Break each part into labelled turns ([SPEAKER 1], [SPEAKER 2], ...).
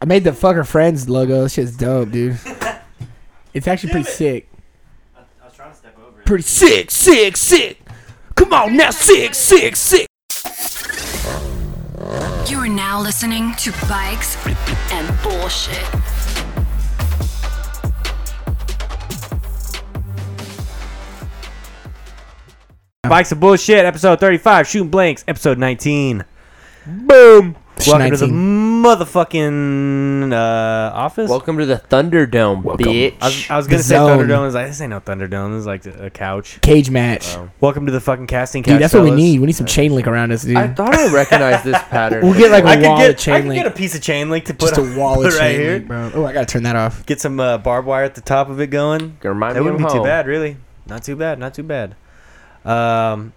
[SPEAKER 1] I made the fucker friends logo. This shit's dope, dude. It's actually pretty
[SPEAKER 2] Damn it.
[SPEAKER 1] sick.
[SPEAKER 2] I, I was trying to step over it.
[SPEAKER 1] Pretty sick, sick, sick. Come on now, sick, sick, sick.
[SPEAKER 3] You are now listening to Bikes and Bullshit.
[SPEAKER 2] Bikes of Bullshit, episode 35, Shooting Blanks, episode 19. Boom! Welcome to the motherfucking uh, office.
[SPEAKER 4] Welcome to the Thunderdome,
[SPEAKER 1] Welcome.
[SPEAKER 4] bitch.
[SPEAKER 2] I was, I was gonna
[SPEAKER 1] The
[SPEAKER 2] say
[SPEAKER 1] zone.
[SPEAKER 2] Thunderdome. I was like, this ain't no Thunderdome. This is like a couch.
[SPEAKER 1] Cage match.
[SPEAKER 2] Welcome to the fucking casting couch.
[SPEAKER 1] Dude, that's what we
[SPEAKER 2] fellas.
[SPEAKER 1] need. We need some chain link around us, dude.
[SPEAKER 4] I thought I recognized this pattern.
[SPEAKER 1] We'll get, like,
[SPEAKER 2] I
[SPEAKER 1] a
[SPEAKER 2] could
[SPEAKER 1] wall
[SPEAKER 2] get
[SPEAKER 1] of chain
[SPEAKER 2] I could
[SPEAKER 1] link.
[SPEAKER 2] get a piece of chain link to put
[SPEAKER 1] Just a
[SPEAKER 2] on-
[SPEAKER 1] wall
[SPEAKER 2] put
[SPEAKER 1] of chain
[SPEAKER 2] right here.
[SPEAKER 1] link, bro. Oh, I gotta turn that off.
[SPEAKER 2] Get some uh, barbed wire at the top of it going.
[SPEAKER 4] Gonna remind
[SPEAKER 2] That
[SPEAKER 4] me
[SPEAKER 2] wouldn't
[SPEAKER 4] of
[SPEAKER 2] be too
[SPEAKER 4] home.
[SPEAKER 2] bad, really. Not too bad. Not too bad. Um,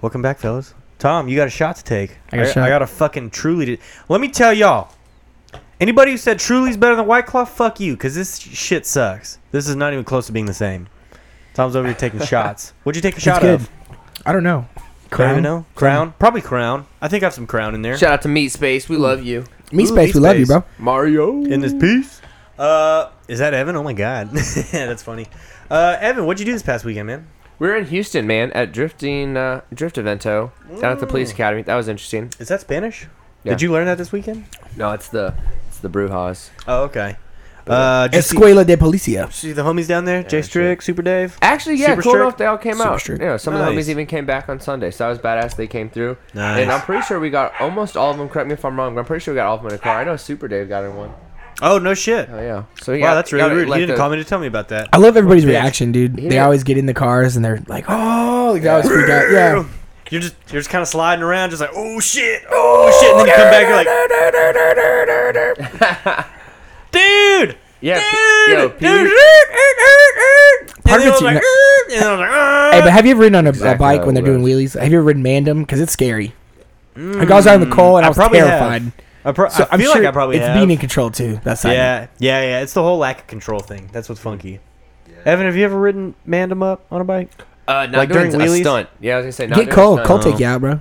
[SPEAKER 2] welcome back, fellas. Tom, you got a shot to take.
[SPEAKER 1] I got a
[SPEAKER 2] I,
[SPEAKER 1] shot.
[SPEAKER 2] I got a fucking truly. To, let me tell y'all. Anybody who said truly's better than White Claw, fuck you, because this shit sucks. This is not even close to being the same. Tom's over here taking shots. What'd you take a
[SPEAKER 1] It's
[SPEAKER 2] shot
[SPEAKER 1] good.
[SPEAKER 2] of?
[SPEAKER 1] I don't know.
[SPEAKER 2] Crown? know. Crown? Probably Crown. I think I have some Crown in there.
[SPEAKER 4] Shout out to Meat Space. We love you,
[SPEAKER 1] Meat
[SPEAKER 2] Ooh,
[SPEAKER 1] space,
[SPEAKER 2] meat
[SPEAKER 1] we love you,
[SPEAKER 2] space.
[SPEAKER 1] bro.
[SPEAKER 4] Mario.
[SPEAKER 2] in this piece. Uh, is that Evan? Oh my god, that's funny. Uh, Evan, what'd you do this past weekend, man?
[SPEAKER 4] We're in Houston, man, at drifting uh, drift evento down at the police academy. That was interesting.
[SPEAKER 2] Is that Spanish?
[SPEAKER 4] Yeah.
[SPEAKER 2] Did you learn that this weekend?
[SPEAKER 4] No, it's the it's the Brujas.
[SPEAKER 2] Oh, okay. Uh, did you see,
[SPEAKER 1] Escuela de Policia.
[SPEAKER 2] see the homies down there? Jay Strick, Super Dave.
[SPEAKER 4] Actually, yeah,
[SPEAKER 2] Super
[SPEAKER 4] cool
[SPEAKER 2] strict?
[SPEAKER 4] enough they all came
[SPEAKER 1] Super
[SPEAKER 4] out.
[SPEAKER 1] strict.
[SPEAKER 4] Yeah, some of the
[SPEAKER 2] Nice.
[SPEAKER 4] homies even came back on Sunday, so that was badass. They came through,
[SPEAKER 2] Nice.
[SPEAKER 4] and I'm pretty sure we got almost all of them. Correct me if I'm wrong, but I'm pretty sure we got all of them in a car. I know Super Dave got in one.
[SPEAKER 2] Oh no shit!
[SPEAKER 4] Oh yeah, so he
[SPEAKER 2] wow,
[SPEAKER 4] got-
[SPEAKER 2] that's
[SPEAKER 4] he
[SPEAKER 2] really
[SPEAKER 4] got,
[SPEAKER 2] rude.
[SPEAKER 4] like,
[SPEAKER 2] you didn't
[SPEAKER 4] the-
[SPEAKER 2] call me to tell me about that.
[SPEAKER 1] I love everybody's
[SPEAKER 2] bitch.
[SPEAKER 1] reaction, dude. They
[SPEAKER 4] Yeah.
[SPEAKER 1] always get in the cars and they're like, "Oh, like, they always freak out." Yeah.
[SPEAKER 2] You're just you're just kind of sliding around, just like oh shit, oh shit, and then you come back, you're like, dude.
[SPEAKER 4] Yeah,
[SPEAKER 2] Dude,
[SPEAKER 4] P- yo,
[SPEAKER 2] dude, er, er, er,
[SPEAKER 4] Pee-
[SPEAKER 2] er.
[SPEAKER 1] Part
[SPEAKER 2] And
[SPEAKER 1] of
[SPEAKER 2] then I
[SPEAKER 1] it's
[SPEAKER 2] was like,
[SPEAKER 1] not-
[SPEAKER 2] er, and then I was like,
[SPEAKER 1] Hey, but
[SPEAKER 2] ah.
[SPEAKER 1] have you ever ridden on a, a
[SPEAKER 4] Exactly
[SPEAKER 1] bike
[SPEAKER 4] how
[SPEAKER 1] when
[SPEAKER 4] it
[SPEAKER 1] they're doing wheelies? Have you ever ridden Mandem? Because it's scary. Like I was out in the cold and I,
[SPEAKER 2] I
[SPEAKER 1] was
[SPEAKER 2] probably have.
[SPEAKER 1] terrified.
[SPEAKER 2] I, pro-
[SPEAKER 1] So
[SPEAKER 2] I
[SPEAKER 1] am
[SPEAKER 2] feel
[SPEAKER 1] sure
[SPEAKER 2] like I probably
[SPEAKER 1] it's
[SPEAKER 2] have.
[SPEAKER 1] being in control too. That's yeah.
[SPEAKER 2] Yeah, yeah, yeah. It's the whole lack of control thing. That's what's funky. Evan, have you ever ridden Mandem up on a bike?
[SPEAKER 4] Uh, not
[SPEAKER 2] Like
[SPEAKER 4] doing
[SPEAKER 2] during
[SPEAKER 4] a
[SPEAKER 2] wheelies?
[SPEAKER 4] stunt. Yeah, I was gonna say not
[SPEAKER 1] Get
[SPEAKER 4] doing a
[SPEAKER 1] Cole.
[SPEAKER 4] stunt. Uh-huh.
[SPEAKER 1] Cole take you out, bro.
[SPEAKER 4] I was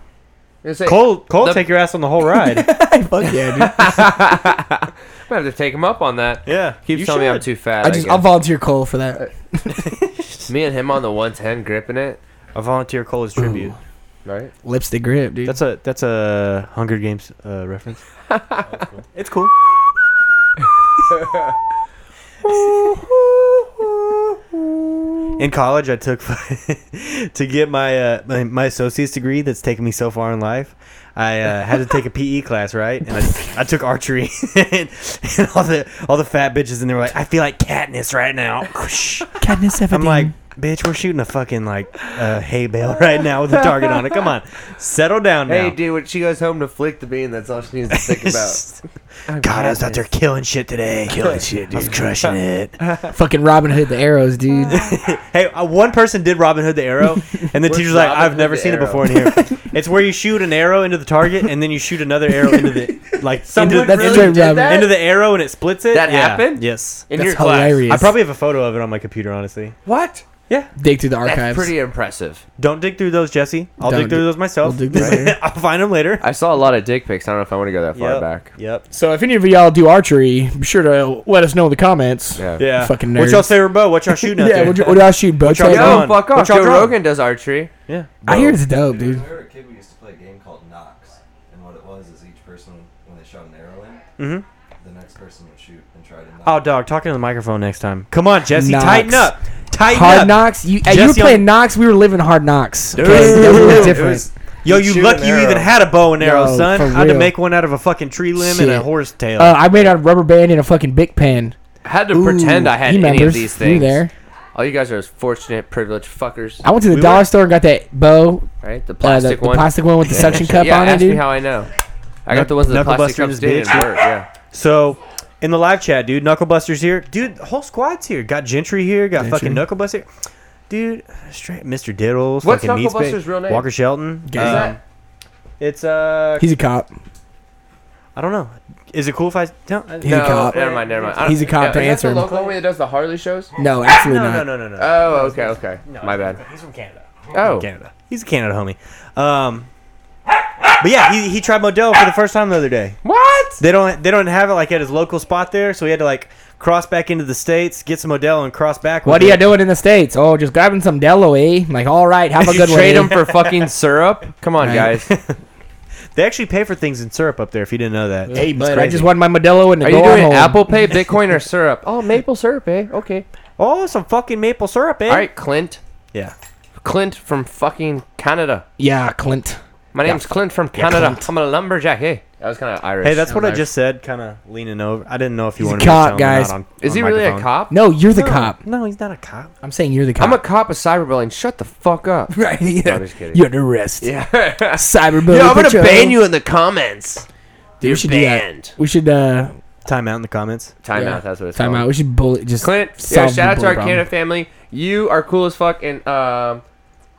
[SPEAKER 4] gonna say,
[SPEAKER 2] Cole, Cole,
[SPEAKER 4] The-
[SPEAKER 2] take your ass on the whole ride.
[SPEAKER 1] Fuck yeah, dude.
[SPEAKER 4] I'm gonna have to take him up on that.
[SPEAKER 2] yeah,
[SPEAKER 4] Keeps
[SPEAKER 2] you
[SPEAKER 4] telling me I'm
[SPEAKER 2] should.
[SPEAKER 4] too fat.
[SPEAKER 1] I
[SPEAKER 4] I
[SPEAKER 1] just
[SPEAKER 4] guess.
[SPEAKER 1] I'll volunteer Cole for that.
[SPEAKER 4] me and him on the 110 gripping it.
[SPEAKER 2] A volunteer Cole is tribute.
[SPEAKER 4] Right.
[SPEAKER 1] Lipstick grip, dude.
[SPEAKER 2] That's a that's a Hunger Games uh, reference. It's cool. In college, I took to get my, uh, my my associate's degree. That's taken me so far in life. I uh, had to take a PE class, right? And I, I took archery, and, and all the all the fat bitches, and they were like, "I feel like Katniss right now."
[SPEAKER 1] Katniss Everdeen.
[SPEAKER 2] I'm like, bitch, we're shooting a fucking like uh, hay bale right now with a target on it. Come on, settle down now.
[SPEAKER 4] Hey, dude, when she goes home to flick the bean, that's all she needs to think about.
[SPEAKER 2] God, I was out there killing shit today. Oh, Killing shit, dude. I was crushing it.
[SPEAKER 1] fucking Robin Hood the arrows, dude.
[SPEAKER 2] hey, uh, one person did Robin Hood the arrow, and the
[SPEAKER 4] What's
[SPEAKER 2] teacher's like,
[SPEAKER 4] Robin
[SPEAKER 2] I've
[SPEAKER 4] Hood
[SPEAKER 2] never
[SPEAKER 4] the
[SPEAKER 2] seen
[SPEAKER 4] arrow?"
[SPEAKER 2] it before in here. it's where you shoot an arrow into the target, and then you shoot another arrow into the like into,
[SPEAKER 4] Someone
[SPEAKER 2] the-
[SPEAKER 1] that's
[SPEAKER 4] really
[SPEAKER 1] straight
[SPEAKER 4] did
[SPEAKER 1] Robin.
[SPEAKER 4] that?
[SPEAKER 2] into the arrow, and it splits it.
[SPEAKER 4] That
[SPEAKER 2] Yeah.
[SPEAKER 4] happened?
[SPEAKER 2] Yes.
[SPEAKER 4] in
[SPEAKER 1] That's
[SPEAKER 4] your class.
[SPEAKER 1] hilarious.
[SPEAKER 2] I probably have a photo of it on my computer, honestly.
[SPEAKER 4] What?
[SPEAKER 1] Dig through the archives.
[SPEAKER 4] That's pretty impressive.
[SPEAKER 2] Don't dig through those, Jesse. I'll
[SPEAKER 1] Don't
[SPEAKER 2] dig through
[SPEAKER 1] dig-
[SPEAKER 2] those myself.
[SPEAKER 1] we'll dig them later.
[SPEAKER 2] I'll find them later.
[SPEAKER 4] I saw a lot of dick pics. I don't know if I want to go that far
[SPEAKER 2] Yep.
[SPEAKER 4] back.
[SPEAKER 2] Yep.
[SPEAKER 1] So if any of y'all do archery, be sure to let us know in the comments.
[SPEAKER 4] Yeah.
[SPEAKER 2] Yeah.
[SPEAKER 1] Fucking
[SPEAKER 2] What's
[SPEAKER 1] nerds.
[SPEAKER 2] y'all's favorite bow? What y'all shooting out
[SPEAKER 1] Yeah,
[SPEAKER 2] there?
[SPEAKER 1] what, do- what do y'all shoot? Bow
[SPEAKER 2] What y'all
[SPEAKER 1] trail?
[SPEAKER 2] got
[SPEAKER 4] Yo,
[SPEAKER 2] on?
[SPEAKER 4] fuck
[SPEAKER 2] What
[SPEAKER 4] off.
[SPEAKER 2] y'all
[SPEAKER 4] Joe
[SPEAKER 2] drawing?
[SPEAKER 4] Rogan does archery.
[SPEAKER 2] yeah.
[SPEAKER 1] I hear it's dope,
[SPEAKER 5] When
[SPEAKER 1] dude.
[SPEAKER 5] we were a kid, we used to play a game called Knox, and what it was is each person, when they shot an arrow in,
[SPEAKER 2] Mhm.
[SPEAKER 5] the next person would shoot and try to knock.
[SPEAKER 2] Oh, dog, talking to the microphone next time. Come on, Jesse,
[SPEAKER 1] Knox.
[SPEAKER 2] tighten up. Tighten
[SPEAKER 1] Hard
[SPEAKER 2] up.
[SPEAKER 1] knocks. You, hey, you were
[SPEAKER 2] Jesse on-
[SPEAKER 1] playing knocks. We were living hard knocks. Okay,
[SPEAKER 2] Dude.
[SPEAKER 1] that was a little
[SPEAKER 2] It
[SPEAKER 1] different.
[SPEAKER 4] was-
[SPEAKER 2] Yo,
[SPEAKER 4] You'd
[SPEAKER 2] you
[SPEAKER 4] shoot
[SPEAKER 2] lucky
[SPEAKER 4] an
[SPEAKER 2] you
[SPEAKER 4] arrow.
[SPEAKER 2] even had a bow and arrow,
[SPEAKER 1] Yo,
[SPEAKER 2] son.
[SPEAKER 1] for
[SPEAKER 2] I had to
[SPEAKER 1] real.
[SPEAKER 2] make one out of a fucking tree limb and a
[SPEAKER 1] Shit.
[SPEAKER 2] horse tail.
[SPEAKER 1] uh, I made out of rubber band and a fucking big pen.
[SPEAKER 4] Had to pretend I had
[SPEAKER 1] He
[SPEAKER 4] any of
[SPEAKER 1] remembers.
[SPEAKER 4] these
[SPEAKER 1] You
[SPEAKER 4] things.
[SPEAKER 1] there?
[SPEAKER 4] All you guys are fortunate, privileged fuckers.
[SPEAKER 1] I went to the
[SPEAKER 2] We
[SPEAKER 1] dollar
[SPEAKER 2] were-
[SPEAKER 1] store and got that bow,
[SPEAKER 4] Right? The
[SPEAKER 1] uh, the,
[SPEAKER 4] plastic
[SPEAKER 1] the
[SPEAKER 4] one.
[SPEAKER 1] plastic one with the suction cup
[SPEAKER 4] yeah,
[SPEAKER 1] on it,
[SPEAKER 4] ask
[SPEAKER 1] dude.
[SPEAKER 4] me how I know. I
[SPEAKER 2] Knuck-
[SPEAKER 4] got the ones that the
[SPEAKER 2] knuckle
[SPEAKER 4] plastic
[SPEAKER 2] buster in
[SPEAKER 4] cups
[SPEAKER 2] his
[SPEAKER 4] did
[SPEAKER 2] bitch.
[SPEAKER 4] not work. Yeah.
[SPEAKER 2] so, in the live chat, dude, Knucklebuster's here. Dude, the whole squad's here. Got Gentry here. Got
[SPEAKER 1] Gentry.
[SPEAKER 2] fucking Knucklebuster. Dude, straight Mr. Diddles.
[SPEAKER 4] What's
[SPEAKER 2] fucking Meat
[SPEAKER 4] Knucklebuster's
[SPEAKER 2] Space,
[SPEAKER 4] real name?
[SPEAKER 2] Walker Shelton.
[SPEAKER 1] Is Um,
[SPEAKER 4] that-
[SPEAKER 2] It's uh,
[SPEAKER 1] He's a cop.
[SPEAKER 2] I don't know. Is it cool if I? No, I-
[SPEAKER 1] He's a cop.
[SPEAKER 4] Never mind, never mind. I don't-
[SPEAKER 1] He's a cop,
[SPEAKER 4] Yeah,
[SPEAKER 1] to
[SPEAKER 4] is that
[SPEAKER 1] answer him.
[SPEAKER 4] the local homie that does the Harley shows?
[SPEAKER 1] No,
[SPEAKER 2] no,
[SPEAKER 1] absolutely
[SPEAKER 2] no,
[SPEAKER 1] not.
[SPEAKER 2] no, no, no.
[SPEAKER 4] Oh, okay, okay. My bad.
[SPEAKER 2] He's from Canada.
[SPEAKER 4] Oh,
[SPEAKER 2] Canada. He's a Canada homie. Um, but yeah, he, he tried Modelo for the first time the other day.
[SPEAKER 4] what? What?
[SPEAKER 2] They don't they don't have it like at his local spot there, so he had to like cross back into the states, get some Modelo, and cross back.
[SPEAKER 1] What are
[SPEAKER 2] with
[SPEAKER 1] you
[SPEAKER 2] it.
[SPEAKER 1] doing in the states? Oh, just grabbing some Dello, eh? I'm like, all right, have a
[SPEAKER 4] You
[SPEAKER 1] good
[SPEAKER 4] trade
[SPEAKER 1] one.
[SPEAKER 4] him for fucking syrup? Come on,
[SPEAKER 1] Right.
[SPEAKER 4] guys.
[SPEAKER 2] They actually pay for things in syrup up there. If you didn't know that,
[SPEAKER 1] Hey,
[SPEAKER 2] It's
[SPEAKER 1] but I
[SPEAKER 2] crazy.
[SPEAKER 1] just want my Modelo and a
[SPEAKER 4] Are you
[SPEAKER 1] go
[SPEAKER 4] doing
[SPEAKER 1] home.
[SPEAKER 4] Apple Pay, Bitcoin, or syrup? Oh, maple syrup, eh? Okay.
[SPEAKER 2] oh some fucking maple syrup, eh?
[SPEAKER 4] All right, Clint.
[SPEAKER 2] Yeah,
[SPEAKER 4] Clint from fucking Canada.
[SPEAKER 1] Yeah, Clint.
[SPEAKER 4] My name's Clint from Canada.
[SPEAKER 1] Clint.
[SPEAKER 4] I'm a lumberjack. eh? Hey, that was kind of Irish.
[SPEAKER 2] hey, that's what I
[SPEAKER 1] nice.
[SPEAKER 2] just said. Kind of leaning over. I didn't know if you
[SPEAKER 1] He's a
[SPEAKER 2] wanted
[SPEAKER 1] cop,
[SPEAKER 2] me to tell him or
[SPEAKER 1] guys.
[SPEAKER 2] not on-
[SPEAKER 4] Is
[SPEAKER 2] on
[SPEAKER 4] he really a
[SPEAKER 2] microphone.
[SPEAKER 4] cop?
[SPEAKER 1] No, you're the cop.
[SPEAKER 2] No, he's not a cop.
[SPEAKER 1] I'm saying you're the cop.
[SPEAKER 4] I'm a cop of cyberbullying. Shut the fuck up.
[SPEAKER 1] right.
[SPEAKER 4] No,
[SPEAKER 1] Yeah.
[SPEAKER 4] I'm just kidding.
[SPEAKER 1] You're the rest.
[SPEAKER 4] Yeah.
[SPEAKER 1] Cyberbullying.
[SPEAKER 4] Yo, I'm gonna
[SPEAKER 1] patrol.
[SPEAKER 4] ban you in the comments.
[SPEAKER 1] Dude,
[SPEAKER 4] You're
[SPEAKER 1] we should
[SPEAKER 4] banned.
[SPEAKER 1] do that. We should uh,
[SPEAKER 2] Time out in the comments.
[SPEAKER 4] Time
[SPEAKER 1] Yeah.
[SPEAKER 4] out. That's what it's
[SPEAKER 1] time
[SPEAKER 4] called.
[SPEAKER 1] out. We should bullet just
[SPEAKER 4] Clint, yeah,
[SPEAKER 1] solve
[SPEAKER 4] shout out
[SPEAKER 1] the
[SPEAKER 4] to our
[SPEAKER 1] bullet
[SPEAKER 4] Canada
[SPEAKER 1] problem.
[SPEAKER 4] family. You are cool as fuck and um,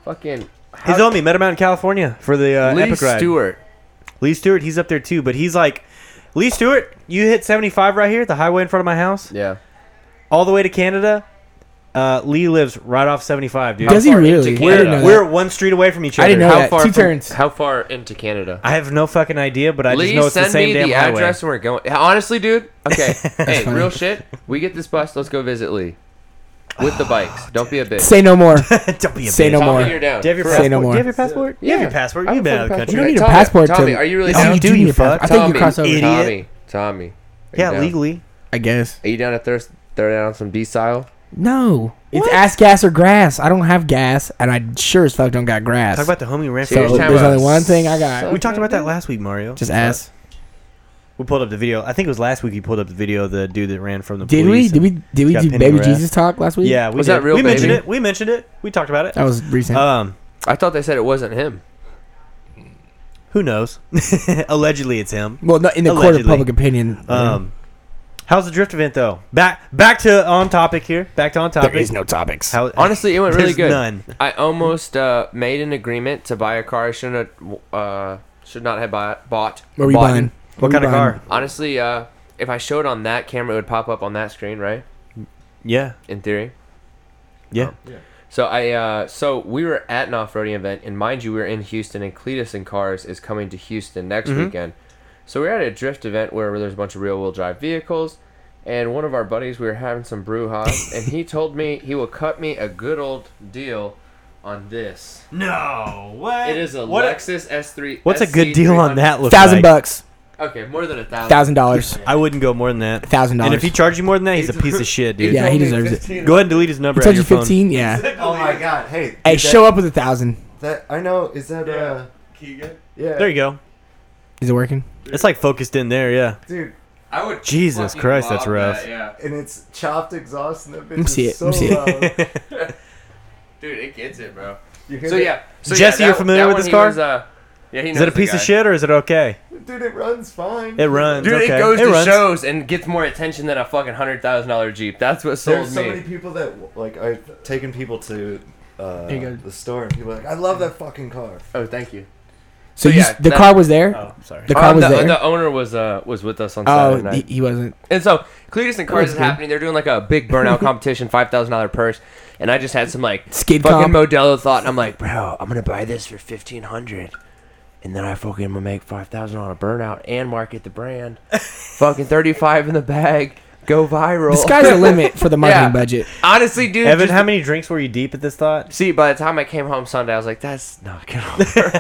[SPEAKER 4] fucking
[SPEAKER 2] He's on me. Met him out in California for the uh,
[SPEAKER 4] Lee
[SPEAKER 2] Epic Ride.
[SPEAKER 4] Stewart.
[SPEAKER 2] Lee Stewart, he's up there too, but he's like, Lee Stewart, you hit 75 right here, the highway in front of my house,
[SPEAKER 4] Yeah.
[SPEAKER 2] all the way to Canada. Uh, Lee lives right off 75, dude.
[SPEAKER 1] Does he
[SPEAKER 4] How far
[SPEAKER 1] really?
[SPEAKER 4] into
[SPEAKER 1] I didn't
[SPEAKER 4] Canada?
[SPEAKER 1] know
[SPEAKER 2] We're
[SPEAKER 1] that.
[SPEAKER 2] one street away from each other.
[SPEAKER 1] I didn't know
[SPEAKER 4] How
[SPEAKER 1] that.
[SPEAKER 4] far
[SPEAKER 1] Two
[SPEAKER 4] from-
[SPEAKER 1] turns.
[SPEAKER 4] How far into Canada?
[SPEAKER 2] I have no fucking idea, but I
[SPEAKER 4] Please
[SPEAKER 2] just know it's
[SPEAKER 4] send
[SPEAKER 2] the same
[SPEAKER 4] me
[SPEAKER 2] damn
[SPEAKER 4] the
[SPEAKER 2] highway.
[SPEAKER 4] address and we're going. Honestly, dude. Okay. hey,
[SPEAKER 1] funny.
[SPEAKER 4] real shit. We get this bus. Let's go visit Lee with the bikes. Don't be a bitch.
[SPEAKER 1] Say no more.
[SPEAKER 2] Don't be a
[SPEAKER 1] Say
[SPEAKER 2] bitch.
[SPEAKER 1] no
[SPEAKER 4] Tell
[SPEAKER 1] more.
[SPEAKER 4] me you're down.
[SPEAKER 2] Do you have your
[SPEAKER 1] Say
[SPEAKER 2] passport?
[SPEAKER 1] no more.
[SPEAKER 2] Do you have your passport? You have your passport.
[SPEAKER 4] I'm
[SPEAKER 2] You've been out of the
[SPEAKER 4] fucking
[SPEAKER 2] country.
[SPEAKER 1] You don't
[SPEAKER 4] fucking-
[SPEAKER 1] need a
[SPEAKER 4] Tommy,
[SPEAKER 1] passport to-
[SPEAKER 4] Tommy, are you really
[SPEAKER 1] Oh,
[SPEAKER 4] down?
[SPEAKER 1] you do
[SPEAKER 2] Dude,
[SPEAKER 1] need
[SPEAKER 2] you
[SPEAKER 1] a passport. I
[SPEAKER 2] fuck.
[SPEAKER 1] think you
[SPEAKER 4] Tommy,
[SPEAKER 1] cross over.
[SPEAKER 2] idiot.
[SPEAKER 4] Tommy, Tommy. Are you
[SPEAKER 2] Yeah,
[SPEAKER 4] down?
[SPEAKER 2] legally.
[SPEAKER 1] I guess.
[SPEAKER 4] Are you down to thirst? Third down on some D style.
[SPEAKER 1] No. It's ass, gas, or grass. I don't have gas, and I sure as fuck don't got grass.
[SPEAKER 2] Talk about the homie
[SPEAKER 4] So
[SPEAKER 2] Ramsey.
[SPEAKER 1] so
[SPEAKER 4] Here's time
[SPEAKER 1] there's
[SPEAKER 4] out.
[SPEAKER 1] only one thing I got.
[SPEAKER 2] we talked about that last week, Mario. Uh,
[SPEAKER 1] Just ass.
[SPEAKER 2] We pulled up the video. I think it was last week. You pulled up the video of the dude that ran from the
[SPEAKER 1] Did we?
[SPEAKER 2] police.
[SPEAKER 1] Did we? Did we
[SPEAKER 2] got
[SPEAKER 1] do
[SPEAKER 2] pinned
[SPEAKER 1] baby
[SPEAKER 2] over ass.
[SPEAKER 1] Jesus talk last week?
[SPEAKER 2] Yeah, we
[SPEAKER 4] Was
[SPEAKER 2] did.
[SPEAKER 4] that real,
[SPEAKER 2] We mentioned
[SPEAKER 4] baby?
[SPEAKER 2] it. We mentioned it. We talked about it.
[SPEAKER 1] That was recent.
[SPEAKER 2] Um,
[SPEAKER 4] I thought they said it wasn't him.
[SPEAKER 2] who knows? Allegedly, it's him.
[SPEAKER 1] well, no, in the court
[SPEAKER 2] allegedly.
[SPEAKER 1] of public opinion.
[SPEAKER 2] Um, how's the drift event though? Back back to on topic here. Back to on topic.
[SPEAKER 1] there is no topics.
[SPEAKER 2] How,
[SPEAKER 4] Honestly, it went really
[SPEAKER 2] There's
[SPEAKER 4] good.
[SPEAKER 2] None.
[SPEAKER 4] I almost uh, made an agreement to buy a car I shouldn't have, uh, should not have buy, bought.
[SPEAKER 1] What were you
[SPEAKER 4] Bought.
[SPEAKER 1] buying? were
[SPEAKER 2] What
[SPEAKER 1] you
[SPEAKER 2] kind of
[SPEAKER 1] buying?
[SPEAKER 2] car?
[SPEAKER 4] Honestly, uh, if I showed on that camera, it would pop up on that screen, right?
[SPEAKER 2] Yeah,
[SPEAKER 4] In theory.
[SPEAKER 2] yeah.
[SPEAKER 4] So I uh, so we were at an off-roading event, and mind you, we were in Houston, and Cletus and Cars is coming to Houston next
[SPEAKER 2] Mm-hmm.
[SPEAKER 4] weekend. So we were at a drift event where there's a bunch of rear-wheel drive vehicles, and one of our buddies we were having some brouhaha, and he told me he will cut me a good old deal on this.
[SPEAKER 2] No way.
[SPEAKER 4] It is a Lexus S3.
[SPEAKER 2] what's a good deal on that? Look
[SPEAKER 1] Thousand
[SPEAKER 2] like?
[SPEAKER 1] bucks.
[SPEAKER 4] Okay, more than a thousand.
[SPEAKER 1] Thousand dollars.
[SPEAKER 2] I wouldn't go more than that.
[SPEAKER 1] Thousand
[SPEAKER 2] And if he
[SPEAKER 1] dollars.
[SPEAKER 2] charges you more than that, he's a piece of shit, dude.
[SPEAKER 1] Yeah, he deserves it.
[SPEAKER 2] Go ahead and delete his number.
[SPEAKER 1] He told
[SPEAKER 2] out
[SPEAKER 1] you
[SPEAKER 2] of your phone.
[SPEAKER 1] fifteen. Yeah.
[SPEAKER 5] Oh my god! Hey,
[SPEAKER 1] Hey,
[SPEAKER 5] that,
[SPEAKER 1] show up with a thousand.
[SPEAKER 5] That I know is that uh Keegan? Yeah,
[SPEAKER 2] There you go.
[SPEAKER 1] Is it working?
[SPEAKER 2] It's like focused in there. Yeah.
[SPEAKER 5] dude,
[SPEAKER 4] I would.
[SPEAKER 2] Jesus
[SPEAKER 4] fucking
[SPEAKER 2] Christ,
[SPEAKER 4] love
[SPEAKER 2] that's rough.
[SPEAKER 4] that, yeah,
[SPEAKER 5] and it's chopped exhaust and that bitch
[SPEAKER 1] Let me see
[SPEAKER 5] is
[SPEAKER 1] it,
[SPEAKER 5] so
[SPEAKER 1] let me see it.
[SPEAKER 5] loud.
[SPEAKER 4] dude, it gets it, bro.
[SPEAKER 5] You hear
[SPEAKER 4] So
[SPEAKER 5] that?
[SPEAKER 4] yeah, so
[SPEAKER 2] Jesse,
[SPEAKER 4] yeah,
[SPEAKER 2] you're familiar with
[SPEAKER 4] one
[SPEAKER 2] this
[SPEAKER 4] he
[SPEAKER 2] car?
[SPEAKER 4] was, uh, yeah, he knows
[SPEAKER 2] Is it a
[SPEAKER 4] the
[SPEAKER 2] piece of
[SPEAKER 4] guy.
[SPEAKER 2] shit or is it okay?
[SPEAKER 5] dude, it runs fine.
[SPEAKER 2] It runs.
[SPEAKER 4] Dude,
[SPEAKER 2] okay.
[SPEAKER 4] it goes to
[SPEAKER 2] runs.
[SPEAKER 4] shows and gets more attention than a fucking hundred thousand dollar Jeep. That's what sold
[SPEAKER 5] There's so
[SPEAKER 4] me.
[SPEAKER 5] many people that like I've taken people to uh,
[SPEAKER 1] There you go.
[SPEAKER 5] the store and people are like, I love that fucking car.
[SPEAKER 4] oh, thank you.
[SPEAKER 1] So you,
[SPEAKER 4] yeah,
[SPEAKER 1] the
[SPEAKER 4] that-
[SPEAKER 1] car was there.
[SPEAKER 2] Oh, sorry.
[SPEAKER 1] The car
[SPEAKER 4] Um,
[SPEAKER 1] was
[SPEAKER 4] the,
[SPEAKER 1] there.
[SPEAKER 4] the owner was uh was with us on Saturday
[SPEAKER 1] oh, he,
[SPEAKER 4] night.
[SPEAKER 1] he wasn't.
[SPEAKER 4] and so Cletus and Cars
[SPEAKER 1] was
[SPEAKER 4] is
[SPEAKER 1] good.
[SPEAKER 4] happening. They're doing like a big burnout competition, five thousand dollar purse, and I just had some like
[SPEAKER 1] Skid
[SPEAKER 4] fucking
[SPEAKER 1] comp.
[SPEAKER 4] Modelo thought, and I'm like, bro, I'm gonna buy this for fifteen hundred, and then I fucking will make five thousand on a burnout and market the brand. fucking thirty five in the bag, go viral.
[SPEAKER 1] The sky's the limit for the marketing
[SPEAKER 4] Yeah.
[SPEAKER 1] budget.
[SPEAKER 4] Honestly, dude.
[SPEAKER 2] Evan,
[SPEAKER 4] just-
[SPEAKER 2] how many drinks were you deep at this thought?
[SPEAKER 4] See, by the time I came home Sunday, I was like, that's not gonna work.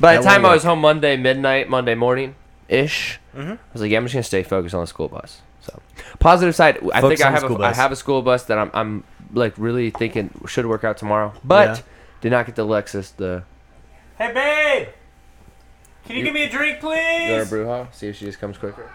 [SPEAKER 4] by
[SPEAKER 2] That
[SPEAKER 4] the
[SPEAKER 2] won't
[SPEAKER 4] time
[SPEAKER 2] Mm-hmm.
[SPEAKER 4] I was home Monday, midnight, Monday morning ish, I was like, yeah, I'm just gonna stay focused on the school bus. So, positive side, I
[SPEAKER 2] Focus
[SPEAKER 4] think I
[SPEAKER 2] on the
[SPEAKER 4] have a,
[SPEAKER 2] school
[SPEAKER 4] I
[SPEAKER 2] bus.
[SPEAKER 4] have a school bus that I'm I'm like really thinking should work out tomorrow, but
[SPEAKER 2] Yeah.
[SPEAKER 4] did not get the Lexus. The
[SPEAKER 2] Hey, babe. Can you give me a drink,
[SPEAKER 4] go
[SPEAKER 2] please?
[SPEAKER 4] to Bruja, see if she just comes quicker.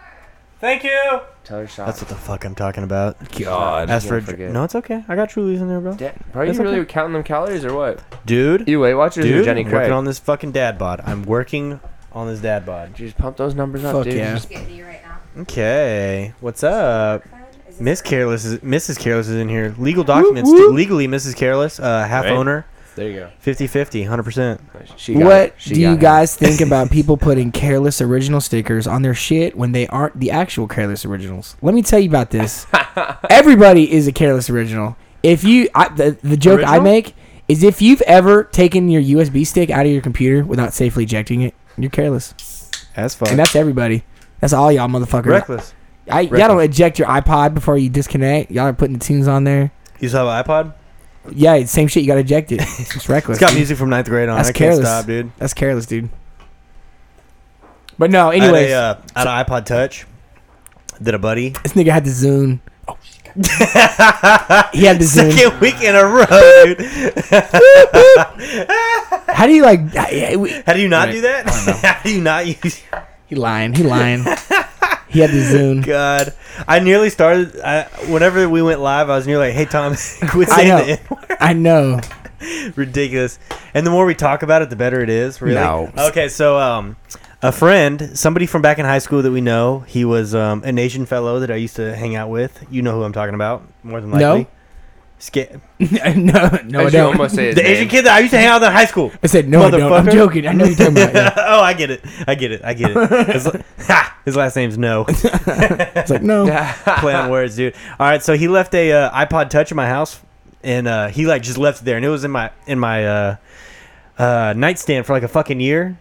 [SPEAKER 2] Thank you.
[SPEAKER 4] Tell her shot.
[SPEAKER 2] That's what the fuck I'm talking about.
[SPEAKER 1] God.
[SPEAKER 2] Ask for a
[SPEAKER 4] gonna
[SPEAKER 2] drink.
[SPEAKER 4] forget.
[SPEAKER 2] No, it's okay. I got Trulies in there, bro.
[SPEAKER 4] Da- Bro, you
[SPEAKER 2] That's
[SPEAKER 4] really
[SPEAKER 2] okay.
[SPEAKER 4] counting them calories or what?
[SPEAKER 2] Dude,
[SPEAKER 4] You Weight Watchers or
[SPEAKER 2] dude,
[SPEAKER 4] Jenny
[SPEAKER 2] I'm working
[SPEAKER 4] Craig?
[SPEAKER 2] on this fucking dad bod. I'm working on this dad bod.
[SPEAKER 4] Did you just pump those numbers up,
[SPEAKER 1] Fuck
[SPEAKER 4] dude?
[SPEAKER 1] yeah.
[SPEAKER 4] Just-
[SPEAKER 6] getting you right now.
[SPEAKER 2] Okay, what's up?
[SPEAKER 6] Is this
[SPEAKER 2] Miss Careless is Mrs. Careless is in here. Legal documents, legally Mrs. Careless, uh, half
[SPEAKER 4] Right.
[SPEAKER 2] owner,
[SPEAKER 4] There you
[SPEAKER 2] 50-50, 100%.
[SPEAKER 4] go. She got
[SPEAKER 1] What
[SPEAKER 4] it. She
[SPEAKER 1] do you
[SPEAKER 4] got it.
[SPEAKER 1] guys think about people putting careless original stickers on their shit when they aren't the actual careless originals? Let me tell you about this. Everybody is a careless original. If you, I, the, the joke I
[SPEAKER 2] Original?
[SPEAKER 1] make is if you've ever taken your USB stick out of your computer without safely ejecting it, you're careless,
[SPEAKER 2] That's fine.
[SPEAKER 1] and that's everybody. That's all y'all motherfuckers.
[SPEAKER 2] Reckless.
[SPEAKER 1] I, y'all don't eject your iPod before you disconnect. Y'all are putting the tunes on there.
[SPEAKER 2] You still have an iPod?
[SPEAKER 1] Yeah, it's same shit. You got ejected. It's reckless.
[SPEAKER 2] It's got music from ninth grade on.
[SPEAKER 1] That's
[SPEAKER 2] I can't
[SPEAKER 1] careless.
[SPEAKER 2] stop, dude.
[SPEAKER 1] That's careless, dude. But no,
[SPEAKER 2] I had
[SPEAKER 1] anyways,
[SPEAKER 2] a, uh, I had an iPod Touch. Did a buddy
[SPEAKER 1] this nigga had the Zune. Oh, he had the Zune.
[SPEAKER 2] second week in a row, dude.
[SPEAKER 1] How do you like? I- I- we-
[SPEAKER 2] How do you not
[SPEAKER 1] Right.
[SPEAKER 2] do that? How do you not use?
[SPEAKER 1] He lying. He lying. he had the Zune.
[SPEAKER 2] God, I nearly started. I, whenever we went live, I was nearly like, "Hey, Tom, quit
[SPEAKER 1] I
[SPEAKER 2] saying
[SPEAKER 1] know.
[SPEAKER 2] the N word."
[SPEAKER 1] I know.
[SPEAKER 2] ridiculous. And the more we talk about it, the better it is. Really.
[SPEAKER 1] No.
[SPEAKER 2] Okay, so um, a friend, somebody from back in high school that we know, he was um, an Asian fellow that I used to hang out with. You know who I'm talking about, more than
[SPEAKER 1] No.
[SPEAKER 2] likely. Sca-
[SPEAKER 1] no, no, I
[SPEAKER 4] As you
[SPEAKER 1] don't.
[SPEAKER 4] almost say his
[SPEAKER 2] the
[SPEAKER 4] name.
[SPEAKER 2] Asian kid that I used to hang out with in high school.
[SPEAKER 1] I said no. I don't. I'm
[SPEAKER 2] Motherfucker.
[SPEAKER 1] joking. I know what you're talking about. Yeah.
[SPEAKER 2] oh, I get it. I get it. I get it. His, ha, his last name's No.
[SPEAKER 1] It's like no.
[SPEAKER 2] Play on words, dude. All right, so he left a uh, iPod Touch in my house, and uh, he like just left it there, and it was in my in my uh, uh, nightstand for like a fucking year.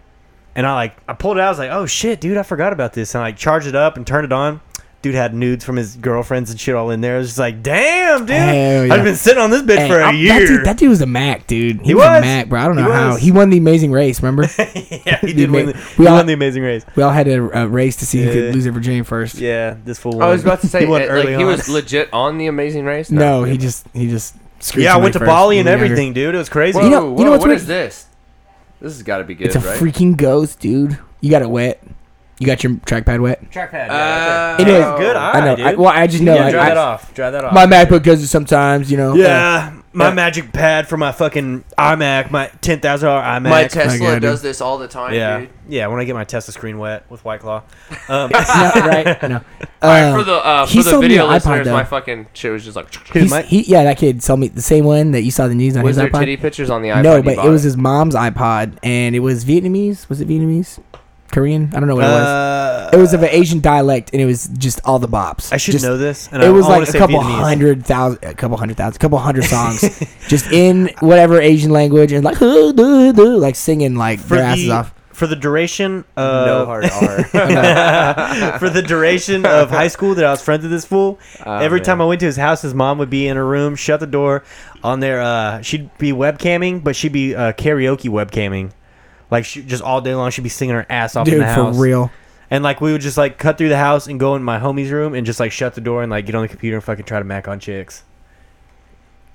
[SPEAKER 2] And I like I pulled it out. I was like, oh shit, dude, I forgot about this. And I like charged it up and turned it on. Dude had nudes from his girlfriends and shit all in there. I was just like, damn, dude,
[SPEAKER 1] Hell yeah.
[SPEAKER 2] I've been sitting on this bitch
[SPEAKER 1] Hey,
[SPEAKER 2] for a
[SPEAKER 1] I'm-
[SPEAKER 2] year.
[SPEAKER 1] That dude, that dude was a Mac, dude. He,
[SPEAKER 2] He
[SPEAKER 1] was, a
[SPEAKER 2] was.
[SPEAKER 1] Mac, bro. I don't
[SPEAKER 2] He
[SPEAKER 1] know how
[SPEAKER 2] was.
[SPEAKER 1] he won the Amazing Race. Remember,
[SPEAKER 2] yeah, he
[SPEAKER 1] you
[SPEAKER 2] did win.
[SPEAKER 1] made-
[SPEAKER 2] The,
[SPEAKER 1] we
[SPEAKER 2] he
[SPEAKER 1] all-
[SPEAKER 2] won the Amazing Race.
[SPEAKER 1] we all had a, a race to see who
[SPEAKER 2] Yeah.
[SPEAKER 1] could lose at Virginia first.
[SPEAKER 2] Yeah, this fool. Won.
[SPEAKER 4] I was about to say,
[SPEAKER 2] he won
[SPEAKER 1] uh,
[SPEAKER 4] it-
[SPEAKER 2] early
[SPEAKER 4] like, he
[SPEAKER 2] on.
[SPEAKER 4] was legit on the Amazing Race.
[SPEAKER 1] No, oh, he just he just. screwed
[SPEAKER 2] yeah, I went
[SPEAKER 1] somebody
[SPEAKER 2] to
[SPEAKER 1] first
[SPEAKER 2] Bali and
[SPEAKER 1] when he was younger.
[SPEAKER 2] everything, dude. It was crazy.
[SPEAKER 4] Whoa,
[SPEAKER 1] You know- you know
[SPEAKER 4] whoa,
[SPEAKER 1] what's
[SPEAKER 4] what
[SPEAKER 1] weird?
[SPEAKER 4] is this? This has got to be good,
[SPEAKER 1] It's a
[SPEAKER 4] right?
[SPEAKER 1] freaking ghost, dude. You got it wet. You got your trackpad wet.
[SPEAKER 2] Trackpad.
[SPEAKER 4] Uh,
[SPEAKER 1] Anyways,
[SPEAKER 2] good eye,
[SPEAKER 1] I know. I,
[SPEAKER 2] dude.
[SPEAKER 1] well, I just know.
[SPEAKER 2] yeah,
[SPEAKER 1] I,
[SPEAKER 2] dry
[SPEAKER 1] I-
[SPEAKER 2] that off. Dry that off.
[SPEAKER 1] My MacBook does it sometimes, you know.
[SPEAKER 2] yeah, my
[SPEAKER 1] Yeah.
[SPEAKER 2] magic pad for my fucking iMac, my ten thousand dollar iMac.
[SPEAKER 4] My
[SPEAKER 1] Okay, I
[SPEAKER 4] Tesla
[SPEAKER 1] do.
[SPEAKER 4] does this all the time,
[SPEAKER 2] yeah,
[SPEAKER 4] dude.
[SPEAKER 2] yeah. When I get my Tesla screen wet with White Claw, um,
[SPEAKER 1] Uh, no, right? No.
[SPEAKER 4] Alright,
[SPEAKER 1] Uh,
[SPEAKER 4] for the uh,
[SPEAKER 1] he
[SPEAKER 4] for the
[SPEAKER 1] sold me
[SPEAKER 4] video
[SPEAKER 1] an iPod,
[SPEAKER 4] listeners,
[SPEAKER 1] though.
[SPEAKER 4] my fucking shit was just like.
[SPEAKER 2] dude,
[SPEAKER 1] he's-
[SPEAKER 2] my,
[SPEAKER 1] he, yeah, that kid sold me the same one that you saw the news on his
[SPEAKER 4] Was there
[SPEAKER 1] iPod.
[SPEAKER 4] titty pictures on the iPod?
[SPEAKER 1] no,
[SPEAKER 4] you
[SPEAKER 1] but
[SPEAKER 4] bought?
[SPEAKER 1] it was his mom's iPod, and it was Vietnamese. Was it Vietnamese? Korean? I don't know what
[SPEAKER 2] uh,
[SPEAKER 1] it was. It was of an Asian dialect, and it was just all the bops.
[SPEAKER 2] I should
[SPEAKER 1] Just-
[SPEAKER 2] know this. And I
[SPEAKER 1] It was
[SPEAKER 2] wanna
[SPEAKER 1] like a
[SPEAKER 2] say
[SPEAKER 1] couple
[SPEAKER 2] Vietnamese.
[SPEAKER 1] hundred thousand, a couple hundred thousand, a couple hundred songs, just in whatever Asian language, and like, "Hoo, doo, doo," like singing like
[SPEAKER 2] for
[SPEAKER 1] their asses
[SPEAKER 2] the,
[SPEAKER 1] off.
[SPEAKER 2] for the duration. Of,
[SPEAKER 4] no hard R.
[SPEAKER 2] for the duration of high school that I was friends with this fool. Every
[SPEAKER 4] Oh, man.
[SPEAKER 2] time I went to his house, his mom would be in her room, shut the door on their. Uh, she'd be webcamming, but she'd be uh, karaoke webcamming, like she, just all day long. She'd be singing her ass off in
[SPEAKER 1] Dude,
[SPEAKER 2] the
[SPEAKER 1] for
[SPEAKER 2] house.
[SPEAKER 1] real.
[SPEAKER 2] And like we would just like cut through the house and go in my homie's room and just like shut the door and like get on the computer and fucking try to mac on chicks.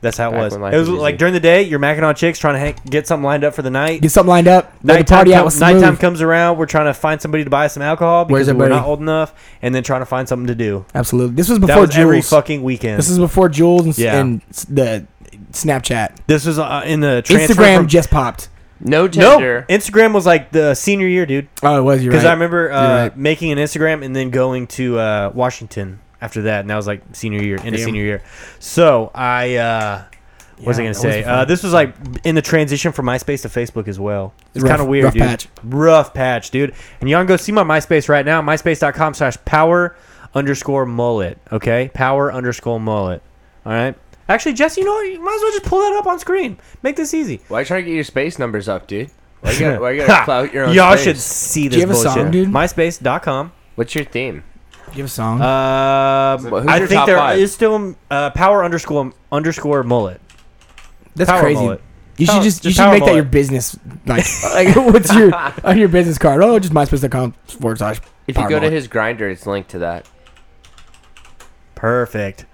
[SPEAKER 2] That's how it
[SPEAKER 4] Back
[SPEAKER 2] was. It
[SPEAKER 4] when life
[SPEAKER 2] was
[SPEAKER 4] was easy.
[SPEAKER 2] like during the day, you're macking on chicks, trying to hang, get something lined up for the night.
[SPEAKER 1] Get something lined up. Let the
[SPEAKER 2] Nighttime,
[SPEAKER 1] party out
[SPEAKER 2] come-
[SPEAKER 1] with some
[SPEAKER 2] nighttime
[SPEAKER 1] move.
[SPEAKER 2] comes around. We're trying to find somebody to buy some alcohol
[SPEAKER 1] Where's
[SPEAKER 2] because we're
[SPEAKER 1] everybody?
[SPEAKER 2] not old enough, and then trying to find something to do.
[SPEAKER 1] Absolutely. This was
[SPEAKER 2] That
[SPEAKER 1] before
[SPEAKER 2] was every
[SPEAKER 1] Jules.
[SPEAKER 2] fucking weekend.
[SPEAKER 1] This is before Jules and,
[SPEAKER 2] Yeah.
[SPEAKER 1] and s- the Snapchat.
[SPEAKER 2] uh, in the transfer
[SPEAKER 1] Instagram
[SPEAKER 2] From,
[SPEAKER 1] just popped.
[SPEAKER 4] No
[SPEAKER 2] no,
[SPEAKER 4] Tinder.
[SPEAKER 2] Instagram was like the senior year, dude.
[SPEAKER 1] Oh, it was you
[SPEAKER 2] Because
[SPEAKER 1] right.
[SPEAKER 2] I remember
[SPEAKER 1] You're
[SPEAKER 2] uh,
[SPEAKER 1] right.
[SPEAKER 2] making an Instagram and then going to uh, Washington after that, and that was like senior year, end of
[SPEAKER 1] Damn.
[SPEAKER 2] senior year. So I. Uh, what was I
[SPEAKER 1] Yeah,
[SPEAKER 2] gonna
[SPEAKER 1] that
[SPEAKER 2] say?
[SPEAKER 1] was
[SPEAKER 2] uh, this was like in the transition from MySpace to Facebook as well. It's
[SPEAKER 1] Rough-
[SPEAKER 2] kind of weird,
[SPEAKER 1] rough
[SPEAKER 2] dude.
[SPEAKER 1] patch.
[SPEAKER 2] Rough patch, dude. And y'all can go see my MySpace right now. MySpace.com slash power underscore mullet. Okay, power underscore mullet. All right. Actually, Jess, you know what? You might as well just pull that up on screen. Make this easy.
[SPEAKER 4] Why you trying to get your space numbers up, dude? Why you gotta, why you
[SPEAKER 2] Ha!
[SPEAKER 4] gotta clout your own
[SPEAKER 2] Y'all
[SPEAKER 4] space?
[SPEAKER 2] should see
[SPEAKER 1] Do
[SPEAKER 2] this
[SPEAKER 1] you have a
[SPEAKER 2] bullshit.
[SPEAKER 1] song, dude?
[SPEAKER 2] MySpace.com
[SPEAKER 4] What's your theme?
[SPEAKER 1] Give a song.
[SPEAKER 2] Um,
[SPEAKER 4] But who's
[SPEAKER 2] I
[SPEAKER 4] your
[SPEAKER 2] think
[SPEAKER 4] top
[SPEAKER 2] there is
[SPEAKER 4] five?
[SPEAKER 2] still uh, power underscore underscore mullet.
[SPEAKER 1] That's
[SPEAKER 2] power
[SPEAKER 1] crazy.
[SPEAKER 2] mullet.
[SPEAKER 1] You should
[SPEAKER 2] Power-
[SPEAKER 1] just, you
[SPEAKER 2] just
[SPEAKER 1] should
[SPEAKER 2] power
[SPEAKER 1] make that
[SPEAKER 2] mullet.
[SPEAKER 1] your business. Like, like what's your on your business card? Oh, just myspace.com forward slash.
[SPEAKER 4] If you
[SPEAKER 1] power
[SPEAKER 4] go to
[SPEAKER 1] mullet.
[SPEAKER 4] his grinder, it's linked to that.
[SPEAKER 2] Perfect.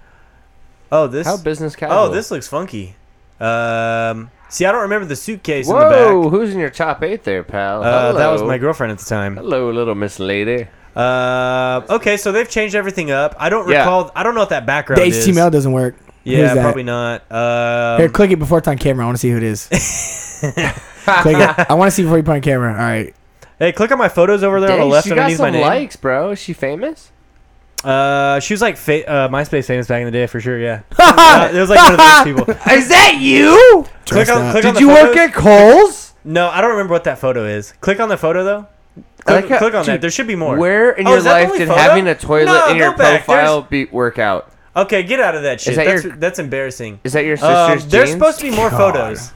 [SPEAKER 2] Oh, this.
[SPEAKER 4] How business casual?
[SPEAKER 2] oh, this looks funky. Um, see, I don't remember the suitcase in the
[SPEAKER 4] Whoa,
[SPEAKER 2] back.
[SPEAKER 4] who's in your top eight there, pal?
[SPEAKER 2] Uh, that was
[SPEAKER 4] Hello.
[SPEAKER 2] my girlfriend at the time.
[SPEAKER 4] Hello, little Miss Lady.
[SPEAKER 2] Uh, okay, so they've changed everything up. I don't
[SPEAKER 4] Yeah.
[SPEAKER 2] recall. I don't know what that background
[SPEAKER 1] the
[SPEAKER 2] is.
[SPEAKER 1] HTML doesn't work. Who's
[SPEAKER 2] Yeah,
[SPEAKER 1] that?
[SPEAKER 2] probably not. Um,
[SPEAKER 1] Here, click it before it's on camera. I want to see who it is. click it. I want to see before you put on camera. All right.
[SPEAKER 2] hey, click on my photos over there on
[SPEAKER 4] Dang,
[SPEAKER 2] the left
[SPEAKER 4] she got
[SPEAKER 2] underneath my
[SPEAKER 4] some
[SPEAKER 2] name.
[SPEAKER 4] likes, bro. Is she famous?
[SPEAKER 2] Uh, she was like fa- uh, MySpace famous back in the day for sure. Yeah, uh, it was like one of those people.
[SPEAKER 4] Is that you?
[SPEAKER 2] click
[SPEAKER 1] Dressed
[SPEAKER 2] on,
[SPEAKER 1] up.
[SPEAKER 2] click on the
[SPEAKER 4] Did you work
[SPEAKER 2] photos.
[SPEAKER 4] at Kohl's?
[SPEAKER 2] No, I don't remember what that photo is. Click on the photo though.
[SPEAKER 4] I
[SPEAKER 2] Click,
[SPEAKER 4] like how-
[SPEAKER 2] click on that.
[SPEAKER 4] dude,
[SPEAKER 2] There should be more.
[SPEAKER 4] Where in
[SPEAKER 2] Oh,
[SPEAKER 4] your
[SPEAKER 2] is that the
[SPEAKER 4] life
[SPEAKER 2] only
[SPEAKER 4] did
[SPEAKER 2] photo?
[SPEAKER 4] having a toilet
[SPEAKER 2] No,
[SPEAKER 4] in your
[SPEAKER 2] go back.
[SPEAKER 4] profile be work out?
[SPEAKER 2] There's- Okay, get out of that shit.
[SPEAKER 4] that
[SPEAKER 2] that's,
[SPEAKER 4] your-
[SPEAKER 2] that's embarrassing.
[SPEAKER 4] Is that your
[SPEAKER 2] Um,
[SPEAKER 4] sister's
[SPEAKER 2] there's
[SPEAKER 4] jeans?
[SPEAKER 2] supposed to be more
[SPEAKER 1] God.
[SPEAKER 2] photos.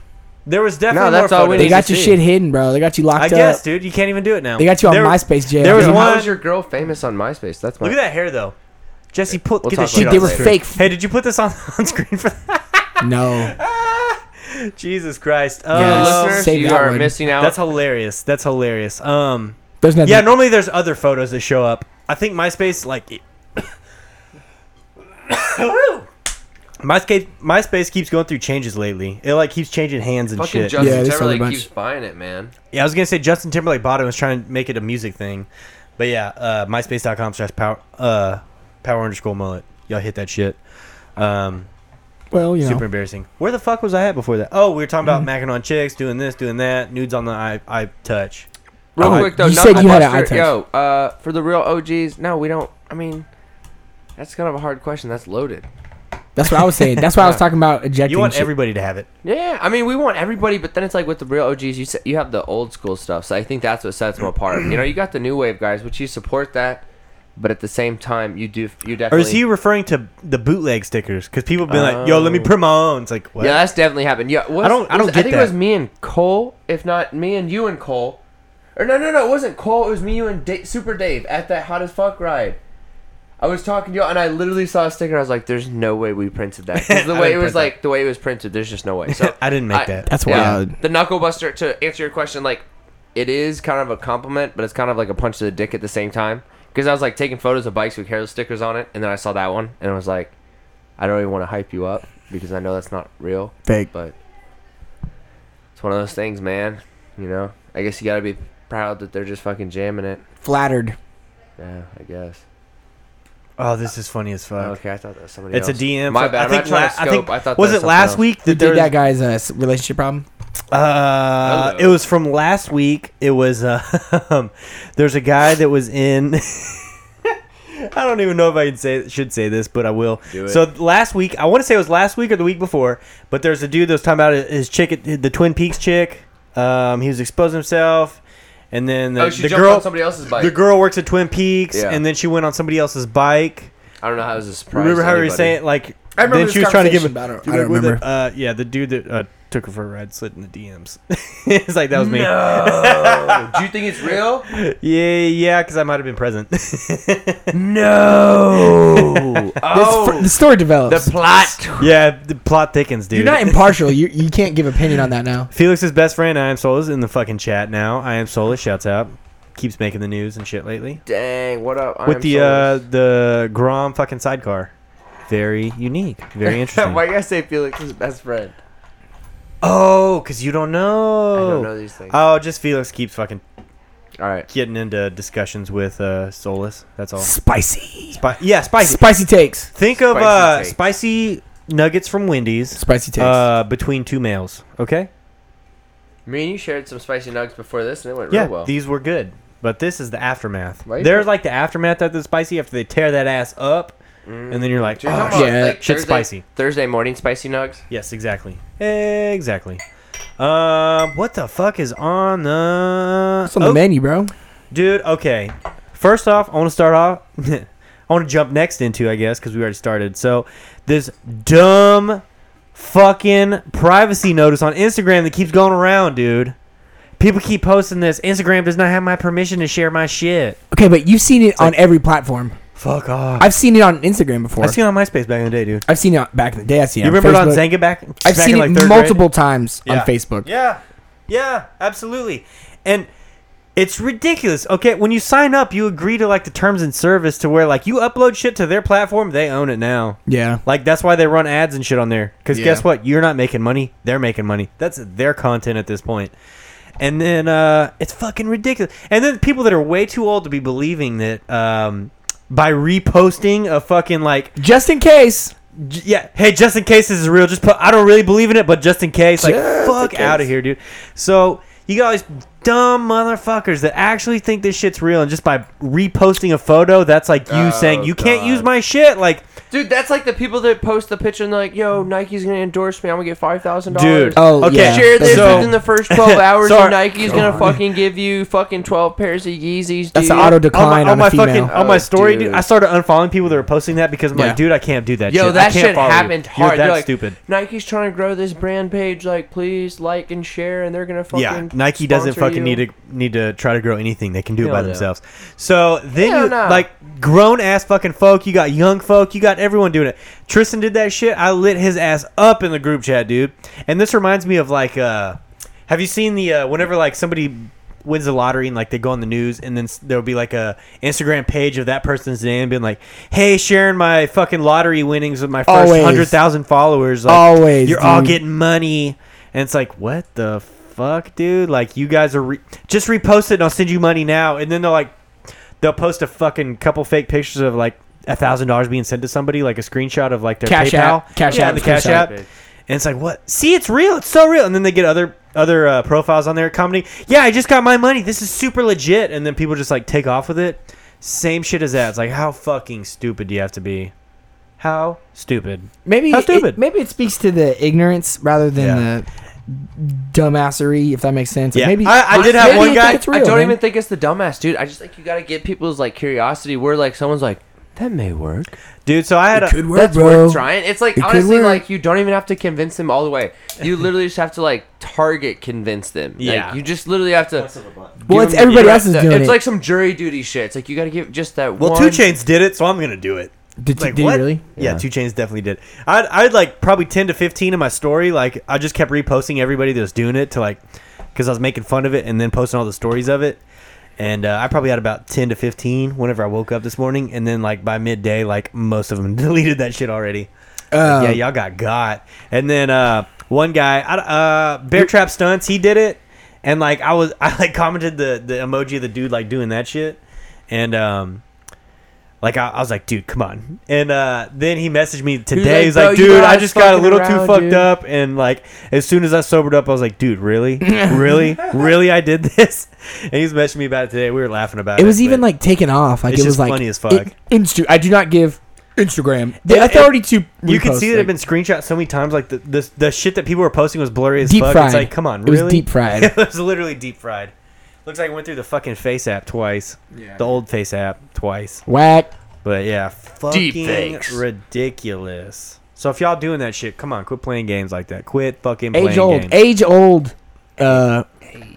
[SPEAKER 2] There was definitely
[SPEAKER 4] No, that's
[SPEAKER 2] more
[SPEAKER 4] all we
[SPEAKER 2] photos.
[SPEAKER 1] They
[SPEAKER 4] need
[SPEAKER 1] got
[SPEAKER 4] to
[SPEAKER 1] your
[SPEAKER 4] see.
[SPEAKER 1] shit hidden, bro. They got you locked
[SPEAKER 2] I guess,
[SPEAKER 1] up.
[SPEAKER 2] dude, you can't even do it now.
[SPEAKER 1] They got you on
[SPEAKER 2] There-
[SPEAKER 1] MySpace jail.
[SPEAKER 2] There was
[SPEAKER 1] dude.
[SPEAKER 4] Dude, how
[SPEAKER 2] one-
[SPEAKER 4] is your girl famous on MySpace? That's my.
[SPEAKER 2] Look at that hair though. Jesse, pull
[SPEAKER 4] We'll
[SPEAKER 2] get this
[SPEAKER 4] talk
[SPEAKER 2] shit.
[SPEAKER 4] about
[SPEAKER 1] Dude, they
[SPEAKER 2] on
[SPEAKER 1] were
[SPEAKER 2] screen.
[SPEAKER 1] fake.
[SPEAKER 2] Hey, did you put this on on screen for
[SPEAKER 1] No.
[SPEAKER 2] Jesus Christ. Oh,
[SPEAKER 1] Yeah,
[SPEAKER 4] Uh,
[SPEAKER 1] let's
[SPEAKER 4] listeners,
[SPEAKER 1] save
[SPEAKER 4] you
[SPEAKER 1] that
[SPEAKER 4] are
[SPEAKER 1] one.
[SPEAKER 4] missing out.
[SPEAKER 2] that's hilarious. That's hilarious. Um,
[SPEAKER 1] There's nothing.
[SPEAKER 2] yeah, normally there's other photos that show up. I think MySpace like it- MySpace MySpace keeps going through changes lately. It like keeps changing hands and
[SPEAKER 4] fucking
[SPEAKER 2] shit.
[SPEAKER 4] Justin
[SPEAKER 1] Yeah, they sold a
[SPEAKER 4] Timberlake
[SPEAKER 1] bunch.
[SPEAKER 4] keeps buying it, man.
[SPEAKER 2] yeah, I was gonna say Justin Timberlake bought it and was trying to make it a music thing, but yeah, uh, MySpace.com slash power uh, power underscore mullet. Y'all hit that shit. Um,
[SPEAKER 1] Well, you know.
[SPEAKER 2] Super embarrassing. Where the fuck was I at before that? Oh, we were talking about
[SPEAKER 1] Mm-hmm.
[SPEAKER 2] macking on chicks, doing this, doing that, nudes on the eye, eye touch.
[SPEAKER 4] Real
[SPEAKER 1] Oh,
[SPEAKER 4] quick though,
[SPEAKER 1] you
[SPEAKER 4] no,
[SPEAKER 1] said
[SPEAKER 4] I
[SPEAKER 1] you had
[SPEAKER 4] watched
[SPEAKER 1] an
[SPEAKER 4] her-
[SPEAKER 1] eye
[SPEAKER 4] Yo, uh, for the real OGs, no, we don't. I mean, that's kind of a hard question. That's loaded.
[SPEAKER 1] That's what I was saying. That's why I was talking about ejecting.
[SPEAKER 2] You want
[SPEAKER 1] shit.
[SPEAKER 2] everybody to have it.
[SPEAKER 4] Yeah, I mean, we want everybody, but then it's like with the real OGs, you se- you have the old school stuff. So I think that's what sets them apart. You know, you got the new wave guys, which you support that, but at the same time, you do you
[SPEAKER 2] Or
[SPEAKER 4] definitely.
[SPEAKER 2] is he referring to the bootleg stickers? Because people have been like, "Yo, let me
[SPEAKER 4] Oh.
[SPEAKER 2] print my own." It's like, what?
[SPEAKER 4] Yeah, that's definitely happened. Yeah, was,
[SPEAKER 2] I don't- I
[SPEAKER 4] was-
[SPEAKER 2] don't get
[SPEAKER 4] think
[SPEAKER 2] that.
[SPEAKER 4] it was me and Cole, if not me and you and Cole, or no, no, no, it wasn't Cole. It was me, you, and da- Super Dave at that hot as fuck ride. I was talking to you, and I literally saw a sticker. I was like, "There's no way we printed that." 'Cause the
[SPEAKER 2] I
[SPEAKER 4] way it
[SPEAKER 2] didn't
[SPEAKER 4] was
[SPEAKER 2] print
[SPEAKER 4] like the way it was printed. There's just no way. So
[SPEAKER 2] I didn't make that.
[SPEAKER 1] That's wild.
[SPEAKER 4] The knucklebuster to answer your question, like it is kind of a compliment, but it's kind of like a punch to the dick at the same time. Because I was like taking photos of bikes with Carol stickers on it, and then I saw that one, and I was like, I don't even want to hype you up because I know that's not real,
[SPEAKER 1] Fake.
[SPEAKER 4] but it's one of those things, man. You know, I guess you gotta be proud that they're just fucking jamming it.
[SPEAKER 1] Flattered.
[SPEAKER 4] Yeah, I guess.
[SPEAKER 2] oh, this is funny as fuck.
[SPEAKER 4] Okay, I thought that was somebody
[SPEAKER 2] It's a
[SPEAKER 4] else.
[SPEAKER 2] DM.
[SPEAKER 4] My
[SPEAKER 2] for-
[SPEAKER 4] bad. I
[SPEAKER 2] I think,
[SPEAKER 4] am not trying
[SPEAKER 2] la-
[SPEAKER 4] to
[SPEAKER 2] I
[SPEAKER 4] scope. I,
[SPEAKER 2] think
[SPEAKER 4] thought that
[SPEAKER 2] was it
[SPEAKER 4] something
[SPEAKER 2] last
[SPEAKER 4] else.
[SPEAKER 2] week
[SPEAKER 1] Who
[SPEAKER 2] that there
[SPEAKER 1] did
[SPEAKER 2] was,
[SPEAKER 1] that guy's uh, s- relationship problem?
[SPEAKER 2] Uh, it
[SPEAKER 4] Hello.
[SPEAKER 2] was from last week. It was uh, there's a guy that was in. I don't even know if I can say should say this, but I will.
[SPEAKER 4] Do it.
[SPEAKER 2] So last week, I want to say it was last week or the week before, but there's a dude that was talking about his chick, at- the Twin Peaks chick. Um, he was exposing himself, and then the,
[SPEAKER 4] Oh, she
[SPEAKER 2] the
[SPEAKER 4] jumped
[SPEAKER 2] girl,
[SPEAKER 4] on somebody else's bike.
[SPEAKER 2] the girl works at Twin Peaks,
[SPEAKER 4] Yeah.
[SPEAKER 2] and then she went on somebody else's bike.
[SPEAKER 4] I don't know how it was a surprise.
[SPEAKER 2] Remember
[SPEAKER 4] to
[SPEAKER 2] how you were
[SPEAKER 4] anybody.
[SPEAKER 2] saying like?
[SPEAKER 1] I remember
[SPEAKER 2] then
[SPEAKER 1] this
[SPEAKER 2] she was trying to give.
[SPEAKER 1] conversation, but I don't-
[SPEAKER 2] do you
[SPEAKER 1] I don't
[SPEAKER 2] the- uh, yeah, the dude that uh, took her for a ride slid in the DMs. it's like that was me.
[SPEAKER 4] No. Do you think it's real?
[SPEAKER 2] Yeah, yeah, because I might have been present.
[SPEAKER 4] No.
[SPEAKER 1] This
[SPEAKER 2] Oh.
[SPEAKER 1] fr- the story
[SPEAKER 4] the
[SPEAKER 1] develops.
[SPEAKER 4] plot.
[SPEAKER 2] yeah, the plot thickens, dude.
[SPEAKER 1] You're not impartial. you you can't give opinion on that now.
[SPEAKER 2] Felix's best friend, I am Solus, in the fucking chat now. I am Solus, shouts out. Keeps making the news and shit lately.
[SPEAKER 4] Dang, what up? I
[SPEAKER 2] With
[SPEAKER 4] am
[SPEAKER 2] the
[SPEAKER 4] so-
[SPEAKER 2] uh the Grom fucking sidecar. Very unique. Very interesting.
[SPEAKER 4] Why you gotta say Felix's best friend?
[SPEAKER 2] oh, because you don't know.
[SPEAKER 4] I don't know these things.
[SPEAKER 2] Oh, just Felix keeps fucking
[SPEAKER 4] All right.
[SPEAKER 2] getting into discussions with uh Solus. That's all.
[SPEAKER 1] Spicy.
[SPEAKER 2] Spi- yeah, spicy.
[SPEAKER 1] Spicy takes.
[SPEAKER 2] Think of
[SPEAKER 4] Spicy
[SPEAKER 2] uh
[SPEAKER 4] takes.
[SPEAKER 2] spicy nuggets from Wendy's.
[SPEAKER 1] Spicy takes.
[SPEAKER 2] Uh, between two males. Okay.
[SPEAKER 4] Me and you shared some spicy nugs before this, and it went
[SPEAKER 2] Yeah,
[SPEAKER 4] real well.
[SPEAKER 2] these were good, but this is the aftermath.
[SPEAKER 4] Right?
[SPEAKER 2] There's like the aftermath of the spicy after they tear that ass up, and then you're like,
[SPEAKER 4] So Mm, you're
[SPEAKER 2] "Oh,
[SPEAKER 4] talking
[SPEAKER 2] shit."
[SPEAKER 4] about,
[SPEAKER 1] yeah,
[SPEAKER 2] shit's
[SPEAKER 4] Thursday,
[SPEAKER 2] spicy.
[SPEAKER 4] Thursday morning spicy nugs.
[SPEAKER 2] yes, exactly, exactly. Um, what the fuck is on the?
[SPEAKER 1] It's on the
[SPEAKER 2] Oh,
[SPEAKER 1] menu, bro.
[SPEAKER 2] dude. Okay, first off, I want to start off. I want to jump next into, I guess, because we already started. So this dumb fucking privacy notice on Instagram that keeps going around, dude. People keep posting this. Instagram does not have my permission to share my shit.
[SPEAKER 1] Okay, but you've seen it on every platform.
[SPEAKER 2] Fuck off.
[SPEAKER 1] I've seen it on Instagram before.
[SPEAKER 2] I've seen it on MySpace back in the day, dude.
[SPEAKER 1] I've seen it on- back in the day. I've seen
[SPEAKER 2] You
[SPEAKER 1] it.
[SPEAKER 2] remember it on
[SPEAKER 1] Facebook.
[SPEAKER 2] Zanga back?
[SPEAKER 1] I've
[SPEAKER 2] back
[SPEAKER 1] seen
[SPEAKER 2] in, like,
[SPEAKER 1] it
[SPEAKER 2] third
[SPEAKER 1] multiple times
[SPEAKER 2] Yeah.
[SPEAKER 1] on Facebook.
[SPEAKER 2] grade? Yeah, yeah, absolutely. And it's ridiculous. Okay, when you sign up, you agree to like the terms and service to where like you upload shit to their platform, they own it now.
[SPEAKER 1] Yeah.
[SPEAKER 2] Like that's why they run ads and shit on there. Because
[SPEAKER 1] Yeah.
[SPEAKER 2] guess what? You're not making money. They're making money. That's their content at this point. And then uh, it's fucking ridiculous. And then people that are way too old to be believing that um, by reposting a fucking like
[SPEAKER 1] Just in case.
[SPEAKER 2] J- yeah hey just in case this is real just put i don't really believe in it but just in case like
[SPEAKER 1] Just in
[SPEAKER 2] fuck
[SPEAKER 1] case.
[SPEAKER 2] out of here dude so you got all these dumb motherfuckers that actually think this shit's real and just by reposting a photo that's like you
[SPEAKER 4] Oh,
[SPEAKER 2] saying you can't
[SPEAKER 4] God.
[SPEAKER 2] use my shit like
[SPEAKER 4] Dude, that's like the people that post the picture and they're like, yo, Nike's gonna endorse me. I'm gonna get five thousand dollars.
[SPEAKER 2] Dude.
[SPEAKER 1] Oh,
[SPEAKER 2] Okay.
[SPEAKER 1] yeah.
[SPEAKER 4] Share this
[SPEAKER 2] So-
[SPEAKER 1] so,
[SPEAKER 4] within the first twelve hours,
[SPEAKER 2] Sorry.
[SPEAKER 4] and Nike's gonna fucking give you fucking twelve pairs of Yeezys. Dude.
[SPEAKER 1] That's an auto
[SPEAKER 2] on my,
[SPEAKER 1] decline
[SPEAKER 2] on my
[SPEAKER 1] a female.
[SPEAKER 2] fucking on my
[SPEAKER 4] Oh,
[SPEAKER 2] story, dude.
[SPEAKER 4] dude.
[SPEAKER 2] I started unfollowing people that were posting that because I'm
[SPEAKER 1] Yeah.
[SPEAKER 2] like, dude, I can't do that.
[SPEAKER 4] Yo,
[SPEAKER 2] shit. I
[SPEAKER 4] that
[SPEAKER 2] can't
[SPEAKER 4] shit
[SPEAKER 2] follow you.
[SPEAKER 4] happened
[SPEAKER 2] You're
[SPEAKER 4] hard.
[SPEAKER 2] that
[SPEAKER 4] They're like,
[SPEAKER 2] stupid.
[SPEAKER 4] Nike's trying to grow this brand page. Like, please like and share, and they're gonna fucking
[SPEAKER 2] Yeah, Nike doesn't
[SPEAKER 4] sponsor
[SPEAKER 2] fucking
[SPEAKER 4] you.
[SPEAKER 2] need to need to try to grow anything they can do
[SPEAKER 4] Hell
[SPEAKER 2] by
[SPEAKER 4] no.
[SPEAKER 2] themselves. So then
[SPEAKER 4] Hell
[SPEAKER 2] you
[SPEAKER 4] no.
[SPEAKER 2] like grown ass fucking folk, you got young folk, you got everyone doing it. Tristan did that shit. I lit his ass up in the group chat, dude. And this reminds me of like, uh, have you seen the uh, whenever like somebody wins the lottery and like they go on the news and then s- there'll be like a Instagram page of that person's name being like, hey, sharing my fucking lottery winnings with my first
[SPEAKER 1] Always.
[SPEAKER 2] hundred thousand followers. Like,
[SPEAKER 1] Always,
[SPEAKER 2] you're all
[SPEAKER 1] dude.
[SPEAKER 2] getting money, and it's like, what the fuck, dude? Like, you guys are re- just repost it, and I'll send you money now. And then they'll like, they'll post a fucking couple fake pictures of like a thousand dollars being sent to somebody, like a screenshot of like their
[SPEAKER 1] Cash
[SPEAKER 2] PayPal,
[SPEAKER 1] App, Cash
[SPEAKER 2] yeah,
[SPEAKER 1] App
[SPEAKER 2] the cash
[SPEAKER 1] screenshot.
[SPEAKER 2] app, and it's like, what? See, it's real, it's so real. And then they get other other uh, profiles on there commenting, yeah, I just got my money, this is super legit. And then people just like take off with it. Same shit as that. It's like, how fucking stupid do you have to be? How stupid.
[SPEAKER 1] maybe
[SPEAKER 2] How
[SPEAKER 1] it-
[SPEAKER 2] stupid.
[SPEAKER 1] maybe it speaks to the ignorance rather than
[SPEAKER 2] Yeah.
[SPEAKER 1] the dumbassery, if that makes sense.
[SPEAKER 2] Yeah.
[SPEAKER 1] Maybe
[SPEAKER 2] I- I did have
[SPEAKER 1] maybe
[SPEAKER 2] one
[SPEAKER 1] you think
[SPEAKER 2] guy-
[SPEAKER 1] it's real,
[SPEAKER 4] I don't
[SPEAKER 1] man.
[SPEAKER 4] even think it's the dumbass, dude. I just think you gotta get people's like curiosity. Where like someone's like, that may work.
[SPEAKER 2] Dude, so I had a
[SPEAKER 1] could work,
[SPEAKER 4] That's
[SPEAKER 1] bro.
[SPEAKER 4] worth trying. It's like
[SPEAKER 1] It could
[SPEAKER 4] honestly,
[SPEAKER 1] work.
[SPEAKER 4] like you don't even have to convince them all the way. You literally just have to like target convince them. Like,
[SPEAKER 2] Yeah.
[SPEAKER 4] you just literally have to.
[SPEAKER 5] Press of a button.
[SPEAKER 1] Well,
[SPEAKER 4] give
[SPEAKER 1] it's
[SPEAKER 4] them-
[SPEAKER 1] everybody
[SPEAKER 4] you're
[SPEAKER 1] else
[SPEAKER 4] at
[SPEAKER 1] is
[SPEAKER 4] the-
[SPEAKER 1] doing
[SPEAKER 4] It's
[SPEAKER 1] it.
[SPEAKER 4] like some jury duty shit. It's like you gotta give just that.
[SPEAKER 2] Well,
[SPEAKER 4] one.
[SPEAKER 2] Two Chains did it, so I'm gonna do it.
[SPEAKER 1] Did,
[SPEAKER 2] Like
[SPEAKER 1] did
[SPEAKER 2] what?
[SPEAKER 1] really?
[SPEAKER 2] Yeah. Two Chains definitely did. I'd, I'd like probably ten to fifteen in my story. Like I just kept reposting everybody that was doing it to like, because I was making fun of it and then posting all the stories of it. And uh, I probably had about ten to fifteen whenever I woke up this morning, and then like by midday, like most of them deleted that shit already.
[SPEAKER 1] Oh.
[SPEAKER 2] yeah, y'all got got. And then uh, one guy, I, uh, Bear Trap Stunts, he did it, and like I was, I like commented the the emoji of the dude like doing that shit, and um. Like I, I was like, dude, come on. And uh, then he messaged me today.
[SPEAKER 4] like,
[SPEAKER 2] He's
[SPEAKER 4] "Bro,
[SPEAKER 2] like,
[SPEAKER 4] you
[SPEAKER 2] dude, I
[SPEAKER 4] guys
[SPEAKER 2] just got a
[SPEAKER 4] fucking
[SPEAKER 2] little too
[SPEAKER 4] around,
[SPEAKER 2] fucked
[SPEAKER 4] dude."
[SPEAKER 2] up. And like, as soon as I sobered up, I was like, dude, really, really, really, I did this. And he's messaging me about it today. We were laughing about it.
[SPEAKER 1] It was even
[SPEAKER 2] but-
[SPEAKER 1] like taken off. Like
[SPEAKER 2] It's
[SPEAKER 1] it was
[SPEAKER 2] just
[SPEAKER 1] like
[SPEAKER 2] funny as fuck.
[SPEAKER 1] in- Insta- I do not give Instagram the
[SPEAKER 2] Yeah,
[SPEAKER 1] authority to.
[SPEAKER 2] you can
[SPEAKER 1] repost,
[SPEAKER 2] see
[SPEAKER 1] like,
[SPEAKER 2] that it had been screenshot so many times. Like the, the the shit that people were posting was blurry as
[SPEAKER 1] Deep
[SPEAKER 2] fuck.
[SPEAKER 1] fried.
[SPEAKER 2] It's like, come on,
[SPEAKER 1] It was
[SPEAKER 2] really?
[SPEAKER 1] deep fried.
[SPEAKER 2] it was literally deep fried. Looks like I went through the fucking Face app twice. The old Face app twice.
[SPEAKER 1] whack.
[SPEAKER 2] But yeah,
[SPEAKER 4] Deep
[SPEAKER 2] fucking
[SPEAKER 4] fakes.
[SPEAKER 2] ridiculous. So if y'all doing that shit, come on, quit playing games like that. Quit fucking playing
[SPEAKER 1] Age old.
[SPEAKER 2] games.
[SPEAKER 1] Age old. Uh,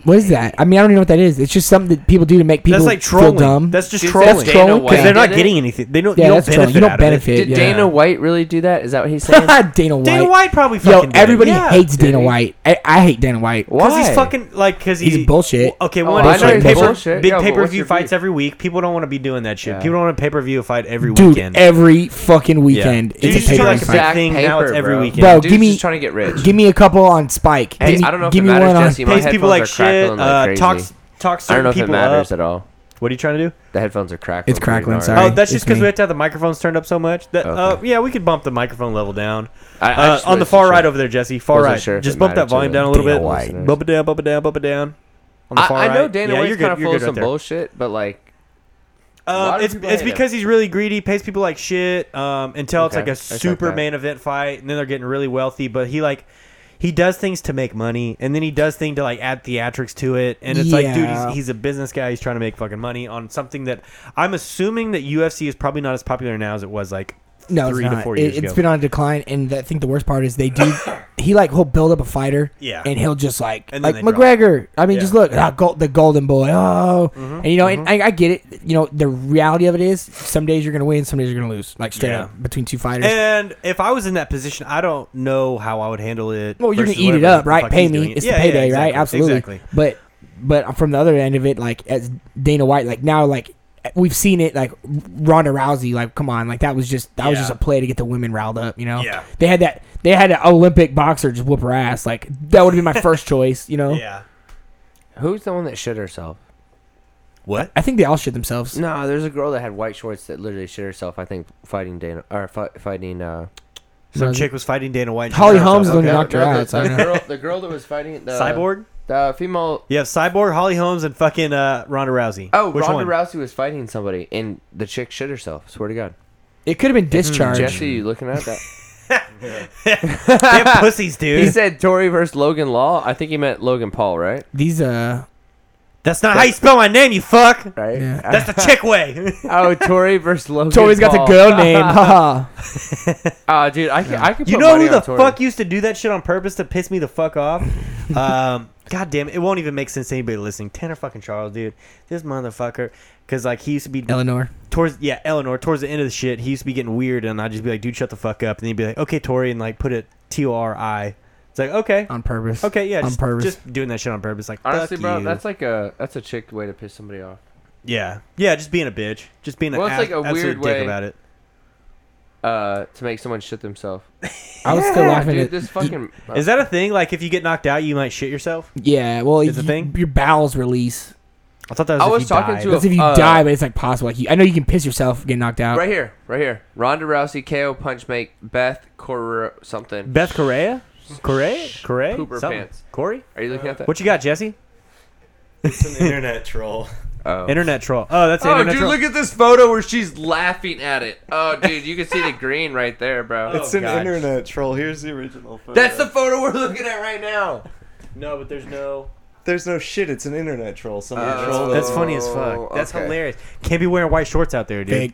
[SPEAKER 1] what is that? I mean, I don't even know what that is. It's just something that people do to make people
[SPEAKER 2] That's like
[SPEAKER 1] feel
[SPEAKER 2] trolling.
[SPEAKER 1] dumb.
[SPEAKER 2] That's just
[SPEAKER 4] Dude,
[SPEAKER 2] trolling.
[SPEAKER 1] That's
[SPEAKER 4] Dana
[SPEAKER 1] trolling.
[SPEAKER 4] White
[SPEAKER 2] Because they're not
[SPEAKER 4] did it.
[SPEAKER 2] getting anything. They don't.
[SPEAKER 1] Yeah,
[SPEAKER 2] you don't
[SPEAKER 1] that's trolling.
[SPEAKER 2] benefit.
[SPEAKER 1] You don't
[SPEAKER 2] out of it.
[SPEAKER 1] benefit.
[SPEAKER 4] Did
[SPEAKER 1] Yeah.
[SPEAKER 4] Dana White really do that? Is that what he's saying?
[SPEAKER 1] Dana White.
[SPEAKER 2] Dana White probably
[SPEAKER 1] Yo,
[SPEAKER 2] fucking. did it.
[SPEAKER 1] everybody
[SPEAKER 2] Yeah.
[SPEAKER 1] hates
[SPEAKER 4] did
[SPEAKER 1] Dana
[SPEAKER 4] he?
[SPEAKER 1] White. I, I hate Dana White.
[SPEAKER 4] Why?
[SPEAKER 2] Because he's fucking like because he,
[SPEAKER 1] He's bullshit.
[SPEAKER 2] Okay,
[SPEAKER 4] Oh,
[SPEAKER 2] one
[SPEAKER 1] I
[SPEAKER 2] is
[SPEAKER 1] know
[SPEAKER 2] like
[SPEAKER 1] he's
[SPEAKER 2] pay per,
[SPEAKER 4] bullshit.
[SPEAKER 2] big
[SPEAKER 4] Yeah, but
[SPEAKER 2] pay per
[SPEAKER 4] what's
[SPEAKER 2] view
[SPEAKER 4] your
[SPEAKER 2] fights
[SPEAKER 4] view?
[SPEAKER 2] every week. People don't want to be doing that shit.
[SPEAKER 4] Yeah.
[SPEAKER 2] People don't want a pay per view fight every
[SPEAKER 1] Dude,
[SPEAKER 2] weekend.
[SPEAKER 1] every fucking weekend
[SPEAKER 2] Dude, you
[SPEAKER 1] it's
[SPEAKER 2] just
[SPEAKER 1] a
[SPEAKER 2] feel
[SPEAKER 1] paper like
[SPEAKER 2] like a big thing. Now it's every weekend.
[SPEAKER 1] Bro,
[SPEAKER 4] Dude's
[SPEAKER 1] give me-
[SPEAKER 4] just trying to get rich.
[SPEAKER 1] Give me a couple on Spike.
[SPEAKER 4] Hey,
[SPEAKER 1] give me,
[SPEAKER 4] I don't know if
[SPEAKER 1] give
[SPEAKER 4] it
[SPEAKER 1] me
[SPEAKER 4] matters,
[SPEAKER 1] one on.
[SPEAKER 4] Jesse. My
[SPEAKER 2] Pays people
[SPEAKER 4] headphones
[SPEAKER 2] like
[SPEAKER 4] are crackling
[SPEAKER 2] shit.
[SPEAKER 4] like
[SPEAKER 2] uh,
[SPEAKER 4] crazy.
[SPEAKER 2] talks talks
[SPEAKER 4] I
[SPEAKER 2] certain
[SPEAKER 4] don't know if it
[SPEAKER 2] people
[SPEAKER 4] matters
[SPEAKER 2] up.
[SPEAKER 4] at all.
[SPEAKER 2] What are you trying to do?
[SPEAKER 4] The headphones are crackling.
[SPEAKER 1] It's crackling,
[SPEAKER 4] pretty hard.
[SPEAKER 1] sorry.
[SPEAKER 2] oh, that's
[SPEAKER 1] it's
[SPEAKER 2] just because
[SPEAKER 1] me.
[SPEAKER 2] we have to have the microphones turned up so much. That uh,
[SPEAKER 4] Okay.
[SPEAKER 2] yeah, we could bump the microphone level down.
[SPEAKER 4] I- I
[SPEAKER 2] Uh,
[SPEAKER 4] just
[SPEAKER 2] on the
[SPEAKER 4] wasn't
[SPEAKER 2] far
[SPEAKER 4] sure.
[SPEAKER 2] right over there, Jesse. Far
[SPEAKER 4] Wasn't
[SPEAKER 2] right.
[SPEAKER 4] sure if
[SPEAKER 2] just
[SPEAKER 4] it
[SPEAKER 2] bump that
[SPEAKER 4] mattered to
[SPEAKER 2] volume
[SPEAKER 4] the
[SPEAKER 2] down a little
[SPEAKER 1] Dana
[SPEAKER 2] bit.
[SPEAKER 1] White.
[SPEAKER 2] Bump it down. Bump it down. Bump it down. On the
[SPEAKER 4] I,
[SPEAKER 2] far
[SPEAKER 4] I
[SPEAKER 2] right.
[SPEAKER 4] know Dana
[SPEAKER 2] yeah,
[SPEAKER 4] White's
[SPEAKER 2] you're good,
[SPEAKER 4] kind of
[SPEAKER 2] you're
[SPEAKER 4] full
[SPEAKER 2] good
[SPEAKER 4] of
[SPEAKER 2] right
[SPEAKER 4] some
[SPEAKER 2] there.
[SPEAKER 4] bullshit, but like, lot
[SPEAKER 2] Um,
[SPEAKER 4] of
[SPEAKER 2] it's
[SPEAKER 4] people
[SPEAKER 2] it's
[SPEAKER 4] hate him.
[SPEAKER 2] because he's really greedy, pays people like shit, um, until it's
[SPEAKER 4] Okay,
[SPEAKER 2] like a
[SPEAKER 4] I respect
[SPEAKER 2] super
[SPEAKER 4] that.
[SPEAKER 2] main event fight, and then they're getting really wealthy. But he like he does things to make money, and then he does things to like add theatrics to it, and it's like, dude,
[SPEAKER 1] Yeah.
[SPEAKER 2] he's, he's a business guy. He's trying to make fucking money on something that I'm assuming that UFC is probably not as popular now as it was like
[SPEAKER 1] No,
[SPEAKER 2] three
[SPEAKER 1] it's
[SPEAKER 2] to
[SPEAKER 1] not.
[SPEAKER 2] four
[SPEAKER 1] it,
[SPEAKER 2] years
[SPEAKER 1] has
[SPEAKER 2] ago.
[SPEAKER 1] been on a decline, and I think the worst part is they do. he like he'll build up a fighter,
[SPEAKER 2] Yeah.
[SPEAKER 1] and he'll just like
[SPEAKER 2] And then
[SPEAKER 1] like
[SPEAKER 2] they drop.
[SPEAKER 1] McGregor. I mean,
[SPEAKER 2] Yeah. Mm-hmm.
[SPEAKER 1] just look, ah, gold, the Golden Boy. Oh, and you know, and I, I get it. You know, the reality of it is, some days you're gonna win, some days you're gonna lose, like straight
[SPEAKER 2] Yeah.
[SPEAKER 1] up between two fighters.
[SPEAKER 2] and if I was in that position, I don't know how I would handle it.
[SPEAKER 1] well, you're gonna
[SPEAKER 2] versus
[SPEAKER 1] eat it
[SPEAKER 2] whoever
[SPEAKER 1] up,
[SPEAKER 2] the
[SPEAKER 1] right?
[SPEAKER 2] fuck
[SPEAKER 1] Pay
[SPEAKER 2] he's doing
[SPEAKER 1] me.
[SPEAKER 2] it.
[SPEAKER 1] It's
[SPEAKER 2] Yeah,
[SPEAKER 1] the
[SPEAKER 2] yeah,
[SPEAKER 1] payday, right?
[SPEAKER 2] exactly,
[SPEAKER 1] Absolutely.
[SPEAKER 2] Exactly.
[SPEAKER 1] But but from the other end of it, like as Dana White, like now, like we've seen it, like Ronda Rousey, like come on, like that was just that was
[SPEAKER 2] Yeah.
[SPEAKER 1] just a play to get the women riled up, you know?
[SPEAKER 2] Yeah.
[SPEAKER 1] They had that they had an Olympic boxer just whoop her ass, like that would have been my first choice, you know?
[SPEAKER 2] Yeah.
[SPEAKER 4] who's the one that shit herself?
[SPEAKER 2] What?
[SPEAKER 1] I think they all shit
[SPEAKER 2] Mm.
[SPEAKER 1] themselves.
[SPEAKER 4] No, there's a girl that had white shorts that literally shit herself. I think fighting Dana or fi- fighting. Uh,
[SPEAKER 2] Some
[SPEAKER 1] Was it-
[SPEAKER 2] chick was fighting Dana White. and she
[SPEAKER 1] Holly
[SPEAKER 2] shot
[SPEAKER 1] Holmes
[SPEAKER 2] herself.
[SPEAKER 1] is the one who
[SPEAKER 2] Okay.
[SPEAKER 1] knocked her out, so I
[SPEAKER 4] The,
[SPEAKER 1] don't know.
[SPEAKER 4] girl, the girl that was fighting
[SPEAKER 2] uh,
[SPEAKER 4] the
[SPEAKER 2] Cyborg.
[SPEAKER 4] the female.
[SPEAKER 2] You have Cyborg, Holly Holmes, and fucking uh, Ronda Rousey.
[SPEAKER 4] Oh, Ronda
[SPEAKER 2] one?
[SPEAKER 4] Rousey was fighting somebody, and the chick shit herself. Swear to God.
[SPEAKER 1] It could have been
[SPEAKER 2] Mm-hmm.
[SPEAKER 1] discharged.
[SPEAKER 4] Jesse, you looking at that?
[SPEAKER 2] They're pussies, dude.
[SPEAKER 4] he said Tory versus Logan Law. I think he meant Logan Paul, right?
[SPEAKER 1] These uh,
[SPEAKER 2] That's not how you spell my name, you fuck.
[SPEAKER 4] Right.
[SPEAKER 1] Yeah.
[SPEAKER 2] That's the chick way.
[SPEAKER 4] oh, Tory versus Logan.
[SPEAKER 1] Tori's got the
[SPEAKER 4] Paul.
[SPEAKER 1] girl name. Haha.
[SPEAKER 4] Ah, dude, I can. I can.
[SPEAKER 2] you
[SPEAKER 4] put
[SPEAKER 2] know
[SPEAKER 4] money
[SPEAKER 2] who the
[SPEAKER 4] on Tory.
[SPEAKER 2] fuck used to do that shit on purpose to piss me the fuck off? um, God damn it. It won't even make sense to anybody listening. Tanner fucking Charles, dude. This motherfucker. Because, like, he used to be.
[SPEAKER 1] Eleanor.
[SPEAKER 2] towards yeah Eleanor towards the end of the shit he used to be getting weird and I'd just be like dude shut the fuck up and he'd be like okay Tori and like put it T O R I it's like okay
[SPEAKER 1] On purpose.
[SPEAKER 2] okay yeah
[SPEAKER 1] on
[SPEAKER 2] just,
[SPEAKER 1] purpose.
[SPEAKER 2] just doing that shit on purpose like
[SPEAKER 4] Honestly,
[SPEAKER 2] fuck
[SPEAKER 4] bro,
[SPEAKER 2] you.
[SPEAKER 4] that's like a that's a chick way to piss somebody off.
[SPEAKER 2] yeah yeah just being a bitch just being
[SPEAKER 4] Well,
[SPEAKER 2] an ab-
[SPEAKER 4] it's like a
[SPEAKER 2] absolute
[SPEAKER 4] weird
[SPEAKER 2] dick
[SPEAKER 4] way-
[SPEAKER 2] about it
[SPEAKER 4] Uh, to make someone shit themselves.
[SPEAKER 1] I was still
[SPEAKER 4] Yeah,
[SPEAKER 1] laughing
[SPEAKER 4] dude,
[SPEAKER 1] at
[SPEAKER 4] this fucking.
[SPEAKER 2] is that a thing like if you get knocked out you might shit yourself
[SPEAKER 1] Yeah, well,
[SPEAKER 2] Is the
[SPEAKER 1] y-
[SPEAKER 2] thing?
[SPEAKER 1] your bowels release.
[SPEAKER 2] I thought that was
[SPEAKER 4] I
[SPEAKER 2] if
[SPEAKER 4] was
[SPEAKER 2] you
[SPEAKER 4] talking
[SPEAKER 2] died.
[SPEAKER 4] to a-
[SPEAKER 1] That's if you
[SPEAKER 4] uh,
[SPEAKER 1] die, but it's like possible. Like you, I know you can piss yourself, get knocked out.
[SPEAKER 4] right here? Right here. Ronda Rousey KO punch make Beth Cor something.
[SPEAKER 2] Beth Correa Correa Correa
[SPEAKER 4] Pooper
[SPEAKER 2] Something.
[SPEAKER 4] pants. Uh,
[SPEAKER 2] Corey
[SPEAKER 4] Are you looking at that?
[SPEAKER 2] what you got Jesse
[SPEAKER 5] It's an internet troll.
[SPEAKER 4] oh.
[SPEAKER 2] internet troll oh that's an
[SPEAKER 4] Oh,
[SPEAKER 2] internet
[SPEAKER 4] dude,
[SPEAKER 2] troll
[SPEAKER 4] look at this photo where she's laughing at it. Oh, dude, you can see the green right there, bro.
[SPEAKER 5] it's an internet troll. Here's the original photo.
[SPEAKER 4] Oh, That's the photo we're looking at right now.
[SPEAKER 2] no but there's no
[SPEAKER 5] There's no shit. It's an internet troll. Somebody
[SPEAKER 4] Oh.
[SPEAKER 5] trolled.
[SPEAKER 2] that's
[SPEAKER 5] it.
[SPEAKER 2] funny as fuck that's
[SPEAKER 4] okay.
[SPEAKER 2] hilarious can't be wearing white shorts out there
[SPEAKER 1] Fake.
[SPEAKER 2] dude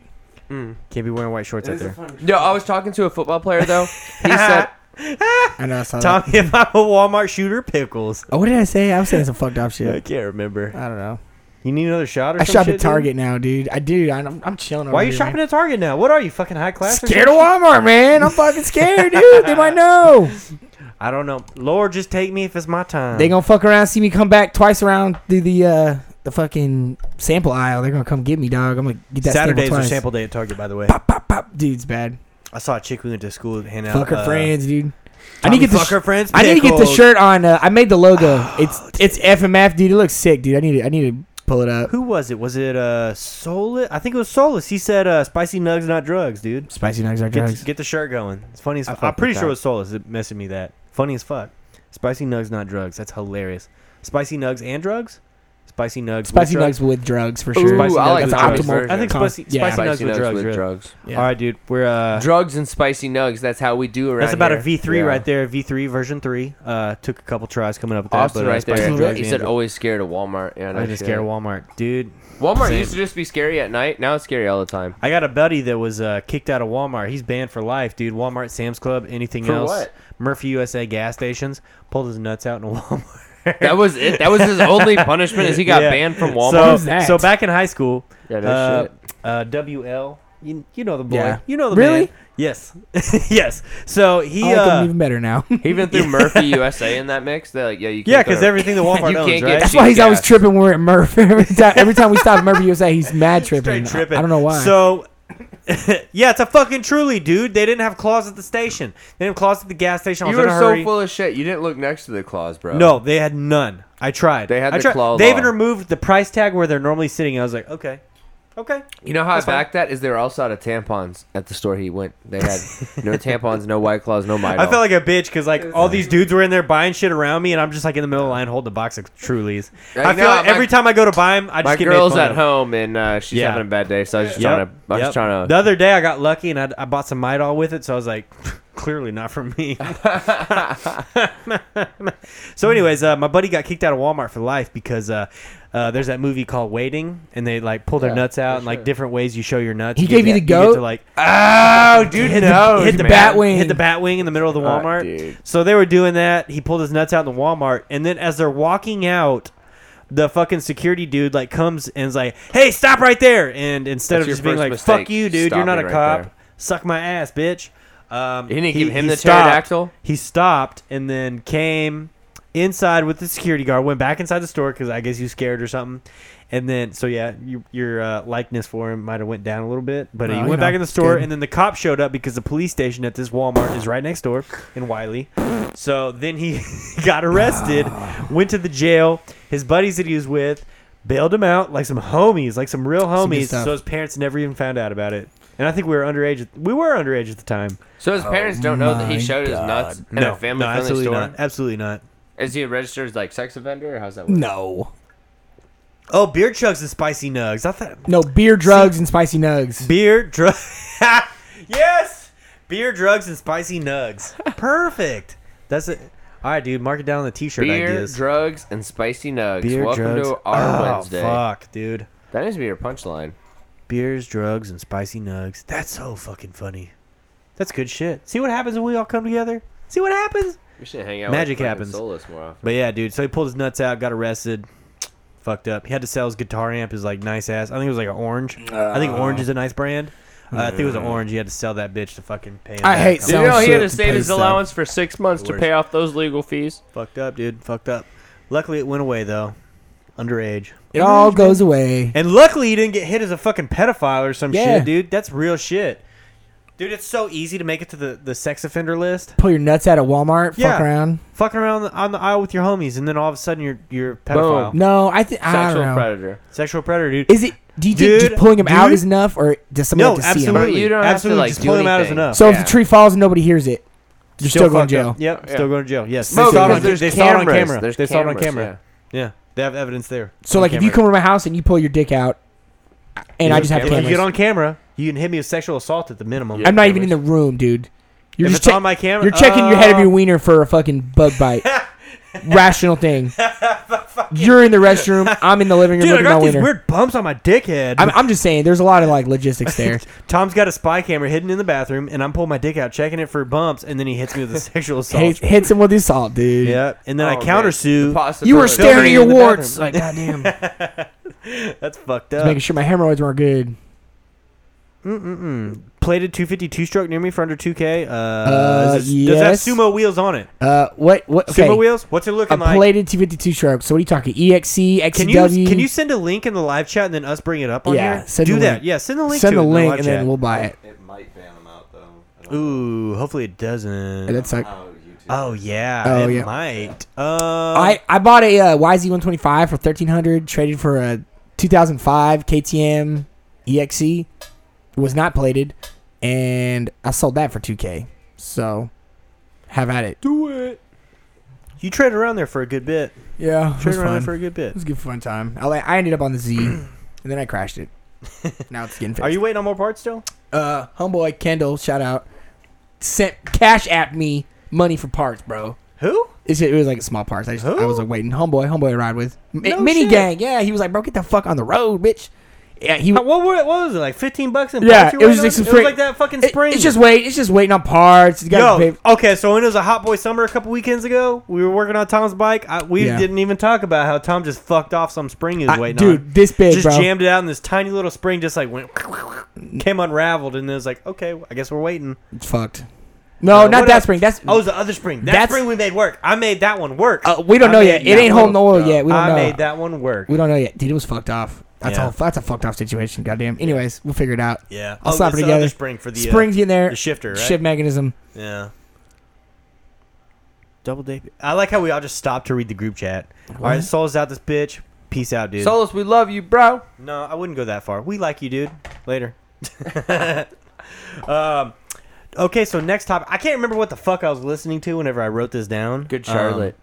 [SPEAKER 2] Can't be wearing white shorts
[SPEAKER 5] It
[SPEAKER 2] out
[SPEAKER 5] is a
[SPEAKER 2] there.
[SPEAKER 5] funny
[SPEAKER 4] No, I was talking to a football player though. He said,
[SPEAKER 1] I know. I saw that.
[SPEAKER 2] Tommy, if I'm a Walmart shooter, pickles.
[SPEAKER 1] Oh, what did I say? I was saying some fucked up
[SPEAKER 2] I
[SPEAKER 1] shit.
[SPEAKER 2] can't remember.
[SPEAKER 1] I don't know.
[SPEAKER 2] You need another shot or
[SPEAKER 1] I
[SPEAKER 2] some
[SPEAKER 1] shop
[SPEAKER 2] shit,
[SPEAKER 1] at
[SPEAKER 2] dude?
[SPEAKER 1] Target now, dude. I do. I'm, I'm chilling.
[SPEAKER 2] Why are
[SPEAKER 1] over
[SPEAKER 2] you
[SPEAKER 1] here,
[SPEAKER 2] shopping
[SPEAKER 1] Man.
[SPEAKER 2] at Target now? What are you fucking high class? or
[SPEAKER 1] Scared of
[SPEAKER 2] something?
[SPEAKER 1] Walmart, man. I'm fucking scared, dude. They might know.
[SPEAKER 2] I don't know. Lord, just take me if it's my time.
[SPEAKER 1] They gonna fuck around, see me come back twice around through the uh the fucking sample aisle. They're gonna come get me, dog. I'm gonna get that
[SPEAKER 2] Saturdays
[SPEAKER 1] sample
[SPEAKER 2] are
[SPEAKER 1] twice.
[SPEAKER 2] sample day at Target, by the way.
[SPEAKER 1] Pop, pop, pop. Dude's bad.
[SPEAKER 2] I saw a chick we went to school with hand out.
[SPEAKER 1] Fuck her
[SPEAKER 2] uh,
[SPEAKER 1] friends, dude. I
[SPEAKER 2] Tommy Oh,
[SPEAKER 1] need to get the
[SPEAKER 2] fuck her
[SPEAKER 1] sh-
[SPEAKER 2] friends.
[SPEAKER 1] I need to get the
[SPEAKER 2] pickles.
[SPEAKER 1] shirt on. Uh, I made the logo. it's it's FMF, dude. It looks sick, dude. I need to I need to pull it up.
[SPEAKER 2] Who was it? Was it uh Solus? I think it was Solus. He said uh spicy nugs, not drugs, dude.
[SPEAKER 1] Spicy nugs are drugs.
[SPEAKER 2] Get, get the shirt going. It's funny as
[SPEAKER 1] I
[SPEAKER 2] fuck.
[SPEAKER 1] fuck
[SPEAKER 2] I'm pretty
[SPEAKER 1] with
[SPEAKER 2] sure
[SPEAKER 1] that.
[SPEAKER 2] it was Solus that messaged me that. Funny as fuck. Spicy nugs, not drugs. That's hilarious. Spicy nugs and drugs? Spicy nugs. with
[SPEAKER 1] Spicy
[SPEAKER 2] drugs.
[SPEAKER 1] nugs with drugs for
[SPEAKER 4] Ooh,
[SPEAKER 1] sure.
[SPEAKER 4] I like
[SPEAKER 1] That's
[SPEAKER 4] the drugs
[SPEAKER 1] optimal.
[SPEAKER 4] version.
[SPEAKER 2] I think
[SPEAKER 1] con-
[SPEAKER 2] spicy,
[SPEAKER 1] yeah.
[SPEAKER 2] spicy nugs with drugs. really.
[SPEAKER 4] drugs.
[SPEAKER 1] Yeah.
[SPEAKER 2] All right, dude. We're uh,
[SPEAKER 4] Drugs and spicy nugs. That's how we do around
[SPEAKER 2] that's about
[SPEAKER 4] here.
[SPEAKER 2] a V three
[SPEAKER 4] Yeah.
[SPEAKER 2] right there. V three version three. Uh, took a couple tries coming up with that.
[SPEAKER 4] Austin
[SPEAKER 2] but, uh,
[SPEAKER 4] right
[SPEAKER 2] spicy
[SPEAKER 1] Absolutely.
[SPEAKER 4] there.
[SPEAKER 2] drugs
[SPEAKER 4] He
[SPEAKER 2] and
[SPEAKER 4] said,
[SPEAKER 2] drugs.
[SPEAKER 4] always scared of Walmart. Yeah, no
[SPEAKER 2] I was just
[SPEAKER 4] shit.
[SPEAKER 2] scared of Walmart, dude.
[SPEAKER 4] Walmart
[SPEAKER 2] Same.
[SPEAKER 4] used to just be scary at night. Now it's scary all the time.
[SPEAKER 2] I got a buddy that was uh, kicked out of Walmart. He's banned for life, dude. Walmart, Sam's Club, anything
[SPEAKER 4] For
[SPEAKER 2] else.
[SPEAKER 4] what?
[SPEAKER 2] Murphy USA gas stations pulled his nuts out in a Walmart.
[SPEAKER 4] That was it. That was his only punishment is he got
[SPEAKER 2] Yeah.
[SPEAKER 4] banned from
[SPEAKER 2] So,
[SPEAKER 4] Walmart.
[SPEAKER 1] Who's that?
[SPEAKER 2] so back in high school,
[SPEAKER 4] Yeah, no
[SPEAKER 2] uh,
[SPEAKER 4] shit.
[SPEAKER 2] uh, WL, you, you know the boy,
[SPEAKER 1] Yeah.
[SPEAKER 2] you know the
[SPEAKER 1] Really?
[SPEAKER 2] man. Yes, yes. So he,
[SPEAKER 1] I like
[SPEAKER 2] uh,
[SPEAKER 1] them even better now.
[SPEAKER 4] He even threw Murphy USA in that mix. They're like, yeah, you can't
[SPEAKER 2] yeah,
[SPEAKER 4] go to-
[SPEAKER 2] because everything that Walmart
[SPEAKER 4] You
[SPEAKER 2] owns,
[SPEAKER 4] can't
[SPEAKER 2] right?
[SPEAKER 4] get
[SPEAKER 1] That's why he's always
[SPEAKER 4] Yes.
[SPEAKER 1] tripping when we're at Murph. Every time, every time we stop Murphy USA, he's mad tripping.
[SPEAKER 2] Straight tripping.
[SPEAKER 1] I, I don't know why.
[SPEAKER 2] So, yeah, it's a fucking truly, dude. They didn't have claws at the station. They didn't have claws at the gas station. I
[SPEAKER 4] You
[SPEAKER 2] was
[SPEAKER 4] were
[SPEAKER 2] in a hurry.
[SPEAKER 4] so full of shit. You didn't look next to the claws, bro.
[SPEAKER 2] No, they had none. I tried.
[SPEAKER 4] They had
[SPEAKER 2] I
[SPEAKER 4] the
[SPEAKER 2] tried.
[SPEAKER 4] claw
[SPEAKER 2] They even
[SPEAKER 4] law.
[SPEAKER 2] removed the price tag where they're normally sitting. I was like, okay, okay.
[SPEAKER 4] You know how
[SPEAKER 2] That's
[SPEAKER 4] I
[SPEAKER 2] fine.
[SPEAKER 4] backed that is they were also out of tampons at the store he went. They had no tampons, no white claws, no Midol.
[SPEAKER 2] I felt like a bitch because like all these dudes were in there buying shit around me, and I'm just like in the middle of the line holding a box of Trulies.
[SPEAKER 4] Right
[SPEAKER 2] I feel
[SPEAKER 4] now,
[SPEAKER 2] like
[SPEAKER 4] my-
[SPEAKER 2] every time I go to buy them, I just
[SPEAKER 4] my
[SPEAKER 2] get
[SPEAKER 4] girl's
[SPEAKER 2] made fun
[SPEAKER 4] at
[SPEAKER 2] of.
[SPEAKER 4] home and uh, she's
[SPEAKER 2] Yeah.
[SPEAKER 4] having a bad day, so I was just
[SPEAKER 2] Yep,
[SPEAKER 4] trying to. I was
[SPEAKER 2] yep.
[SPEAKER 4] just trying
[SPEAKER 2] The
[SPEAKER 4] to.
[SPEAKER 2] other day I got lucky and I, I bought some Midol with it, so I was like, clearly not for me. so, anyways, uh, my buddy got kicked out of Walmart for life because uh, uh, there's that movie called Waiting, and they like pull their
[SPEAKER 4] Yeah,
[SPEAKER 2] nuts out
[SPEAKER 4] for
[SPEAKER 2] and like
[SPEAKER 4] sure.
[SPEAKER 2] different ways you show your nuts.
[SPEAKER 1] He
[SPEAKER 2] get
[SPEAKER 1] gave you
[SPEAKER 2] to-
[SPEAKER 1] the
[SPEAKER 2] get to,
[SPEAKER 1] goat?
[SPEAKER 2] like, oh, dude,
[SPEAKER 1] Hit the-
[SPEAKER 2] knows,
[SPEAKER 1] hit the
[SPEAKER 2] man.
[SPEAKER 1] bat wing.
[SPEAKER 2] hit the bat wing in the middle of the Walmart.
[SPEAKER 4] Oh, dude.
[SPEAKER 2] so they were doing that. He pulled his nuts out in the Walmart, and then as they're walking out the fucking security dude like comes and is like, "Hey, stop right there!" And instead
[SPEAKER 4] That's
[SPEAKER 2] of
[SPEAKER 4] your
[SPEAKER 2] just being
[SPEAKER 4] first
[SPEAKER 2] like,
[SPEAKER 4] mistake,
[SPEAKER 2] "Fuck you, dude, you're not a
[SPEAKER 4] stopping right
[SPEAKER 2] cop.
[SPEAKER 4] there.
[SPEAKER 2] Suck my ass, bitch." Um,
[SPEAKER 4] You didn't give him the
[SPEAKER 2] stopped.
[SPEAKER 4] pterodactyl?
[SPEAKER 2] He stopped and then came inside with the security guard. Went back inside the store because I guess he was scared or something. And then, so yeah, you, your uh, likeness for him might have went down a little bit, but he
[SPEAKER 1] Well,
[SPEAKER 2] went
[SPEAKER 1] you know,
[SPEAKER 2] back in the
[SPEAKER 1] it's
[SPEAKER 2] store,
[SPEAKER 1] good.
[SPEAKER 2] and then the cop showed up because the police station at this Walmart is right next door in Wiley. So then he got arrested,
[SPEAKER 1] Ah.
[SPEAKER 2] went to the jail. His buddies that he was with bailed him out, like some homies, like some real
[SPEAKER 1] good
[SPEAKER 2] homies.
[SPEAKER 1] stuff.
[SPEAKER 2] so his parents never even found out about it. And I think we were underage. at- We were underage at the time.
[SPEAKER 4] So his parents don't know that he
[SPEAKER 1] my
[SPEAKER 4] showed his nuts in
[SPEAKER 2] Oh No,
[SPEAKER 4] a family
[SPEAKER 2] no,
[SPEAKER 4] friendly
[SPEAKER 2] absolutely
[SPEAKER 4] store.
[SPEAKER 2] not. Absolutely not.
[SPEAKER 4] Is he registered as like sex offender or how's that work?
[SPEAKER 1] no,
[SPEAKER 2] Oh, beer chugs and spicy nugs. I thought
[SPEAKER 1] no beer, drugs, and spicy nugs.
[SPEAKER 2] beer drugs. Beer, drugs, and spicy nugs. Perfect. That's it. All right, dude. Mark it down on the T-shirt
[SPEAKER 4] Beer,
[SPEAKER 2] ideas.
[SPEAKER 4] drugs, and spicy nugs.
[SPEAKER 2] Beer,
[SPEAKER 4] Welcome
[SPEAKER 2] drugs.
[SPEAKER 4] to our
[SPEAKER 2] oh,
[SPEAKER 4] Wednesday.
[SPEAKER 2] fuck, dude.
[SPEAKER 4] That needs to be your punchline.
[SPEAKER 2] Beers, drugs, and spicy nugs. That's so fucking funny. That's good shit. See what happens when we all come together. See what happens.
[SPEAKER 4] We should hang out.
[SPEAKER 2] Magic
[SPEAKER 4] with fucking
[SPEAKER 2] happens.
[SPEAKER 4] Solus more often.
[SPEAKER 2] But yeah, dude. So he pulled his nuts out, got arrested, fucked up. He had to sell his guitar amp, his like nice ass. I think it was like an orange. I think orange is a nice brand. Uh, I think it was an orange. He had to sell that bitch to fucking pay. him
[SPEAKER 1] I
[SPEAKER 2] back.
[SPEAKER 1] hate
[SPEAKER 2] I'm
[SPEAKER 4] Did you
[SPEAKER 1] Sounds
[SPEAKER 4] know he
[SPEAKER 1] so
[SPEAKER 4] had to save his
[SPEAKER 1] paid, so.
[SPEAKER 4] allowance for six months to
[SPEAKER 2] Worst.
[SPEAKER 4] pay off those legal fees?
[SPEAKER 2] Fucked up, dude. Fucked up. Luckily, it went away though. Underage.
[SPEAKER 1] It all goes away.
[SPEAKER 2] And luckily, you didn't get hit as a fucking pedophile or some
[SPEAKER 1] Yeah.
[SPEAKER 2] shit, dude. That's real shit. Dude, it's so easy to make it to the, the sex offender list.
[SPEAKER 1] Pull your nuts out of Walmart.
[SPEAKER 2] Yeah.
[SPEAKER 1] Fuck around.
[SPEAKER 2] Fucking around the, on the aisle with your homies, and then all of a sudden you're you're a pedophile,
[SPEAKER 1] No, I think I
[SPEAKER 4] Sexual
[SPEAKER 1] don't know.
[SPEAKER 4] predator.
[SPEAKER 2] sexual predator, dude.
[SPEAKER 1] Is it? Do you think
[SPEAKER 2] Dude,
[SPEAKER 1] just pulling them out
[SPEAKER 2] dude.
[SPEAKER 1] is enough, or does someone
[SPEAKER 2] no,
[SPEAKER 1] have to see
[SPEAKER 2] absolutely,
[SPEAKER 4] But you don't have to,
[SPEAKER 2] absolutely.
[SPEAKER 4] like,
[SPEAKER 2] Just
[SPEAKER 4] do
[SPEAKER 2] pulling him out as
[SPEAKER 4] anything.
[SPEAKER 2] enough.
[SPEAKER 1] them? So if
[SPEAKER 4] Yeah.
[SPEAKER 1] the tree falls and nobody hears it, you're still, going
[SPEAKER 2] fucked
[SPEAKER 1] to jail.
[SPEAKER 2] up. Yep,
[SPEAKER 4] Yeah.
[SPEAKER 2] still going to jail. Yes,
[SPEAKER 4] No,
[SPEAKER 2] they saw it on,
[SPEAKER 4] because there's
[SPEAKER 2] they saw it on
[SPEAKER 4] cameras.
[SPEAKER 2] camera.
[SPEAKER 4] There's
[SPEAKER 2] they saw it on
[SPEAKER 4] cameras,
[SPEAKER 2] camera. Yeah. they have evidence there.
[SPEAKER 1] So
[SPEAKER 2] on
[SPEAKER 1] like, if you
[SPEAKER 2] camera.
[SPEAKER 1] come to my house and you pull your dick out, and I just have
[SPEAKER 2] If you
[SPEAKER 1] cameras,
[SPEAKER 2] get on camera, you can hit me with sexual assault at the minimum.
[SPEAKER 4] Yeah.
[SPEAKER 1] I'm not even in the room, dude. You're
[SPEAKER 2] If
[SPEAKER 1] just
[SPEAKER 2] it's
[SPEAKER 1] check-
[SPEAKER 2] on my camera,
[SPEAKER 1] You're checking your head of
[SPEAKER 2] oh.
[SPEAKER 1] your wiener for a fucking bug bite. Rational thing. You're in the restroom. I'm in the living room
[SPEAKER 2] Dude, I
[SPEAKER 1] looking at my
[SPEAKER 2] got these
[SPEAKER 1] wiener.
[SPEAKER 2] weird bumps on my dickhead.
[SPEAKER 1] I'm, I'm just saying, there's a lot of like logistics there.
[SPEAKER 2] Tom's got a spy camera hidden in the bathroom, and I'm pulling my dick out, checking it for bumps, and then he hits me with a sexual assault.
[SPEAKER 1] hits, hits him with the salt, dude.
[SPEAKER 2] yeah, and then I
[SPEAKER 4] Oh, man.
[SPEAKER 2] countersue.
[SPEAKER 4] The possibility.
[SPEAKER 1] You were staring at
[SPEAKER 2] in
[SPEAKER 1] your
[SPEAKER 2] the
[SPEAKER 1] warts. Like, goddamn. Just
[SPEAKER 2] That's fucked
[SPEAKER 1] making
[SPEAKER 2] up.
[SPEAKER 1] sure my hemorrhoids weren't good.
[SPEAKER 2] Plated 252 stroke near me for under 2K. Uh,
[SPEAKER 1] Uh,
[SPEAKER 2] is it- Does
[SPEAKER 1] yes.
[SPEAKER 2] that sumo wheels on it?
[SPEAKER 1] Uh, what? What? Okay.
[SPEAKER 2] Sumo wheels? What's it looking
[SPEAKER 1] a
[SPEAKER 2] like?
[SPEAKER 1] plated 252 stroke. So what are you talking? E EXC, XW.
[SPEAKER 2] Can you can you send a link in the live chat and then us bring it up on
[SPEAKER 1] Yeah,
[SPEAKER 2] here?
[SPEAKER 1] send
[SPEAKER 2] Do
[SPEAKER 1] the
[SPEAKER 2] that.
[SPEAKER 1] link.
[SPEAKER 2] Yeah, send the link.
[SPEAKER 1] send
[SPEAKER 2] to
[SPEAKER 1] the
[SPEAKER 2] it in
[SPEAKER 1] link
[SPEAKER 2] live
[SPEAKER 1] and then
[SPEAKER 2] chat.
[SPEAKER 1] we'll buy it?
[SPEAKER 5] It might ban them out though. I don't know
[SPEAKER 2] Ooh, hopefully it doesn't.
[SPEAKER 1] That'd suck.
[SPEAKER 5] how YouTube-
[SPEAKER 2] oh yeah,
[SPEAKER 1] Oh,
[SPEAKER 2] it
[SPEAKER 1] yeah.
[SPEAKER 2] might.
[SPEAKER 1] I, I bought a uh, YZ125 for 1300 traded for a 2005 KTM EXE. It E was not plated, and I sold that for 2K. So, have at it.
[SPEAKER 2] do it. You trade around there for a good bit.
[SPEAKER 1] Yeah, it
[SPEAKER 2] Trade
[SPEAKER 1] was
[SPEAKER 2] around there
[SPEAKER 1] fun.
[SPEAKER 2] for a good
[SPEAKER 1] It
[SPEAKER 2] bit.
[SPEAKER 1] was a good fun time. I, I ended up on the Z, and then I crashed it. now it's getting fixed.
[SPEAKER 2] Are you waiting on more parts still?
[SPEAKER 1] uh, homeboy Kendall, shout out, sent cash app me money for parts, bro.
[SPEAKER 2] Who?
[SPEAKER 1] It's just, it was like small parts. I, just, I
[SPEAKER 2] Who?
[SPEAKER 1] was like waiting. Homeboy, homeboy I ride with. M-
[SPEAKER 2] No
[SPEAKER 1] mini
[SPEAKER 2] shit.
[SPEAKER 1] gang. Yeah, he was like, bro, get the fuck on the road, bitch. Yeah, he.
[SPEAKER 2] What, what, were- what was it like? Fifteen bucks and
[SPEAKER 1] Yeah,
[SPEAKER 2] parts you
[SPEAKER 1] it was
[SPEAKER 2] waiting
[SPEAKER 1] just
[SPEAKER 2] on?
[SPEAKER 1] some
[SPEAKER 2] it was
[SPEAKER 1] free-
[SPEAKER 2] like that fucking
[SPEAKER 1] It-
[SPEAKER 2] spring.
[SPEAKER 1] it's just wait. It's just waiting on parts. You
[SPEAKER 2] yo.
[SPEAKER 1] gotta pay-
[SPEAKER 2] Okay, so when it was a hot boy summer a couple weekends ago, we were working on Tom's bike. I, we
[SPEAKER 1] Yeah.
[SPEAKER 2] didn't even talk about how Tom just fucked off some spring he was
[SPEAKER 1] I-
[SPEAKER 2] waiting
[SPEAKER 1] dude,
[SPEAKER 2] on.
[SPEAKER 1] this big,
[SPEAKER 2] just
[SPEAKER 1] bro.
[SPEAKER 2] jammed it out, and this tiny little spring just like went, came unraveled, and it was like, okay, I guess we're waiting.
[SPEAKER 1] It's fucked. No,
[SPEAKER 2] Uh,
[SPEAKER 1] not
[SPEAKER 2] what
[SPEAKER 1] that
[SPEAKER 2] else?
[SPEAKER 1] spring. That's
[SPEAKER 2] Oh, it was the other spring. That
[SPEAKER 1] That's-
[SPEAKER 2] spring we made work. I made that one work.
[SPEAKER 1] uh, we don't
[SPEAKER 2] I
[SPEAKER 1] know
[SPEAKER 2] made
[SPEAKER 1] yet. It
[SPEAKER 2] that
[SPEAKER 1] ain't holding
[SPEAKER 2] one-
[SPEAKER 1] oil yet. We don't
[SPEAKER 2] I
[SPEAKER 1] know.
[SPEAKER 2] made that one work.
[SPEAKER 1] We don't know yet, dude. It was fucked off. That's
[SPEAKER 2] Yeah.
[SPEAKER 1] a that's a fucked off situation. Goddamn. Anyways, we'll figure it out.
[SPEAKER 2] Yeah,
[SPEAKER 1] I'll
[SPEAKER 2] Oh,
[SPEAKER 1] slap
[SPEAKER 2] it's
[SPEAKER 1] it
[SPEAKER 2] the other
[SPEAKER 1] together.
[SPEAKER 2] spring for the uh,
[SPEAKER 1] Springs in there.
[SPEAKER 2] the shifter, right?
[SPEAKER 1] Shift mechanism.
[SPEAKER 2] Yeah. Double date. I like how we all just stopped to read the group chat. All right, Sol's out this bitch. Peace out, dude.
[SPEAKER 4] Solus, we love you, bro.
[SPEAKER 2] no, I wouldn't go that far. We like you, dude. Later. um, okay, so next topic. I can't remember what the fuck I was listening to whenever I wrote this down.
[SPEAKER 4] Good
[SPEAKER 2] Um,
[SPEAKER 4] Charlotte.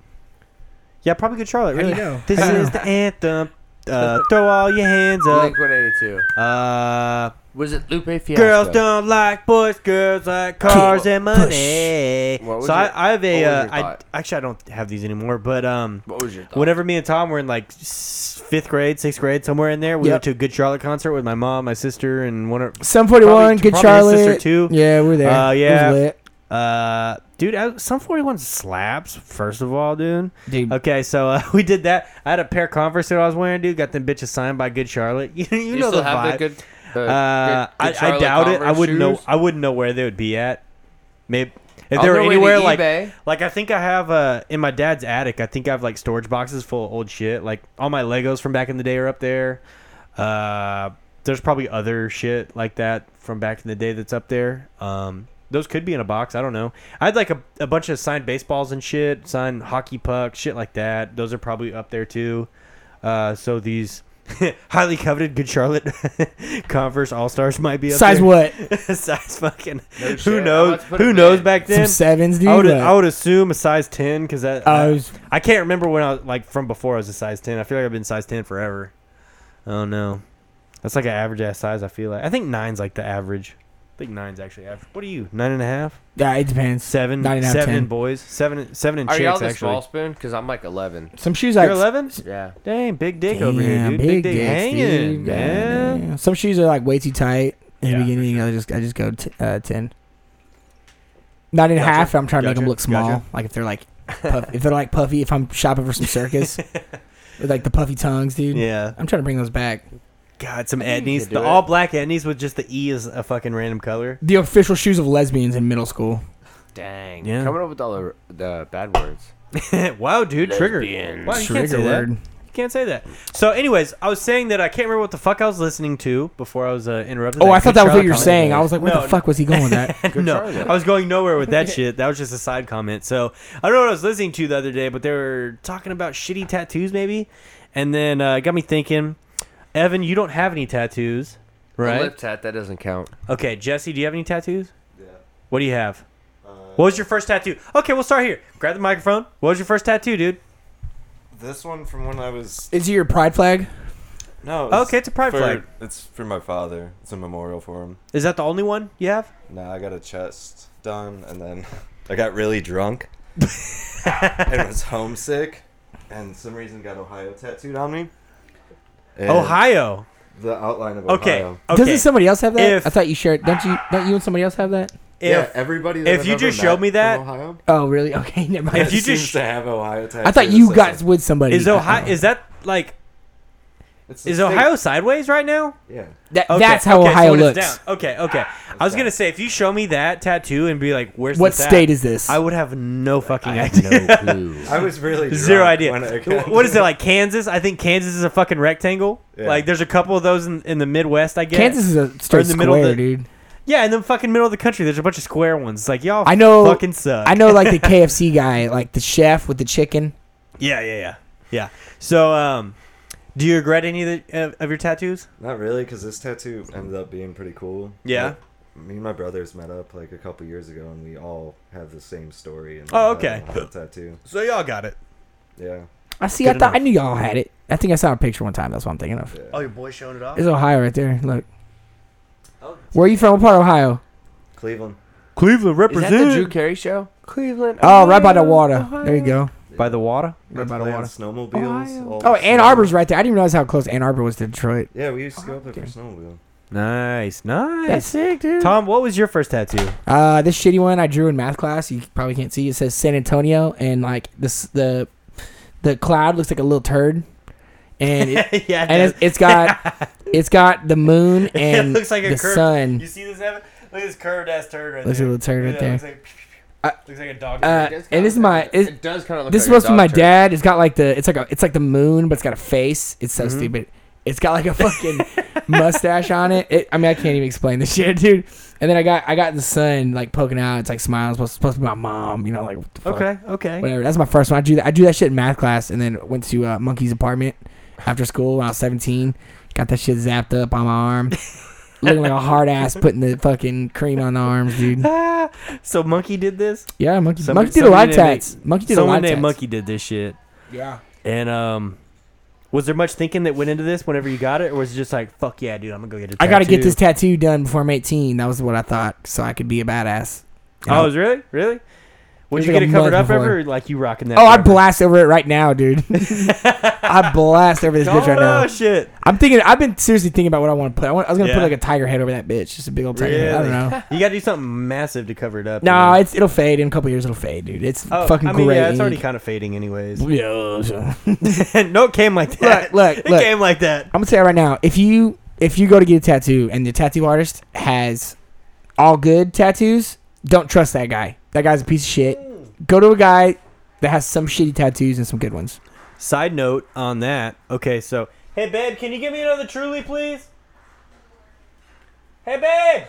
[SPEAKER 2] yeah, probably good Charlotte.
[SPEAKER 1] do
[SPEAKER 2] Really.
[SPEAKER 1] you know?
[SPEAKER 2] This
[SPEAKER 1] How do you
[SPEAKER 2] is
[SPEAKER 1] know?
[SPEAKER 2] the anthem. Uh, throw all your hands up.
[SPEAKER 4] Blink 182.
[SPEAKER 2] Uh,
[SPEAKER 4] Was it Lupe Fiasco?
[SPEAKER 2] Girls don't like boys. Girls like cars
[SPEAKER 4] Keep
[SPEAKER 2] and
[SPEAKER 1] push.
[SPEAKER 2] money.
[SPEAKER 4] What was
[SPEAKER 2] So
[SPEAKER 4] your-
[SPEAKER 2] I, I have a.
[SPEAKER 4] what was
[SPEAKER 2] Uh,
[SPEAKER 4] your
[SPEAKER 2] I
[SPEAKER 4] thought?
[SPEAKER 2] actually I don't have these anymore. But um,
[SPEAKER 4] What was your thought?
[SPEAKER 2] whenever me and Tom were in like s- fifth grade, sixth grade, somewhere in there, we
[SPEAKER 1] Yep.
[SPEAKER 2] went to a Good Charlotte concert with my mom, my sister, and one. of
[SPEAKER 1] Seven forty one.
[SPEAKER 2] Probably-
[SPEAKER 1] Good
[SPEAKER 2] probably
[SPEAKER 1] Charlotte.
[SPEAKER 2] his sister, too.
[SPEAKER 1] Yeah, we're there.
[SPEAKER 2] Uh,
[SPEAKER 1] It was
[SPEAKER 2] yeah.
[SPEAKER 1] lit.
[SPEAKER 2] Uh, dude, I, some forty one slaps. First of all, dude.
[SPEAKER 1] Dude.
[SPEAKER 2] Okay, so uh, we did that. I had a pair of Converse that I was wearing, dude. Got them bitches signed by Good Charlotte. You, you,
[SPEAKER 4] you,
[SPEAKER 2] know
[SPEAKER 4] still
[SPEAKER 2] the
[SPEAKER 4] have
[SPEAKER 2] vibe.
[SPEAKER 4] the good. The
[SPEAKER 2] Uh,
[SPEAKER 4] good- good
[SPEAKER 2] I, I
[SPEAKER 4] Charlotte
[SPEAKER 2] doubt it. I
[SPEAKER 4] Converse
[SPEAKER 2] wouldn't know.
[SPEAKER 4] shoes?
[SPEAKER 2] I wouldn't know where they would be at. Maybe if
[SPEAKER 4] On
[SPEAKER 2] they were
[SPEAKER 4] their way to
[SPEAKER 2] anywhere, like
[SPEAKER 4] eBay.
[SPEAKER 2] like I think I have uh in my dad's attic. I think I have like storage boxes full of old shit. Like all my Legos from back in the day are up there. Uh, there's probably other shit like that from back in the day that's up there. Um, those could be in a box. I don't know. I had like a, a bunch of signed baseballs and shit, signed hockey pucks, shit like that. Those are probably up there too. Uh, so these highly coveted Good Charlotte Converse All Stars might be up
[SPEAKER 1] Size
[SPEAKER 2] there.
[SPEAKER 1] what?
[SPEAKER 2] size fucking.
[SPEAKER 4] shit.
[SPEAKER 2] Who
[SPEAKER 4] I'm
[SPEAKER 2] knows?
[SPEAKER 4] about to put
[SPEAKER 2] Who
[SPEAKER 4] it
[SPEAKER 2] knows
[SPEAKER 4] in.
[SPEAKER 2] back
[SPEAKER 1] Some
[SPEAKER 2] then?
[SPEAKER 1] sevens, dude.
[SPEAKER 2] I would,
[SPEAKER 1] Like,
[SPEAKER 2] I would assume a size ten because that
[SPEAKER 1] I
[SPEAKER 2] I,
[SPEAKER 1] was-
[SPEAKER 2] I can't remember when I was like from before I was a size ten. I feel like I've been size ten forever. Oh no, that's like an average ass size. I feel like I think nine's like the average. think nine's actually average. What are you? Nine and a half?
[SPEAKER 1] Yeah, it depends.
[SPEAKER 2] Seven?
[SPEAKER 1] Nine and a half,
[SPEAKER 2] seven
[SPEAKER 1] 10.
[SPEAKER 2] in boys. Seven seven in
[SPEAKER 4] Are y'all
[SPEAKER 2] chicks
[SPEAKER 4] the
[SPEAKER 2] actually.
[SPEAKER 4] small spoon? Because I'm like 11.
[SPEAKER 1] Some shoes I
[SPEAKER 2] You're eleven?
[SPEAKER 4] Yeah.
[SPEAKER 2] Dang, big dick over here,
[SPEAKER 1] Damn,
[SPEAKER 2] dude. Big, dick
[SPEAKER 1] dicks,
[SPEAKER 2] hanging,
[SPEAKER 1] dude.
[SPEAKER 2] man.
[SPEAKER 1] Goddamn. Some shoes are like way too tight in
[SPEAKER 2] Yeah,
[SPEAKER 1] the
[SPEAKER 2] for
[SPEAKER 1] beginning. I just I just go t- uh, ten. Not in
[SPEAKER 2] Gotcha.
[SPEAKER 1] half. I'm trying to make them
[SPEAKER 2] Gotcha.
[SPEAKER 1] look small.
[SPEAKER 2] Gotcha.
[SPEAKER 1] Like if they're like puff, if they're like puffy. If I'm shopping for some circus with like the puffy tongues, dude.
[SPEAKER 2] Yeah.
[SPEAKER 1] I'm trying to bring those back.
[SPEAKER 2] God, some
[SPEAKER 4] think you
[SPEAKER 2] etnies.
[SPEAKER 4] could
[SPEAKER 2] The
[SPEAKER 4] do it.
[SPEAKER 2] all black etnies with just the E is a fucking random color.
[SPEAKER 1] The official shoes of lesbians in middle school.
[SPEAKER 4] Dang.
[SPEAKER 2] Yeah.
[SPEAKER 4] Coming up with all the, the bad words.
[SPEAKER 2] wow, dude, trigger.
[SPEAKER 4] Lesbian.
[SPEAKER 2] Wow, Oh, you can't say
[SPEAKER 1] Trigger
[SPEAKER 2] that.
[SPEAKER 1] word.
[SPEAKER 2] You can't say that. So, anyways, I was saying that I can't remember what the fuck I was listening to before I was uh, interrupted.
[SPEAKER 1] Oh, I thought
[SPEAKER 2] Good
[SPEAKER 1] that was what you were
[SPEAKER 2] Charlotte comment.
[SPEAKER 1] saying. I was like, where
[SPEAKER 2] No,
[SPEAKER 1] the fuck was he going with that?
[SPEAKER 4] Good
[SPEAKER 2] no,
[SPEAKER 4] Charlotte.
[SPEAKER 2] I was going nowhere with that shit. That was just a side comment. So I don't know what I was listening to the other day, but they were talking about shitty tattoos, maybe. And then uh, it got me thinking, Evan, you don't have any tattoos,
[SPEAKER 4] A
[SPEAKER 2] right?
[SPEAKER 4] lip tat, that doesn't count.
[SPEAKER 2] Okay, Jesse, do you have any tattoos?
[SPEAKER 5] Yeah.
[SPEAKER 2] What do you have?
[SPEAKER 5] Uh,
[SPEAKER 2] What was your first tattoo? Okay, we'll start here. Grab the microphone. What was your first tattoo, dude?
[SPEAKER 5] This one from when I was
[SPEAKER 1] Is it your pride flag?
[SPEAKER 5] no.
[SPEAKER 2] Okay, it's a pride
[SPEAKER 5] for-
[SPEAKER 2] flag.
[SPEAKER 5] It's for my father. It's a memorial for him.
[SPEAKER 2] Is that the only one you have?
[SPEAKER 5] No, I got a chest done, and then I got really drunk and was homesick, and some reason got Ohio tattooed on me. And
[SPEAKER 2] Ohio.
[SPEAKER 5] The outline of
[SPEAKER 2] Okay.
[SPEAKER 5] Ohio.
[SPEAKER 2] Okay.
[SPEAKER 1] Doesn't somebody else have that?
[SPEAKER 2] If-
[SPEAKER 1] I thought you shared. Don't you? Don't you and somebody else have that?
[SPEAKER 2] if
[SPEAKER 5] yeah, everybody. That
[SPEAKER 2] if
[SPEAKER 5] I've
[SPEAKER 2] you
[SPEAKER 5] ever
[SPEAKER 2] just
[SPEAKER 5] met
[SPEAKER 2] showed me
[SPEAKER 5] from
[SPEAKER 2] that-
[SPEAKER 5] Ohio,
[SPEAKER 1] Oh, really? Okay, never mind.
[SPEAKER 2] If you
[SPEAKER 5] seems
[SPEAKER 2] just-
[SPEAKER 5] to have Ohio tattooed.
[SPEAKER 1] I thought
[SPEAKER 5] it's
[SPEAKER 1] you
[SPEAKER 5] like
[SPEAKER 1] got
[SPEAKER 5] a-
[SPEAKER 1] with somebody.
[SPEAKER 2] is Ohio is that like
[SPEAKER 5] it's a
[SPEAKER 2] is
[SPEAKER 5] state-
[SPEAKER 2] Ohio sideways right now?
[SPEAKER 5] Yeah.
[SPEAKER 1] That,
[SPEAKER 2] Okay,
[SPEAKER 1] That's how
[SPEAKER 2] okay, so
[SPEAKER 1] Ohio
[SPEAKER 2] when it's
[SPEAKER 1] looks.
[SPEAKER 2] down- Okay, okay. I was
[SPEAKER 5] down.
[SPEAKER 2] gonna say if you show me that tattoo and be like, "Where's
[SPEAKER 1] What
[SPEAKER 2] this at?"
[SPEAKER 1] state is this?
[SPEAKER 2] I would have no fucking
[SPEAKER 4] I have
[SPEAKER 2] idea.
[SPEAKER 4] no clue.
[SPEAKER 5] I was really drunk
[SPEAKER 2] Zero
[SPEAKER 5] when I
[SPEAKER 2] idea.
[SPEAKER 5] got-
[SPEAKER 2] What is it like? Kansas? I think Kansas is a fucking rectangle.
[SPEAKER 5] Yeah.
[SPEAKER 2] Like, there's a couple of those in, in the Midwest. I guess
[SPEAKER 1] Kansas is a straight
[SPEAKER 2] the middle of
[SPEAKER 1] square,
[SPEAKER 2] the-
[SPEAKER 1] dude.
[SPEAKER 2] Yeah, in the fucking middle of the country, there's a bunch of square ones. It's like y'all,
[SPEAKER 1] I know-
[SPEAKER 2] fucking suck.
[SPEAKER 1] I know, like the KFC guy, like the chef with the chicken.
[SPEAKER 2] Yeah, yeah, yeah, yeah. So, um, do you regret any of, the, uh, of, of your tattoos?
[SPEAKER 5] Not really, because this tattoo ended up being pretty cool.
[SPEAKER 2] Yeah?
[SPEAKER 5] Like, me and my brothers met up like a couple years ago, and we all have the same story. And
[SPEAKER 2] Oh,
[SPEAKER 5] we had
[SPEAKER 2] okay.
[SPEAKER 5] a tattoo.
[SPEAKER 2] So y'all got it.
[SPEAKER 5] Yeah.
[SPEAKER 1] I see.
[SPEAKER 2] Good
[SPEAKER 1] I thought I
[SPEAKER 2] enough.
[SPEAKER 1] knew y'all had it. I think I saw a picture one time. That's what I'm thinking of.
[SPEAKER 5] yeah.
[SPEAKER 2] your boy showing it off.
[SPEAKER 1] It's Ohio right there. Look,
[SPEAKER 5] Oh.
[SPEAKER 1] where are you from? What part of Ohio?
[SPEAKER 5] Cleveland.
[SPEAKER 2] Cleveland
[SPEAKER 4] Is that the Drew
[SPEAKER 2] represent
[SPEAKER 4] Carey show? Cleveland.
[SPEAKER 1] Oh, right by the
[SPEAKER 4] Ohio,
[SPEAKER 1] water.
[SPEAKER 4] Ohio.
[SPEAKER 1] There you go.
[SPEAKER 2] by the water.
[SPEAKER 1] Right by the
[SPEAKER 5] Play on
[SPEAKER 1] water.
[SPEAKER 5] Snowmobiles. all
[SPEAKER 1] Oh, Ann
[SPEAKER 5] snow-
[SPEAKER 1] Arbor's right there. I didn't realize how close Ann Arbor was to Detroit.
[SPEAKER 5] Yeah, we used to go up there for snowmobile.
[SPEAKER 2] Nice, nice.
[SPEAKER 1] That's sick, dude.
[SPEAKER 2] Tom, what was your first tattoo?
[SPEAKER 1] Uh, this shitty one I drew in math class. You probably can't see. It says San Antonio, and like this, the the cloud looks like a little turd, and it,
[SPEAKER 2] yeah,
[SPEAKER 1] and it's, it's got it's got the moon and
[SPEAKER 2] looks like a
[SPEAKER 1] the
[SPEAKER 2] curve.
[SPEAKER 1] sun.
[SPEAKER 2] you see this, Evan? Look at this curved ass turd right
[SPEAKER 1] Looks
[SPEAKER 2] there.
[SPEAKER 1] like a little turd
[SPEAKER 2] Look
[SPEAKER 1] right
[SPEAKER 2] at that.
[SPEAKER 1] there.
[SPEAKER 2] Looks like,
[SPEAKER 1] Uh,
[SPEAKER 2] looks like a dog.
[SPEAKER 1] uh,
[SPEAKER 4] It does
[SPEAKER 1] and this is my-
[SPEAKER 4] kinda-
[SPEAKER 1] is-
[SPEAKER 4] It does kind of look.
[SPEAKER 1] This
[SPEAKER 4] like a
[SPEAKER 1] was from
[SPEAKER 4] dog
[SPEAKER 1] my
[SPEAKER 4] turd.
[SPEAKER 1] dad. It's got like the it's like a it's like the moon, but it's got a face. It's so stupid. It's got like a fucking mustache on it. it. I mean, I can't even explain this shit, dude. And then I got I got the sun like poking out. It's like smiling. It's supposed to be my mom. You know, like what the fuck?
[SPEAKER 2] okay, okay.
[SPEAKER 1] whatever. That's my first one. I drew that. I drew that shit in math class, and then went to uh, Monkey's apartment after school when I was seventeen. Got that shit zapped up on my arm, looking like a hard ass putting the fucking cream on the arms, dude.
[SPEAKER 2] Ah, so Monkey did this.
[SPEAKER 1] Yeah, Monkey.
[SPEAKER 2] Somebody-
[SPEAKER 1] monkey did a lot of
[SPEAKER 2] somebody named
[SPEAKER 1] tats. Monkey did a lot
[SPEAKER 2] Someone
[SPEAKER 1] of
[SPEAKER 2] named
[SPEAKER 1] tats.
[SPEAKER 2] Monkey did this shit.
[SPEAKER 1] Yeah.
[SPEAKER 2] And um, was there much thinking that went into this whenever you got it, or was it just like, fuck yeah, dude, I'm gonna go get Oh, it.
[SPEAKER 1] I gotta get this tattoo done before I'm 18. That was what I thought, so I could be a badass. You know?
[SPEAKER 2] Oh, is really, really? Would
[SPEAKER 1] It was
[SPEAKER 2] you
[SPEAKER 1] like
[SPEAKER 2] get
[SPEAKER 1] a
[SPEAKER 2] it covered
[SPEAKER 1] month
[SPEAKER 2] up ever,
[SPEAKER 1] before.
[SPEAKER 2] or like you rocking that?
[SPEAKER 1] oh, I
[SPEAKER 2] forever?
[SPEAKER 1] blast over it right now, dude. I blast over this bitch right
[SPEAKER 2] Oh
[SPEAKER 1] now.
[SPEAKER 2] shit!
[SPEAKER 1] I'm thinking. I've been seriously thinking about what I want to put. I, want, I was gonna
[SPEAKER 2] Yeah.
[SPEAKER 1] put like a tiger head over that bitch, just a big old tiger head. I
[SPEAKER 2] Really?
[SPEAKER 1] don't know.
[SPEAKER 2] You gotta do something massive to cover it up. you
[SPEAKER 1] No,
[SPEAKER 2] know?
[SPEAKER 1] it's it'll fade in a couple years. It'll fade, dude. It's
[SPEAKER 2] Oh,
[SPEAKER 1] fucking
[SPEAKER 2] I mean,
[SPEAKER 1] great.
[SPEAKER 2] yeah, it's already kind of fading, anyways.
[SPEAKER 1] Yeah, so-
[SPEAKER 2] no, it came like that.
[SPEAKER 1] Look, look,
[SPEAKER 2] it
[SPEAKER 1] look.
[SPEAKER 2] came like that.
[SPEAKER 1] I'm gonna tell you right now. If you if you go to get a tattoo and the tattoo artist has all good tattoos, don't trust that guy. That guy's a piece of
[SPEAKER 2] Hmm.
[SPEAKER 1] shit. Go to a guy that has some shitty tattoos and some good ones.
[SPEAKER 2] Side note on that. Okay, so hey babe, can you give me another Truly, please? Hey babe,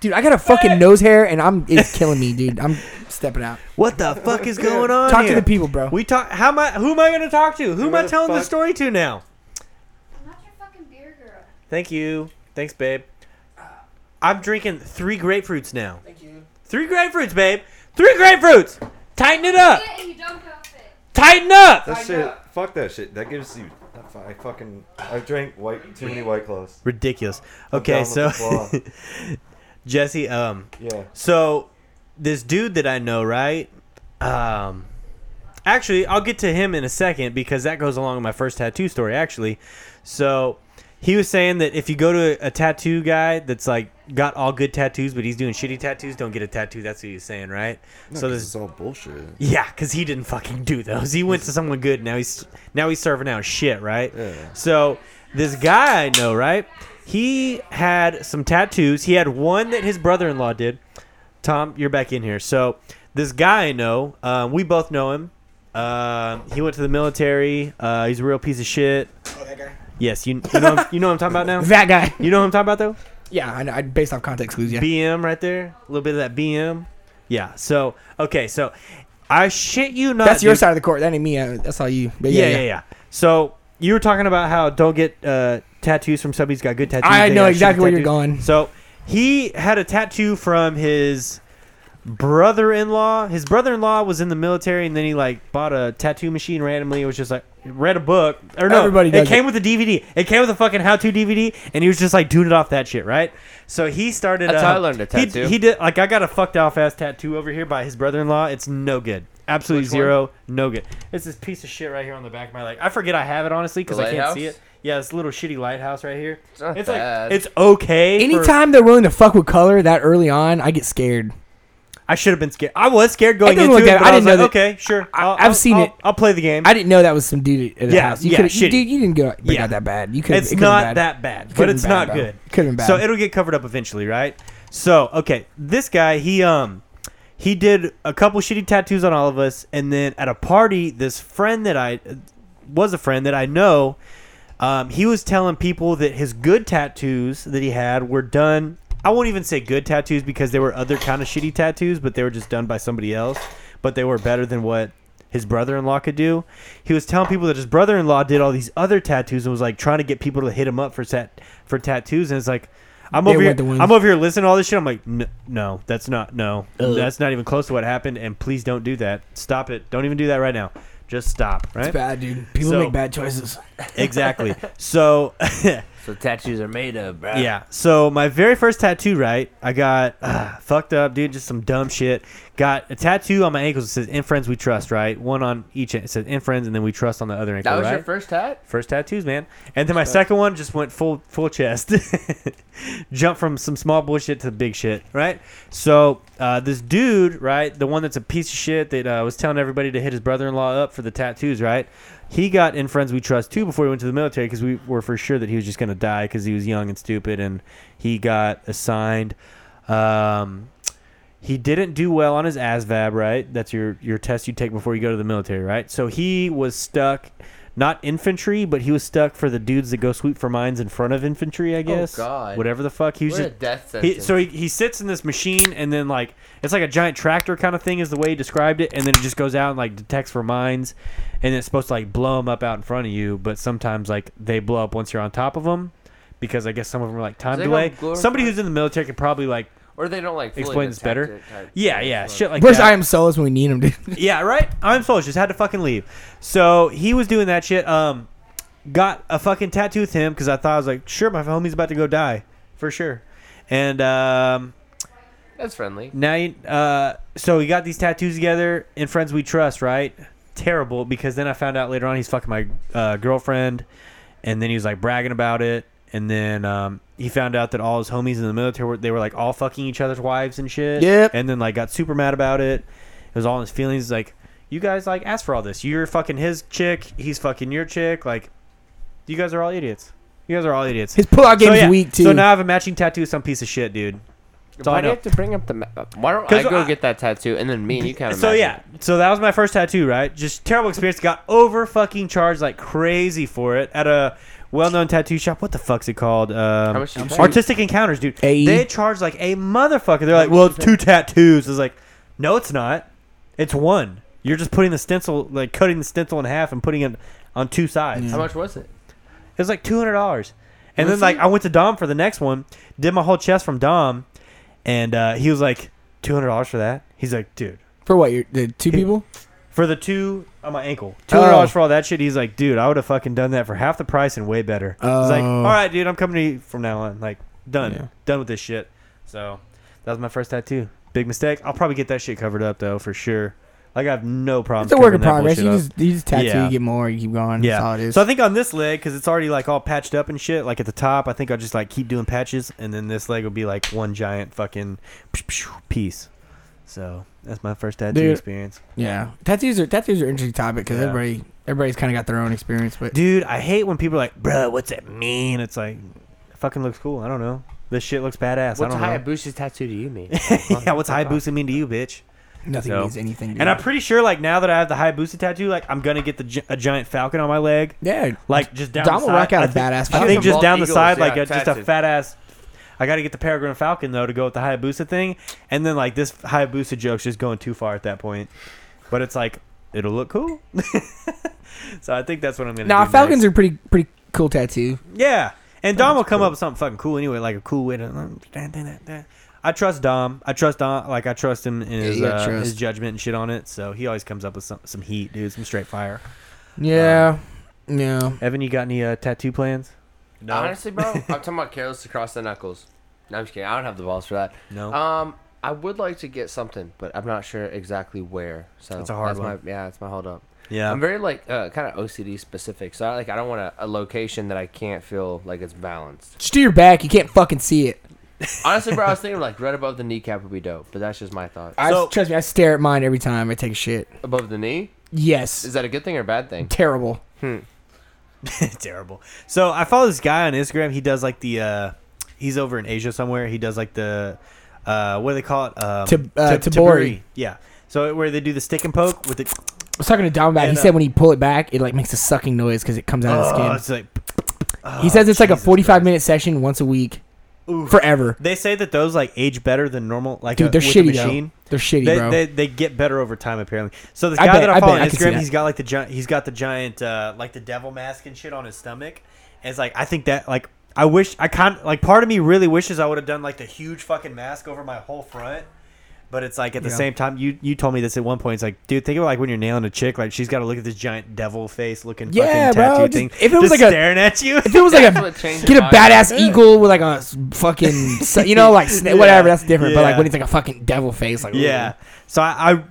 [SPEAKER 1] Dude, I got a fucking nose hair and I'm it's killing me, dude. I'm stepping out.
[SPEAKER 2] what the fuck is going on?
[SPEAKER 1] Talk to
[SPEAKER 2] here?
[SPEAKER 1] the people, bro.
[SPEAKER 2] We talk. How am I? Who am I going to talk to? Who am I
[SPEAKER 5] the
[SPEAKER 2] telling the
[SPEAKER 5] fuck-
[SPEAKER 2] story to now?
[SPEAKER 6] I'm not your fucking beer girl.
[SPEAKER 2] Thank you. Thanks, babe. I'm drinking three grapefruits now. Thank you. Three grapefruits, babe. Three grapefruits. Tighten it up.
[SPEAKER 6] Yeah, you don't go fit.
[SPEAKER 2] Tighten up.
[SPEAKER 5] That shit. Fuck that shit. That gives you. I fucking. I've drank white too many white claws.
[SPEAKER 2] Ridiculous.
[SPEAKER 5] I'm down
[SPEAKER 2] Okay,
[SPEAKER 5] with
[SPEAKER 2] so
[SPEAKER 5] the claw.
[SPEAKER 2] Jesse, um,
[SPEAKER 5] Yeah.
[SPEAKER 2] so this dude that I know, right? Um, actually, I'll get to him in a second because that goes along with my first tattoo story, actually. So he was saying that if you go to a, a tattoo guy that's like got all good tattoos, but he's doing shitty tattoos, don't get a tattoo. That's what he was saying, right? so this
[SPEAKER 5] is all bullshit.
[SPEAKER 2] yeah, because he didn't fucking do those. He went to someone good. Now he's now he's serving out shit, right?
[SPEAKER 5] Yeah.
[SPEAKER 2] So this guy I know, right? He had some tattoos. He had one that his brother-in-law did. Tom, you're back in here. So this guy I know, um, we both know him. Um, he went to the military. Uh, he's a real piece of shit. Yes, you, you know him, you know what I'm talking about now.
[SPEAKER 1] That guy.
[SPEAKER 2] You know what I'm talking about though.
[SPEAKER 1] Yeah, I know. I, based off context clues, yeah.
[SPEAKER 2] BM right there. A little bit of that BM. Yeah. So okay. So I shit you not.
[SPEAKER 1] that's your
[SPEAKER 2] dude.
[SPEAKER 1] side of the court. That ain't me. uh, That's all you. But
[SPEAKER 2] Yeah,
[SPEAKER 1] yeah,
[SPEAKER 2] yeah, yeah. So you were talking about how don't get uh, tattoos from somebody who's got good tattoos.
[SPEAKER 1] I
[SPEAKER 2] they
[SPEAKER 1] know
[SPEAKER 2] got shitty
[SPEAKER 1] exactly where you're
[SPEAKER 2] tattoos.
[SPEAKER 1] going.
[SPEAKER 2] So he had a tattoo from his brother-in-law. His brother-in-law was in the military, and then he like bought a tattoo machine randomly. It was just like read a book or no,
[SPEAKER 1] Everybody
[SPEAKER 2] it
[SPEAKER 1] does
[SPEAKER 2] came
[SPEAKER 1] it.
[SPEAKER 2] with a DVD. It came with a fucking how-to DVD, and he was just like doing it off that shit, right? So he started.
[SPEAKER 4] That's
[SPEAKER 2] uh,
[SPEAKER 4] how I learned to
[SPEAKER 2] he-
[SPEAKER 4] tattoo.
[SPEAKER 2] he did like I got a fucked off ass tattoo over here by his brother in law. It's no good. Absolutely
[SPEAKER 4] Which one?
[SPEAKER 2] zero, no good. It's this piece of shit right here on the back of my leg. I forget I have it honestly because
[SPEAKER 4] The
[SPEAKER 2] I can't see
[SPEAKER 4] lighthouse?
[SPEAKER 2] it. Yeah, this little shitty lighthouse right here. It's,
[SPEAKER 4] not
[SPEAKER 2] like
[SPEAKER 4] bad.
[SPEAKER 2] it's okay. for-
[SPEAKER 1] Anytime they're willing to fuck with color that early on, I get scared.
[SPEAKER 2] I should have been scared. I was scared going
[SPEAKER 1] It doesn't
[SPEAKER 2] into
[SPEAKER 1] look bad.
[SPEAKER 2] it. but I,
[SPEAKER 1] I
[SPEAKER 2] was
[SPEAKER 1] didn't know
[SPEAKER 2] like,
[SPEAKER 1] that-
[SPEAKER 2] okay, sure.
[SPEAKER 1] I-
[SPEAKER 2] I'll-
[SPEAKER 1] I've
[SPEAKER 2] I'll-
[SPEAKER 1] seen
[SPEAKER 2] I'll-
[SPEAKER 1] it.
[SPEAKER 2] I'll play the game.
[SPEAKER 1] I didn't know that was some dude at a
[SPEAKER 2] Yeah,
[SPEAKER 1] house. You
[SPEAKER 2] yeah,
[SPEAKER 1] could've- you,
[SPEAKER 2] shitty.
[SPEAKER 1] dude, you didn't go bring
[SPEAKER 2] Yeah.
[SPEAKER 1] out that bad. You could.
[SPEAKER 2] it's not that bad, but
[SPEAKER 1] Could've
[SPEAKER 2] it's
[SPEAKER 1] been
[SPEAKER 2] not
[SPEAKER 1] bad, bro.
[SPEAKER 2] good.
[SPEAKER 1] Could've been bad.
[SPEAKER 2] So it'll get covered up eventually, right? So okay, this guy he um he did a couple shitty tattoos on all of us, and then at a party, this friend that I was a friend that I know, um, he was telling people that his good tattoos that he had were done. I won't even say good tattoos because they were other kind of shitty tattoos, but they were just done by somebody else. But they were better than what his brother-in-law could do. He was telling people that his brother-in-law did all these other tattoos and was like trying to get people to hit him up for tat- for tattoos. And it's like, I'm
[SPEAKER 1] They
[SPEAKER 2] over here.
[SPEAKER 1] weren't the ones.
[SPEAKER 2] I'm over here listening to all this shit. I'm like, "N- no, that's not no, that's not even close to what happened. And please don't do that. Stop it. Don't even do that right now. Just stop. Right?
[SPEAKER 1] It's bad, dude. People
[SPEAKER 2] So-
[SPEAKER 1] make bad choices.
[SPEAKER 2] Exactly. so.
[SPEAKER 7] So tattoos are made of, bro.
[SPEAKER 2] Yeah. So my very first tattoo, right? I got uh, fucked up, dude. Just some dumb shit. Got a tattoo on my ankles that says "In friends we trust," right? One on each. It says "In friends," and then we trust on the other ankle.
[SPEAKER 4] That was
[SPEAKER 2] right?
[SPEAKER 4] your first hat?
[SPEAKER 2] First tattoos, man. And then my second one just went full full chest. Jumped from some small bullshit to big shit, right? So uh, this dude, right, the one that's a piece of shit that uh, was telling everybody to hit his brother-in-law up for the tattoos, right? He got in friends we trust too before he went to the military because we were for sure that he was just gonna die because he was young and stupid, and he got assigned. Um, he didn't do well on his ASVAB, right? That's your your test you take before you go to the military, right? So he was stuck, not infantry, but he was stuck for the dudes that go sweep for mines in front of infantry, I guess.
[SPEAKER 4] Oh, God.
[SPEAKER 2] Whatever the fuck. He was
[SPEAKER 4] What a
[SPEAKER 2] just
[SPEAKER 4] death
[SPEAKER 2] he,
[SPEAKER 4] sentence.
[SPEAKER 2] so he, he sits in this machine and then like it's like a giant tractor kind of thing is the way he described it and then it just goes out and like detects for mines and it's supposed to like blow them up out in front of you but sometimes like they blow up once you're on top of them because I guess some of them are like time
[SPEAKER 4] Is it
[SPEAKER 2] delay.
[SPEAKER 4] called glorified-
[SPEAKER 2] Somebody who's in the military could probably like
[SPEAKER 4] or they don't like fully
[SPEAKER 2] explain this
[SPEAKER 4] detect
[SPEAKER 2] better.
[SPEAKER 4] it type-
[SPEAKER 2] yeah yeah shit like
[SPEAKER 1] Where's
[SPEAKER 2] that.
[SPEAKER 1] I am solos when we need them, dude?
[SPEAKER 2] Yeah, right. I'm Souls just had to fucking leave. So he was doing that shit. Um, got a fucking tattoo with him because I thought I was like, sure, my homie's about to go die for sure. And um,
[SPEAKER 4] That's friendly.
[SPEAKER 2] now you, uh, so we got these tattoos together in friends we trust, right? Terrible because then I found out later on he's fucking my uh, girlfriend, and then he was like bragging about it, and then um, he found out that all his homies in the military were they were like all fucking each other's wives and shit.
[SPEAKER 1] Yep.
[SPEAKER 2] And then like got super mad about it. It was all in his feelings. Like you guys like asked for all this. You're fucking his chick. He's fucking your chick. Like you guys are all idiots. You guys are all idiots.
[SPEAKER 1] His pullout
[SPEAKER 2] So,
[SPEAKER 1] game's
[SPEAKER 2] yeah.
[SPEAKER 1] weak too.
[SPEAKER 2] So now I have a matching tattoo. with Some piece of shit, dude. That's all I
[SPEAKER 4] Why do
[SPEAKER 2] know.
[SPEAKER 4] you have to bring up the ma- Why don't
[SPEAKER 2] 'Cause
[SPEAKER 4] I go
[SPEAKER 2] I-
[SPEAKER 4] get that tattoo and then me and you kind of
[SPEAKER 2] So yeah, so that was my first tattoo, right? Just terrible experience. Got over fucking charged like crazy for it at a well-known tattoo shop. What the fuck's it called? Um,
[SPEAKER 4] How much did you pay?
[SPEAKER 2] Artistic Encounters, dude.
[SPEAKER 1] AE?
[SPEAKER 2] They charge like a motherfucker. They're like, well, it's two tattoos. It's like, no, it's not. It's one. You're just putting the stencil, like cutting the stencil in half and putting it on two sides.
[SPEAKER 4] How much was it?
[SPEAKER 2] It was like two hundred dollars. And then like I went to Dom for the next one, did my whole chest from Dom, and uh, he was like two hundred dollars for that. He's like, dude
[SPEAKER 1] for what? You're, the two people?
[SPEAKER 2] for the two on my ankle. Two hundred dollars
[SPEAKER 1] Oh.
[SPEAKER 2] for all that shit. He's like, dude, I would have fucking done that for half the price and way better. He's like,
[SPEAKER 1] Oh.
[SPEAKER 2] all right, dude, I'm coming to you from now on. Like, done,
[SPEAKER 1] Yeah.
[SPEAKER 2] done with this shit. So That was my first tattoo. Big mistake. I'll probably get that shit covered up though for sure. Like I have no problem.
[SPEAKER 1] It's a work in
[SPEAKER 2] covering
[SPEAKER 1] progress.
[SPEAKER 2] that bullshit
[SPEAKER 1] You
[SPEAKER 2] up.
[SPEAKER 1] just, you just tattoo,
[SPEAKER 2] Yeah.
[SPEAKER 1] you get more, you keep going.
[SPEAKER 2] Yeah.
[SPEAKER 1] That's all it is.
[SPEAKER 2] So I think on this leg, because it's already like all patched up and shit, like at the top, I think I'll just like keep doing patches, and then this leg will be like one giant fucking piece. So that's my first tattoo
[SPEAKER 1] Dude.
[SPEAKER 2] experience.
[SPEAKER 1] yeah, tattoos are tattoos are an interesting topic because
[SPEAKER 2] Yeah.
[SPEAKER 1] everybody everybody's kind of got their own experience. But
[SPEAKER 2] Dude, I hate when people are like, bruh, what's that mean? It's like, it fucking looks cool. I don't know. This shit looks badass.
[SPEAKER 7] What's
[SPEAKER 2] I don't
[SPEAKER 7] Hayabusa's tattoo to you mean?
[SPEAKER 2] know. yeah, what's high boosting mean to you, bitch?
[SPEAKER 1] nothing
[SPEAKER 2] So-
[SPEAKER 1] means anything. Dude.
[SPEAKER 2] And I'm pretty sure, like, now that I have the high boosted tattoo, like, I'm gonna get the gi- a giant falcon on my leg,
[SPEAKER 1] yeah,
[SPEAKER 2] like just down.
[SPEAKER 1] Dom
[SPEAKER 2] the
[SPEAKER 1] will
[SPEAKER 2] side.
[SPEAKER 1] rock out
[SPEAKER 2] I
[SPEAKER 1] a
[SPEAKER 2] think-
[SPEAKER 1] badass
[SPEAKER 2] I
[SPEAKER 1] falcon.
[SPEAKER 2] think just
[SPEAKER 4] Bald
[SPEAKER 2] down the
[SPEAKER 4] eagles,
[SPEAKER 2] side,
[SPEAKER 4] yeah,
[SPEAKER 2] like a, just a
[SPEAKER 4] tattoo.
[SPEAKER 2] fat ass. I got to get the Peregrine Falcon though to go with the Hayabusa thing, and then like this Hayabusa joke's just going too far at that point. But it's like it'll look cool. so I think that's what I'm gonna.
[SPEAKER 1] Nah,
[SPEAKER 2] do
[SPEAKER 1] falcons
[SPEAKER 2] next.
[SPEAKER 1] are pretty pretty cool tattoo.
[SPEAKER 2] Yeah, and Dom will come up with something fucking cool anyway, like a cool way to. I trust Dom. I trust Dom. Like I trust him in his
[SPEAKER 1] you gotta
[SPEAKER 2] uh,
[SPEAKER 1] trust.
[SPEAKER 2] his judgment and shit on it. So he always comes up with some some heat, dude. Some straight fire.
[SPEAKER 1] Yeah, yeah.
[SPEAKER 2] Evan, you got any uh, tattoo plans?
[SPEAKER 4] Honestly, bro, I'm talking about careless across the knuckles. No, I'm just kidding. I don't have the balls for that.
[SPEAKER 2] No.
[SPEAKER 4] Um, I would like to get something, but I'm not sure exactly where. So
[SPEAKER 2] That's a hard one.
[SPEAKER 4] My, yeah, that's my hold up.
[SPEAKER 2] yeah.
[SPEAKER 4] I'm very like uh, kind of OCD specific, so I like I don't want a, a location that I can't feel like it's balanced.
[SPEAKER 1] Just do your back. You can't fucking see it.
[SPEAKER 4] Honestly, bro, I was thinking like right above the kneecap would be dope, but that's just my thought.
[SPEAKER 1] I
[SPEAKER 2] So-
[SPEAKER 1] trust me. I stare at mine every time I take a shit.
[SPEAKER 4] Above the knee,
[SPEAKER 1] Yes,
[SPEAKER 4] is that a good thing or a bad thing?
[SPEAKER 1] terrible.
[SPEAKER 2] terrible. So I follow this guy on Instagram. He does like the uh he's over in Asia somewhere. He does like the uh what do they call it? Um
[SPEAKER 1] Tab- uh,
[SPEAKER 2] tab-
[SPEAKER 1] tabori.
[SPEAKER 2] Yeah. So where they do the stick and poke with the
[SPEAKER 1] I was talking to Dom about. it. He
[SPEAKER 2] And,
[SPEAKER 1] said
[SPEAKER 2] uh,
[SPEAKER 1] when you pull it back, it like makes a sucking noise because it comes out of
[SPEAKER 2] oh,
[SPEAKER 1] the skin.
[SPEAKER 2] it's like
[SPEAKER 1] he says it's like a
[SPEAKER 2] Jesus
[SPEAKER 1] 45 minute session once a week,
[SPEAKER 2] Oof.
[SPEAKER 1] forever.
[SPEAKER 2] they say that those like age better than normal like
[SPEAKER 1] Dude,
[SPEAKER 2] a,
[SPEAKER 1] they're
[SPEAKER 2] with a
[SPEAKER 1] shitty
[SPEAKER 2] machine.
[SPEAKER 1] though. They're shitty,
[SPEAKER 2] They,
[SPEAKER 1] bro.
[SPEAKER 2] they, they get better over time apparently. So this
[SPEAKER 1] I
[SPEAKER 2] guy
[SPEAKER 1] bet-
[SPEAKER 2] that I
[SPEAKER 1] I
[SPEAKER 2] follow
[SPEAKER 1] bet,
[SPEAKER 2] on
[SPEAKER 1] I can see
[SPEAKER 2] Instagram,
[SPEAKER 1] that.
[SPEAKER 2] he's got like the giant, he's got the giant uh, like the devil mask and shit on his stomach. And it's like I think that like I wish I kind like part of me really wishes I would have done like the huge fucking mask over my whole front. But it's like at the
[SPEAKER 1] Yeah.
[SPEAKER 2] same time, you you told me this at one point. It's like, dude, think about like when you're nailing a chick, like she's got to look at this giant devil face looking
[SPEAKER 1] Yeah,
[SPEAKER 2] fucking
[SPEAKER 1] bro,
[SPEAKER 2] tattoo
[SPEAKER 1] just-
[SPEAKER 2] thing.
[SPEAKER 1] if it was
[SPEAKER 2] just
[SPEAKER 1] like a-
[SPEAKER 2] staring at you,
[SPEAKER 1] if it was like
[SPEAKER 4] That's
[SPEAKER 1] a
[SPEAKER 4] what changed
[SPEAKER 1] get a
[SPEAKER 4] my mind.
[SPEAKER 1] badass eagle with like a s- fucking s- you know like sna-
[SPEAKER 2] Yeah.
[SPEAKER 1] whatever that's different. But like
[SPEAKER 2] Yeah.
[SPEAKER 1] when it's like a fucking devil face, like
[SPEAKER 2] Yeah. So I, I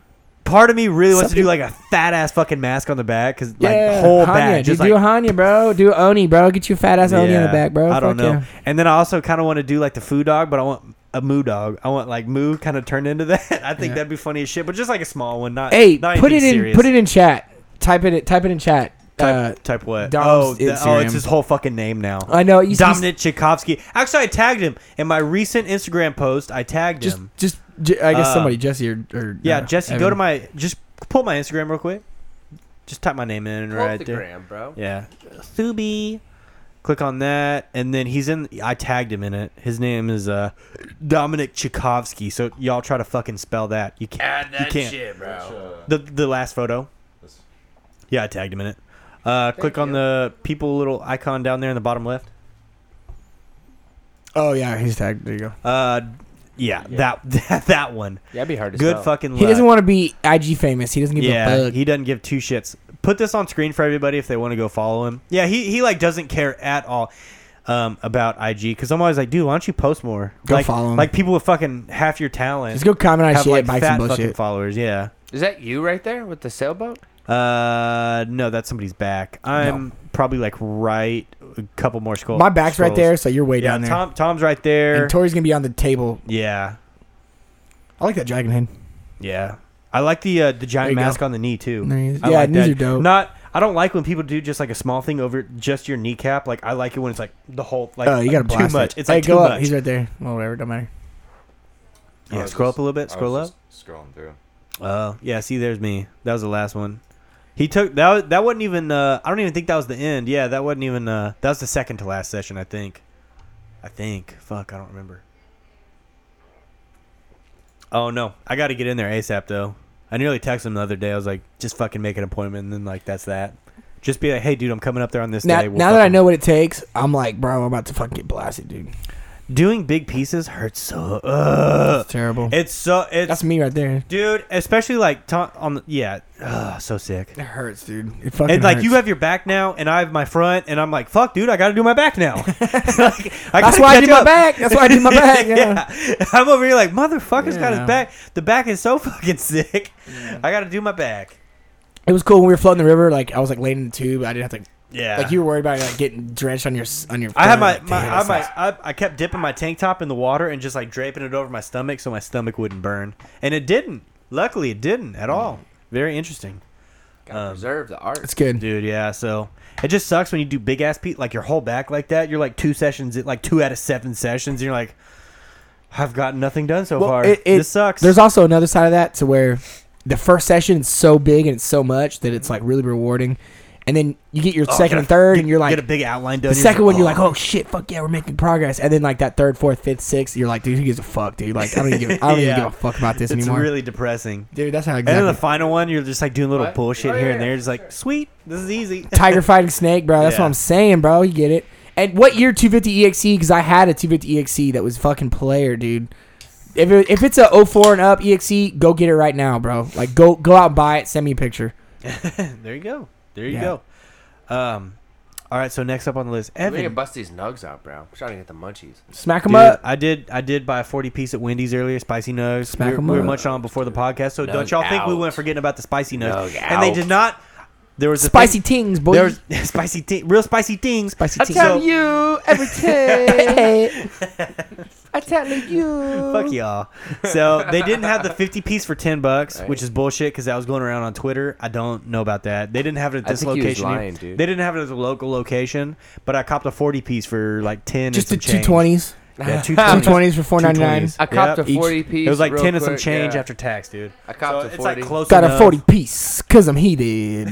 [SPEAKER 2] part of me really wants to do
[SPEAKER 1] Something-
[SPEAKER 2] like a fat ass fucking mask on the back because
[SPEAKER 1] ooh. yeah,
[SPEAKER 2] like whole
[SPEAKER 1] Hanya,
[SPEAKER 2] back,
[SPEAKER 1] dude,
[SPEAKER 2] just
[SPEAKER 1] do
[SPEAKER 2] like.
[SPEAKER 1] a Hanya, bro. Do a Oni, bro. Get you a fat ass Oni on
[SPEAKER 2] Yeah.
[SPEAKER 1] the back, bro.
[SPEAKER 2] I don't
[SPEAKER 1] Fuck
[SPEAKER 2] know.
[SPEAKER 1] yeah.
[SPEAKER 2] And then I also kind of want to do like the food dog, but I want a moo dog. I want like moo kind of turned into that. I think
[SPEAKER 1] Yeah.
[SPEAKER 2] that'd be funny as shit, but just like a small one, not
[SPEAKER 1] Hey,
[SPEAKER 2] not
[SPEAKER 1] put it in.
[SPEAKER 2] anything serious.
[SPEAKER 1] Put it in chat. Type it. Type it in chat. Uh,
[SPEAKER 2] Type, type what?
[SPEAKER 1] Dom's
[SPEAKER 2] oh, the- oh,
[SPEAKER 1] Instagram.
[SPEAKER 2] it's his whole fucking name now.
[SPEAKER 1] Uh, I know. You
[SPEAKER 2] Dominic Tchaikovsky. Actually, I tagged him in my recent Instagram post. I tagged
[SPEAKER 1] Just,
[SPEAKER 2] him.
[SPEAKER 1] just, ju- I guess
[SPEAKER 2] Uh,
[SPEAKER 1] somebody, Jesse or, or
[SPEAKER 2] Yeah,
[SPEAKER 1] uh,
[SPEAKER 2] Jesse, go
[SPEAKER 1] Evan.
[SPEAKER 2] to my just pull my Instagram real quick. Just type my name in
[SPEAKER 4] Pull up
[SPEAKER 2] right
[SPEAKER 4] the
[SPEAKER 2] there.
[SPEAKER 4] gram, bro.
[SPEAKER 2] Yeah. Thubi. Click on that, and then he's in. I tagged him in it. His name is uh, Dominic Tchaikovsky. So y'all try to fucking spell that. You
[SPEAKER 7] Add
[SPEAKER 2] can't. you
[SPEAKER 7] that
[SPEAKER 2] can't.
[SPEAKER 7] shit, bro.
[SPEAKER 2] The the last photo.
[SPEAKER 5] This-
[SPEAKER 2] Yeah, I tagged him in it. Uh, click on
[SPEAKER 4] you.
[SPEAKER 2] the people little icon down there in the bottom left.
[SPEAKER 1] Oh yeah, he's tagged. There you go.
[SPEAKER 2] Uh, yeah, That, that that one.
[SPEAKER 4] Yeah, that'd be hard to
[SPEAKER 2] Good
[SPEAKER 4] spell.
[SPEAKER 2] fucking.
[SPEAKER 1] He
[SPEAKER 2] luck.
[SPEAKER 1] doesn't want to be IG famous. He doesn't give a
[SPEAKER 2] Yeah,
[SPEAKER 1] fuck.
[SPEAKER 2] he doesn't give two shits. Put this on screen for everybody if they want to go follow him. Yeah, he, he like doesn't care at all um, about IG because I'm always like, dude, why don't you post more?
[SPEAKER 1] Go
[SPEAKER 2] like,
[SPEAKER 1] follow him.
[SPEAKER 2] Like people with fucking half your talent
[SPEAKER 1] Just go comment on
[SPEAKER 2] have
[SPEAKER 1] shit,
[SPEAKER 2] like
[SPEAKER 1] bikes
[SPEAKER 2] fat
[SPEAKER 1] and
[SPEAKER 2] fucking
[SPEAKER 1] bullshit.
[SPEAKER 2] followers. Yeah.
[SPEAKER 4] Is that you right there with the sailboat?
[SPEAKER 2] Uh, no, that's somebody's back. I'm probably like right a couple more scrolls.
[SPEAKER 1] My back's right there, so you're way
[SPEAKER 2] Yeah,
[SPEAKER 1] down there.
[SPEAKER 2] Tom Tom's right there.
[SPEAKER 1] and Tori's gonna be on the table.
[SPEAKER 2] yeah,
[SPEAKER 1] I like that dragon head.
[SPEAKER 2] yeah. I like the uh, the
[SPEAKER 1] There you
[SPEAKER 2] giant
[SPEAKER 1] go.
[SPEAKER 2] mask on the knee too.
[SPEAKER 1] There he is.
[SPEAKER 2] I
[SPEAKER 1] Yeah,
[SPEAKER 2] like
[SPEAKER 1] knees
[SPEAKER 2] that.
[SPEAKER 1] are dope.
[SPEAKER 2] Not I don't like when people do just like a small thing over just your kneecap. Like I like it when it's like the whole like
[SPEAKER 1] Oh, you gotta
[SPEAKER 2] like,
[SPEAKER 1] blast
[SPEAKER 2] too much.
[SPEAKER 1] It.
[SPEAKER 2] It's like
[SPEAKER 1] hey, go
[SPEAKER 2] too
[SPEAKER 1] up.
[SPEAKER 2] much.
[SPEAKER 1] He's right there. Well, whatever, don't matter.
[SPEAKER 5] I
[SPEAKER 2] yeah,
[SPEAKER 5] was
[SPEAKER 2] scroll
[SPEAKER 5] just-
[SPEAKER 2] up a little bit.
[SPEAKER 5] I
[SPEAKER 2] Scroll
[SPEAKER 5] was
[SPEAKER 2] up.
[SPEAKER 5] just Scrolling through.
[SPEAKER 2] Oh yeah, see there's me. That was the last one. He took that. Was, that wasn't even. Uh, I don't even think that was the end. Yeah, that wasn't even. Uh, that was the second to last session. I think. I think. Fuck, I don't remember. Oh no, I got to get in there asap though. I nearly texted him the other day. I was like, just fucking make an appointment, and then like that's that. Just be like, hey dude, I'm coming up there on this
[SPEAKER 1] Now,
[SPEAKER 2] day. We'll
[SPEAKER 1] now that I
[SPEAKER 2] fucking-
[SPEAKER 1] know what it takes, I'm like, bro, I'm about to fucking get blasted, dude.
[SPEAKER 2] doing big pieces hurts so. Ugh.
[SPEAKER 1] terrible.
[SPEAKER 2] It's so. It's
[SPEAKER 1] That's me right there.
[SPEAKER 2] dude, especially like ta- on the yeah, ugh, so sick.
[SPEAKER 1] It hurts, dude. It fucking
[SPEAKER 2] And like you
[SPEAKER 1] hurts.
[SPEAKER 2] have your back now, and I have my front, and I'm like, fuck, dude, I gotta do my back now. Like, I
[SPEAKER 1] That's
[SPEAKER 2] gotta
[SPEAKER 1] why I
[SPEAKER 2] catch
[SPEAKER 1] did my
[SPEAKER 2] up.
[SPEAKER 1] back. That's why I did my back, yeah.
[SPEAKER 2] I'm over here like motherfucker's got
[SPEAKER 1] Yeah.
[SPEAKER 2] his back. The back is so fucking sick. I gotta do my back.
[SPEAKER 1] It was cool when we were floating the river. Like I was like laying in the tube. I didn't have to.
[SPEAKER 2] Yeah,
[SPEAKER 1] Like you were worried about like getting drenched on your s- on your.
[SPEAKER 2] I had
[SPEAKER 1] thumb,
[SPEAKER 2] my,
[SPEAKER 1] like,
[SPEAKER 2] my,
[SPEAKER 1] damn,
[SPEAKER 2] I,
[SPEAKER 1] that
[SPEAKER 2] my
[SPEAKER 1] sucks.
[SPEAKER 2] I, I kept dipping my tank top in the water and just like draping it over my stomach so my stomach wouldn't burn, and it didn't. Luckily, it didn't at all.
[SPEAKER 1] Mm.
[SPEAKER 2] Very interesting,
[SPEAKER 4] Gotta preserve the art.
[SPEAKER 1] It's good.
[SPEAKER 2] dude. Yeah, so it just sucks when you do big ass pe like your whole back like that. You're like two sessions, like two out of seven sessions. And you're like, I've got nothing done so
[SPEAKER 1] Well,
[SPEAKER 2] far.
[SPEAKER 1] it- it-
[SPEAKER 2] this sucks.
[SPEAKER 1] There's also another side of that to where the first session is so big and it's so much that it's like really rewarding, and then you get your
[SPEAKER 2] Oh,
[SPEAKER 1] second
[SPEAKER 2] get a-
[SPEAKER 1] and third,
[SPEAKER 2] get-
[SPEAKER 1] and you're like
[SPEAKER 2] get a big outline done.
[SPEAKER 1] the
[SPEAKER 2] you're
[SPEAKER 1] second one, you're like,
[SPEAKER 2] "Oh."
[SPEAKER 1] oh shit, fuck yeah, we're making progress, and then like that third, fourth, fifth, sixth, you're like, dude, who gives a fuck, dude? Like I don't even give, I don't
[SPEAKER 2] Yeah.
[SPEAKER 1] even give a fuck about "Oh, this
[SPEAKER 2] it's
[SPEAKER 1] anymore,
[SPEAKER 2] really depressing.
[SPEAKER 1] dude. That's how
[SPEAKER 2] And then
[SPEAKER 1] exactly.
[SPEAKER 2] the final one, you're just like doing little
[SPEAKER 4] What?
[SPEAKER 2] bullshit
[SPEAKER 4] Oh,
[SPEAKER 2] here
[SPEAKER 4] yeah,
[SPEAKER 2] and
[SPEAKER 4] yeah,
[SPEAKER 2] there. It's like, sweet, this is easy.
[SPEAKER 1] Tiger fighting snake, bro. That's
[SPEAKER 2] Yeah.
[SPEAKER 1] what I'm saying, bro. You get it. And what year E 250 EXE? Because I had a 250 EXE E that was fucking player, dude. If, it, if it's a 04 and up EXE, go get it right now, bro. Like go go out and buy it. Send me a picture.
[SPEAKER 2] There you go. There you
[SPEAKER 1] Yeah.
[SPEAKER 2] go. Um, all right. So next up on the list,
[SPEAKER 4] We need to
[SPEAKER 2] Evan.
[SPEAKER 4] bust these nugs out, bro. I'm trying to get the munchies.
[SPEAKER 1] Smack them
[SPEAKER 2] Dude,
[SPEAKER 1] up.
[SPEAKER 2] I did. I did buy a forty piece at Wendy's earlier. Spicy nugs.
[SPEAKER 1] Smack
[SPEAKER 2] we were,
[SPEAKER 1] 'em
[SPEAKER 2] we were
[SPEAKER 1] up.
[SPEAKER 2] much on before the podcast, so don't
[SPEAKER 4] Nug
[SPEAKER 2] y'all think we
[SPEAKER 4] out.
[SPEAKER 2] went forgetting about the spicy nugs?
[SPEAKER 4] Nug
[SPEAKER 2] and they
[SPEAKER 4] out.
[SPEAKER 2] did not. There was a
[SPEAKER 1] Spicy
[SPEAKER 2] Thing,
[SPEAKER 1] tings, boy.
[SPEAKER 2] there was spicy, ting real spicy things.
[SPEAKER 1] Spicy
[SPEAKER 2] I
[SPEAKER 1] ting.
[SPEAKER 2] tell you,
[SPEAKER 4] you everything. I tell you.
[SPEAKER 2] fuck y'all. So they didn't have the fifty piece for ten bucks,
[SPEAKER 4] Right.
[SPEAKER 2] which is bullshit because that was going around on Twitter. I don't know about that. They didn't have it at
[SPEAKER 4] I
[SPEAKER 2] this
[SPEAKER 4] think he was
[SPEAKER 2] location. here.
[SPEAKER 4] lying, dude.
[SPEAKER 2] They didn't have it at a local location, but I copped a forty piece for like ten.
[SPEAKER 1] Just the
[SPEAKER 2] and some
[SPEAKER 1] two
[SPEAKER 2] change. Ah,
[SPEAKER 1] twenties.
[SPEAKER 2] Yeah, two
[SPEAKER 1] Two twenties for four ninety nine.
[SPEAKER 2] 220s.
[SPEAKER 4] I copped a
[SPEAKER 2] Each-
[SPEAKER 4] 40 piece
[SPEAKER 2] It was like
[SPEAKER 4] real
[SPEAKER 2] ten and some
[SPEAKER 4] quick,
[SPEAKER 2] change
[SPEAKER 4] yeah.
[SPEAKER 2] after tax, dude.
[SPEAKER 4] I copped a
[SPEAKER 2] it's like
[SPEAKER 4] 40.
[SPEAKER 2] close.
[SPEAKER 1] Got a
[SPEAKER 2] enough.
[SPEAKER 1] forty piece, cause I'm heated.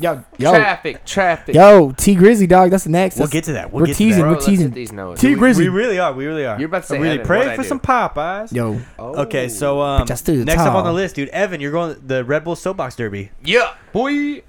[SPEAKER 1] yo, yo,
[SPEAKER 4] Traffic, traffic.
[SPEAKER 1] yo, T Grizzly dog. That's the next.
[SPEAKER 2] We'll
[SPEAKER 1] That's-
[SPEAKER 2] get to that. We'll
[SPEAKER 1] we're
[SPEAKER 2] get to
[SPEAKER 1] teasing.
[SPEAKER 2] that.
[SPEAKER 4] Bro,
[SPEAKER 1] We're
[SPEAKER 4] let's
[SPEAKER 1] teasing.
[SPEAKER 4] get these nugs.
[SPEAKER 1] T Grizzly.
[SPEAKER 2] We really are. We really are.
[SPEAKER 4] You're about to
[SPEAKER 2] I'm
[SPEAKER 4] say
[SPEAKER 2] really
[SPEAKER 4] Evan,
[SPEAKER 2] praying
[SPEAKER 4] what'd I
[SPEAKER 2] for
[SPEAKER 4] do?
[SPEAKER 2] some Popeyes.
[SPEAKER 1] Yo,
[SPEAKER 4] Oh.
[SPEAKER 2] Okay, so um,
[SPEAKER 1] Just do the
[SPEAKER 2] next up on
[SPEAKER 1] tall.
[SPEAKER 2] the list, dude, Evan, you're going the Red Bull Soapbox Derby.
[SPEAKER 4] yeah, boy.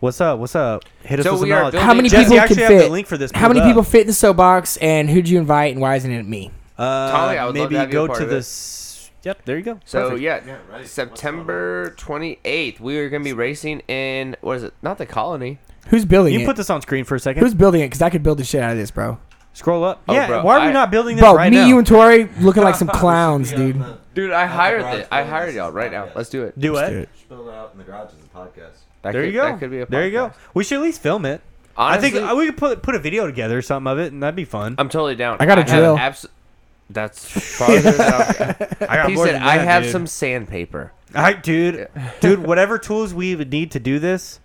[SPEAKER 2] What's up? What's up? Hit us
[SPEAKER 4] So
[SPEAKER 2] with some
[SPEAKER 4] we are
[SPEAKER 2] knowledge.
[SPEAKER 4] building-
[SPEAKER 1] how many
[SPEAKER 4] Jesse,
[SPEAKER 1] people
[SPEAKER 2] I actually
[SPEAKER 1] can
[SPEAKER 2] have
[SPEAKER 1] fit?
[SPEAKER 2] the link for this uh,
[SPEAKER 1] How many
[SPEAKER 2] pulled
[SPEAKER 1] people
[SPEAKER 2] up.
[SPEAKER 1] fit in the soapbox, and who'd you invite, and why isn't it me?
[SPEAKER 2] Uh,
[SPEAKER 4] Tommy, I would love
[SPEAKER 2] maybe
[SPEAKER 4] to have you
[SPEAKER 2] go
[SPEAKER 4] a part
[SPEAKER 2] to
[SPEAKER 4] of it.
[SPEAKER 2] this. Yep, there you go.
[SPEAKER 4] So
[SPEAKER 2] Perfect.
[SPEAKER 4] yeah,
[SPEAKER 5] right.
[SPEAKER 4] September 28th, we are gonna be racing in what is it? Not the Colony.
[SPEAKER 1] Who's building
[SPEAKER 2] you
[SPEAKER 1] it?
[SPEAKER 2] put this on screen for a second.
[SPEAKER 1] Who's building it? Because I could build the shit out of this, bro.
[SPEAKER 2] Scroll up.
[SPEAKER 4] Oh,
[SPEAKER 2] yeah,
[SPEAKER 4] bro,
[SPEAKER 2] why are we
[SPEAKER 4] I-
[SPEAKER 2] not building this
[SPEAKER 1] Bro,
[SPEAKER 2] right
[SPEAKER 1] me,
[SPEAKER 2] now?
[SPEAKER 1] you, and Tori looking like some clowns,
[SPEAKER 2] uh,
[SPEAKER 1] dude.
[SPEAKER 4] Dude, I hired
[SPEAKER 5] garage
[SPEAKER 4] it. I
[SPEAKER 5] building
[SPEAKER 4] hired
[SPEAKER 5] is
[SPEAKER 4] y'all right
[SPEAKER 5] fine,
[SPEAKER 4] now.
[SPEAKER 5] yeah.
[SPEAKER 4] Let's do it.
[SPEAKER 2] do
[SPEAKER 1] Let's
[SPEAKER 2] it.
[SPEAKER 1] do it.
[SPEAKER 5] Spilled out in the garage is a podcast.
[SPEAKER 4] That
[SPEAKER 2] There
[SPEAKER 4] could,
[SPEAKER 2] you go.
[SPEAKER 4] That could be a
[SPEAKER 2] there you go.
[SPEAKER 4] podcast.
[SPEAKER 2] We should at least film it. I
[SPEAKER 4] Honestly,
[SPEAKER 2] think uh, we could put put a video together or something of it, and that'd be fun.
[SPEAKER 4] I'm totally down.
[SPEAKER 1] I got a
[SPEAKER 4] a
[SPEAKER 1] drill.
[SPEAKER 4] That's farther than I'm-
[SPEAKER 2] I got
[SPEAKER 4] He
[SPEAKER 2] more
[SPEAKER 4] said,
[SPEAKER 2] than
[SPEAKER 4] "I
[SPEAKER 2] that,
[SPEAKER 4] have
[SPEAKER 2] dude.
[SPEAKER 4] some sandpaper."
[SPEAKER 2] I, dude, dude, whatever tools we would need to do this,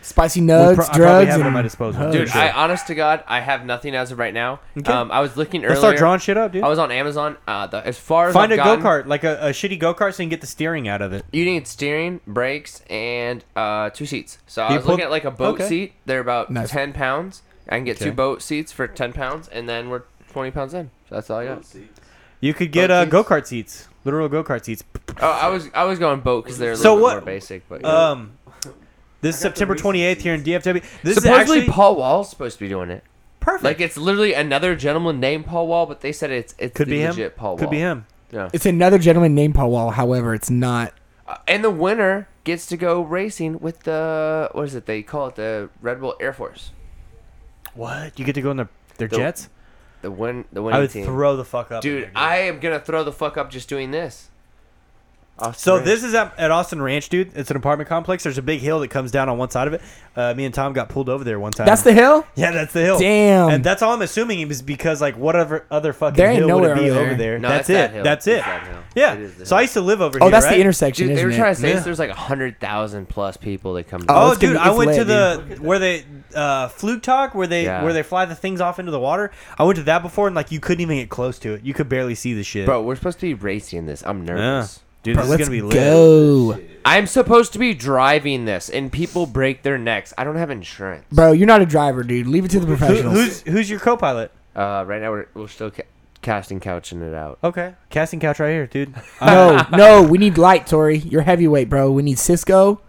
[SPEAKER 1] Spicy nugs,
[SPEAKER 2] we'll pro- I probably
[SPEAKER 1] drugs,
[SPEAKER 2] have at my
[SPEAKER 1] and
[SPEAKER 2] disposal.
[SPEAKER 1] Oh,
[SPEAKER 4] Dude,
[SPEAKER 1] shit.
[SPEAKER 4] I honest to God, I have nothing as of right now.
[SPEAKER 2] Okay.
[SPEAKER 4] Um, I was looking earlier.
[SPEAKER 2] let's start drawing shit up, dude.
[SPEAKER 4] I was on Amazon. Uh, the, as far as
[SPEAKER 2] Find
[SPEAKER 4] I've
[SPEAKER 2] a go
[SPEAKER 4] gotten,
[SPEAKER 2] kart, like a, a shitty go kart, so you can get the steering out of it.
[SPEAKER 4] You need steering, brakes, and uh, two seats. So I
[SPEAKER 2] You
[SPEAKER 4] was
[SPEAKER 2] pulled-
[SPEAKER 4] looking at like a boat
[SPEAKER 2] okay.
[SPEAKER 4] seat. They're about
[SPEAKER 1] Nice.
[SPEAKER 4] ten pounds. I can get
[SPEAKER 2] Okay.
[SPEAKER 4] two boat seats for ten pounds, and then we're twenty pounds in. So that's all I got.
[SPEAKER 2] You could get
[SPEAKER 4] Boat
[SPEAKER 2] uh,
[SPEAKER 4] seats.
[SPEAKER 2] go kart seats, literal go kart seats.
[SPEAKER 4] Oh, I was I was going boat because they're a
[SPEAKER 2] So
[SPEAKER 4] little bit
[SPEAKER 2] what-
[SPEAKER 4] more basic. But you know.
[SPEAKER 2] Um, this is September 28th here in DFW. This
[SPEAKER 4] supposedly
[SPEAKER 2] is actually
[SPEAKER 4] Paul Wall's supposed to be doing it.
[SPEAKER 2] perfect.
[SPEAKER 4] Like it's literally another gentleman named Paul Wall, but they said it's it's
[SPEAKER 2] could
[SPEAKER 4] the
[SPEAKER 2] be him.
[SPEAKER 4] legit Paul Wall.
[SPEAKER 2] Could be him.
[SPEAKER 4] Yeah.
[SPEAKER 1] it's another gentleman named Paul Wall. However, it's not.
[SPEAKER 4] Uh, and the winner gets to go racing with the what is it? They call it the Red Bull Air Force.
[SPEAKER 2] What? You get to go in their, their
[SPEAKER 4] The-
[SPEAKER 2] jets?
[SPEAKER 4] The win the winning
[SPEAKER 2] I would
[SPEAKER 4] team.
[SPEAKER 2] throw the fuck up, in
[SPEAKER 4] Dude,
[SPEAKER 2] there,
[SPEAKER 4] I am gonna throw the fuck up just doing this. I'll
[SPEAKER 2] So
[SPEAKER 4] smash.
[SPEAKER 2] this is at, at Austin Ranch, dude. It's an apartment complex. There's a big hill that comes down on one side of it. Uh, me and Tom got pulled over there one time.
[SPEAKER 1] That's the hill.
[SPEAKER 2] yeah, that's the hill.
[SPEAKER 1] Damn.
[SPEAKER 2] Uh, oh, And that's all I'm assuming is because like whatever other fucking
[SPEAKER 1] Um, There ain't
[SPEAKER 2] hill would it
[SPEAKER 1] nowhere
[SPEAKER 2] be
[SPEAKER 1] over
[SPEAKER 2] over
[SPEAKER 1] there.
[SPEAKER 2] there.
[SPEAKER 4] No,
[SPEAKER 2] that's,
[SPEAKER 4] that's that
[SPEAKER 2] it.
[SPEAKER 4] hill.
[SPEAKER 2] That's it.
[SPEAKER 4] It's that hill.
[SPEAKER 2] Yeah.
[SPEAKER 4] It is the
[SPEAKER 2] so I
[SPEAKER 4] hill.
[SPEAKER 2] used to live over
[SPEAKER 1] Oh,
[SPEAKER 2] here.
[SPEAKER 1] that's
[SPEAKER 2] right?
[SPEAKER 1] the intersection.
[SPEAKER 4] Dude, they
[SPEAKER 1] isn't
[SPEAKER 4] were trying
[SPEAKER 1] it?
[SPEAKER 4] to say
[SPEAKER 2] Yeah.
[SPEAKER 4] there's like hundred thousand plus people that come. to
[SPEAKER 1] Oh,
[SPEAKER 2] Oh,
[SPEAKER 1] it's gonna
[SPEAKER 2] dude,
[SPEAKER 1] be-
[SPEAKER 2] I
[SPEAKER 1] it's
[SPEAKER 2] went
[SPEAKER 1] lit,
[SPEAKER 2] to the where they uh, flug talk where they
[SPEAKER 4] Yeah.
[SPEAKER 2] where they fly the things off into the water. I went to that before and like you couldn't even get close to it. You could barely see the shit.
[SPEAKER 4] bro, we're supposed to be racing this. I'm
[SPEAKER 2] yeah.
[SPEAKER 4] nervous.
[SPEAKER 2] dude,
[SPEAKER 1] Bro,
[SPEAKER 2] this
[SPEAKER 1] let's
[SPEAKER 2] is gonna be lit.
[SPEAKER 1] go,
[SPEAKER 4] I'm supposed to be driving this, and people break their necks. I don't have insurance.
[SPEAKER 1] bro. You're not a driver, dude. Leave it to the
[SPEAKER 2] Who,
[SPEAKER 1] professionals.
[SPEAKER 2] who's who's your co-pilot?
[SPEAKER 4] Uh, right now we're, we're still ca- casting couching it out.
[SPEAKER 2] Okay, casting couch right here, dude.
[SPEAKER 1] no, no, we need light, Tori. You're heavyweight, bro. We need Cisco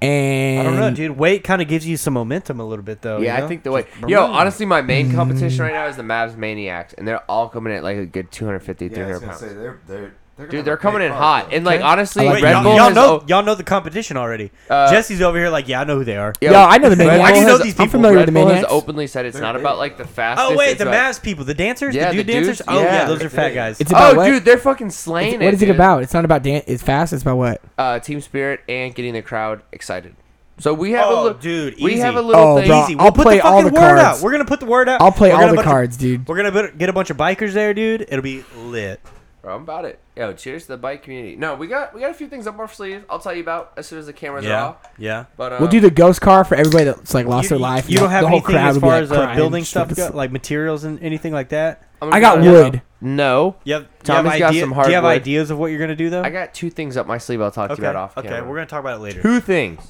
[SPEAKER 1] And
[SPEAKER 2] I don't know, dude. Weight kind of gives you some momentum a little bit, though.
[SPEAKER 1] Oh,
[SPEAKER 4] yeah,
[SPEAKER 2] you know?
[SPEAKER 4] I think the way.
[SPEAKER 2] Just-
[SPEAKER 4] Yo, honestly, my main competition right now is the
[SPEAKER 1] Mm.
[SPEAKER 4] Mavs Maniacs, and they're all coming at like a good 250,
[SPEAKER 5] Yeah, I was
[SPEAKER 4] 300
[SPEAKER 5] gonna
[SPEAKER 4] pounds.
[SPEAKER 5] say they're they're, they're
[SPEAKER 4] Dude, they're coming in hot. And like, honestly,
[SPEAKER 1] I like
[SPEAKER 4] Red
[SPEAKER 2] y'all,
[SPEAKER 4] Bull
[SPEAKER 2] y'all
[SPEAKER 4] has.
[SPEAKER 2] know
[SPEAKER 4] o-
[SPEAKER 2] y'all know the competition already.
[SPEAKER 4] Uh,
[SPEAKER 2] Jesse's over here like, yeah, I know who they are.
[SPEAKER 1] Yo, I know the
[SPEAKER 4] Red
[SPEAKER 1] Maniacs.
[SPEAKER 4] Bull
[SPEAKER 2] I do know
[SPEAKER 4] has-
[SPEAKER 2] these
[SPEAKER 1] I'm
[SPEAKER 2] people.
[SPEAKER 1] familiar with
[SPEAKER 4] Red
[SPEAKER 1] the
[SPEAKER 4] Bull has
[SPEAKER 1] Maniacs.
[SPEAKER 4] openly said it's not about like the fastest.
[SPEAKER 2] Oh wait,
[SPEAKER 4] it's
[SPEAKER 2] the
[SPEAKER 4] about-
[SPEAKER 2] Mavs people, the dancers,
[SPEAKER 4] Yeah,
[SPEAKER 2] the
[SPEAKER 4] the
[SPEAKER 2] dude dancers.
[SPEAKER 4] dudes,
[SPEAKER 2] Oh yeah.
[SPEAKER 4] yeah.
[SPEAKER 2] those are fat guys.
[SPEAKER 1] It's about
[SPEAKER 4] Oh,
[SPEAKER 1] what?
[SPEAKER 4] dude, they're fucking slaying
[SPEAKER 1] what is it
[SPEAKER 4] dude.
[SPEAKER 1] about? It's not about dance. It's fast. It's about what?
[SPEAKER 4] Uh, team spirit and getting the crowd excited. So we have a
[SPEAKER 2] Oh,
[SPEAKER 4] little,
[SPEAKER 2] dude,
[SPEAKER 4] We have
[SPEAKER 2] easy.
[SPEAKER 4] a little
[SPEAKER 1] Oh,
[SPEAKER 4] thing.
[SPEAKER 1] bro.
[SPEAKER 2] Easy.
[SPEAKER 1] I'll
[SPEAKER 2] We'll put
[SPEAKER 1] play
[SPEAKER 2] the
[SPEAKER 1] all
[SPEAKER 2] fucking
[SPEAKER 1] the
[SPEAKER 2] word out.
[SPEAKER 1] cards.
[SPEAKER 2] We're gonna put the word out.
[SPEAKER 1] I'll play
[SPEAKER 2] We're
[SPEAKER 1] all
[SPEAKER 2] gonna
[SPEAKER 1] the
[SPEAKER 2] put
[SPEAKER 1] cards, dude.
[SPEAKER 2] We're gonna put- get a bunch of bikers there, dude. It'll be lit.
[SPEAKER 4] Bro, I'm about it. Yo, cheers to the bike community. No, we got we got a few things up our sleeve. I'll tell you about as soon as the cameras are off.
[SPEAKER 2] yeah.
[SPEAKER 4] But um,
[SPEAKER 1] We'll do the ghost car for everybody that's like lost
[SPEAKER 2] you,
[SPEAKER 1] their
[SPEAKER 2] you-
[SPEAKER 1] life.
[SPEAKER 2] You
[SPEAKER 1] and
[SPEAKER 2] don't have
[SPEAKER 1] the whole
[SPEAKER 2] anything
[SPEAKER 1] crowd
[SPEAKER 2] as
[SPEAKER 1] would be,
[SPEAKER 2] far
[SPEAKER 1] like,
[SPEAKER 2] as uh,
[SPEAKER 1] crying
[SPEAKER 2] building
[SPEAKER 1] and
[SPEAKER 2] stuff,
[SPEAKER 1] shit.
[SPEAKER 2] go, like materials and anything like that.
[SPEAKER 4] I'm gonna
[SPEAKER 1] I
[SPEAKER 4] be
[SPEAKER 1] got
[SPEAKER 4] honest.
[SPEAKER 1] wood.
[SPEAKER 4] No,
[SPEAKER 2] You have, you have
[SPEAKER 4] Tommy's got
[SPEAKER 2] idea-
[SPEAKER 4] some
[SPEAKER 2] Do you have
[SPEAKER 4] hardwood.
[SPEAKER 2] ideas of what you're gonna do though?
[SPEAKER 4] I got two things up my sleeve. I'll talk to
[SPEAKER 2] okay.
[SPEAKER 4] you about off
[SPEAKER 2] okay,
[SPEAKER 4] camera.
[SPEAKER 2] we're gonna talk about it later.
[SPEAKER 4] two things.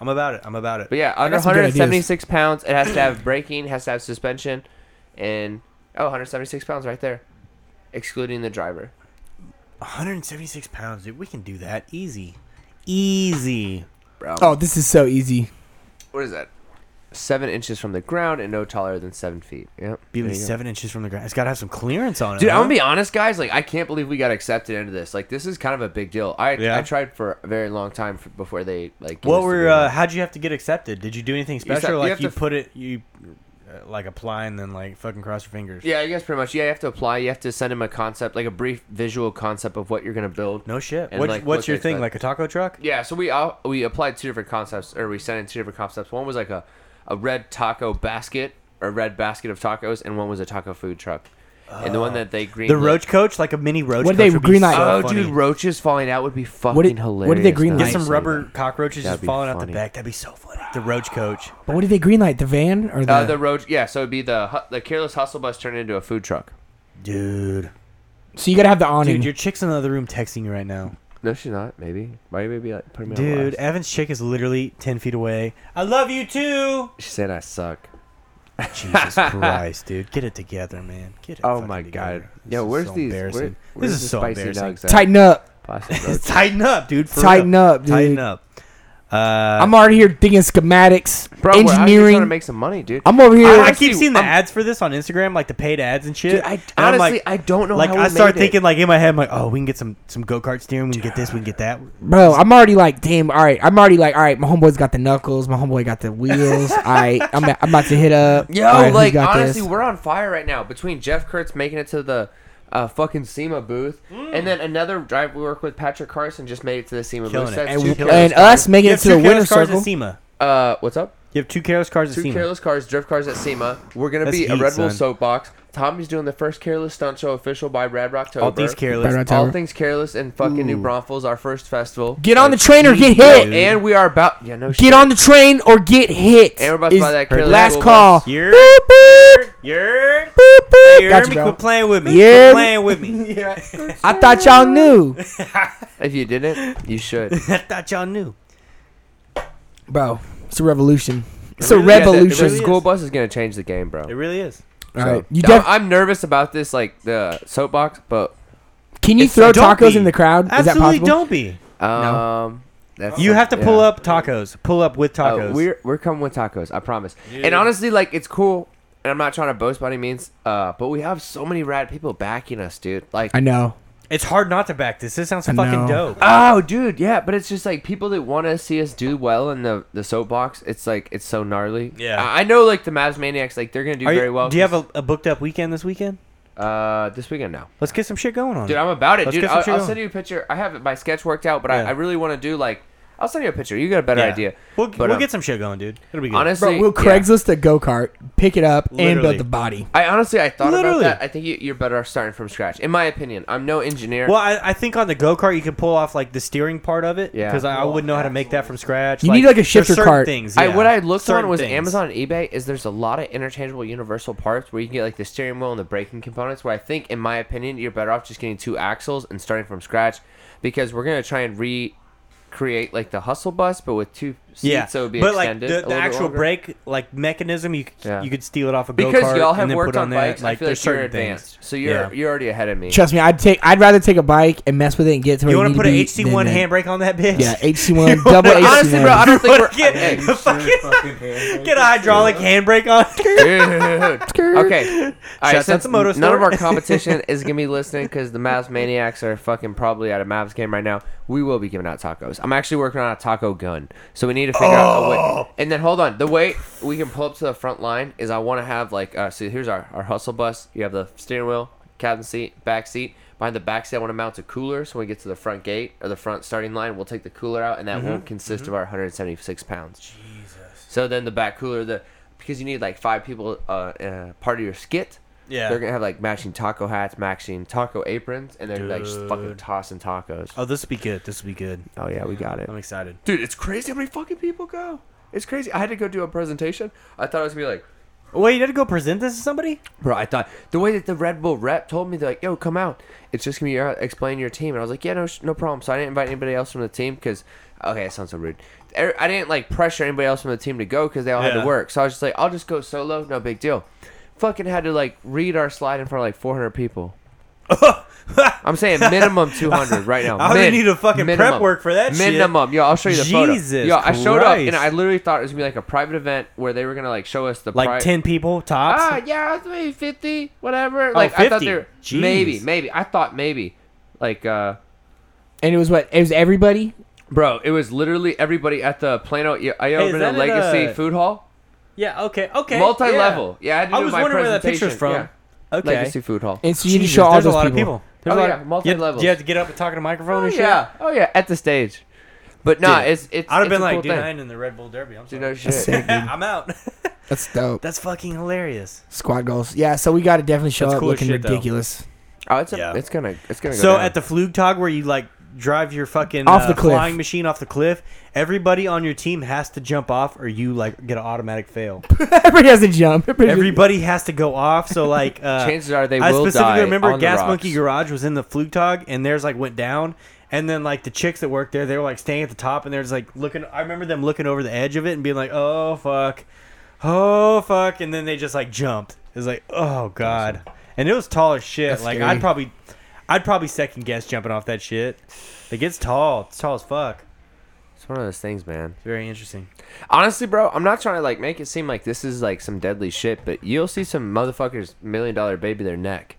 [SPEAKER 2] I'm about it. I'm about it.
[SPEAKER 4] But yeah, under
[SPEAKER 1] some good ideas.
[SPEAKER 4] 176 pounds, it has to have braking, has to have suspension, and oh, 176 pounds right there, excluding the driver.
[SPEAKER 2] 176 pounds, dude. We can do that easy, easy.
[SPEAKER 4] Bro,
[SPEAKER 1] Oh, this is so easy.
[SPEAKER 4] what is that? Seven inches from the ground and no taller than seven feet. Yep.
[SPEAKER 2] Be at
[SPEAKER 4] there
[SPEAKER 2] least
[SPEAKER 4] you go.
[SPEAKER 2] seven inches from the ground. It's got to have some clearance on it.
[SPEAKER 4] Dude,
[SPEAKER 2] huh?
[SPEAKER 4] I'm gonna be honest, guys. Like, I can't believe we got accepted into this. Like, this is kind of a big deal. I
[SPEAKER 2] Yeah.
[SPEAKER 4] I tried for a very long time f before they like. gave us
[SPEAKER 2] What
[SPEAKER 4] the
[SPEAKER 2] were?
[SPEAKER 4] green
[SPEAKER 2] Uh,
[SPEAKER 4] light.
[SPEAKER 2] how'd you have to get accepted? Did you do anything
[SPEAKER 4] said-
[SPEAKER 2] special?
[SPEAKER 4] you
[SPEAKER 2] like
[SPEAKER 4] have
[SPEAKER 2] you
[SPEAKER 4] to-
[SPEAKER 2] put it, you uh, like apply and then like fucking cross your fingers.
[SPEAKER 4] yeah, I guess pretty much. Yeah, you have to apply. You have to send them a concept, like a brief visual concept of what you're gonna build.
[SPEAKER 2] No shit.
[SPEAKER 4] And,
[SPEAKER 2] What,
[SPEAKER 4] like,
[SPEAKER 2] what's
[SPEAKER 4] what
[SPEAKER 2] your
[SPEAKER 4] they
[SPEAKER 2] thing? Like
[SPEAKER 4] expect.
[SPEAKER 2] a taco truck?
[SPEAKER 4] Yeah, so we all, we applied two different concepts, or we sent in two different concepts. One was like a, a red taco basket, or red basket of tacos, and one was a taco food truck. and Uh, the one that they green
[SPEAKER 2] The roach coach, like a mini roach.
[SPEAKER 1] What
[SPEAKER 2] coach
[SPEAKER 1] did they
[SPEAKER 2] would be
[SPEAKER 1] greenlight?
[SPEAKER 2] so
[SPEAKER 4] Oh,
[SPEAKER 2] funny.
[SPEAKER 4] dude, roaches falling out would be fucking
[SPEAKER 1] did-
[SPEAKER 4] hilarious.
[SPEAKER 1] what did they green
[SPEAKER 4] though.
[SPEAKER 2] Get
[SPEAKER 1] light?
[SPEAKER 2] some rubber cockroaches
[SPEAKER 4] That'd
[SPEAKER 2] just
[SPEAKER 4] be
[SPEAKER 2] falling out the
[SPEAKER 4] funny.
[SPEAKER 2] back. That'd be so funny. The roach coach.
[SPEAKER 1] But what did they greenlight? The van or the?
[SPEAKER 4] Uh, the roach, yeah. So it'd be the hu- the careless hustle bus turned into a food truck.
[SPEAKER 2] Dude.
[SPEAKER 1] so you gotta have the awning.
[SPEAKER 2] Dude, your chick's in the other room texting you right now.
[SPEAKER 4] No, she's not. Maybe. Why maybe like put me on
[SPEAKER 2] Dude, eh
[SPEAKER 4] blast?
[SPEAKER 2] Evan's chick is literally 10 feet away. I love you too.
[SPEAKER 4] She said I suck.
[SPEAKER 2] Jesus Christ, dude. Get it together, man. Get it
[SPEAKER 4] Oh
[SPEAKER 2] fucking
[SPEAKER 4] my
[SPEAKER 2] together.
[SPEAKER 4] God.
[SPEAKER 2] This
[SPEAKER 4] Yo,
[SPEAKER 2] is
[SPEAKER 4] where's
[SPEAKER 2] so
[SPEAKER 4] these- where-
[SPEAKER 2] Embarrassing.
[SPEAKER 4] where's
[SPEAKER 2] this
[SPEAKER 4] the
[SPEAKER 2] is so
[SPEAKER 4] spicy
[SPEAKER 2] embarrassing.
[SPEAKER 4] dogs at?
[SPEAKER 1] Tighten up.
[SPEAKER 4] Plastic roach.
[SPEAKER 2] Tighten up, dude. for
[SPEAKER 1] Tighten
[SPEAKER 2] real.
[SPEAKER 1] up, dude.
[SPEAKER 2] Tighten up. Uh,
[SPEAKER 1] I'm already here thinking schematics,
[SPEAKER 4] Bro, we're out here
[SPEAKER 1] engineering.
[SPEAKER 4] trying to make some money, dude.
[SPEAKER 1] I'm over here.
[SPEAKER 2] I,
[SPEAKER 4] honestly,
[SPEAKER 2] keep seeing the
[SPEAKER 4] I'm-
[SPEAKER 2] ads for this on Instagram, like the paid ads and shit.
[SPEAKER 4] Dude, I-
[SPEAKER 2] and I'm
[SPEAKER 4] honestly,
[SPEAKER 2] like,
[SPEAKER 4] I don't know
[SPEAKER 2] like
[SPEAKER 4] how
[SPEAKER 2] I
[SPEAKER 4] we
[SPEAKER 2] start
[SPEAKER 4] made it.
[SPEAKER 2] thinking, like in my head, I'm like, oh, we can get some some go kart steering, we can get this, we can get that.
[SPEAKER 1] Bro, I'm already like, damn. All right, I'm already like, all right. My homeboy's got the knuckles. My homeboy got the wheels. All right, I'm, I'm about to hit up.
[SPEAKER 4] Yo,
[SPEAKER 1] All right, who's
[SPEAKER 4] like
[SPEAKER 1] got
[SPEAKER 4] honestly,
[SPEAKER 1] this?
[SPEAKER 4] we're on fire right now. Between Jeff Kurtz making it to the uh, fucking SEMA booth, and then another drive we work with Patrick Carson just made it to the SEMA
[SPEAKER 2] Killing
[SPEAKER 4] booth.
[SPEAKER 2] it.
[SPEAKER 4] That's
[SPEAKER 1] and,
[SPEAKER 4] two
[SPEAKER 1] w- and
[SPEAKER 4] careless
[SPEAKER 1] us making it
[SPEAKER 2] You
[SPEAKER 1] to
[SPEAKER 2] have two
[SPEAKER 1] the
[SPEAKER 2] careless
[SPEAKER 1] winner's
[SPEAKER 2] cars at
[SPEAKER 1] circle.
[SPEAKER 2] SEMA.
[SPEAKER 4] Uh, what's up?
[SPEAKER 2] You have two careless cars at
[SPEAKER 4] Two
[SPEAKER 2] SEMA.
[SPEAKER 4] careless cars, drift cars at SEMA. We're gonna
[SPEAKER 2] That's
[SPEAKER 4] be a
[SPEAKER 2] heat,
[SPEAKER 4] Red Bull
[SPEAKER 2] son.
[SPEAKER 4] soapbox. Tommy's doing the first careless stunt show official by Rad Rock
[SPEAKER 2] All things careless.
[SPEAKER 1] Right on
[SPEAKER 4] All
[SPEAKER 1] time.
[SPEAKER 4] things careless and fucking New Braunfels, our first festival.
[SPEAKER 1] Get on the
[SPEAKER 4] Like,
[SPEAKER 1] train or get hit.
[SPEAKER 2] dude.
[SPEAKER 4] and we are about yeah no
[SPEAKER 1] Get on the train or get hit.
[SPEAKER 4] And we're about to
[SPEAKER 1] is
[SPEAKER 4] buy that
[SPEAKER 1] her
[SPEAKER 4] killer
[SPEAKER 1] last
[SPEAKER 4] school
[SPEAKER 1] call.
[SPEAKER 4] bus.
[SPEAKER 2] You're,
[SPEAKER 1] Boop, boop,
[SPEAKER 2] you're,
[SPEAKER 1] boop, boop.
[SPEAKER 2] you're,
[SPEAKER 1] Got you,
[SPEAKER 2] me,
[SPEAKER 1] bro.
[SPEAKER 2] quit playing with me.
[SPEAKER 1] Yeah.
[SPEAKER 2] Quit playing with me.
[SPEAKER 1] I thought y'all knew,
[SPEAKER 4] If you didn't, you should.
[SPEAKER 2] I thought y'all knew.
[SPEAKER 1] bro. It's a revolution. It's
[SPEAKER 2] It
[SPEAKER 1] a
[SPEAKER 2] really is. It
[SPEAKER 1] revolution.
[SPEAKER 4] the
[SPEAKER 2] really
[SPEAKER 4] school
[SPEAKER 2] is.
[SPEAKER 4] bus is gonna change the game, bro.
[SPEAKER 2] It really is.
[SPEAKER 1] All right, you
[SPEAKER 4] So,
[SPEAKER 1] def-
[SPEAKER 4] I'm I'm nervous about this, like the soapbox, but
[SPEAKER 1] can you
[SPEAKER 4] it's-
[SPEAKER 1] throw
[SPEAKER 2] Don't
[SPEAKER 1] tacos
[SPEAKER 2] be.
[SPEAKER 1] in the crowd? Is that
[SPEAKER 2] Absolutely
[SPEAKER 1] possible?
[SPEAKER 2] don't be.
[SPEAKER 4] um, that's
[SPEAKER 2] You have to pull
[SPEAKER 4] yeah.
[SPEAKER 2] up tacos. Pull up with
[SPEAKER 4] Uh,
[SPEAKER 2] tacos.
[SPEAKER 4] we're we're coming with tacos, I promise. And honestly, like it's cool, and I'm not trying to boast by any means, uh, but we have so many rad people backing us, dude. Like,
[SPEAKER 1] I know.
[SPEAKER 2] it's hard not to back this. This sounds
[SPEAKER 1] I
[SPEAKER 2] fucking
[SPEAKER 1] know.
[SPEAKER 2] dope.
[SPEAKER 4] oh, dude, yeah, but it's just like people that want to see us do well in the the soapbox. It's like it's so gnarly.
[SPEAKER 2] Yeah.
[SPEAKER 4] I, I know, like the Mavs maniacs, like they're gonna do
[SPEAKER 2] Are you-
[SPEAKER 4] very well.
[SPEAKER 2] Do you have a, a booked up weekend this weekend?
[SPEAKER 4] uh this weekend now?
[SPEAKER 2] Let's get some shit going on.
[SPEAKER 4] Dude, I'm about it,
[SPEAKER 2] Let's
[SPEAKER 4] dude.
[SPEAKER 2] get some
[SPEAKER 4] I'll,
[SPEAKER 2] shit
[SPEAKER 4] I'll
[SPEAKER 2] going.
[SPEAKER 4] send you a picture. I have my sketch worked out, but I,
[SPEAKER 2] Yeah.
[SPEAKER 4] I really want to do like. I'll send you a picture. You got a better
[SPEAKER 2] Yeah.
[SPEAKER 4] idea.
[SPEAKER 2] We'll,
[SPEAKER 4] But,
[SPEAKER 2] we'll
[SPEAKER 4] um,
[SPEAKER 2] get some shit going, dude. It'll be good.
[SPEAKER 4] Honestly,
[SPEAKER 1] Bro, we'll
[SPEAKER 4] yeah.
[SPEAKER 1] Craigslist a go kart, pick it up, and
[SPEAKER 2] Literally.
[SPEAKER 1] build the body.
[SPEAKER 4] I honestly, I thought
[SPEAKER 2] Literally.
[SPEAKER 4] about that. I think you, you're better off starting from scratch. In my opinion, I'm no engineer.
[SPEAKER 2] Well, I, I think on the go kart you can pull off like the steering part of it.
[SPEAKER 4] Yeah.
[SPEAKER 2] Because I, I wouldn't know how to make that from scratch.
[SPEAKER 1] You need, like, a
[SPEAKER 2] there's
[SPEAKER 1] shifter
[SPEAKER 2] certain
[SPEAKER 1] cart.
[SPEAKER 2] Things.
[SPEAKER 4] I,
[SPEAKER 2] yeah.
[SPEAKER 4] what I looked
[SPEAKER 2] Certain
[SPEAKER 4] on was
[SPEAKER 2] things.
[SPEAKER 4] Amazon and eBay. Is there's a lot of interchangeable universal parts where you can get like the steering wheel and the braking components. Where I think, in my opinion, you're better off just getting two axles and starting from scratch, because we're gonna try and recreate like the hustle bus, but with two seats,
[SPEAKER 2] Yeah,
[SPEAKER 4] so it would be
[SPEAKER 2] but like
[SPEAKER 4] extended. a
[SPEAKER 2] the,
[SPEAKER 4] little
[SPEAKER 2] the
[SPEAKER 4] bit
[SPEAKER 2] actual
[SPEAKER 4] longer.
[SPEAKER 2] brake like mechanism, you c-
[SPEAKER 4] Yeah.
[SPEAKER 2] you could steal it off a go kart
[SPEAKER 4] Because y'all have
[SPEAKER 2] and then
[SPEAKER 4] worked
[SPEAKER 2] put on,
[SPEAKER 4] on
[SPEAKER 2] that.
[SPEAKER 4] bikes,
[SPEAKER 2] like
[SPEAKER 4] I feel
[SPEAKER 2] there's
[SPEAKER 4] like you're
[SPEAKER 2] certain
[SPEAKER 4] advanced,
[SPEAKER 2] things.
[SPEAKER 4] so you're
[SPEAKER 2] Yeah.
[SPEAKER 4] you're already ahead of me.
[SPEAKER 1] Trust me, I'd take. I'd rather take a bike and mess with it and get to where
[SPEAKER 2] You
[SPEAKER 1] want to
[SPEAKER 2] put an
[SPEAKER 1] be
[SPEAKER 2] HC1
[SPEAKER 1] than- uh,
[SPEAKER 2] handbrake on that bitch?
[SPEAKER 1] Yeah, HC1,
[SPEAKER 2] You wanna-
[SPEAKER 1] double HC1.
[SPEAKER 4] Honestly, bro, I don't think we're.
[SPEAKER 2] Get,
[SPEAKER 4] Hey,
[SPEAKER 2] a fucking, get a hydraulic handbrake on. it.
[SPEAKER 4] Dude. okay. All right,
[SPEAKER 2] out
[SPEAKER 4] since
[SPEAKER 2] to Moto
[SPEAKER 4] none of
[SPEAKER 2] Store.
[SPEAKER 4] our competition is gonna be listening because the Mavs maniacs are fucking probably at a Mavs game right now, we will be giving out tacos. I'm actually working on a taco gun, so we need to figure out a
[SPEAKER 2] Oh.
[SPEAKER 4] way. And then hold on, the way we can pull up to the front line is I want to have like, uh, so here's our our hustle bus. You have the steering wheel, captain seat, back seat. Behind the back seat, I want to mount a cooler. So when we get to the front gate or the front starting line, we'll take the cooler out, and
[SPEAKER 2] Mm-hmm.
[SPEAKER 4] that won't consist of our 176 pounds. So then the back cooler, the because you need like five people uh, uh part of your skit.
[SPEAKER 2] Yeah.
[SPEAKER 4] They're gonna have like matching taco hats, matching taco aprons, and they're like just fucking
[SPEAKER 2] Dude.
[SPEAKER 4] tossing tacos.
[SPEAKER 2] Oh, this will be good. This will be good.
[SPEAKER 4] Oh yeah, we got it.
[SPEAKER 2] I'm excited.
[SPEAKER 4] Dude, it's crazy how many fucking people go. It's crazy. I had to go do a presentation. I thought it was gonna be like,
[SPEAKER 2] Wait, you had to go present this to somebody?
[SPEAKER 4] bro. I thought the way that the Red Bull rep told me, they're like, "Yo, come out. It's just gonna be your, explain your team." And I was like, "Yeah, no, sh- no problem." So I didn't invite anybody else from the team because, okay, that sounds so rude. Er- I didn't like pressure anybody else from the team to go because they all had
[SPEAKER 2] Yeah.
[SPEAKER 4] to work. So I was just like, "I'll just go solo. No big deal." Fucking had to like read our slide in front of like 400 people. I'm saying minimum 200 right now.
[SPEAKER 2] I already need a fucking prep work for that shit.
[SPEAKER 4] Minimum. Yo, I'll show you the photo.
[SPEAKER 2] Jesus
[SPEAKER 4] Yo, I showed up and
[SPEAKER 2] Christ.
[SPEAKER 4] I literally thought it was gonna be like a private event where they were gonna like show us the
[SPEAKER 2] Like
[SPEAKER 4] pri-
[SPEAKER 2] 10 people tops?
[SPEAKER 4] Ah, yeah, it's maybe fifty, whatever. Like I thought
[SPEAKER 2] 50.
[SPEAKER 4] they were
[SPEAKER 2] Oh, Jeez.
[SPEAKER 4] maybe, maybe. I thought maybe, like, uh,
[SPEAKER 1] And it was what? It was everybody?
[SPEAKER 4] bro, it was literally everybody at the Plano
[SPEAKER 2] is
[SPEAKER 4] Iona
[SPEAKER 2] that at,
[SPEAKER 4] Legacy
[SPEAKER 2] uh,
[SPEAKER 4] Food Hall,
[SPEAKER 2] yeah, okay, okay.
[SPEAKER 4] multi-level. Yeah, I had to
[SPEAKER 2] I
[SPEAKER 4] do
[SPEAKER 2] was
[SPEAKER 4] my
[SPEAKER 2] wondering where that
[SPEAKER 4] presentation.
[SPEAKER 2] picture's from.
[SPEAKER 4] Yeah.
[SPEAKER 2] Okay.
[SPEAKER 4] Legacy Food Hall.
[SPEAKER 1] And so you need to
[SPEAKER 2] Jesus,
[SPEAKER 1] show all
[SPEAKER 2] there's
[SPEAKER 1] those
[SPEAKER 2] a lot
[SPEAKER 1] people.
[SPEAKER 2] of people. There's
[SPEAKER 4] Oh,
[SPEAKER 2] a lot
[SPEAKER 4] yeah,
[SPEAKER 2] of-
[SPEAKER 4] multi
[SPEAKER 2] you had-
[SPEAKER 4] levels.
[SPEAKER 2] Do you have to get up and talk in a microphone
[SPEAKER 4] Oh
[SPEAKER 2] and shit?
[SPEAKER 4] yeah, oh yeah, at the stage. But nah,
[SPEAKER 2] Dude,
[SPEAKER 4] it's it's.
[SPEAKER 2] I'd have
[SPEAKER 4] it's
[SPEAKER 2] been
[SPEAKER 4] a
[SPEAKER 2] like,
[SPEAKER 4] cool
[SPEAKER 2] dude, I
[SPEAKER 4] thing.
[SPEAKER 2] ain't in the Red Bull Derby. I'm sorry.
[SPEAKER 4] Dude, no shit.
[SPEAKER 2] I'm out.
[SPEAKER 1] That's dope.
[SPEAKER 2] That's fucking hilarious.
[SPEAKER 1] Squad goals. Yeah, so we got to definitely show
[SPEAKER 2] That's
[SPEAKER 1] up
[SPEAKER 2] cool as
[SPEAKER 1] looking
[SPEAKER 2] shit, though.
[SPEAKER 1] ridiculous.
[SPEAKER 4] Oh, it's a,
[SPEAKER 2] Yeah.
[SPEAKER 4] it's gonna it's gonna. Go
[SPEAKER 2] So
[SPEAKER 4] down.
[SPEAKER 2] at the Flugtag where you like drive your fucking
[SPEAKER 1] Off
[SPEAKER 2] uh,
[SPEAKER 1] the cliff.
[SPEAKER 2] flying machine off the cliff, everybody on your team has to jump off or you like get an automatic fail.
[SPEAKER 1] Everybody has to jump. Everybody-
[SPEAKER 2] everybody has to go off. So like, uh,
[SPEAKER 4] Chances are they
[SPEAKER 2] I
[SPEAKER 4] will
[SPEAKER 2] specifically
[SPEAKER 4] die
[SPEAKER 2] remember
[SPEAKER 4] on the
[SPEAKER 2] Gas
[SPEAKER 4] rocks.
[SPEAKER 2] Monkey Garage was in the Flugtag, and theirs like went down. And then like the chicks that worked there, they were like staying at the top, and they're just like looking. I remember them looking over the edge of it and being like, "Oh fuck, oh fuck," and then they just like jumped. It was like, "Oh god," and it was tall as shit.
[SPEAKER 1] That's
[SPEAKER 2] like
[SPEAKER 1] scary.
[SPEAKER 2] I'd probably, I'd probably second guess jumping off that shit. Like it's tall. It's tall as fuck.
[SPEAKER 4] it's one of those things, man.
[SPEAKER 2] It's very interesting.
[SPEAKER 4] Honestly, bro, I'm not trying to like make it seem like this is like some deadly shit, but you'll see some motherfuckers million dollar baby their neck.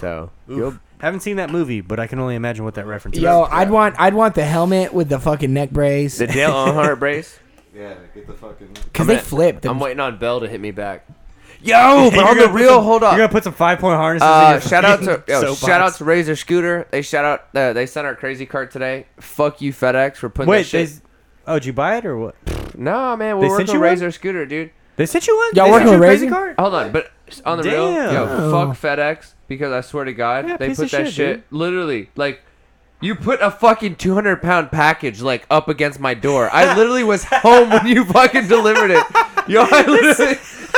[SPEAKER 4] So you'll
[SPEAKER 2] Haven't seen that movie, but I can only imagine what that reference is.
[SPEAKER 1] Yo, I'd want I'd want the helmet with the fucking neck brace.
[SPEAKER 4] the Dale Earnhardt brace.
[SPEAKER 5] Yeah, get the fucking.
[SPEAKER 1] Because they
[SPEAKER 4] I'm at-
[SPEAKER 1] flip.
[SPEAKER 4] I'm
[SPEAKER 1] them.
[SPEAKER 4] waiting on Bell to hit me back. Yo, but on the real, hold
[SPEAKER 2] on.
[SPEAKER 4] up.
[SPEAKER 2] You're gonna put some five point harnesses. in
[SPEAKER 4] Uh,
[SPEAKER 2] your
[SPEAKER 4] shout out to
[SPEAKER 2] fucking
[SPEAKER 4] yo,
[SPEAKER 2] soapbox.
[SPEAKER 4] shout out to Razor Scooter. They shout out. Uh, they sent our crazy cart today. Fuck you, FedEx. We're putting that
[SPEAKER 2] Wait, they,
[SPEAKER 4] shit.
[SPEAKER 2] oh, did you buy it or what?
[SPEAKER 4] Nah, man,
[SPEAKER 2] they
[SPEAKER 4] we're
[SPEAKER 2] sent
[SPEAKER 4] working
[SPEAKER 2] you
[SPEAKER 4] on
[SPEAKER 2] one?
[SPEAKER 4] Razor Scooter, dude.
[SPEAKER 2] They sent you one.
[SPEAKER 1] Y'all
[SPEAKER 2] They
[SPEAKER 1] working
[SPEAKER 2] sent you
[SPEAKER 1] with
[SPEAKER 2] a crazy
[SPEAKER 1] Razor?
[SPEAKER 2] card?
[SPEAKER 4] Hold on, but on the real,
[SPEAKER 2] Damn.
[SPEAKER 4] yo,
[SPEAKER 1] Oh.
[SPEAKER 4] fuck FedEx because I swear to God,
[SPEAKER 2] Yeah,
[SPEAKER 4] they
[SPEAKER 2] piece
[SPEAKER 4] put
[SPEAKER 2] of
[SPEAKER 4] that
[SPEAKER 2] shit,
[SPEAKER 4] shit
[SPEAKER 2] dude.
[SPEAKER 4] literally like. You put a fucking 200 pound package like up against my door. I literally was home when you fucking delivered it. Yo, I literally,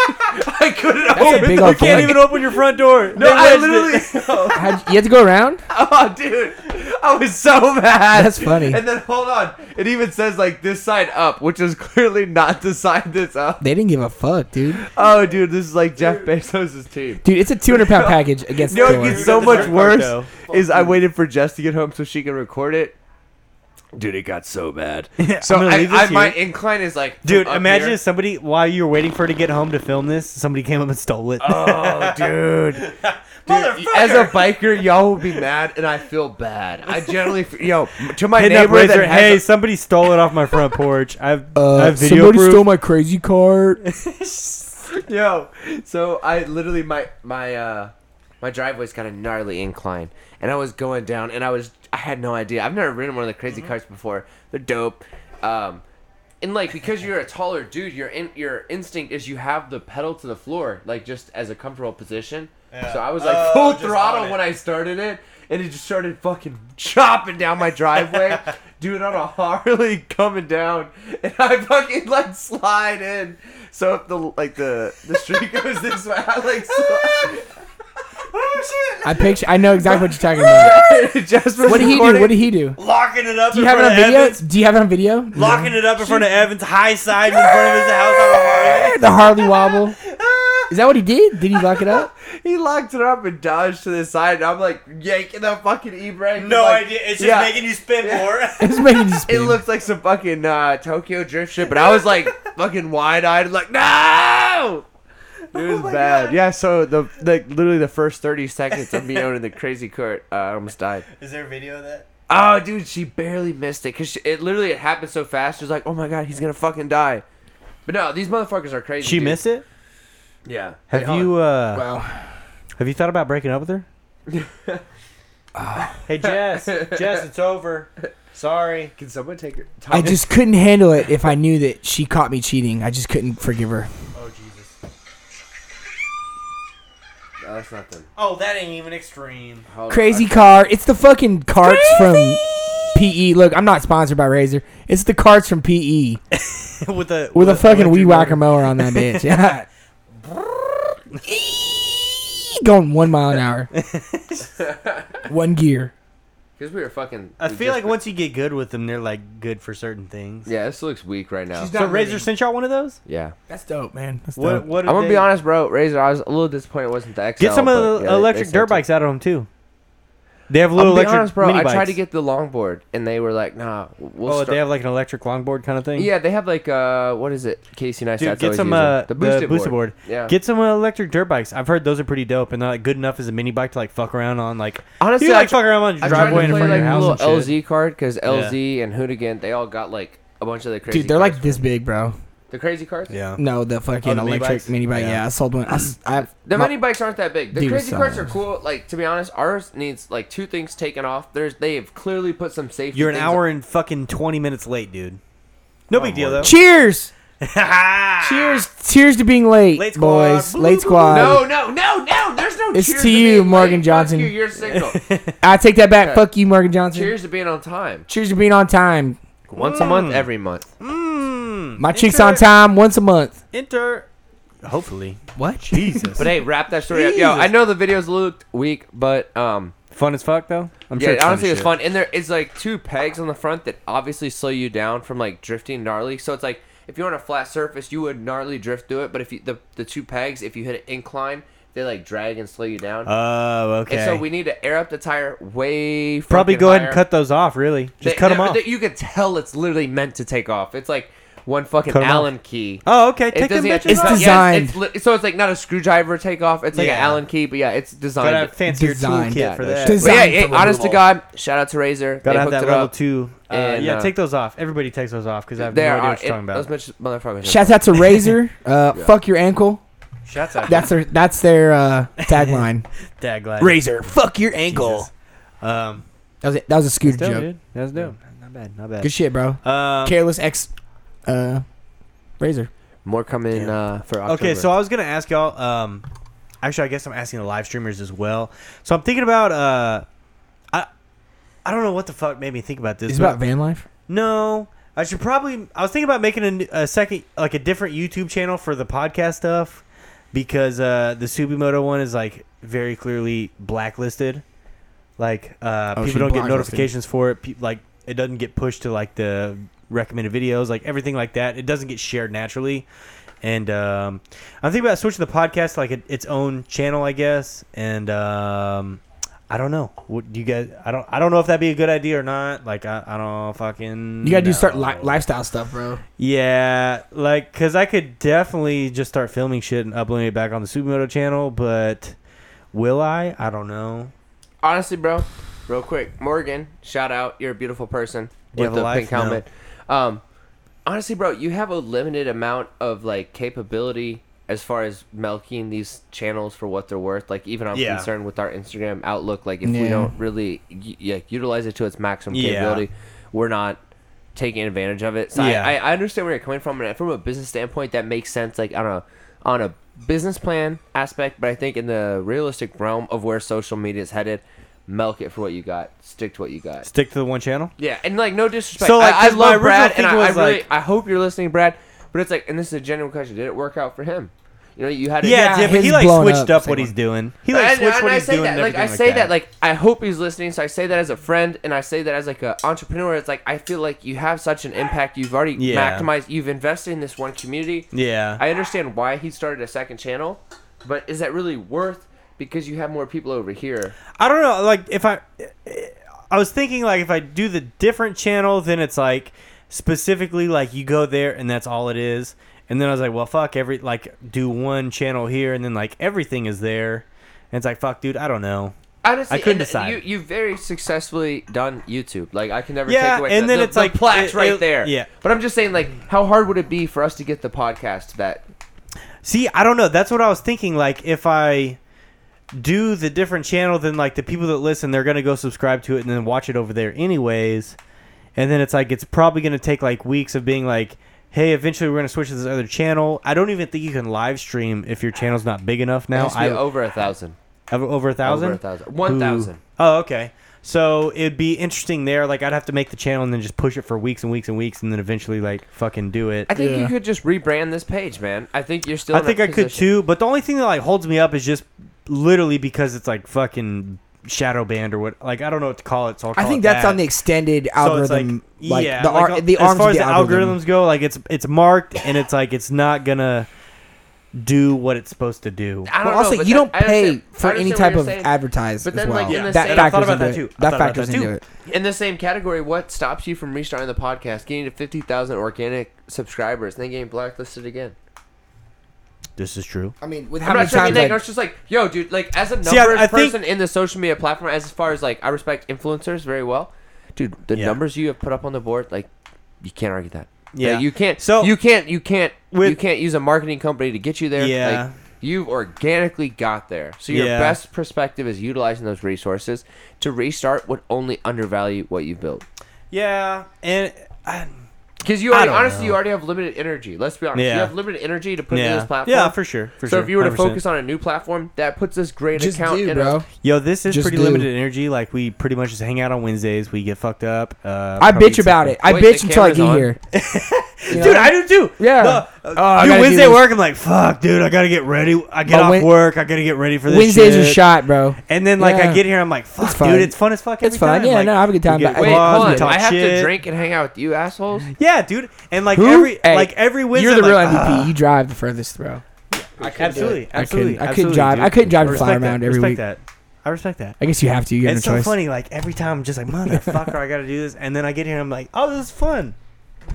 [SPEAKER 4] I couldn't
[SPEAKER 1] a
[SPEAKER 4] open.
[SPEAKER 1] big
[SPEAKER 2] you
[SPEAKER 1] old
[SPEAKER 2] can't
[SPEAKER 1] blanket.
[SPEAKER 2] even open your front door.
[SPEAKER 4] No, I literally.
[SPEAKER 1] How'd- you had to go around?
[SPEAKER 4] Oh, dude, I was so mad.
[SPEAKER 1] That's funny.
[SPEAKER 4] And then hold on, it even says like this side up, which is clearly not the side that's up.
[SPEAKER 1] They didn't give a fuck, dude.
[SPEAKER 4] Oh, dude, this is like Jeff Bezos' team.
[SPEAKER 1] Dude, it's a 200 pound package against
[SPEAKER 4] You know
[SPEAKER 1] the
[SPEAKER 4] what
[SPEAKER 1] door.
[SPEAKER 4] gets so
[SPEAKER 2] the
[SPEAKER 4] much
[SPEAKER 2] jerk card,
[SPEAKER 4] worse
[SPEAKER 2] though.
[SPEAKER 4] is I waited for Jess to get home so she can record it. Dude, it got so bad. So
[SPEAKER 2] I'm gonna
[SPEAKER 4] I,
[SPEAKER 2] leave this
[SPEAKER 4] I
[SPEAKER 2] here.
[SPEAKER 4] my incline is like, from
[SPEAKER 2] Dude,
[SPEAKER 4] up
[SPEAKER 2] imagine
[SPEAKER 4] here.
[SPEAKER 2] if somebody while you were waiting for it to get home to film this, somebody came up and stole it.
[SPEAKER 4] Oh, dude. Dude, As a biker, y'all will be mad, and I feel bad. I generally, f- yo, to my
[SPEAKER 2] Hitting up
[SPEAKER 4] neighbor
[SPEAKER 2] Razor,
[SPEAKER 4] that has
[SPEAKER 2] hey,
[SPEAKER 4] a-
[SPEAKER 2] somebody stole it off my front porch. I've, I
[SPEAKER 1] Uh,
[SPEAKER 2] have video
[SPEAKER 1] somebody
[SPEAKER 2] proof.
[SPEAKER 1] stole my crazy card.
[SPEAKER 4] Yo, so I literally my my uh my driveway's got a gnarly incline, and I was going down, and I was I had no idea. I've never ridden one of the crazy
[SPEAKER 2] Mm-hmm.
[SPEAKER 4] cars before. They're dope, um, and like because you're a taller dude, your in, your instinct is you have the pedal to the floor, like just as a comfortable position. So I was like
[SPEAKER 2] Oh,
[SPEAKER 4] full
[SPEAKER 2] just on
[SPEAKER 4] throttle
[SPEAKER 2] it.
[SPEAKER 4] when I started it, and it just started fucking chopping down my driveway, dude, on a Harley coming down, and I fucking like slide
[SPEAKER 2] Oh,
[SPEAKER 4] in. So if the like the the street goes this way, I like slide.
[SPEAKER 1] I picture. I know exactly what you're talking about.
[SPEAKER 2] Jasper's
[SPEAKER 1] What did he do?
[SPEAKER 2] recording,
[SPEAKER 1] What did he do?
[SPEAKER 2] locking it up
[SPEAKER 1] Do you
[SPEAKER 2] in
[SPEAKER 1] have it
[SPEAKER 2] front
[SPEAKER 1] on
[SPEAKER 2] of
[SPEAKER 1] video?
[SPEAKER 2] Evans.
[SPEAKER 1] Do you have it on video?
[SPEAKER 2] Locking it up in front of Evans, high side in front of his house on a
[SPEAKER 1] The Harley wobble. Is that what he did? Did he lock it up?
[SPEAKER 4] He locked it up and dodged to the side, and I'm like yanking the fucking e brake.
[SPEAKER 2] No
[SPEAKER 4] like,
[SPEAKER 2] idea. It's just
[SPEAKER 4] yeah.
[SPEAKER 2] making you spin more.
[SPEAKER 1] It's making you
[SPEAKER 4] It
[SPEAKER 1] spin.
[SPEAKER 4] looked like some fucking uh, Tokyo drift shit, but I was like fucking wide eyed, like no. It
[SPEAKER 2] Oh
[SPEAKER 4] was bad. Yeah. So the like literally the first thirty seconds of me owning the crazy cart, uh, I almost died.
[SPEAKER 2] Is there a video of that?
[SPEAKER 4] Oh, dude, she barely missed it because it literally it happened so fast. She was like, "Oh my god, he's gonna fucking die." But no, these motherfuckers are crazy.
[SPEAKER 2] She
[SPEAKER 4] dude.
[SPEAKER 2] missed it.
[SPEAKER 4] Yeah.
[SPEAKER 2] Have you uh,
[SPEAKER 1] Wow.
[SPEAKER 2] have you thought about breaking up with her?
[SPEAKER 4] Ah.
[SPEAKER 2] hey Jess, Jess, it's over. Sorry.
[SPEAKER 4] Can someone take her?
[SPEAKER 1] I just couldn't handle it if I knew that she caught me cheating. I just couldn't forgive her.
[SPEAKER 4] Oh Jesus. No, that's not them.
[SPEAKER 2] Oh, that ain't even extreme.
[SPEAKER 4] Hold on.
[SPEAKER 1] Crazy car. It's the fucking carts from PE. Look, I'm not sponsored by Razor. It's the carts from PE
[SPEAKER 2] with a
[SPEAKER 1] with a fucking wee
[SPEAKER 2] electric
[SPEAKER 1] whacker
[SPEAKER 2] motor.
[SPEAKER 1] mower on that bitch. Yeah. Going one mile an hour. one gear.
[SPEAKER 4] Because we were fucking.
[SPEAKER 2] I
[SPEAKER 4] we
[SPEAKER 2] feel
[SPEAKER 4] just-
[SPEAKER 2] like once you get good with them, they're like good for certain things.
[SPEAKER 4] Yeah, this looks weak right now.
[SPEAKER 1] She's not-
[SPEAKER 2] So Razor sent y'all one of those.
[SPEAKER 4] yeah.
[SPEAKER 1] That's dope, man. That's
[SPEAKER 2] What?
[SPEAKER 1] dope.
[SPEAKER 2] What?
[SPEAKER 4] I'm
[SPEAKER 2] did
[SPEAKER 4] gonna
[SPEAKER 2] they-
[SPEAKER 4] be honest, bro. Razor, I was a little disappointed. It wasn't the XL.
[SPEAKER 2] Get some
[SPEAKER 4] but,
[SPEAKER 2] of the
[SPEAKER 4] yeah, they-
[SPEAKER 2] electric
[SPEAKER 4] they
[SPEAKER 2] dirt
[SPEAKER 4] sent it.
[SPEAKER 2] bikes out of them too. They have
[SPEAKER 4] I'm
[SPEAKER 2] little
[SPEAKER 4] being
[SPEAKER 2] electric
[SPEAKER 4] honest, bro.
[SPEAKER 2] mini
[SPEAKER 4] I
[SPEAKER 2] bikes.
[SPEAKER 4] tried to get the longboard, and they were like, "Nah, we'll."
[SPEAKER 2] oh,
[SPEAKER 4] start-
[SPEAKER 2] they have like an electric longboard kind of thing.
[SPEAKER 4] yeah, they have like uh, what is it? Casey Neistat's
[SPEAKER 2] Dude, get
[SPEAKER 4] always
[SPEAKER 2] some
[SPEAKER 4] using.
[SPEAKER 2] uh,
[SPEAKER 4] the boosted board.
[SPEAKER 2] board.
[SPEAKER 4] Yeah.
[SPEAKER 2] Get some uh, electric dirt bikes. I've heard those are pretty dope, and they're like good enough as a mini bike to like fuck around on. Like
[SPEAKER 4] Honestly,
[SPEAKER 2] you
[SPEAKER 4] I
[SPEAKER 2] like
[SPEAKER 4] tr-
[SPEAKER 2] fuck around on your
[SPEAKER 4] I tried to
[SPEAKER 2] driveway
[SPEAKER 4] play
[SPEAKER 2] in front of
[SPEAKER 4] like
[SPEAKER 2] your
[SPEAKER 4] a
[SPEAKER 2] house
[SPEAKER 4] little
[SPEAKER 2] and shit.
[SPEAKER 4] LZ card because LZ and Hoonigan they all got like a bunch of the crazy.
[SPEAKER 1] Dude, they're
[SPEAKER 4] cards.
[SPEAKER 1] like this big, bro.
[SPEAKER 4] the crazy cards.
[SPEAKER 2] Yeah.
[SPEAKER 1] No, the fucking
[SPEAKER 2] Oh, the mini
[SPEAKER 1] electric
[SPEAKER 2] bikes?
[SPEAKER 1] mini bike. Yeah.
[SPEAKER 2] Yeah.
[SPEAKER 1] I sold one. I, s- I-
[SPEAKER 4] The
[SPEAKER 1] my-
[SPEAKER 4] mini bikes aren't that big. The
[SPEAKER 1] Dude,
[SPEAKER 4] crazy
[SPEAKER 1] so-
[SPEAKER 4] carts are cool. Like to be honest, ours needs like two things taken off. There's they have clearly put some safety.
[SPEAKER 2] You're an
[SPEAKER 4] things-
[SPEAKER 2] hour and fucking twenty minutes late, dude. No big deal though.
[SPEAKER 1] Cheers! Cheers! Cheers to being late,
[SPEAKER 2] Late
[SPEAKER 1] boys.
[SPEAKER 2] squad.
[SPEAKER 1] Late squad.
[SPEAKER 4] No, no, no, no. There's no.
[SPEAKER 1] It's
[SPEAKER 4] cheers
[SPEAKER 1] to you,
[SPEAKER 4] being late.
[SPEAKER 1] Morgan
[SPEAKER 4] Fuck
[SPEAKER 1] Johnson.
[SPEAKER 4] you, you're single.
[SPEAKER 1] I take that back.
[SPEAKER 4] Okay.
[SPEAKER 1] Fuck you, Morgan Johnson. Cheers.
[SPEAKER 4] cheers to being on time.
[SPEAKER 1] to being on time.
[SPEAKER 4] Once a month, every month.
[SPEAKER 2] Mm,
[SPEAKER 1] My chick's on time once a month.
[SPEAKER 2] Enter. Hopefully,
[SPEAKER 1] What?
[SPEAKER 2] Jesus.
[SPEAKER 4] But hey, wrap that story up. Yo, I know the videos looked weak, but um,
[SPEAKER 2] fun as fuck though. I'm
[SPEAKER 4] yeah,
[SPEAKER 2] it's fun
[SPEAKER 4] honestly,
[SPEAKER 2] as
[SPEAKER 4] it's
[SPEAKER 2] shit.
[SPEAKER 4] fun. And there is like two pegs on the front that obviously slow you down from like drifting gnarly. So it's like if you're on a flat surface, you would gnarly drift through it. But if you the the two pegs, if you hit an incline, they like drag and slow you down.
[SPEAKER 2] Oh, okay.
[SPEAKER 4] And so we need to air up the tire way.
[SPEAKER 2] probably
[SPEAKER 4] fucking
[SPEAKER 2] go ahead and
[SPEAKER 4] higher.
[SPEAKER 2] cut those off. Really, just
[SPEAKER 4] They-
[SPEAKER 2] cut them
[SPEAKER 4] they-
[SPEAKER 2] off.
[SPEAKER 4] they- you could tell it's literally meant to take off. It's like one fucking
[SPEAKER 2] Cut 'em off.
[SPEAKER 4] Allen key.
[SPEAKER 2] oh, okay.
[SPEAKER 4] It
[SPEAKER 2] Take them
[SPEAKER 4] doesn't-
[SPEAKER 2] bitches
[SPEAKER 1] It's
[SPEAKER 2] off.
[SPEAKER 4] not-
[SPEAKER 1] designed-
[SPEAKER 4] yeah, it's- it's li- so it's like not a screwdriver takeoff. It's like an
[SPEAKER 2] Yeah.
[SPEAKER 4] Allen key, but yeah, it's designed.
[SPEAKER 2] Gotta have fancier
[SPEAKER 1] Design.
[SPEAKER 2] toolkit
[SPEAKER 1] Yeah,
[SPEAKER 2] for
[SPEAKER 4] no
[SPEAKER 1] shit.
[SPEAKER 2] that.
[SPEAKER 4] But yeah,
[SPEAKER 1] Designed
[SPEAKER 4] yeah,
[SPEAKER 1] for
[SPEAKER 4] honest to
[SPEAKER 1] removal.
[SPEAKER 4] God, shout out to Razor.
[SPEAKER 2] Gotta
[SPEAKER 4] they
[SPEAKER 2] have
[SPEAKER 4] hooked
[SPEAKER 2] that
[SPEAKER 4] it
[SPEAKER 2] level
[SPEAKER 4] up.
[SPEAKER 2] two. Uh,
[SPEAKER 4] and,
[SPEAKER 2] yeah,
[SPEAKER 4] uh,
[SPEAKER 2] take those off. Everybody takes those off because I have
[SPEAKER 4] There
[SPEAKER 2] no idea
[SPEAKER 4] are
[SPEAKER 2] what you're talking
[SPEAKER 4] it,
[SPEAKER 2] about.
[SPEAKER 4] those bitch- motherfuckers.
[SPEAKER 1] Shouts out to Razor. Uh, Fuck your ankle.
[SPEAKER 2] Shouts out.
[SPEAKER 1] That's their that's their uh, tagline.
[SPEAKER 2] Dag
[SPEAKER 1] Razor. Fuck your ankle.
[SPEAKER 2] Um,
[SPEAKER 1] That was it. That was a scooter
[SPEAKER 2] dope,
[SPEAKER 1] joke.
[SPEAKER 2] dude. That's dope. Not bad. Not bad.
[SPEAKER 1] Good shit, bro.
[SPEAKER 2] Um,
[SPEAKER 1] Careless X. Uh, Razor.
[SPEAKER 4] More coming uh, for October.
[SPEAKER 2] okay, so I was gonna ask y'all. Um, actually, I guess I'm asking the live streamers as well. So I'm thinking about. Uh, I, I don't know what the fuck made me think about this.
[SPEAKER 1] It's
[SPEAKER 2] but-
[SPEAKER 1] about van life.
[SPEAKER 2] No, I should probably. I was thinking about making a n- a, second, like a different YouTube channel for the podcast stuff, because uh, the Subimoto one is like very clearly blacklisted. Like uh,
[SPEAKER 1] Oh, she
[SPEAKER 2] people don't get
[SPEAKER 1] blacklisted.
[SPEAKER 2] notifications for it. Pe- like it doesn't get pushed to like the recommended videos, like everything like that. It doesn't get shared naturally. And um, I'm thinking about switching the podcast to like a, its own channel, I guess. And um, I don't know. What do you guys? I don't. I don't know if that'd be a good idea or not. Like I, I don't fucking.
[SPEAKER 1] You gotta do
[SPEAKER 2] know.
[SPEAKER 1] start li- lifestyle stuff, bro.
[SPEAKER 2] Yeah, like because I could definitely just start filming shit and uploading it back on the Supermoto channel, but will I? I don't know.
[SPEAKER 4] honestly, bro, real quick, Morgan, shout out. You're a beautiful person
[SPEAKER 2] Do you
[SPEAKER 4] with
[SPEAKER 2] have a
[SPEAKER 4] the
[SPEAKER 2] life?
[SPEAKER 4] pink helmet. Um, honestly, bro, you have a limited amount of like capability as far as milking these channels for what they're worth. Like even I'm
[SPEAKER 2] Yeah.
[SPEAKER 4] concerned with our Instagram outlook. Like if
[SPEAKER 1] Yeah.
[SPEAKER 4] we don't really y- yeah, utilize it to its maximum
[SPEAKER 2] Yeah.
[SPEAKER 4] capability, we're not taking advantage of it. So I-
[SPEAKER 2] Yeah.
[SPEAKER 4] I, I understand where you're coming from, and from a business standpoint, that makes sense. Like on a on a business plan aspect, but I think in the realistic realm of where social media is headed, milk it for what you got. Stick to what you got.
[SPEAKER 2] Stick to the one channel.
[SPEAKER 4] Yeah, and like no disrespect.
[SPEAKER 2] So,
[SPEAKER 4] So
[SPEAKER 2] like,
[SPEAKER 4] like, I, I
[SPEAKER 2] 'cause my
[SPEAKER 4] love
[SPEAKER 2] original
[SPEAKER 4] Brad, and I,
[SPEAKER 2] thinking
[SPEAKER 4] I
[SPEAKER 2] was,
[SPEAKER 4] really,
[SPEAKER 2] like-
[SPEAKER 4] I hope you're listening, Brad. But it's like, and this is a genuine question: Did it work out for him? You know, you had to
[SPEAKER 2] Yeah,
[SPEAKER 1] Yeah,
[SPEAKER 2] yeah but he
[SPEAKER 1] his
[SPEAKER 2] like
[SPEAKER 1] blown
[SPEAKER 2] switched up,
[SPEAKER 1] up second
[SPEAKER 2] what he's
[SPEAKER 1] one.
[SPEAKER 2] doing. He like
[SPEAKER 4] And-
[SPEAKER 2] switched
[SPEAKER 4] and
[SPEAKER 2] what
[SPEAKER 4] I
[SPEAKER 2] he's
[SPEAKER 4] say
[SPEAKER 2] doing.
[SPEAKER 4] that,
[SPEAKER 2] and
[SPEAKER 4] like I
[SPEAKER 2] everything
[SPEAKER 4] say that, like I hope he's listening. So I say that as a friend, and I say that as like an entrepreneur. It's like I feel like you have such an impact. You've already
[SPEAKER 2] Yeah.
[SPEAKER 4] maximized. You've invested in this one community.
[SPEAKER 2] yeah,
[SPEAKER 4] I understand why he started a second channel, but is that really worth? Because you have more people over here.
[SPEAKER 2] I don't know. Like if I, I was thinking like if I do the different channel, then it's like specifically like you go there and that's all it is. And then I was like, well, fuck every like do one channel here and then like everything is there. And it's like, fuck, dude, I don't know.
[SPEAKER 4] Honestly,
[SPEAKER 2] I couldn't
[SPEAKER 4] and
[SPEAKER 2] decide.
[SPEAKER 4] You you very successfully done YouTube. Like I can never
[SPEAKER 2] Yeah,
[SPEAKER 4] take away.
[SPEAKER 2] and
[SPEAKER 4] the-
[SPEAKER 2] then
[SPEAKER 4] the-
[SPEAKER 2] it's
[SPEAKER 4] the
[SPEAKER 2] like-
[SPEAKER 4] plaques
[SPEAKER 2] it-
[SPEAKER 4] right
[SPEAKER 2] it-
[SPEAKER 4] there.
[SPEAKER 2] yeah.
[SPEAKER 4] But I'm just saying, like, how hard would it be for us to get the podcast to that?
[SPEAKER 2] See, I don't know. That's what I was thinking. Like if I do the different channel, then like the people that listen, they're gonna go subscribe to it and then watch it over there anyways. And then it's like it's probably gonna take like weeks of being like, hey, eventually we're gonna switch to this other channel. I don't even think you can live stream if your channel's not big enough
[SPEAKER 4] It
[SPEAKER 2] now.
[SPEAKER 4] has to be
[SPEAKER 2] I
[SPEAKER 4] over a thousand.
[SPEAKER 2] over, over a thousand.
[SPEAKER 4] Over a thousand. One
[SPEAKER 2] Ooh.
[SPEAKER 4] thousand.
[SPEAKER 2] Oh, okay. So it'd be interesting there. Like I'd have to make the channel and then just push it for weeks and weeks and weeks, and then eventually like fucking do it.
[SPEAKER 4] I think
[SPEAKER 1] Yeah.
[SPEAKER 4] you could just rebrand this page, man. I think you're still.
[SPEAKER 2] I
[SPEAKER 4] in
[SPEAKER 2] think
[SPEAKER 4] I
[SPEAKER 2] I could too, but the only thing that like holds me up is just literally because it's like fucking shadow banned or what. Like I don't know what to call it, so I'll
[SPEAKER 1] I
[SPEAKER 2] call
[SPEAKER 1] think
[SPEAKER 2] it
[SPEAKER 1] that's
[SPEAKER 2] that.
[SPEAKER 1] on the extended
[SPEAKER 2] So it's,
[SPEAKER 1] algorithm. like,
[SPEAKER 2] yeah,
[SPEAKER 1] the,
[SPEAKER 2] like,
[SPEAKER 1] ar- the
[SPEAKER 2] as
[SPEAKER 1] arms
[SPEAKER 2] far
[SPEAKER 1] of
[SPEAKER 2] as
[SPEAKER 1] the
[SPEAKER 2] the
[SPEAKER 1] algorithm.
[SPEAKER 2] algorithms go, like it's it's marked and it's like it's not gonna do what it's supposed to do.
[SPEAKER 4] I don't
[SPEAKER 1] Well,
[SPEAKER 4] know,
[SPEAKER 1] also,
[SPEAKER 4] but
[SPEAKER 1] you
[SPEAKER 4] that-
[SPEAKER 1] don't
[SPEAKER 4] I understand-
[SPEAKER 1] pay
[SPEAKER 4] I
[SPEAKER 1] for any
[SPEAKER 4] understand what
[SPEAKER 1] type
[SPEAKER 4] you're
[SPEAKER 1] of
[SPEAKER 4] saying.
[SPEAKER 1] advertised
[SPEAKER 4] But
[SPEAKER 1] as
[SPEAKER 4] then, like,
[SPEAKER 1] well.
[SPEAKER 4] in the
[SPEAKER 1] That
[SPEAKER 4] same- I thought
[SPEAKER 1] factors
[SPEAKER 2] about
[SPEAKER 1] into
[SPEAKER 2] that
[SPEAKER 1] it.
[SPEAKER 2] too. I
[SPEAKER 1] That
[SPEAKER 2] thought about
[SPEAKER 1] factors
[SPEAKER 2] that
[SPEAKER 1] into
[SPEAKER 2] too.
[SPEAKER 1] it.
[SPEAKER 4] In the same category, what stops you from restarting the podcast, getting to fifty thousand organic subscribers, and then getting blacklisted again?
[SPEAKER 2] This is true.
[SPEAKER 1] I mean, with how
[SPEAKER 4] I'm
[SPEAKER 1] many
[SPEAKER 4] not saying
[SPEAKER 1] times
[SPEAKER 4] anything. I
[SPEAKER 1] I
[SPEAKER 4] was just like, yo, dude, like as a numbers
[SPEAKER 2] See, I- I think-
[SPEAKER 4] person in the social media platform, as far as like I respect influencers very well, dude. The
[SPEAKER 2] Yeah.
[SPEAKER 4] numbers you have put up on the board, like you can't argue that.
[SPEAKER 2] Yeah.
[SPEAKER 4] Like, you can't.
[SPEAKER 2] So-
[SPEAKER 4] So you can't. You can't. you
[SPEAKER 2] With-
[SPEAKER 4] can't use a marketing company to get you there.
[SPEAKER 2] Yeah.
[SPEAKER 4] Like, you've organically got there. So your
[SPEAKER 2] Yeah.
[SPEAKER 4] best perspective is utilizing those resources to restart would only undervalue what you've built.
[SPEAKER 2] Yeah, and I,
[SPEAKER 4] Because you
[SPEAKER 2] I
[SPEAKER 4] already,
[SPEAKER 2] don't
[SPEAKER 4] honestly,
[SPEAKER 2] know.
[SPEAKER 4] you already have limited energy. Let's be honest.
[SPEAKER 2] Yeah.
[SPEAKER 4] You have limited energy to put into
[SPEAKER 2] yeah,
[SPEAKER 4] this platform.
[SPEAKER 2] yeah, for sure. For
[SPEAKER 4] so
[SPEAKER 2] sure,
[SPEAKER 4] if you were to
[SPEAKER 2] 100%.
[SPEAKER 4] focus on a new platform, that puts this great
[SPEAKER 1] just
[SPEAKER 4] account
[SPEAKER 1] do,
[SPEAKER 4] in
[SPEAKER 1] bro.
[SPEAKER 4] a
[SPEAKER 2] Yo, this is
[SPEAKER 1] Just
[SPEAKER 2] pretty
[SPEAKER 1] do.
[SPEAKER 2] limited energy. Like we pretty much just hang out on Wednesdays. We get fucked up. Uh,
[SPEAKER 1] I
[SPEAKER 2] probably
[SPEAKER 1] bitch
[SPEAKER 2] eat
[SPEAKER 1] about
[SPEAKER 2] something.
[SPEAKER 1] it. I
[SPEAKER 4] Wait,
[SPEAKER 1] bitch
[SPEAKER 4] the
[SPEAKER 1] until I
[SPEAKER 4] camera's
[SPEAKER 1] get
[SPEAKER 4] on.
[SPEAKER 1] here. You
[SPEAKER 2] Dude,
[SPEAKER 1] know?
[SPEAKER 2] I do too.
[SPEAKER 1] Yeah.
[SPEAKER 2] No,
[SPEAKER 1] Oh, I
[SPEAKER 2] dude,
[SPEAKER 1] gotta do
[SPEAKER 2] Wednesday
[SPEAKER 1] this.
[SPEAKER 2] work. I'm like, fuck, dude. I gotta get ready. I get
[SPEAKER 1] Oh,
[SPEAKER 2] off
[SPEAKER 1] Wed-
[SPEAKER 2] work. I gotta get ready for this.
[SPEAKER 1] Wednesdays are
[SPEAKER 2] shit.
[SPEAKER 1] shot, bro.
[SPEAKER 2] And then like I
[SPEAKER 1] Yeah.
[SPEAKER 2] get here, I'm like, fuck,
[SPEAKER 1] fun.
[SPEAKER 2] dude. It's fun as fuck.
[SPEAKER 1] It's
[SPEAKER 2] every
[SPEAKER 1] fun.
[SPEAKER 2] time.
[SPEAKER 1] Yeah,
[SPEAKER 2] Like,
[SPEAKER 1] no, I have a good
[SPEAKER 2] we
[SPEAKER 1] time,
[SPEAKER 2] get
[SPEAKER 1] but I-
[SPEAKER 4] Wait,
[SPEAKER 1] Laws,
[SPEAKER 2] applause,
[SPEAKER 4] hold
[SPEAKER 2] we
[SPEAKER 4] on.
[SPEAKER 2] talk
[SPEAKER 4] I have
[SPEAKER 2] shit.
[SPEAKER 4] to drink and hang out with you assholes.
[SPEAKER 2] Yeah, dude. And like
[SPEAKER 1] Who?
[SPEAKER 2] every
[SPEAKER 1] Hey,
[SPEAKER 2] like every Wednesday,
[SPEAKER 1] You're the
[SPEAKER 2] I'm
[SPEAKER 1] real
[SPEAKER 2] like,
[SPEAKER 1] MVP.
[SPEAKER 2] "Ugh."
[SPEAKER 1] You drive the furthest, bro.
[SPEAKER 2] absolutely,
[SPEAKER 1] I
[SPEAKER 2] absolutely.
[SPEAKER 1] couldn't- I couldn't
[SPEAKER 2] absolutely,
[SPEAKER 1] drive-
[SPEAKER 2] dude.
[SPEAKER 1] I couldn't drive a
[SPEAKER 2] I
[SPEAKER 1] flyer
[SPEAKER 2] respect that,
[SPEAKER 1] around every
[SPEAKER 2] respect
[SPEAKER 1] week.
[SPEAKER 2] That. I respect that.
[SPEAKER 1] I guess you have to. You have
[SPEAKER 2] it's
[SPEAKER 1] no
[SPEAKER 2] so
[SPEAKER 1] choice.
[SPEAKER 2] funny. Like every time, I'm just like motherfucker, I gotta do this, and then I get here, I'm like, oh, this is fun.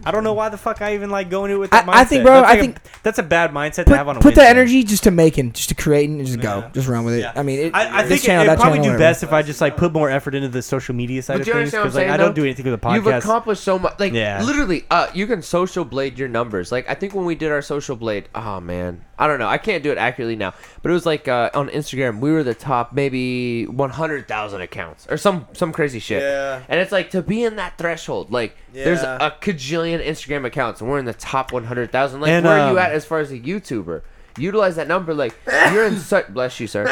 [SPEAKER 2] I don't know why the fuck I even like go into it with that mindset.
[SPEAKER 1] I- I think, bro,
[SPEAKER 2] That's
[SPEAKER 1] I
[SPEAKER 2] like a-
[SPEAKER 1] think-
[SPEAKER 2] that's a bad mindset to have on
[SPEAKER 1] Put,
[SPEAKER 2] a
[SPEAKER 1] put the
[SPEAKER 2] Wednesday.
[SPEAKER 1] energy just to making, just to creating, and just
[SPEAKER 2] Yeah.
[SPEAKER 1] go, just run with it.
[SPEAKER 2] Yeah.
[SPEAKER 1] I mean, it,
[SPEAKER 2] I, I
[SPEAKER 1] this
[SPEAKER 2] think
[SPEAKER 1] channel,
[SPEAKER 2] it,
[SPEAKER 1] that
[SPEAKER 2] it'd probably
[SPEAKER 1] channel,
[SPEAKER 2] do
[SPEAKER 1] whatever.
[SPEAKER 2] best if I just like put more effort into the social media side
[SPEAKER 4] But
[SPEAKER 2] of
[SPEAKER 4] do you
[SPEAKER 2] things
[SPEAKER 4] understand what I'm
[SPEAKER 2] like
[SPEAKER 4] saying,
[SPEAKER 2] I don't
[SPEAKER 4] though?
[SPEAKER 2] do anything with the
[SPEAKER 4] You've
[SPEAKER 2] podcast.
[SPEAKER 4] accomplished so much. Like
[SPEAKER 2] Yeah.
[SPEAKER 4] literally, uh, you can social blade your numbers. Like I think when we did our social blade, oh man, I don't know. I can't do it accurately now, but it was like uh, on Instagram, we were the top maybe one hundred thousand accounts or some some crazy shit.
[SPEAKER 2] Yeah.
[SPEAKER 4] And it's like to be in that threshold, like there's
[SPEAKER 2] Yeah.
[SPEAKER 4] a kajillion Instagram accounts, and we're in the top one hundred thousand. Like
[SPEAKER 2] And,
[SPEAKER 4] where are
[SPEAKER 2] um,
[SPEAKER 4] you at as far as a YouTuber? Utilize that number, like you're in such. Bless you, sir.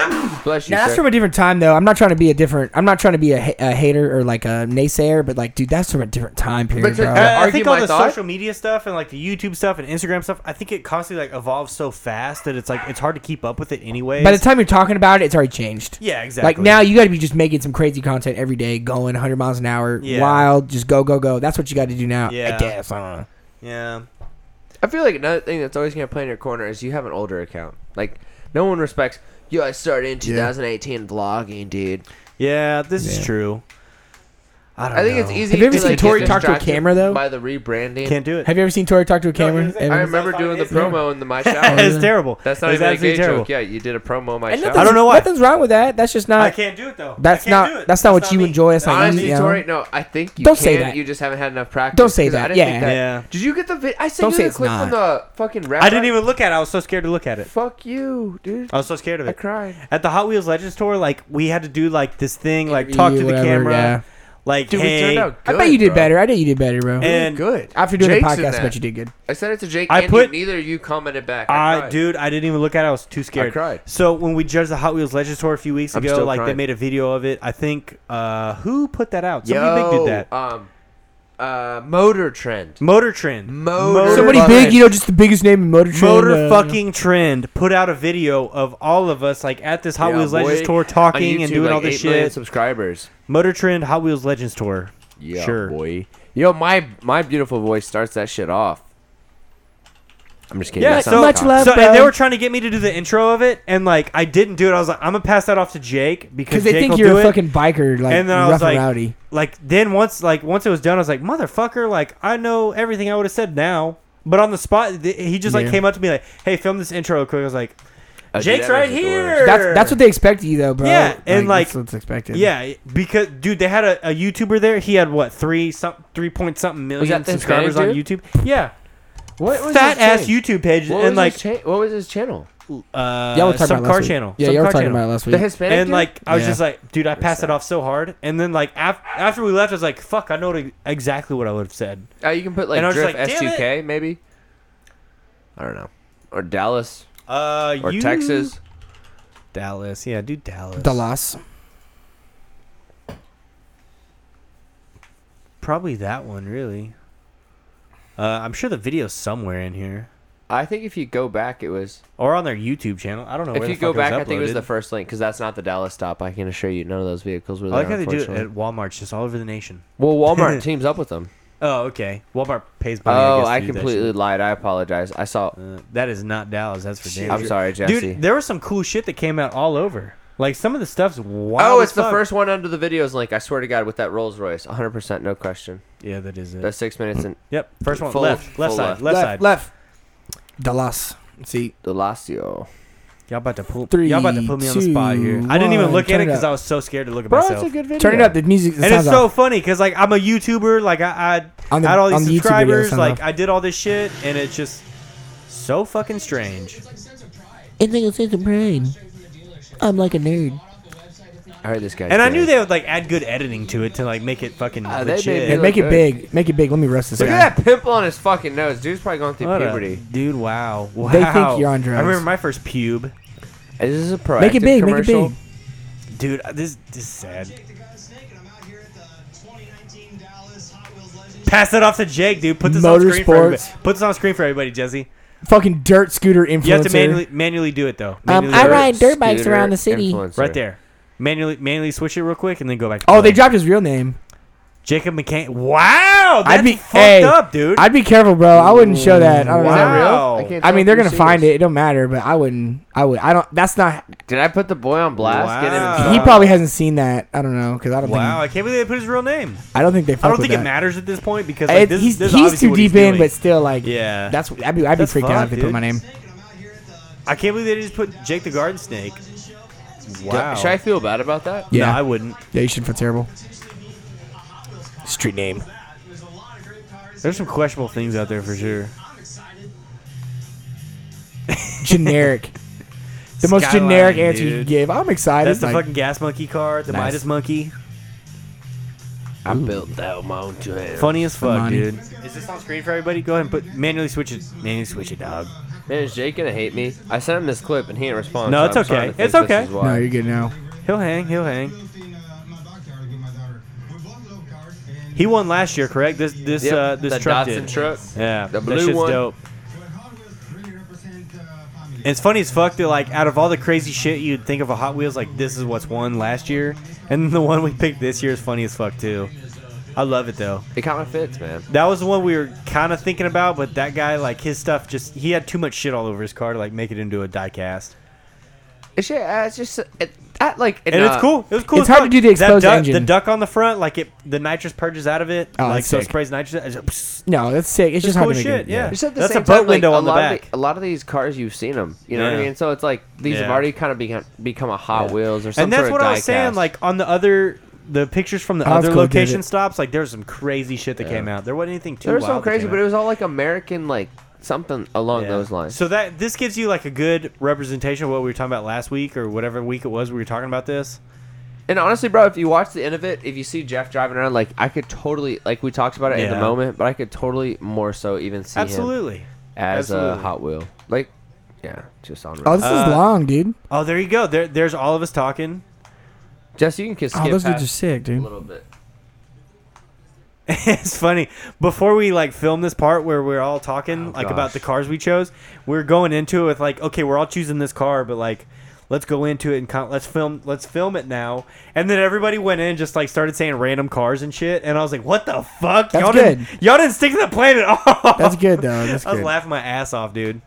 [SPEAKER 4] Bless you,
[SPEAKER 1] Now, that's
[SPEAKER 4] sir.
[SPEAKER 1] from a different time, though. I'm not trying to be a different. I'm not trying to be a, ha- a hater or like a naysayer, but like, dude, that's from a different time period,
[SPEAKER 4] But to-
[SPEAKER 1] bro.
[SPEAKER 4] uh,
[SPEAKER 2] I
[SPEAKER 4] argue
[SPEAKER 2] think all
[SPEAKER 4] my
[SPEAKER 2] the
[SPEAKER 4] thought?
[SPEAKER 2] social media stuff and like the YouTube stuff and Instagram stuff, I think it constantly like evolves so fast that it's like it's hard to keep up with it anyway.
[SPEAKER 1] By the time you're talking about it, it's already changed.
[SPEAKER 2] yeah, exactly.
[SPEAKER 1] Like now, you got to be just making some crazy content every day, going 100 miles an hour,
[SPEAKER 2] Yeah.
[SPEAKER 1] wild, just go, go, go. That's what you got to do now.
[SPEAKER 2] Yeah.
[SPEAKER 1] I guess. I don't know.
[SPEAKER 2] yeah,
[SPEAKER 4] I feel like another thing that's always gonna play in your corner is you have an older account. Like no one respects. Yo, I started in 2018 vlogging, dude.
[SPEAKER 2] yeah, this is
[SPEAKER 1] Yeah.
[SPEAKER 2] true. I don't.
[SPEAKER 4] I think
[SPEAKER 2] know.
[SPEAKER 4] it's easy.
[SPEAKER 1] Have you ever
[SPEAKER 4] to,
[SPEAKER 1] seen
[SPEAKER 4] like,
[SPEAKER 1] Tori
[SPEAKER 4] get
[SPEAKER 1] talk to a
[SPEAKER 4] distracted
[SPEAKER 1] camera, though?
[SPEAKER 4] By the rebranding,
[SPEAKER 2] Can't do it.
[SPEAKER 1] Have you ever seen Tori talk to a camera?
[SPEAKER 2] here's the-
[SPEAKER 1] Ever?
[SPEAKER 4] I
[SPEAKER 2] That's
[SPEAKER 4] remember
[SPEAKER 2] not
[SPEAKER 4] doing the
[SPEAKER 2] an Instagram.
[SPEAKER 4] promo in the my shower.
[SPEAKER 2] it's terrible.
[SPEAKER 4] That's not
[SPEAKER 2] it's
[SPEAKER 4] even a
[SPEAKER 2] absolutely
[SPEAKER 4] gay
[SPEAKER 2] terrible.
[SPEAKER 4] joke. Yeah, you did a promo in my
[SPEAKER 1] And
[SPEAKER 4] shower.
[SPEAKER 1] nothing's-
[SPEAKER 2] I don't know why.
[SPEAKER 1] Nothing's wrong with that. That's just
[SPEAKER 2] I
[SPEAKER 1] not.
[SPEAKER 2] can't do it though.
[SPEAKER 1] That's
[SPEAKER 2] I can't
[SPEAKER 1] not-
[SPEAKER 2] do it.
[SPEAKER 1] that's not what you
[SPEAKER 2] me.
[SPEAKER 1] enjoy, it's
[SPEAKER 2] That's
[SPEAKER 1] like,
[SPEAKER 2] not
[SPEAKER 4] Honestly,
[SPEAKER 2] me.
[SPEAKER 1] you know?
[SPEAKER 4] Tori, no, I think you
[SPEAKER 1] Don't say
[SPEAKER 4] can,
[SPEAKER 1] that.
[SPEAKER 4] You just haven't had enough practice.
[SPEAKER 1] Don't say
[SPEAKER 4] 'cause I
[SPEAKER 1] that,
[SPEAKER 4] didn't
[SPEAKER 1] yeah.
[SPEAKER 4] Think that.
[SPEAKER 2] Yeah.
[SPEAKER 4] Did you get the vid? I sent
[SPEAKER 1] Don't
[SPEAKER 4] you
[SPEAKER 1] say
[SPEAKER 4] the
[SPEAKER 1] it's
[SPEAKER 4] clip from the fucking rap.
[SPEAKER 2] I didn't even look at it. I was so scared to look at it.
[SPEAKER 4] Fuck you, dude.
[SPEAKER 2] I was so scared of
[SPEAKER 4] I
[SPEAKER 2] it.
[SPEAKER 4] cried.
[SPEAKER 2] At the Hot Wheels Legends tour, like we had to do like this thing, like talk to the
[SPEAKER 1] Whatever,
[SPEAKER 2] camera,
[SPEAKER 1] yeah.
[SPEAKER 2] like
[SPEAKER 4] Dude, we
[SPEAKER 2] hey.
[SPEAKER 4] turned out
[SPEAKER 1] I
[SPEAKER 4] good.
[SPEAKER 1] bet you did
[SPEAKER 4] bro.
[SPEAKER 1] better. I bet you did better, bro.
[SPEAKER 2] And
[SPEAKER 4] Good.
[SPEAKER 1] After doing
[SPEAKER 4] Jake's
[SPEAKER 1] the
[SPEAKER 4] in
[SPEAKER 1] podcast, I
[SPEAKER 4] that.
[SPEAKER 1] bet you did good.
[SPEAKER 4] I sent it to Jake.
[SPEAKER 2] I
[SPEAKER 4] and
[SPEAKER 2] put-
[SPEAKER 4] you, neither of you commented back. I,
[SPEAKER 2] I
[SPEAKER 4] cried.
[SPEAKER 2] dude, I didn't even look at it. I was too scared.
[SPEAKER 4] cried.
[SPEAKER 2] So when we judged the Hot Wheels Legends tour a few weeks
[SPEAKER 4] I'm
[SPEAKER 2] ago,
[SPEAKER 4] still
[SPEAKER 2] like they
[SPEAKER 4] crying.
[SPEAKER 2] made a video of it. I think uh who put that out? Somebody
[SPEAKER 4] Yo,
[SPEAKER 2] big did that.
[SPEAKER 4] Um, uh, motor trend.
[SPEAKER 2] Motor Trend.
[SPEAKER 4] Motor-
[SPEAKER 1] Somebody
[SPEAKER 4] Motor-
[SPEAKER 1] big, you know, just the biggest name in motor trend.
[SPEAKER 2] Motor
[SPEAKER 1] uh, you know.
[SPEAKER 2] fucking Trend put out a video of all of us like at this Hot
[SPEAKER 4] Yeah,
[SPEAKER 2] Wheels
[SPEAKER 4] boy.
[SPEAKER 2] Legends tour
[SPEAKER 4] On
[SPEAKER 2] talking
[SPEAKER 4] YouTube,
[SPEAKER 2] and doing
[SPEAKER 4] like
[SPEAKER 2] all this
[SPEAKER 4] 8 million
[SPEAKER 2] shit.
[SPEAKER 4] subscribers.
[SPEAKER 2] Motor Trend Hot Wheels Legends tour.
[SPEAKER 4] Yeah,
[SPEAKER 2] Sure.
[SPEAKER 4] boy. You know my my beautiful voice starts that shit off. I'm just kidding.
[SPEAKER 2] Yeah,
[SPEAKER 4] that
[SPEAKER 2] so,
[SPEAKER 4] sounds
[SPEAKER 1] Much
[SPEAKER 4] cocky.
[SPEAKER 1] love.
[SPEAKER 2] so
[SPEAKER 1] bro.
[SPEAKER 2] and they were trying to get me to do the intro of it, and like I didn't do it. I was like, I'm gonna pass that off to Jake
[SPEAKER 1] Because
[SPEAKER 2] because
[SPEAKER 1] they
[SPEAKER 2] Jake
[SPEAKER 1] think
[SPEAKER 2] will
[SPEAKER 1] you're
[SPEAKER 2] do
[SPEAKER 1] a
[SPEAKER 2] it.
[SPEAKER 1] fucking biker, like
[SPEAKER 2] And then I was
[SPEAKER 1] rough and
[SPEAKER 2] like-
[SPEAKER 1] rowdy.
[SPEAKER 2] like then once like once it was done, I was like, motherfucker, like I know everything I would have said now. But on the spot, th- he just like
[SPEAKER 1] Yeah.
[SPEAKER 2] came up to me like, "Hey, film this intro real quick." I was like,
[SPEAKER 4] Oh, dude,
[SPEAKER 2] "Jake's
[SPEAKER 4] that
[SPEAKER 2] right
[SPEAKER 4] makes it the worst.
[SPEAKER 2] here."
[SPEAKER 1] That's that's what they expect of you, though, bro.
[SPEAKER 2] Yeah, and, like-
[SPEAKER 1] that's what's expected.
[SPEAKER 2] Yeah, because dude, they had a, a YouTuber there. He had what three some three point something million
[SPEAKER 4] that the
[SPEAKER 2] subscribers on
[SPEAKER 4] Hispanic
[SPEAKER 2] YouTube. Yeah,
[SPEAKER 4] What was
[SPEAKER 2] fat
[SPEAKER 4] his
[SPEAKER 2] ass
[SPEAKER 4] change?
[SPEAKER 2] YouTube page
[SPEAKER 4] What was
[SPEAKER 2] and like
[SPEAKER 4] his cha- what was his channel?
[SPEAKER 2] uh,
[SPEAKER 1] y'all were talking
[SPEAKER 2] some
[SPEAKER 1] about it
[SPEAKER 2] car
[SPEAKER 1] last week.
[SPEAKER 2] channel.
[SPEAKER 1] Yeah,
[SPEAKER 2] some
[SPEAKER 1] y'all were
[SPEAKER 2] car
[SPEAKER 1] talking
[SPEAKER 2] channel.
[SPEAKER 1] about it last week.
[SPEAKER 4] The Hispanic
[SPEAKER 2] and
[SPEAKER 4] dude?
[SPEAKER 2] like I was
[SPEAKER 1] Yeah.
[SPEAKER 2] just like, dude, I passed
[SPEAKER 4] sad.
[SPEAKER 2] it off so hard. And then like af- after we left, I was like, fuck, I know what- e-, exactly what I would have said.
[SPEAKER 4] oh, you can put like
[SPEAKER 2] and I was
[SPEAKER 4] Drift
[SPEAKER 2] like, damn
[SPEAKER 4] S2K maybe. I don't know, or Dallas
[SPEAKER 2] Uh,
[SPEAKER 4] or
[SPEAKER 2] you-
[SPEAKER 4] Texas.
[SPEAKER 2] Dallas, yeah, dude, Dallas.
[SPEAKER 1] Dallas.
[SPEAKER 2] Probably that one, really. Uh, I'm sure the video's somewhere in here
[SPEAKER 4] I think if you go back, it was.
[SPEAKER 2] or on their YouTube channel. I don't know.
[SPEAKER 4] If
[SPEAKER 2] Oh, where
[SPEAKER 4] you
[SPEAKER 2] the
[SPEAKER 4] go
[SPEAKER 2] fuck
[SPEAKER 4] back,
[SPEAKER 2] was
[SPEAKER 4] I think it was
[SPEAKER 2] uploaded.
[SPEAKER 4] the first link because that's not the Dallas stop. I can assure you, none of those vehicles were
[SPEAKER 2] I
[SPEAKER 4] there.
[SPEAKER 2] like how they do it
[SPEAKER 4] unfortunately.
[SPEAKER 2] at Walmart, just all over the nation.
[SPEAKER 4] Well, Walmart teams up with them.
[SPEAKER 2] Oh, okay. Walmart pays money.
[SPEAKER 4] Oh,
[SPEAKER 2] I,
[SPEAKER 4] I
[SPEAKER 2] guess, to do that
[SPEAKER 4] completely lied. I apologize. I saw.
[SPEAKER 2] shit. Uh, that is not Dallas. That's for damn
[SPEAKER 4] I'm
[SPEAKER 2] sure.
[SPEAKER 4] sorry, Jesse.
[SPEAKER 2] Dude, there was some cool shit that came out all over. Like some of the stuff's wild.
[SPEAKER 4] oh,
[SPEAKER 2] as
[SPEAKER 4] it's the
[SPEAKER 2] fuck.
[SPEAKER 4] first one under the videos link. I swear to God, with that Rolls Royce, 100, percent no question.
[SPEAKER 2] Yeah, that is it.
[SPEAKER 4] That's six minutes and
[SPEAKER 2] yep, first one
[SPEAKER 4] Full
[SPEAKER 2] left,
[SPEAKER 4] left,
[SPEAKER 2] left
[SPEAKER 4] full
[SPEAKER 2] side,
[SPEAKER 4] left.
[SPEAKER 2] left, side.
[SPEAKER 1] left. Dallas. See,
[SPEAKER 4] Delasio.
[SPEAKER 2] Y'all about to pull.
[SPEAKER 1] Three,
[SPEAKER 2] you y'all about to put me on the spot here.
[SPEAKER 1] two,
[SPEAKER 2] I didn't even
[SPEAKER 1] one,
[SPEAKER 2] look at
[SPEAKER 1] turn
[SPEAKER 2] it
[SPEAKER 1] it
[SPEAKER 2] because
[SPEAKER 1] up.
[SPEAKER 2] I was so scared to look at
[SPEAKER 4] Bro,
[SPEAKER 2] myself.
[SPEAKER 4] it's a good video.
[SPEAKER 1] turn it up. The music. The
[SPEAKER 2] and it's
[SPEAKER 1] sounds
[SPEAKER 2] so
[SPEAKER 1] off.
[SPEAKER 2] funny because like I'm a YouTuber, like I, I
[SPEAKER 1] On the-
[SPEAKER 2] had all these
[SPEAKER 1] on the YouTube video,
[SPEAKER 2] subscribers,
[SPEAKER 1] sounds
[SPEAKER 2] like
[SPEAKER 1] off.
[SPEAKER 2] I did all this shit, and it's just so fucking strange.
[SPEAKER 1] It's like a sense of pride. I'm like a nerd.
[SPEAKER 4] I heard this guy.
[SPEAKER 2] And I knew they would like add good editing to it to like make it fucking
[SPEAKER 4] Uh, they
[SPEAKER 2] legit.
[SPEAKER 4] made
[SPEAKER 1] Yeah,
[SPEAKER 4] look
[SPEAKER 1] make it
[SPEAKER 4] good.
[SPEAKER 1] big. Make it big. Let me roast this
[SPEAKER 4] Look
[SPEAKER 1] guy.
[SPEAKER 4] at that pimple on his fucking nose. Dude's probably going through
[SPEAKER 2] What a-
[SPEAKER 4] puberty.
[SPEAKER 2] dude, wow, wow.
[SPEAKER 1] They think you're on
[SPEAKER 2] I
[SPEAKER 1] drugs.
[SPEAKER 2] remember my first pube,
[SPEAKER 4] Is this a proactive
[SPEAKER 1] Make it big. Make it
[SPEAKER 4] commercial?
[SPEAKER 1] big.
[SPEAKER 2] dude. uh, This this is sad.
[SPEAKER 8] Jake the God Snake, and I'm out here at the 2019 Dallas Hot Wheels Legends.
[SPEAKER 2] Pass it off to Jake, dude. Put this on screen for everybody.
[SPEAKER 1] Motorsports.
[SPEAKER 2] Put this on screen for everybody, Jesse.
[SPEAKER 1] Fucking dirt scooter influencer.
[SPEAKER 2] You have to manually manually do it though. Manually
[SPEAKER 1] Um, I
[SPEAKER 2] do it.
[SPEAKER 1] ride dirt bikes
[SPEAKER 4] Scooter
[SPEAKER 1] around the city.
[SPEAKER 4] influencer.
[SPEAKER 2] right there. Manually manually switch it real quick and then go back. To
[SPEAKER 1] Oh, they
[SPEAKER 2] playing.
[SPEAKER 1] dropped his real name.
[SPEAKER 2] Jacob McCain. Wow, that's
[SPEAKER 1] I'd be
[SPEAKER 2] fucked
[SPEAKER 1] hey,
[SPEAKER 2] up, dude.
[SPEAKER 1] I'd be careful, bro. I wouldn't show that. I, don't
[SPEAKER 4] Oh, Is that
[SPEAKER 1] know.
[SPEAKER 2] Wow.
[SPEAKER 4] real? can't
[SPEAKER 1] I
[SPEAKER 4] tell
[SPEAKER 1] mean,
[SPEAKER 4] if
[SPEAKER 1] they're
[SPEAKER 4] you
[SPEAKER 1] gonna
[SPEAKER 4] see
[SPEAKER 1] find
[SPEAKER 4] this.
[SPEAKER 1] it. It don't matter, but I wouldn't. I would. I don't. That's not.
[SPEAKER 4] Did I put the boy on blast? Get him in
[SPEAKER 2] Wow.
[SPEAKER 4] trouble?
[SPEAKER 1] he probably hasn't seen that. I don't know because I don't
[SPEAKER 2] Uh. wow,
[SPEAKER 1] think.
[SPEAKER 2] I can't believe they put his real name.
[SPEAKER 1] I don't think they. Fuck
[SPEAKER 2] I don't
[SPEAKER 1] with
[SPEAKER 2] think
[SPEAKER 1] that.
[SPEAKER 2] it matters at this point because like,
[SPEAKER 1] It-
[SPEAKER 2] this,
[SPEAKER 1] he's
[SPEAKER 2] this is
[SPEAKER 1] he's
[SPEAKER 2] obviously
[SPEAKER 1] too
[SPEAKER 2] what he's
[SPEAKER 1] deep in,
[SPEAKER 2] doing.
[SPEAKER 1] but still, like,
[SPEAKER 2] Yeah.
[SPEAKER 1] that's I'd be I'd be
[SPEAKER 2] That's
[SPEAKER 1] freaked out if
[SPEAKER 2] fucked,
[SPEAKER 1] they put
[SPEAKER 2] dude.
[SPEAKER 1] my name.
[SPEAKER 8] Snake, and I'm out here at the
[SPEAKER 2] I can't believe they just put Jake the Garden Snake.
[SPEAKER 8] Legends show. And it's
[SPEAKER 4] Do-
[SPEAKER 2] Wow.
[SPEAKER 4] Should I feel bad about that?
[SPEAKER 1] Yeah,
[SPEAKER 2] No, I wouldn't.
[SPEAKER 1] yeah, you should feel terrible.
[SPEAKER 8] potentially meet a Hot Wheels car.
[SPEAKER 1] Street name.
[SPEAKER 8] That. There's a lot of great cars.
[SPEAKER 2] There's some questionable things out there for sure.
[SPEAKER 8] I'm excited.
[SPEAKER 1] Generic. The most
[SPEAKER 2] Skyline,
[SPEAKER 1] generic answer you
[SPEAKER 2] dude.
[SPEAKER 1] can give. I'm excited.
[SPEAKER 2] That's the
[SPEAKER 1] like,
[SPEAKER 2] fucking gas monkey car, the
[SPEAKER 1] Nice.
[SPEAKER 2] Midas monkey.
[SPEAKER 4] I built that mountain.
[SPEAKER 2] Funny as fuck,
[SPEAKER 1] Money.
[SPEAKER 2] dude. Is this on screen for everybody? Go ahead and put manually switch it. Manually switch it, dog.
[SPEAKER 4] Man, is Jake gonna hate me? I sent him this clip and he didn't respond.
[SPEAKER 2] No,
[SPEAKER 4] so
[SPEAKER 2] it's
[SPEAKER 4] I'm starting
[SPEAKER 2] okay.
[SPEAKER 4] to think
[SPEAKER 2] It's
[SPEAKER 4] this
[SPEAKER 2] okay.
[SPEAKER 4] is
[SPEAKER 1] No,
[SPEAKER 4] why.
[SPEAKER 1] you're good now.
[SPEAKER 2] He'll hang. He'll hang.
[SPEAKER 8] In uh, my backyard with my daughter. We bought a little car. And
[SPEAKER 2] He won last year, correct? This this
[SPEAKER 4] Yep,
[SPEAKER 2] uh this
[SPEAKER 4] the
[SPEAKER 2] truck
[SPEAKER 4] Datsun
[SPEAKER 2] did.
[SPEAKER 4] truck.
[SPEAKER 2] Yeah,
[SPEAKER 4] The
[SPEAKER 2] that
[SPEAKER 4] blue
[SPEAKER 2] shit's
[SPEAKER 4] one.
[SPEAKER 2] dope.
[SPEAKER 8] But Hot Wheels really represent uh, family.
[SPEAKER 2] And it's funny as fuck that like out of all the crazy shit you'd think of a Hot Wheels, like this is what's won last year, and the one we picked this year is funny as fuck too. I love it though.
[SPEAKER 4] It kind of fits, man.
[SPEAKER 2] That was the one we were kind of thinking about, but that guy like his stuff just he had too much shit all over his car to like make it into a diecast.
[SPEAKER 4] It's, yeah, it's just it, uh, that like
[SPEAKER 2] And it's cool. It was cool.
[SPEAKER 1] It's
[SPEAKER 2] as
[SPEAKER 1] hard
[SPEAKER 2] fuck.
[SPEAKER 1] to do the
[SPEAKER 2] That
[SPEAKER 1] exposed
[SPEAKER 2] duck-
[SPEAKER 1] engine.
[SPEAKER 2] The duck on the front, like it, the nitrous purges out of it,
[SPEAKER 1] Oh,
[SPEAKER 2] like
[SPEAKER 1] that's
[SPEAKER 2] so it
[SPEAKER 1] sick.
[SPEAKER 2] sprays nitrous. It's just,
[SPEAKER 1] No, that's sick. It's
[SPEAKER 2] It's
[SPEAKER 1] just hard
[SPEAKER 2] cool
[SPEAKER 1] to make
[SPEAKER 2] shit,
[SPEAKER 1] it.
[SPEAKER 2] yeah.
[SPEAKER 4] Just at the
[SPEAKER 2] That's a
[SPEAKER 4] same
[SPEAKER 2] boat
[SPEAKER 4] time, like,
[SPEAKER 2] window on the
[SPEAKER 4] a lot
[SPEAKER 2] back.
[SPEAKER 4] Of the, a lot of these cars, you've seen them. You know what
[SPEAKER 2] Yeah.
[SPEAKER 4] I mean? So it's like these have
[SPEAKER 2] Yeah.
[SPEAKER 4] already kind of become, become a Hot
[SPEAKER 2] Yeah.
[SPEAKER 4] Wheels or something.
[SPEAKER 2] and that's what I was saying. Like on the other, the pictures from the
[SPEAKER 1] Oh, that's
[SPEAKER 2] other
[SPEAKER 1] cool, dude.
[SPEAKER 2] location stops, like there was some crazy shit that came out. There wasn't anything too.
[SPEAKER 4] there was some
[SPEAKER 2] wild that
[SPEAKER 4] crazy,
[SPEAKER 2] came
[SPEAKER 4] but
[SPEAKER 2] out.
[SPEAKER 4] it was all like American, like something along
[SPEAKER 2] Yeah.
[SPEAKER 4] those lines.
[SPEAKER 2] So that this gives you like a good representation of what we were talking about last week or whatever week it was we were talking about this.
[SPEAKER 4] And honestly, bro, if you watch the end of it, if you see Jeff driving around, like I could totally, like we talked about it in the
[SPEAKER 2] Yeah.
[SPEAKER 4] moment, but I could totally more so even see him
[SPEAKER 2] Absolutely.
[SPEAKER 4] as a
[SPEAKER 2] Absolutely.
[SPEAKER 4] Hot Wheel. Like, yeah, just on.
[SPEAKER 1] Oh, this
[SPEAKER 2] Uh,
[SPEAKER 1] is long, dude.
[SPEAKER 2] Oh, there you go. There, there's all of us talking.
[SPEAKER 4] Jess, you can kiss.
[SPEAKER 1] Oh, those dudes are sick,
[SPEAKER 4] a
[SPEAKER 1] dude.
[SPEAKER 4] little bit.
[SPEAKER 2] it's funny. Before we like film this part where we're all talking like about
[SPEAKER 4] Oh, gosh.
[SPEAKER 2] the cars we chose, we're going into it with like, okay, we're all choosing this car, but like, let's go into it and con- let's film, let's film it now. And then everybody went in and just like started saying random cars and shit, and I was like, what the fuck?
[SPEAKER 1] That's
[SPEAKER 2] y'all Didn't,
[SPEAKER 1] good.
[SPEAKER 2] y'all didn't stick to the plan at all.
[SPEAKER 1] That's good though. That's
[SPEAKER 2] I was
[SPEAKER 1] good.
[SPEAKER 2] laughing my ass off, dude.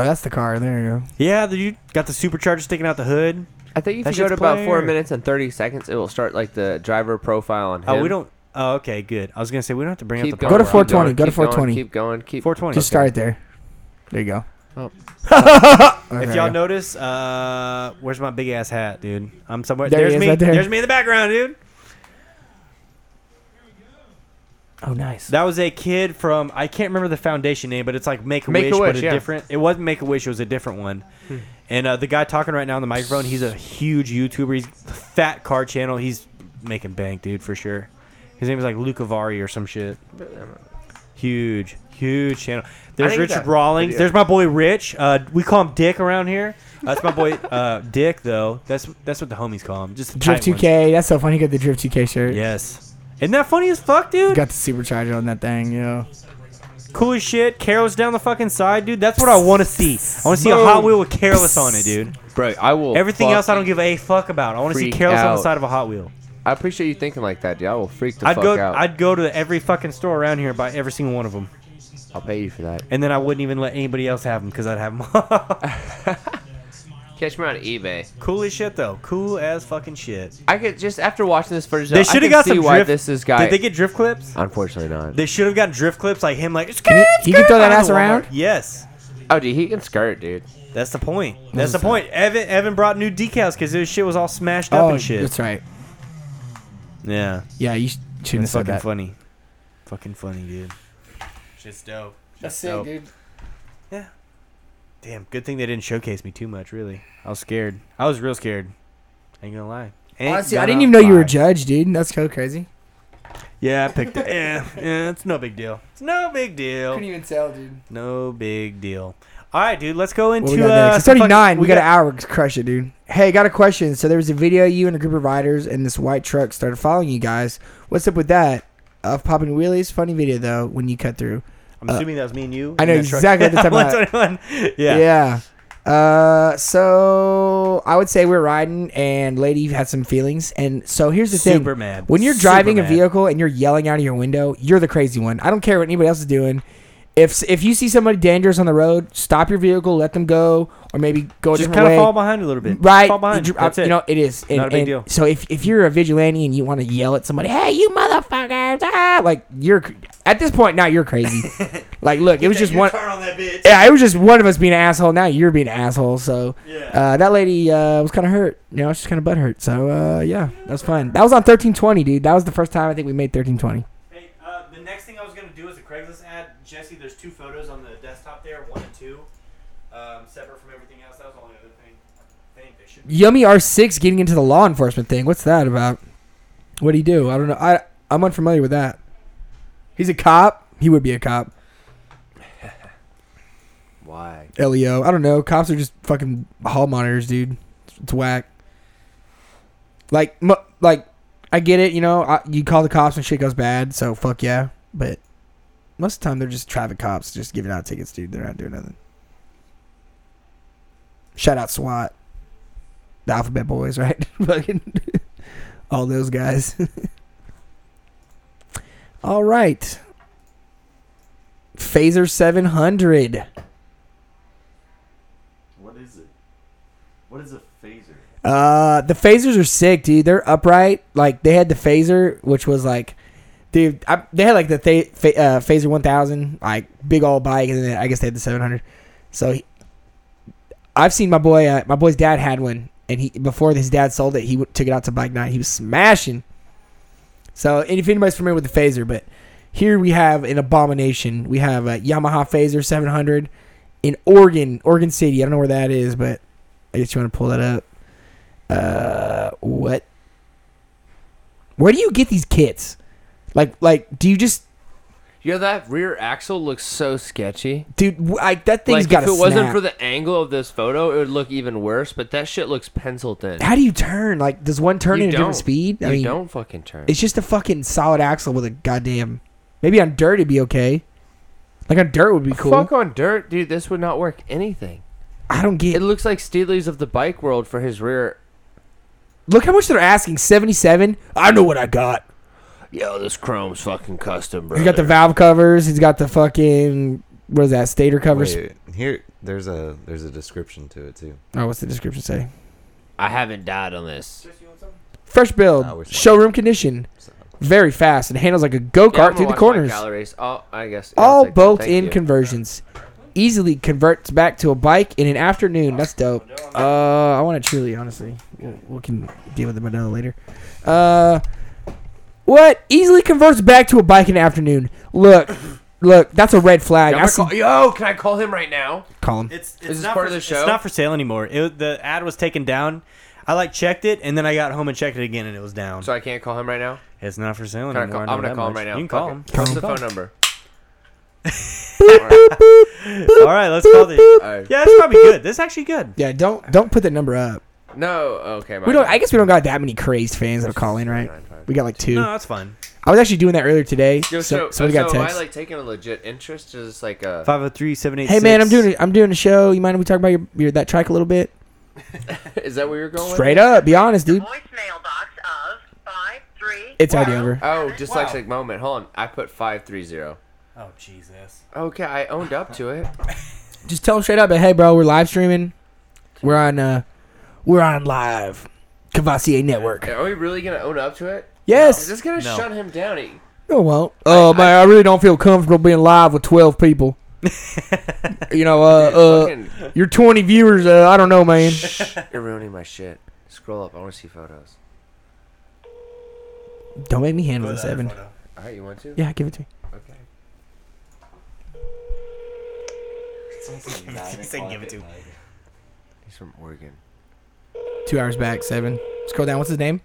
[SPEAKER 1] Oh, that's the car. There you go.
[SPEAKER 2] Yeah, the- you got the supercharger sticking out the hood.
[SPEAKER 4] I think if
[SPEAKER 2] That
[SPEAKER 4] you go to
[SPEAKER 2] shit's
[SPEAKER 4] about four
[SPEAKER 2] player.
[SPEAKER 4] minutes and thirty seconds, it will start like the driver profile on him.
[SPEAKER 2] Oh, we don't. Oh, okay, good. I was gonna say we don't have to bring
[SPEAKER 4] keep
[SPEAKER 2] up the
[SPEAKER 4] going.
[SPEAKER 2] part
[SPEAKER 1] Go to
[SPEAKER 4] keep
[SPEAKER 1] 420,
[SPEAKER 4] going,
[SPEAKER 1] go to
[SPEAKER 4] keep going,
[SPEAKER 1] 420.
[SPEAKER 4] Keep going. Keep
[SPEAKER 2] 420.
[SPEAKER 1] Just start there. There you go.
[SPEAKER 4] Oh.
[SPEAKER 2] If y'all notice, uh, where's my big ass hat, dude? I'm somewhere.
[SPEAKER 1] There he
[SPEAKER 2] there's
[SPEAKER 1] is,
[SPEAKER 2] me.
[SPEAKER 1] right there.
[SPEAKER 2] There's me in the background, dude.
[SPEAKER 1] Oh, nice.
[SPEAKER 2] That was a kid from I can't remember the foundation name, but it's like Make a Wish,
[SPEAKER 4] Make-A-Wish,
[SPEAKER 2] but a
[SPEAKER 4] yeah.
[SPEAKER 2] different. It wasn't Make a Wish; it was a different one.
[SPEAKER 1] Hmm.
[SPEAKER 2] And uh, the guy talking right now on the microphone, he's a huge YouTuber. He's fat car channel. He's making bank, dude, for sure. His name is like Lucavari or some shit. Huge, huge channel. There's
[SPEAKER 4] think
[SPEAKER 2] Richard
[SPEAKER 4] that
[SPEAKER 2] Rawlings.
[SPEAKER 4] video-
[SPEAKER 2] There's my boy Rich. Uh, we call him Dick around here. That's my boy uh, Dick, though. That's that's what the homies call him. Just the
[SPEAKER 1] Drift
[SPEAKER 2] tight ones.
[SPEAKER 1] 2K. That's so funny. You got the Drift 2K shirt.
[SPEAKER 2] Yes. Isn't that funny as fuck, dude?
[SPEAKER 1] Got the supercharger on that thing. You know.
[SPEAKER 2] cool as shit. Carol's down the fucking side, dude. That's what I want to see. I want to see a Hot Wheel with Carolus on it, dude.
[SPEAKER 4] Bro, I will.
[SPEAKER 2] Everything else I don't
[SPEAKER 4] fucking-
[SPEAKER 2] give a fuck about. I want to see
[SPEAKER 4] freak
[SPEAKER 2] Carolus on the
[SPEAKER 4] out.
[SPEAKER 2] side of a Hot Wheel.
[SPEAKER 4] I appreciate you thinking like that, dude. I will freak the
[SPEAKER 2] I'd
[SPEAKER 4] fuck
[SPEAKER 2] go.
[SPEAKER 4] out.
[SPEAKER 2] I'd go to every fucking store around here and buy every single one of them,
[SPEAKER 4] I'll pay you for that.
[SPEAKER 2] and then I wouldn't even let anybody else have them because I'd have them.
[SPEAKER 4] Catch me on eBay.
[SPEAKER 2] cool as shit though. Cool as fucking shit.
[SPEAKER 4] I could just after watching this footage,
[SPEAKER 2] They
[SPEAKER 4] though, I
[SPEAKER 2] should have
[SPEAKER 4] can
[SPEAKER 2] got
[SPEAKER 4] see
[SPEAKER 2] some
[SPEAKER 4] why
[SPEAKER 2] drift.
[SPEAKER 4] this is guy.
[SPEAKER 2] Did they get drift clips?
[SPEAKER 4] Unfortunately not.
[SPEAKER 2] They should have gotten drift clips like him. Like
[SPEAKER 1] he- he can throw that ass
[SPEAKER 2] Walmart.
[SPEAKER 1] around?
[SPEAKER 2] Yes.
[SPEAKER 4] oh, dude, he can skirt, dude.
[SPEAKER 2] That's the point. That's the point. Evan Evan brought new decals because his shit was all smashed up
[SPEAKER 1] Oh,
[SPEAKER 2] and shit.
[SPEAKER 1] that's right.
[SPEAKER 2] Yeah.
[SPEAKER 1] Yeah, you sh- shouldn't have
[SPEAKER 2] It's
[SPEAKER 1] said
[SPEAKER 2] fucking
[SPEAKER 1] that.
[SPEAKER 2] funny. Fucking funny, dude. Shit's dope.
[SPEAKER 1] That's
[SPEAKER 2] it,
[SPEAKER 1] dude.
[SPEAKER 2] Damn, good thing they didn't showcase me too much, really. I was scared. I was real scared. Ain't gonna lie. Ain't
[SPEAKER 1] Honestly, I
[SPEAKER 2] gonna
[SPEAKER 1] didn't even know you were a
[SPEAKER 2] lie.
[SPEAKER 1] judge, dude. That's so crazy.
[SPEAKER 2] Yeah, I picked it. yeah, yeah, it's no big deal. It's no big deal.
[SPEAKER 1] even tell, dude.
[SPEAKER 2] No big deal. All right, dude, let's go into.
[SPEAKER 1] What we got
[SPEAKER 2] uh,
[SPEAKER 1] next? It's
[SPEAKER 2] some
[SPEAKER 1] already
[SPEAKER 2] fucking-
[SPEAKER 1] nine. We, got, an hour. to Crush it, dude. Hey, got a question. So there was a video of you and a group of riders in this white truck started following you guys. What's up with that? Of popping wheelies. Funny video though. When you cut through.
[SPEAKER 2] I'm assuming that was me and you.
[SPEAKER 1] I know
[SPEAKER 2] in that truck.
[SPEAKER 1] exactly what you're talking about.
[SPEAKER 2] 121. Yeah.
[SPEAKER 1] Yeah. Uh, so I would say we're riding, and lady had some feelings. And so here's the
[SPEAKER 2] Super
[SPEAKER 1] thing:
[SPEAKER 2] mad.
[SPEAKER 1] when you're
[SPEAKER 2] Super
[SPEAKER 1] driving a
[SPEAKER 2] mad.
[SPEAKER 1] vehicle and you're yelling out of your window, you're the crazy one. I don't care what anybody else is doing. If if you see somebody dangerous on the road, stop your vehicle, let them go, or maybe go a
[SPEAKER 2] Just
[SPEAKER 1] different
[SPEAKER 2] kind of
[SPEAKER 1] way.
[SPEAKER 2] fall behind a little bit.
[SPEAKER 1] Right,
[SPEAKER 2] Fall behind.
[SPEAKER 1] You-
[SPEAKER 2] That's
[SPEAKER 1] you
[SPEAKER 2] it.
[SPEAKER 1] know it is. And-
[SPEAKER 2] Not a big
[SPEAKER 1] and
[SPEAKER 2] deal.
[SPEAKER 1] So if, if you're a vigilante and you want to yell at somebody, "Hey, you motherfuckers!" Ah, like you're at this point now you're crazy. like, look, it was just one.
[SPEAKER 2] on that bitch.
[SPEAKER 1] Yeah, it was just one of us being an asshole. Now you're being an asshole. So uh, that lady uh, was kind of hurt. You know, she's kind of butt hurt. So uh, yeah, that was fun. That was on 1320, dude. That was the first time I think we made 1320.
[SPEAKER 2] Hey, uh, the next thing I was gonna do is a Craigslist ad. Jesse, there's two photos on the desktop there, one and two, um, separate from everything else. That was the only other thing. I think they should.
[SPEAKER 1] Yummy R6 getting into the law enforcement thing. What's that about? What do you do? I don't know. I I'm unfamiliar with that. He's a cop. He would be a cop.
[SPEAKER 4] Why?
[SPEAKER 1] Leo. E I don't know. Cops are just fucking hall monitors, dude. It's whack. Like, mu- like, I get it. You know, I, you call the cops and shit goes bad. So fuck yeah. But most of the time, they're just traffic cops, just giving out tickets, dude. They're not doing nothing. Shout out SWAT, the Alphabet Boys, right? Fucking all those guys. all right. Phaser 700.
[SPEAKER 5] What is it? What is a phaser?
[SPEAKER 1] Uh, the phasers are sick, dude. They're upright. Like they had the phaser, which was like, dude, I, they had like the th- fa- uh, phaser one thousand, like big old bike, and then I guess they had the seven hundred. So he, I've seen my boy, uh, my boy's dad had one, and he before his dad sold it, he w- took it out to bike night. He was smashing. So, and if anybody's familiar with the phaser, but here we have an abomination. We have a Yamaha Phaser seven hundred in Oregon, Oregon City. I don't know where that is, but I guess you want to pull that up. Uh, what? Where do you get these kits? Like, like, do you just
[SPEAKER 4] Yeah, that rear axle looks so sketchy.
[SPEAKER 1] dude. w- Like that thing's
[SPEAKER 4] like
[SPEAKER 1] got.
[SPEAKER 4] if it wasn't for the angle of this photo, it would look even worse. But that shit looks penciled in.
[SPEAKER 1] How do you turn? Like, does one turn at
[SPEAKER 4] You
[SPEAKER 1] a
[SPEAKER 4] don't.
[SPEAKER 1] different speed? I
[SPEAKER 4] you
[SPEAKER 1] mean,
[SPEAKER 4] don't fucking turn.
[SPEAKER 1] it's just a fucking solid axle with a goddamn. Maybe on dirt it'd be okay. Like on dirt would be cool.
[SPEAKER 4] Fuck on dirt, dude. This would not work anything.
[SPEAKER 1] I don't get.
[SPEAKER 4] It looks like Steely's of the bike world for his rear.
[SPEAKER 1] Look how much they're asking. Seventy-seven. I know what I got.
[SPEAKER 7] Yo, this chrome's fucking custom, bro.
[SPEAKER 1] He's got the valve covers. He's got the fucking what is that? Stator covers.
[SPEAKER 5] Wait, here, there's a there's a description to it too.
[SPEAKER 1] Oh, what's the description say?
[SPEAKER 7] I haven't died on this.
[SPEAKER 1] Fresh build,
[SPEAKER 5] Nah, we're fine.
[SPEAKER 1] showroom condition,
[SPEAKER 5] So,
[SPEAKER 1] very fast, and handles like a go
[SPEAKER 4] Yeah, I'm
[SPEAKER 1] kart
[SPEAKER 4] gonna
[SPEAKER 1] through the
[SPEAKER 4] watch my
[SPEAKER 1] corners.
[SPEAKER 4] Calories. Oh, I guess. yeah, I'll
[SPEAKER 1] All
[SPEAKER 4] take that.
[SPEAKER 1] bolt
[SPEAKER 4] Thank
[SPEAKER 1] in
[SPEAKER 4] you.
[SPEAKER 1] conversions. Easily converts back to a bike in an afternoon. That's dope. Uh, I want it truly, honestly. We'll, we can deal with the Modelo later. Uh, what? Easily converts back to a bike in the afternoon. Look, look, that's a red flag.
[SPEAKER 4] Yeah, I'm
[SPEAKER 1] I
[SPEAKER 4] gonna
[SPEAKER 1] see.
[SPEAKER 4] call- yo, can I call him right now?
[SPEAKER 1] Call him.
[SPEAKER 2] It's,
[SPEAKER 4] Is
[SPEAKER 2] it's
[SPEAKER 4] this
[SPEAKER 2] not
[SPEAKER 4] part
[SPEAKER 2] for,
[SPEAKER 4] of the show?
[SPEAKER 2] It's not for sale anymore. It, the ad was taken down. I like checked it, and then I got home and checked it again, and it was down.
[SPEAKER 4] So I can't call him right now.
[SPEAKER 2] it's not for sale
[SPEAKER 4] Can I
[SPEAKER 2] anymore.
[SPEAKER 4] call,
[SPEAKER 2] I
[SPEAKER 4] I'm
[SPEAKER 2] know
[SPEAKER 4] gonna
[SPEAKER 2] that
[SPEAKER 4] call him
[SPEAKER 2] much.
[SPEAKER 4] right now.
[SPEAKER 2] You can
[SPEAKER 4] Fuck
[SPEAKER 2] call
[SPEAKER 4] it.
[SPEAKER 2] him.
[SPEAKER 4] What's
[SPEAKER 1] him.
[SPEAKER 4] the phone number?
[SPEAKER 2] All right, let's call the.
[SPEAKER 4] All right.
[SPEAKER 2] Yeah, that's probably good. That's actually good.
[SPEAKER 1] Yeah, don't don't put that number up.
[SPEAKER 4] No. Okay. My
[SPEAKER 1] We don't. I
[SPEAKER 4] bad.
[SPEAKER 1] guess we don't got that many crazed fans that'll call in, right? We got like two.
[SPEAKER 2] No, that's fine.
[SPEAKER 1] I was actually doing that earlier today.
[SPEAKER 4] Yo,
[SPEAKER 1] so,
[SPEAKER 4] so, so,
[SPEAKER 1] somebody got
[SPEAKER 4] am I
[SPEAKER 1] text.
[SPEAKER 4] like taking a legit interest? Is this like uh, a?
[SPEAKER 2] 503 786.
[SPEAKER 1] hey man, I'm doing a, I'm doing a show. You mind if we talk about your, your that trike a little bit?
[SPEAKER 4] Is that where you're going? with
[SPEAKER 1] Straight
[SPEAKER 4] it?
[SPEAKER 1] up, be honest, dude.
[SPEAKER 9] voicemail box of five three.
[SPEAKER 1] It's already over.
[SPEAKER 4] Oh, dyslexic moment. Hold on. I put five three zero.
[SPEAKER 2] Oh, Jesus.
[SPEAKER 4] Okay, I owned up to it.
[SPEAKER 1] Just tell them straight up, hey bro, we're live streaming. We're on uh, we're on live, Cavassier Network.
[SPEAKER 4] Are we really gonna own up to it? Is
[SPEAKER 1] Yes.
[SPEAKER 4] this gonna
[SPEAKER 2] No.
[SPEAKER 4] shut him down? He-
[SPEAKER 1] No, it won't. Oh man, I really don't feel comfortable being live with 12 people. you know, uh,
[SPEAKER 4] Fucking,
[SPEAKER 1] uh, your 20 viewers. Uh, I don't know, man.
[SPEAKER 4] you're ruining my shit. Scroll up. I want to see photos.
[SPEAKER 1] Don't make me handle this, Evan.
[SPEAKER 4] All right, you want to?
[SPEAKER 1] Yeah, give it to me.
[SPEAKER 4] Okay.
[SPEAKER 2] He said give it to
[SPEAKER 4] He's from Oregon.
[SPEAKER 1] Two hours back, seven. Scroll down. What's his name?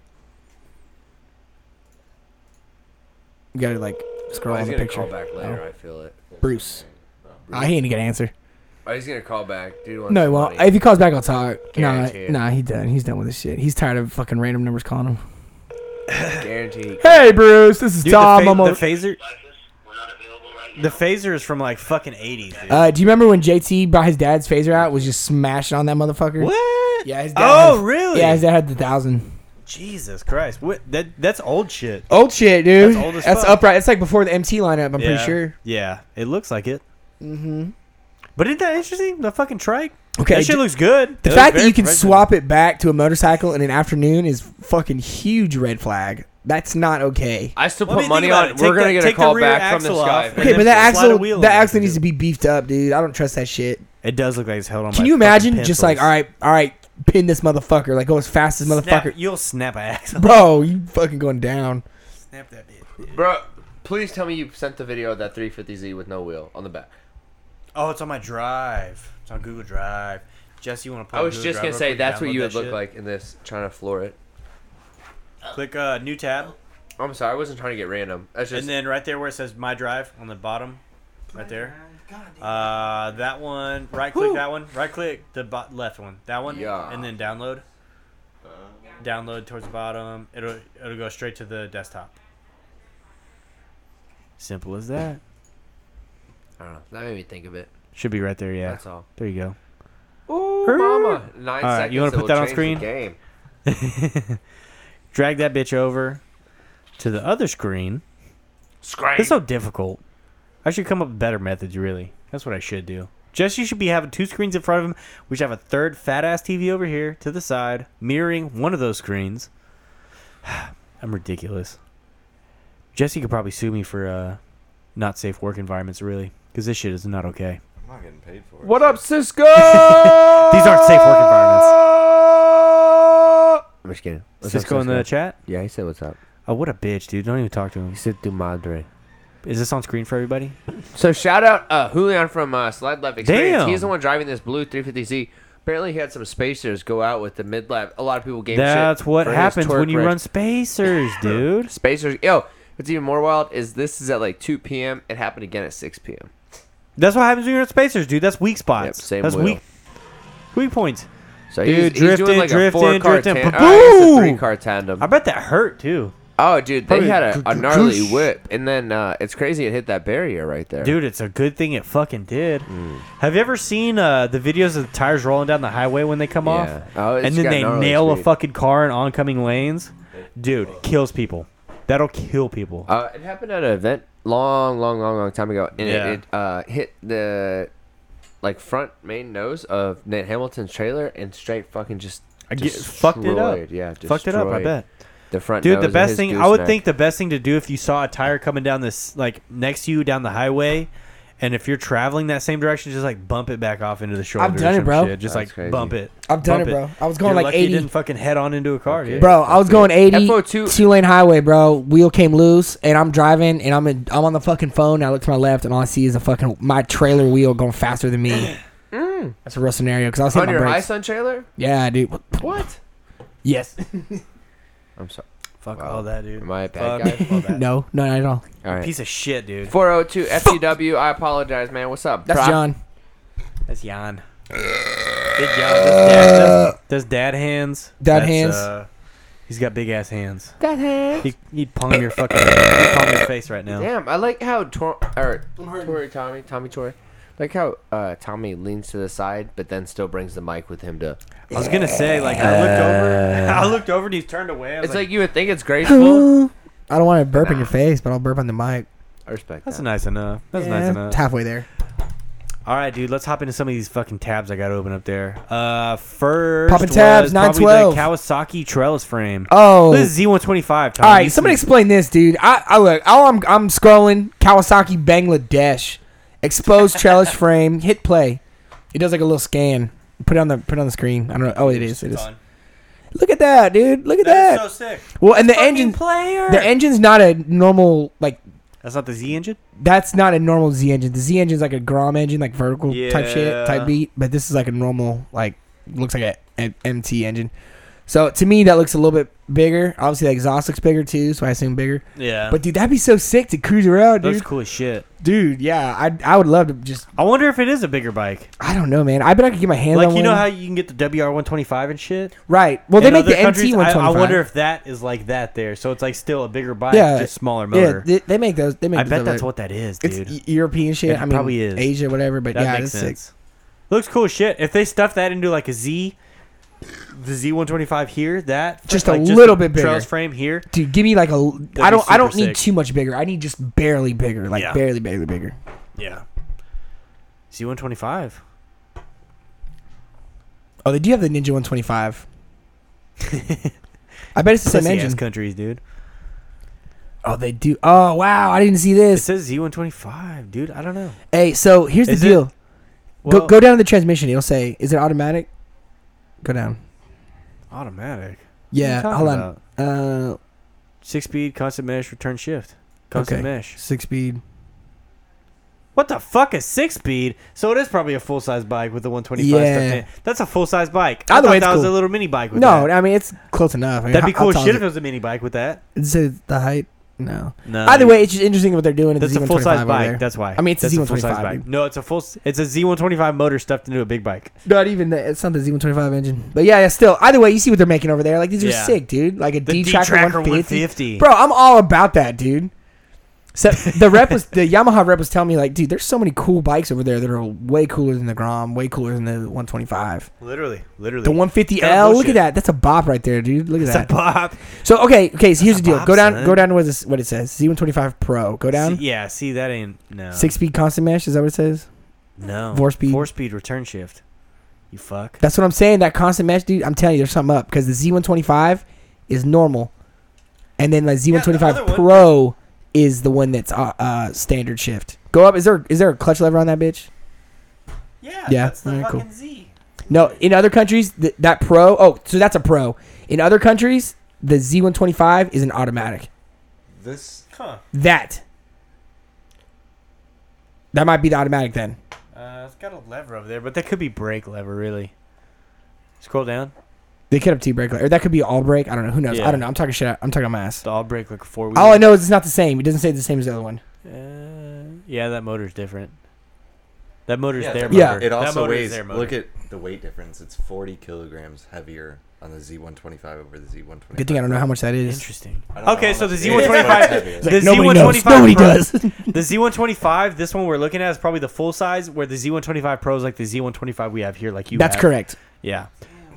[SPEAKER 1] You gotta like
[SPEAKER 4] Oh,
[SPEAKER 1] scroll on
[SPEAKER 4] he's
[SPEAKER 1] the
[SPEAKER 4] gonna call
[SPEAKER 1] picture. Oh,
[SPEAKER 4] back later. I feel it.
[SPEAKER 1] Bruce. I he ain't gonna answer.
[SPEAKER 4] Oh, he's gonna call back. Dude wants
[SPEAKER 1] No, he
[SPEAKER 4] some
[SPEAKER 1] won't.
[SPEAKER 4] money.
[SPEAKER 1] If he calls back, I'll talk. Nah,
[SPEAKER 4] Guarantee it.
[SPEAKER 1] nah, he done. He's done with this shit. He's tired of fucking random numbers calling him.
[SPEAKER 4] Guaranteed.
[SPEAKER 1] Hey, Bruce, this is
[SPEAKER 2] Dude,
[SPEAKER 1] Tom.
[SPEAKER 2] the,
[SPEAKER 1] I'm
[SPEAKER 2] pha-
[SPEAKER 1] over.
[SPEAKER 2] the phaser. The phaser is from like fucking 80s, dude.
[SPEAKER 1] uh, do you remember when JT brought his dad's phaser out? Was just smashing on that motherfucker.
[SPEAKER 2] what?
[SPEAKER 1] Yeah, his dad.
[SPEAKER 2] Oh,
[SPEAKER 1] had-
[SPEAKER 2] really?
[SPEAKER 1] Yeah, his dad had the thousand.
[SPEAKER 2] Jesus Christ. What? That, that's old shit.
[SPEAKER 1] Old shit, dude.
[SPEAKER 2] That's old as
[SPEAKER 1] That's,
[SPEAKER 2] fuck.
[SPEAKER 1] upright. It's like before the MT lineup. I'm pretty
[SPEAKER 2] Yeah.
[SPEAKER 1] sure.
[SPEAKER 2] Yeah, it looks like it. Mm-hmm. But isn't that interesting? The fucking trike.
[SPEAKER 1] Okay,
[SPEAKER 2] that shit
[SPEAKER 1] d-
[SPEAKER 2] looks good.
[SPEAKER 1] The fact that you can swap it back to a motorcycle in an afternoon is fucking huge red flag. That's not okay.
[SPEAKER 4] I still
[SPEAKER 2] Well, I
[SPEAKER 4] put
[SPEAKER 2] mean,
[SPEAKER 4] money
[SPEAKER 2] think about
[SPEAKER 4] on.
[SPEAKER 2] it.
[SPEAKER 4] it.
[SPEAKER 2] Take
[SPEAKER 4] We're gonna
[SPEAKER 2] the-
[SPEAKER 4] get a
[SPEAKER 2] take the
[SPEAKER 4] call
[SPEAKER 2] rear
[SPEAKER 4] back from
[SPEAKER 2] axle
[SPEAKER 4] this guy.
[SPEAKER 2] off.
[SPEAKER 4] but-
[SPEAKER 1] Okay, but that
[SPEAKER 2] Slide a
[SPEAKER 1] axle,
[SPEAKER 2] wheel
[SPEAKER 1] that
[SPEAKER 2] in if
[SPEAKER 1] axle
[SPEAKER 2] you
[SPEAKER 1] needs
[SPEAKER 2] do.
[SPEAKER 1] to be beefed up, dude. I don't trust that shit.
[SPEAKER 2] It does look like it's held on.
[SPEAKER 1] Can you imagine just like, all right, all right, pin this motherfucker, like go as fast as motherfucker,
[SPEAKER 2] you'll snap an axle.
[SPEAKER 1] bro, you fucking going down.
[SPEAKER 2] Snap that bit.
[SPEAKER 4] Bro, please tell me you sent the video of that 350Z with no wheel on the back.
[SPEAKER 2] Oh, it's on my drive. It's on Google Drive. Jesse, you want to?
[SPEAKER 4] I was just gonna say that's what you would look like in this, trying to floor it.
[SPEAKER 2] Click uh, new tab,
[SPEAKER 4] I'm sorry, I wasn't trying to get random. That's just
[SPEAKER 2] and then right there where it says My Drive on the bottom, right there. Uh, that one. Right click that one. Right click the bo- left one. That one.
[SPEAKER 4] Yeah.
[SPEAKER 2] And then download. Download towards the bottom. It'll it'll go straight to the desktop. Simple as that.
[SPEAKER 4] I don't know. That made me think of it.
[SPEAKER 2] Should be right there. Yeah.
[SPEAKER 4] That's all.
[SPEAKER 2] There you go.
[SPEAKER 4] Ooh,
[SPEAKER 2] Err.
[SPEAKER 4] mama. Nine
[SPEAKER 2] All right,
[SPEAKER 4] seconds.
[SPEAKER 2] you wanna
[SPEAKER 4] it
[SPEAKER 2] put
[SPEAKER 4] will
[SPEAKER 2] that on
[SPEAKER 4] change the
[SPEAKER 2] screen?
[SPEAKER 4] Game.
[SPEAKER 2] Drag that bitch over to the other screen.
[SPEAKER 4] Screen.
[SPEAKER 2] It's so difficult. I should come up with better methods, really. That's what I should do. Jesse should be having two screens in front of him. We should have a third fat ass TV over here to the side, mirroring one of those screens. I'm ridiculous. Jesse could probably sue me for uh, not safe work environments, really, because this shit is not okay.
[SPEAKER 5] I'm not getting paid for it.
[SPEAKER 4] What up, Cisco?
[SPEAKER 2] These aren't safe work environments.
[SPEAKER 4] I'm just kidding.
[SPEAKER 2] Cisco in the chat.
[SPEAKER 4] Yeah, he said what's up.
[SPEAKER 2] Oh, what a bitch, dude! Don't even talk to him.
[SPEAKER 4] He said tu madre.
[SPEAKER 2] Is this on screen for everybody?
[SPEAKER 4] So shout out uh, Julian from uh, Slide Life Experience.
[SPEAKER 2] Damn.
[SPEAKER 4] He's the one driving this blue 350Z. Apparently, he had some spacers go out with the mid lap. A lot of people gave him shit
[SPEAKER 2] That's what
[SPEAKER 4] for his
[SPEAKER 2] happens
[SPEAKER 4] torque
[SPEAKER 2] when you
[SPEAKER 4] wrench.
[SPEAKER 2] run spacers, dude.
[SPEAKER 4] spacers. Yo, What's even more wild is this is at like 2 p.m. It happened again at 6 p.m.
[SPEAKER 2] That's what happens when you're in spacers, dude. That's weak spots.
[SPEAKER 4] Yep, same
[SPEAKER 2] That's
[SPEAKER 4] wheel.
[SPEAKER 2] weak. Weak points.
[SPEAKER 4] So
[SPEAKER 2] Dude,
[SPEAKER 4] he's, he's
[SPEAKER 2] drifting,
[SPEAKER 4] doing like
[SPEAKER 2] drifting,
[SPEAKER 4] a four-car
[SPEAKER 2] drifting.
[SPEAKER 4] tandem. Oh,
[SPEAKER 2] Boom!
[SPEAKER 4] it's a three-car tandem.
[SPEAKER 2] I bet that hurt too,
[SPEAKER 4] Oh, dude, they
[SPEAKER 2] Probably
[SPEAKER 4] had a, a
[SPEAKER 2] gr- gr-
[SPEAKER 4] gnarly
[SPEAKER 2] goosh.
[SPEAKER 4] whip, and then uh, it's crazy it hit that barrier right there.
[SPEAKER 2] dude. It's a good thing it fucking did.
[SPEAKER 4] Mm.
[SPEAKER 2] Have you ever seen uh, the videos of the tires rolling down the highway when they come
[SPEAKER 4] Yeah.
[SPEAKER 2] off,
[SPEAKER 4] Oh, it's
[SPEAKER 2] and then
[SPEAKER 4] got
[SPEAKER 2] they
[SPEAKER 4] gnarly
[SPEAKER 2] nail a
[SPEAKER 4] speed.
[SPEAKER 2] fucking car in oncoming lanes? Dude, it kills people. That'll kill people.
[SPEAKER 4] Uh, it happened at an event long, long, long, long time ago, and
[SPEAKER 2] Yeah.
[SPEAKER 4] it, it uh, hit the like front main nose of Nate Hamilton's trailer and straight fucking just
[SPEAKER 2] I get- fucked it up.
[SPEAKER 4] destroyed. Yeah,
[SPEAKER 2] Fucked it up. I
[SPEAKER 4] destroyed
[SPEAKER 2] bet.
[SPEAKER 4] the front.
[SPEAKER 2] Dude,
[SPEAKER 4] nose
[SPEAKER 2] the
[SPEAKER 4] of
[SPEAKER 2] best
[SPEAKER 4] his
[SPEAKER 2] thing I would
[SPEAKER 4] gooseneck.
[SPEAKER 2] think the best thing to do if you saw a tire coming down this like next to you down the highway, and if you're traveling that same direction, just like bump it back off into the shoulder.
[SPEAKER 1] I've done
[SPEAKER 2] or
[SPEAKER 1] it,
[SPEAKER 2] some
[SPEAKER 1] bro.
[SPEAKER 2] Shit. Just
[SPEAKER 4] That's
[SPEAKER 2] like
[SPEAKER 4] crazy.
[SPEAKER 2] bump it.
[SPEAKER 1] I've done
[SPEAKER 2] Bump
[SPEAKER 1] it, bro. I was going
[SPEAKER 2] You're
[SPEAKER 1] like
[SPEAKER 2] lucky you
[SPEAKER 1] 80.
[SPEAKER 2] didn't fucking head on into a car, dude.
[SPEAKER 1] Bro, I was going 80
[SPEAKER 4] FO2
[SPEAKER 1] two lane highway, bro. Wheel came loose, and I'm driving, and I'm in, I'm on the fucking phone. And I look to my left, and all I see is a fucking my trailer wheel going faster than me. That's a real scenario because I was
[SPEAKER 4] on
[SPEAKER 1] hitting my
[SPEAKER 4] your high
[SPEAKER 1] brakes.
[SPEAKER 4] sun trailer.
[SPEAKER 1] Yeah, dude.
[SPEAKER 4] What?
[SPEAKER 1] Yes.
[SPEAKER 4] I'm sorry.
[SPEAKER 2] Fuck
[SPEAKER 4] Wow.
[SPEAKER 2] all that, dude.
[SPEAKER 4] Am I a bad
[SPEAKER 2] Fuck
[SPEAKER 4] guy?
[SPEAKER 2] all that.
[SPEAKER 1] no, no, not at all.
[SPEAKER 4] All right.
[SPEAKER 2] Piece of shit, dude.
[SPEAKER 4] 402 FTW. I apologize, man. What's up?
[SPEAKER 1] That's
[SPEAKER 4] Prop-
[SPEAKER 1] John.
[SPEAKER 2] That's Jan. Big Jan. That's dad, that's, that's dad hands.
[SPEAKER 1] Uh. Dad
[SPEAKER 2] That's,
[SPEAKER 1] hands.
[SPEAKER 2] uh, he's got big ass hands.
[SPEAKER 1] That hand.
[SPEAKER 2] He, he'd palm your fucking he'd palm your face right now.
[SPEAKER 4] Damn, I like how Tor- or Tori Tommy Tommy Tori, like how uh, Tommy leans to the side, but then still brings the mic with him to.
[SPEAKER 2] I was gonna say like I looked over, I looked over and he's turned away. I was
[SPEAKER 4] It's
[SPEAKER 2] like,
[SPEAKER 4] like you would think it's graceful.
[SPEAKER 1] I don't want to burp in your face, but I'll burp on the mic.
[SPEAKER 4] I respect
[SPEAKER 2] that's
[SPEAKER 4] that.
[SPEAKER 2] nice enough. That's
[SPEAKER 1] Yeah,
[SPEAKER 2] nice
[SPEAKER 1] it's
[SPEAKER 2] enough.
[SPEAKER 1] halfway there.
[SPEAKER 2] All right, dude. Let's hop into some of these fucking tabs I got to open up there. Uh, first
[SPEAKER 1] Popping tabs,
[SPEAKER 2] was probably
[SPEAKER 1] 912.
[SPEAKER 2] the Kawasaki trellis frame.
[SPEAKER 1] Oh,
[SPEAKER 2] This is Z125. Tom.
[SPEAKER 1] all
[SPEAKER 2] You
[SPEAKER 1] right. Somebody
[SPEAKER 2] see-
[SPEAKER 1] explain this, dude. I, I look. All I'm I'm scrolling Kawasaki Bangladesh, exposed trellis frame. Hit play. It does like a little scan. Put it on the put it on the screen. I don't know. Oh, it is. It is. Look at that, dude. Look at that.
[SPEAKER 2] That's so sick.
[SPEAKER 1] well, and the
[SPEAKER 2] Fucking
[SPEAKER 1] engine
[SPEAKER 2] player.
[SPEAKER 1] the engine's not a normal like
[SPEAKER 2] That's not the Z engine.
[SPEAKER 1] that's not a normal Z engine. The Z engine's like a Grom engine, like vertical type
[SPEAKER 2] Yeah.
[SPEAKER 1] shit, type beat. But this is like a normal, like looks like a M- MT engine. So to me, that looks a little bit bigger. Obviously, the exhaust looks bigger too, so I assume bigger.
[SPEAKER 2] Yeah,
[SPEAKER 1] But dude, that'd be so sick to cruise around,
[SPEAKER 2] looks
[SPEAKER 1] dude.
[SPEAKER 2] cool as shit.
[SPEAKER 1] Dude, yeah, I I would love to just.
[SPEAKER 2] I wonder if it is a bigger bike.
[SPEAKER 1] I don't know, man. I bet I could get my hands
[SPEAKER 2] Like
[SPEAKER 1] on
[SPEAKER 2] you
[SPEAKER 1] one.
[SPEAKER 2] know how you can get the WR125 and shit.
[SPEAKER 1] right? Well, they
[SPEAKER 2] In
[SPEAKER 1] make
[SPEAKER 2] other
[SPEAKER 1] the
[SPEAKER 2] countries,
[SPEAKER 1] MT one
[SPEAKER 2] I, I
[SPEAKER 1] twenty
[SPEAKER 2] wonder
[SPEAKER 1] five.
[SPEAKER 2] if that is like that there. So it's like still a bigger bike,
[SPEAKER 1] Yeah.
[SPEAKER 2] just smaller
[SPEAKER 1] Yeah,
[SPEAKER 2] motor.
[SPEAKER 1] they, they make those. They make.
[SPEAKER 2] I
[SPEAKER 1] those
[SPEAKER 2] bet
[SPEAKER 1] other-
[SPEAKER 2] that's what that is,
[SPEAKER 1] It's
[SPEAKER 2] dude.
[SPEAKER 1] E- European shit.
[SPEAKER 2] It
[SPEAKER 1] I mean,
[SPEAKER 2] probably is.
[SPEAKER 1] Asia, whatever. But
[SPEAKER 2] that
[SPEAKER 1] yeah, that's
[SPEAKER 2] makes
[SPEAKER 1] sick.
[SPEAKER 2] sense. Looks cool as shit. If they stuff that into like a Z, the Z125 here, that
[SPEAKER 1] Just
[SPEAKER 2] like,
[SPEAKER 1] a little bit bigger.
[SPEAKER 2] Trails frame here.
[SPEAKER 1] Dude, give me like a.
[SPEAKER 2] be
[SPEAKER 1] I don't. I don't
[SPEAKER 2] super
[SPEAKER 1] need
[SPEAKER 2] sick.
[SPEAKER 1] too much bigger. I need just barely bigger, like
[SPEAKER 2] Yeah.
[SPEAKER 1] barely, barely bigger.
[SPEAKER 2] Yeah. Z125.
[SPEAKER 1] Oh, they do have the Ninja 125. I bet it's the same
[SPEAKER 2] Pussy-ass
[SPEAKER 1] engine.
[SPEAKER 2] countries, dude.
[SPEAKER 1] Oh, they do. Oh, wow! I didn't see
[SPEAKER 2] It
[SPEAKER 1] this.
[SPEAKER 2] says Z125, dude. I don't know.
[SPEAKER 1] Hey, so here's the
[SPEAKER 2] Is it-
[SPEAKER 1] deal. go
[SPEAKER 2] Well,
[SPEAKER 1] go down to the transmission. It'll say, "Is it automatic?" Go down.
[SPEAKER 2] Automatic.
[SPEAKER 1] Yeah,
[SPEAKER 2] talking
[SPEAKER 1] hold
[SPEAKER 2] about?
[SPEAKER 1] on. Uh,
[SPEAKER 2] Six speed, constant mesh, return shift. Constant
[SPEAKER 1] Okay.
[SPEAKER 2] mesh.
[SPEAKER 1] six speed.
[SPEAKER 2] What the fuck is six speed? So it is probably a full size bike with the 125
[SPEAKER 1] Yeah.
[SPEAKER 2] stuffed in. That's a full size bike. I
[SPEAKER 1] Either
[SPEAKER 2] thought
[SPEAKER 1] way, it's
[SPEAKER 2] that was
[SPEAKER 1] cool.
[SPEAKER 2] a little mini bike with
[SPEAKER 1] No,
[SPEAKER 2] that.
[SPEAKER 1] I mean it's close enough. I mean,
[SPEAKER 2] That'd be
[SPEAKER 1] how- how
[SPEAKER 2] cool as
[SPEAKER 1] tall
[SPEAKER 2] shit
[SPEAKER 1] is
[SPEAKER 2] if it was a mini bike with that.
[SPEAKER 1] it? Is it the height? No.
[SPEAKER 2] No.
[SPEAKER 1] Either way, it's just interesting what they're doing. in
[SPEAKER 2] that's
[SPEAKER 1] the
[SPEAKER 2] a full
[SPEAKER 1] Z125
[SPEAKER 2] size
[SPEAKER 1] over
[SPEAKER 2] bike.
[SPEAKER 1] there.
[SPEAKER 2] That's why.
[SPEAKER 1] I mean, it's a
[SPEAKER 2] that's
[SPEAKER 1] Z125,
[SPEAKER 2] full-size
[SPEAKER 1] dude.
[SPEAKER 2] No, it's a full. s- It's a Z125 motor stuffed into a big bike.
[SPEAKER 1] Not even that. It's not the Z125 engine. But yeah, yeah, still. Either way, you see what they're making over there. Like, these are
[SPEAKER 2] Yeah.
[SPEAKER 1] sick, dude. Like a D
[SPEAKER 2] The
[SPEAKER 1] tracker 150.
[SPEAKER 2] 150.
[SPEAKER 1] Bro, I'm all about that, dude. So the rep was the Yamaha rep was telling me like, dude, there's so many cool bikes over there that are way cooler than the Grom, way cooler than the 125.
[SPEAKER 2] Literally, literally.
[SPEAKER 1] The 150L,
[SPEAKER 2] Kinda
[SPEAKER 1] look at
[SPEAKER 2] bullshit.
[SPEAKER 1] that. That's a bop right there, dude. Look at
[SPEAKER 2] It's a
[SPEAKER 1] that.
[SPEAKER 2] pop.
[SPEAKER 1] so okay, okay. So here's the
[SPEAKER 2] a
[SPEAKER 1] deal.
[SPEAKER 2] bop,
[SPEAKER 1] go down,
[SPEAKER 2] son.
[SPEAKER 1] go down to what, this, what it says. Z125 Pro. Go down.
[SPEAKER 2] See- yeah. Oh, See, that ain't no.
[SPEAKER 1] Six speed constant mesh. Is that what it says?
[SPEAKER 2] No.
[SPEAKER 1] four speed.
[SPEAKER 2] Four speed return shift. You fuck.
[SPEAKER 1] That's what I'm saying. That constant mesh, dude. I'm telling you, there's something up because the Z125 is normal, and then the Z125
[SPEAKER 2] other one-
[SPEAKER 1] Pro is the one that's uh, uh standard shift. Go up. Is there is there a clutch lever on that bitch?
[SPEAKER 2] Yeah.
[SPEAKER 1] Yeah, that's the alright, cool.
[SPEAKER 2] fucking
[SPEAKER 1] fucking
[SPEAKER 2] Z.
[SPEAKER 1] No. In other countries, th- that Pro. Oh, so that's a Pro. In other countries, the Z125 is an automatic.
[SPEAKER 5] This
[SPEAKER 2] Huh.
[SPEAKER 1] That. That might be the automatic then.
[SPEAKER 2] Uh, it's got a lever over there, but that could be brake lever, really. Scroll down.
[SPEAKER 1] They could have T break, or that could be all break. I don't know. Who knows?
[SPEAKER 2] Yeah.
[SPEAKER 1] I don't know. I'm talking shit. out- I'm talking on my ass.
[SPEAKER 2] The all brake like four wheel.
[SPEAKER 1] All I know is it's not the same. It doesn't say it's the same as the other one.
[SPEAKER 2] Uh, yeah, that motor's different. That motor's
[SPEAKER 5] Yeah,
[SPEAKER 2] their
[SPEAKER 1] Yeah.
[SPEAKER 2] motor.
[SPEAKER 5] It
[SPEAKER 2] that
[SPEAKER 5] also
[SPEAKER 2] motor is
[SPEAKER 5] weighs.
[SPEAKER 2] their motor.
[SPEAKER 5] Look at the weight difference. It's 40 kilograms heavier on the Z125 over the Z125.
[SPEAKER 1] Good thing I don't know how much that is.
[SPEAKER 2] Interesting.
[SPEAKER 5] I don't know
[SPEAKER 2] Okay,
[SPEAKER 5] how
[SPEAKER 2] so the
[SPEAKER 5] much
[SPEAKER 2] Z
[SPEAKER 5] it is,
[SPEAKER 2] one
[SPEAKER 5] but
[SPEAKER 2] twenty
[SPEAKER 5] it's
[SPEAKER 2] five,
[SPEAKER 5] heavier.
[SPEAKER 2] the Z
[SPEAKER 1] nobody
[SPEAKER 2] one
[SPEAKER 1] knows.
[SPEAKER 2] twenty five,
[SPEAKER 1] Nobody does.
[SPEAKER 2] The Z one twenty five. This one we're looking at is probably the full size, where the Z one twenty five Pro is like the Z one twenty five we have here, like you.
[SPEAKER 1] That's
[SPEAKER 2] have.
[SPEAKER 1] correct.
[SPEAKER 2] Yeah.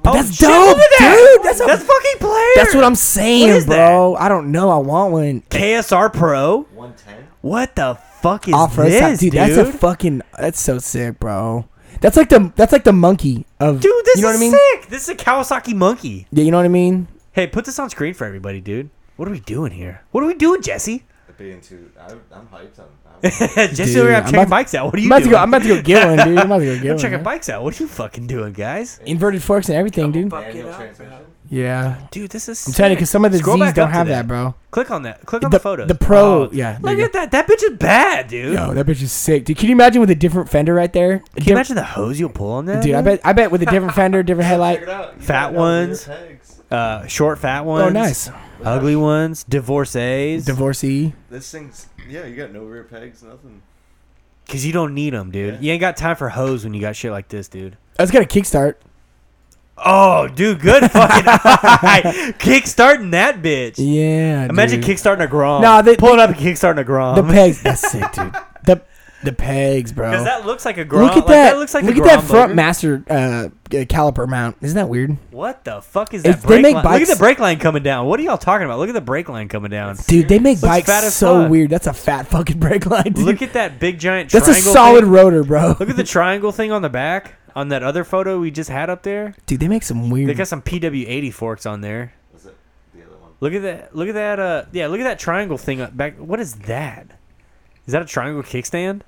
[SPEAKER 1] But
[SPEAKER 2] Oh,
[SPEAKER 1] that's
[SPEAKER 2] shit,
[SPEAKER 1] dope,
[SPEAKER 2] look at
[SPEAKER 1] dude. That's a-
[SPEAKER 2] that's fucking player.
[SPEAKER 1] That's what I'm saying,
[SPEAKER 2] is
[SPEAKER 1] bro. I don't know. I want one.
[SPEAKER 2] KSR Pro.
[SPEAKER 5] 110.
[SPEAKER 2] What the fuck is
[SPEAKER 1] Off road,
[SPEAKER 2] this,
[SPEAKER 1] dude,
[SPEAKER 2] dude?
[SPEAKER 1] That's a fucking. That's so sick, bro. That's like the that's like the monkey of
[SPEAKER 2] dude, this
[SPEAKER 1] you know what
[SPEAKER 2] is
[SPEAKER 1] I mean?
[SPEAKER 2] sick. This is a Kawasaki monkey.
[SPEAKER 1] Yeah, you know what I mean.
[SPEAKER 2] Hey, put this on screen for everybody, dude. What are we doing here? What are we doing, Jesse?
[SPEAKER 5] It Being too, I, I'm hyped on that. one.
[SPEAKER 2] Jesse,
[SPEAKER 1] Dude,
[SPEAKER 2] over here,
[SPEAKER 1] I'm about
[SPEAKER 2] I'm checking
[SPEAKER 1] to-
[SPEAKER 2] bikes out. What are you
[SPEAKER 1] I'm about to
[SPEAKER 2] doing?
[SPEAKER 1] go. I'm about to go get one, dude. I'm about to go get
[SPEAKER 2] I'm
[SPEAKER 1] one.
[SPEAKER 2] checking
[SPEAKER 1] man.
[SPEAKER 2] bikes out. What are you fucking doing, guys?
[SPEAKER 1] Inverted forks and everything, dude.
[SPEAKER 5] Manual transmission.
[SPEAKER 1] Yeah,
[SPEAKER 2] Dude, this is.
[SPEAKER 1] I'm telling you,
[SPEAKER 2] sick.
[SPEAKER 1] because some of the
[SPEAKER 2] Scroll
[SPEAKER 1] Z's
[SPEAKER 2] back
[SPEAKER 1] don't
[SPEAKER 2] up to
[SPEAKER 1] have that, bro.
[SPEAKER 2] Click on that. Click on
[SPEAKER 1] The-
[SPEAKER 2] the, photos. Oh,
[SPEAKER 1] the pro- yeah, there
[SPEAKER 2] Look
[SPEAKER 1] you
[SPEAKER 2] at that. That bitch is bad, dude.
[SPEAKER 1] Yo, that bitch is sick, dude. Can you imagine with a different fender right there?
[SPEAKER 2] Can you imagine the hose you'll pull on that?
[SPEAKER 1] Dude, I bet I bet with a different fender, different
[SPEAKER 5] Check
[SPEAKER 1] headlight.
[SPEAKER 5] it out. You
[SPEAKER 2] Fat
[SPEAKER 5] got all your
[SPEAKER 2] ones.
[SPEAKER 5] pegs.
[SPEAKER 2] Uh, short, fat ones.
[SPEAKER 1] Oh, nice.
[SPEAKER 2] Ugly ones. Divorcees.
[SPEAKER 1] Divorcee.
[SPEAKER 5] This thing's yeah. You got no rear pegs, nothing.
[SPEAKER 2] Because you don't need them, dude.
[SPEAKER 5] Yeah.
[SPEAKER 2] You ain't got time for hose when you got shit like this, dude.
[SPEAKER 1] That's got a kickstart.
[SPEAKER 2] Oh, dude, good fucking eye. Kickstarting that bitch.
[SPEAKER 1] Yeah.
[SPEAKER 2] Imagine
[SPEAKER 1] dude.
[SPEAKER 2] kickstarting a Grom.
[SPEAKER 1] Nah, they-
[SPEAKER 2] pulling up and kickstarting a Grom.
[SPEAKER 1] the pegs. Um, That's sick, dude. The the pegs, bro.
[SPEAKER 2] Because that looks like a Grom.
[SPEAKER 1] Look at
[SPEAKER 2] like,
[SPEAKER 1] that.
[SPEAKER 2] looks like
[SPEAKER 1] look
[SPEAKER 2] the
[SPEAKER 1] at that
[SPEAKER 2] Grom
[SPEAKER 1] front
[SPEAKER 2] motor.
[SPEAKER 1] master uh, uh, caliper mount. Isn't that weird,
[SPEAKER 2] What the fuck is
[SPEAKER 1] If
[SPEAKER 2] that
[SPEAKER 1] they
[SPEAKER 2] brake
[SPEAKER 1] make
[SPEAKER 2] line? Look
[SPEAKER 1] bikes-
[SPEAKER 2] at the brake line coming down. What are y'all talking about? Look at the brake line coming down.
[SPEAKER 1] dude? They make bikes
[SPEAKER 2] fat as
[SPEAKER 1] so
[SPEAKER 2] fuck.
[SPEAKER 1] weird. That's a fat fucking brake line, dude.
[SPEAKER 2] Look at that big giant
[SPEAKER 1] That's
[SPEAKER 2] triangle.
[SPEAKER 1] a solid
[SPEAKER 2] thing.
[SPEAKER 1] rotor, bro.
[SPEAKER 2] Look at the triangle thing on the back on that other photo we just had up there.
[SPEAKER 1] dude. They make some
[SPEAKER 2] They
[SPEAKER 1] weird.
[SPEAKER 2] got some PW80 forks on there.
[SPEAKER 5] Was it the other one?
[SPEAKER 2] Look at that. Look at that. Uh, yeah. Look at that triangle thing up back. What is that? Is that a triangle kickstand?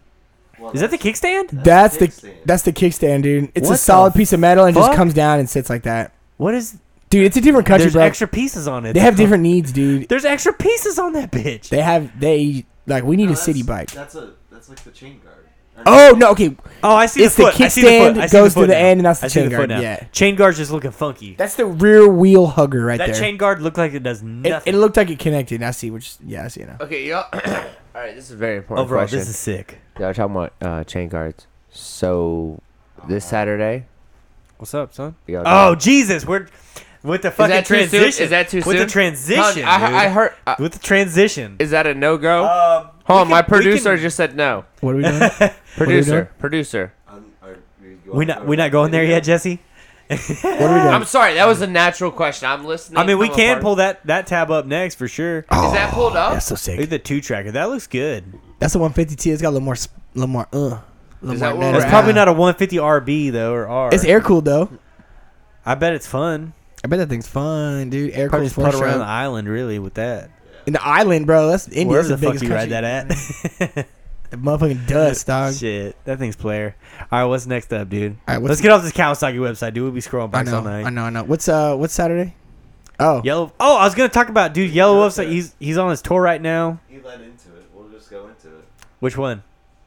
[SPEAKER 5] Well,
[SPEAKER 2] Is that the kickstand?
[SPEAKER 1] That's
[SPEAKER 5] the
[SPEAKER 1] the
[SPEAKER 5] kickstand.
[SPEAKER 1] that's the kickstand, dude. It's
[SPEAKER 2] What
[SPEAKER 1] a
[SPEAKER 2] the
[SPEAKER 1] solid piece of metal and
[SPEAKER 2] fuck?
[SPEAKER 1] just comes down and sits like that,
[SPEAKER 2] What is?
[SPEAKER 1] dude. It's a different country,
[SPEAKER 2] There's
[SPEAKER 1] bro.
[SPEAKER 2] extra pieces on it.
[SPEAKER 1] they have different needs, dude.
[SPEAKER 2] There's extra pieces on that bitch.
[SPEAKER 1] They have they like we need
[SPEAKER 5] No,
[SPEAKER 1] a city bike.
[SPEAKER 5] that's- That's a that's like the chain guard. Or no,
[SPEAKER 1] Oh no, okay.
[SPEAKER 2] Oh, I see
[SPEAKER 1] It's
[SPEAKER 2] the
[SPEAKER 1] the
[SPEAKER 2] foot. I see the foot.
[SPEAKER 1] kickstand
[SPEAKER 2] I see
[SPEAKER 1] goes
[SPEAKER 2] foot
[SPEAKER 1] to the
[SPEAKER 2] now.
[SPEAKER 1] end, and that's the
[SPEAKER 2] I see
[SPEAKER 1] chain
[SPEAKER 2] the
[SPEAKER 1] guard,
[SPEAKER 2] foot now.
[SPEAKER 1] yeah.
[SPEAKER 2] Chain guard's just looking funky.
[SPEAKER 1] That's the rear wheel hugger right
[SPEAKER 2] that
[SPEAKER 1] there.
[SPEAKER 2] chain guard looked like it does
[SPEAKER 1] it,
[SPEAKER 2] nothing.
[SPEAKER 1] it looked like it connected. I see, which yeah, I see now.
[SPEAKER 4] Okay, y'all. All right, this is a very important
[SPEAKER 2] Overall,
[SPEAKER 4] question.
[SPEAKER 2] Oh, this is sick.
[SPEAKER 4] Yeah, we're talking about uh, chain guards. So this Saturday.
[SPEAKER 2] What's up, son?
[SPEAKER 4] We got
[SPEAKER 2] Oh Jesus, we're with the fucking
[SPEAKER 4] that too soon?
[SPEAKER 2] transition.
[SPEAKER 4] Is that too
[SPEAKER 2] With the
[SPEAKER 4] soon?
[SPEAKER 2] transition,
[SPEAKER 4] I,
[SPEAKER 2] dude.
[SPEAKER 4] I heard. uh,
[SPEAKER 2] with the transition.
[SPEAKER 4] is that a no go?
[SPEAKER 2] Um,
[SPEAKER 4] Hold on,
[SPEAKER 2] we
[SPEAKER 4] my
[SPEAKER 2] can- we
[SPEAKER 4] producer
[SPEAKER 2] can-
[SPEAKER 4] just said no.
[SPEAKER 1] What are we doing?
[SPEAKER 4] Producer, producer.
[SPEAKER 5] um, are we going
[SPEAKER 2] We not we not going there yet, Jesse.
[SPEAKER 4] I'm sorry, that was a natural question. I'm listening.
[SPEAKER 2] I mean, we
[SPEAKER 4] I'm a
[SPEAKER 2] can
[SPEAKER 4] part-
[SPEAKER 2] pull that that tab up next for sure.
[SPEAKER 4] Is that pulled up?
[SPEAKER 1] Oh, That's so sick.
[SPEAKER 2] Look at the two tracker. That looks good.
[SPEAKER 1] That's the 150T. It's got a little more, sp- little more, uh, little
[SPEAKER 4] Is
[SPEAKER 1] more
[SPEAKER 4] that
[SPEAKER 1] nut.
[SPEAKER 4] what we're
[SPEAKER 2] It's
[SPEAKER 4] Right.
[SPEAKER 2] probably not a 150 RB though or R.
[SPEAKER 1] It's air cooled though.
[SPEAKER 2] I bet it's fun.
[SPEAKER 1] I bet that thing's fun, dude. Air cooled
[SPEAKER 2] Probably just put
[SPEAKER 1] four-stroke.
[SPEAKER 2] around the island really with that.
[SPEAKER 1] in the island, bro. That's India.
[SPEAKER 2] Wherever
[SPEAKER 1] the,
[SPEAKER 2] the fuck
[SPEAKER 1] biggest
[SPEAKER 2] you ride
[SPEAKER 1] country.
[SPEAKER 2] that at.
[SPEAKER 1] The motherfucking dust, dog.
[SPEAKER 2] Shit, that thing's player. All right, what's next up, dude?
[SPEAKER 1] All right, what's-
[SPEAKER 2] Let's get off this Kawasaki website, dude. We'll be scrolling
[SPEAKER 1] I
[SPEAKER 2] bikes
[SPEAKER 1] know.
[SPEAKER 2] all night.
[SPEAKER 1] I know. I know. What's uh? What's Saturday? Oh,
[SPEAKER 2] Yellow. Oh, I was gonna talk about dude. Yellow Wolf's like, he's he's on his tour right now.
[SPEAKER 5] You led into it. We'll just go into it.
[SPEAKER 2] Which one?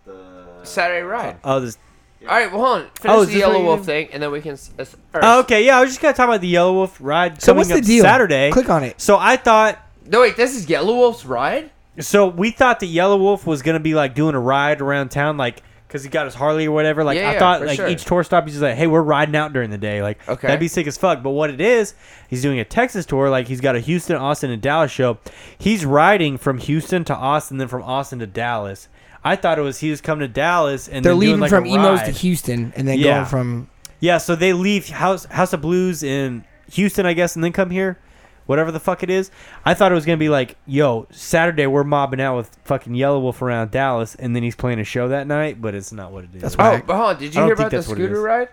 [SPEAKER 5] The
[SPEAKER 4] Saturday ride.
[SPEAKER 2] Oh, this.
[SPEAKER 4] All right, well, hold on. Finish
[SPEAKER 2] Oh, is
[SPEAKER 4] the
[SPEAKER 2] this what
[SPEAKER 4] Yellow
[SPEAKER 2] you
[SPEAKER 4] Wolf
[SPEAKER 2] did?
[SPEAKER 4] thing, and then we can. s- uh, s- or-
[SPEAKER 2] Oh, okay, yeah. I was just gonna talk about the Yellow Wolf ride
[SPEAKER 1] So
[SPEAKER 2] coming
[SPEAKER 1] what's the
[SPEAKER 2] up
[SPEAKER 1] deal?
[SPEAKER 2] Saturday.
[SPEAKER 1] Click on it.
[SPEAKER 2] So I thought.
[SPEAKER 4] No, wait. This is Yellow Wolf's ride.
[SPEAKER 2] So we thought that Yellow Wolf was gonna be like doing a ride around town, like because he got his Harley or whatever. Like
[SPEAKER 4] Yeah,
[SPEAKER 2] I
[SPEAKER 4] yeah,
[SPEAKER 2] thought,
[SPEAKER 4] for
[SPEAKER 2] like
[SPEAKER 4] sure.
[SPEAKER 2] each tour stop, he's just like, "Hey, we're riding out during the day." Like
[SPEAKER 4] Okay.
[SPEAKER 2] that'd be sick as fuck. But what it is, he's doing a Texas tour. Like he's got a Houston, Austin, and Dallas show. He's riding from Houston to Austin, then from Austin to Dallas. I thought it was he was coming to Dallas and
[SPEAKER 1] they're
[SPEAKER 2] then
[SPEAKER 1] leaving
[SPEAKER 2] doing, like,
[SPEAKER 1] from
[SPEAKER 2] a
[SPEAKER 1] Emos to
[SPEAKER 2] ride.
[SPEAKER 1] Houston, and then
[SPEAKER 2] Yeah.
[SPEAKER 1] going from
[SPEAKER 2] Yeah, so they leave House House of Blues in Houston, I guess, and then come here, whatever the fuck it is. I thought it was gonna be like, yo, Saturday we're mobbing out with fucking Yellow Wolf around Dallas, and then he's playing a show that night, but it's not what it is.
[SPEAKER 1] That's
[SPEAKER 4] Oh,
[SPEAKER 1] Whack.
[SPEAKER 4] but hold on.
[SPEAKER 2] I
[SPEAKER 4] Did you
[SPEAKER 2] don't
[SPEAKER 4] hear
[SPEAKER 2] think
[SPEAKER 4] about the
[SPEAKER 2] that's what it
[SPEAKER 4] scooter
[SPEAKER 2] is.
[SPEAKER 4] ride?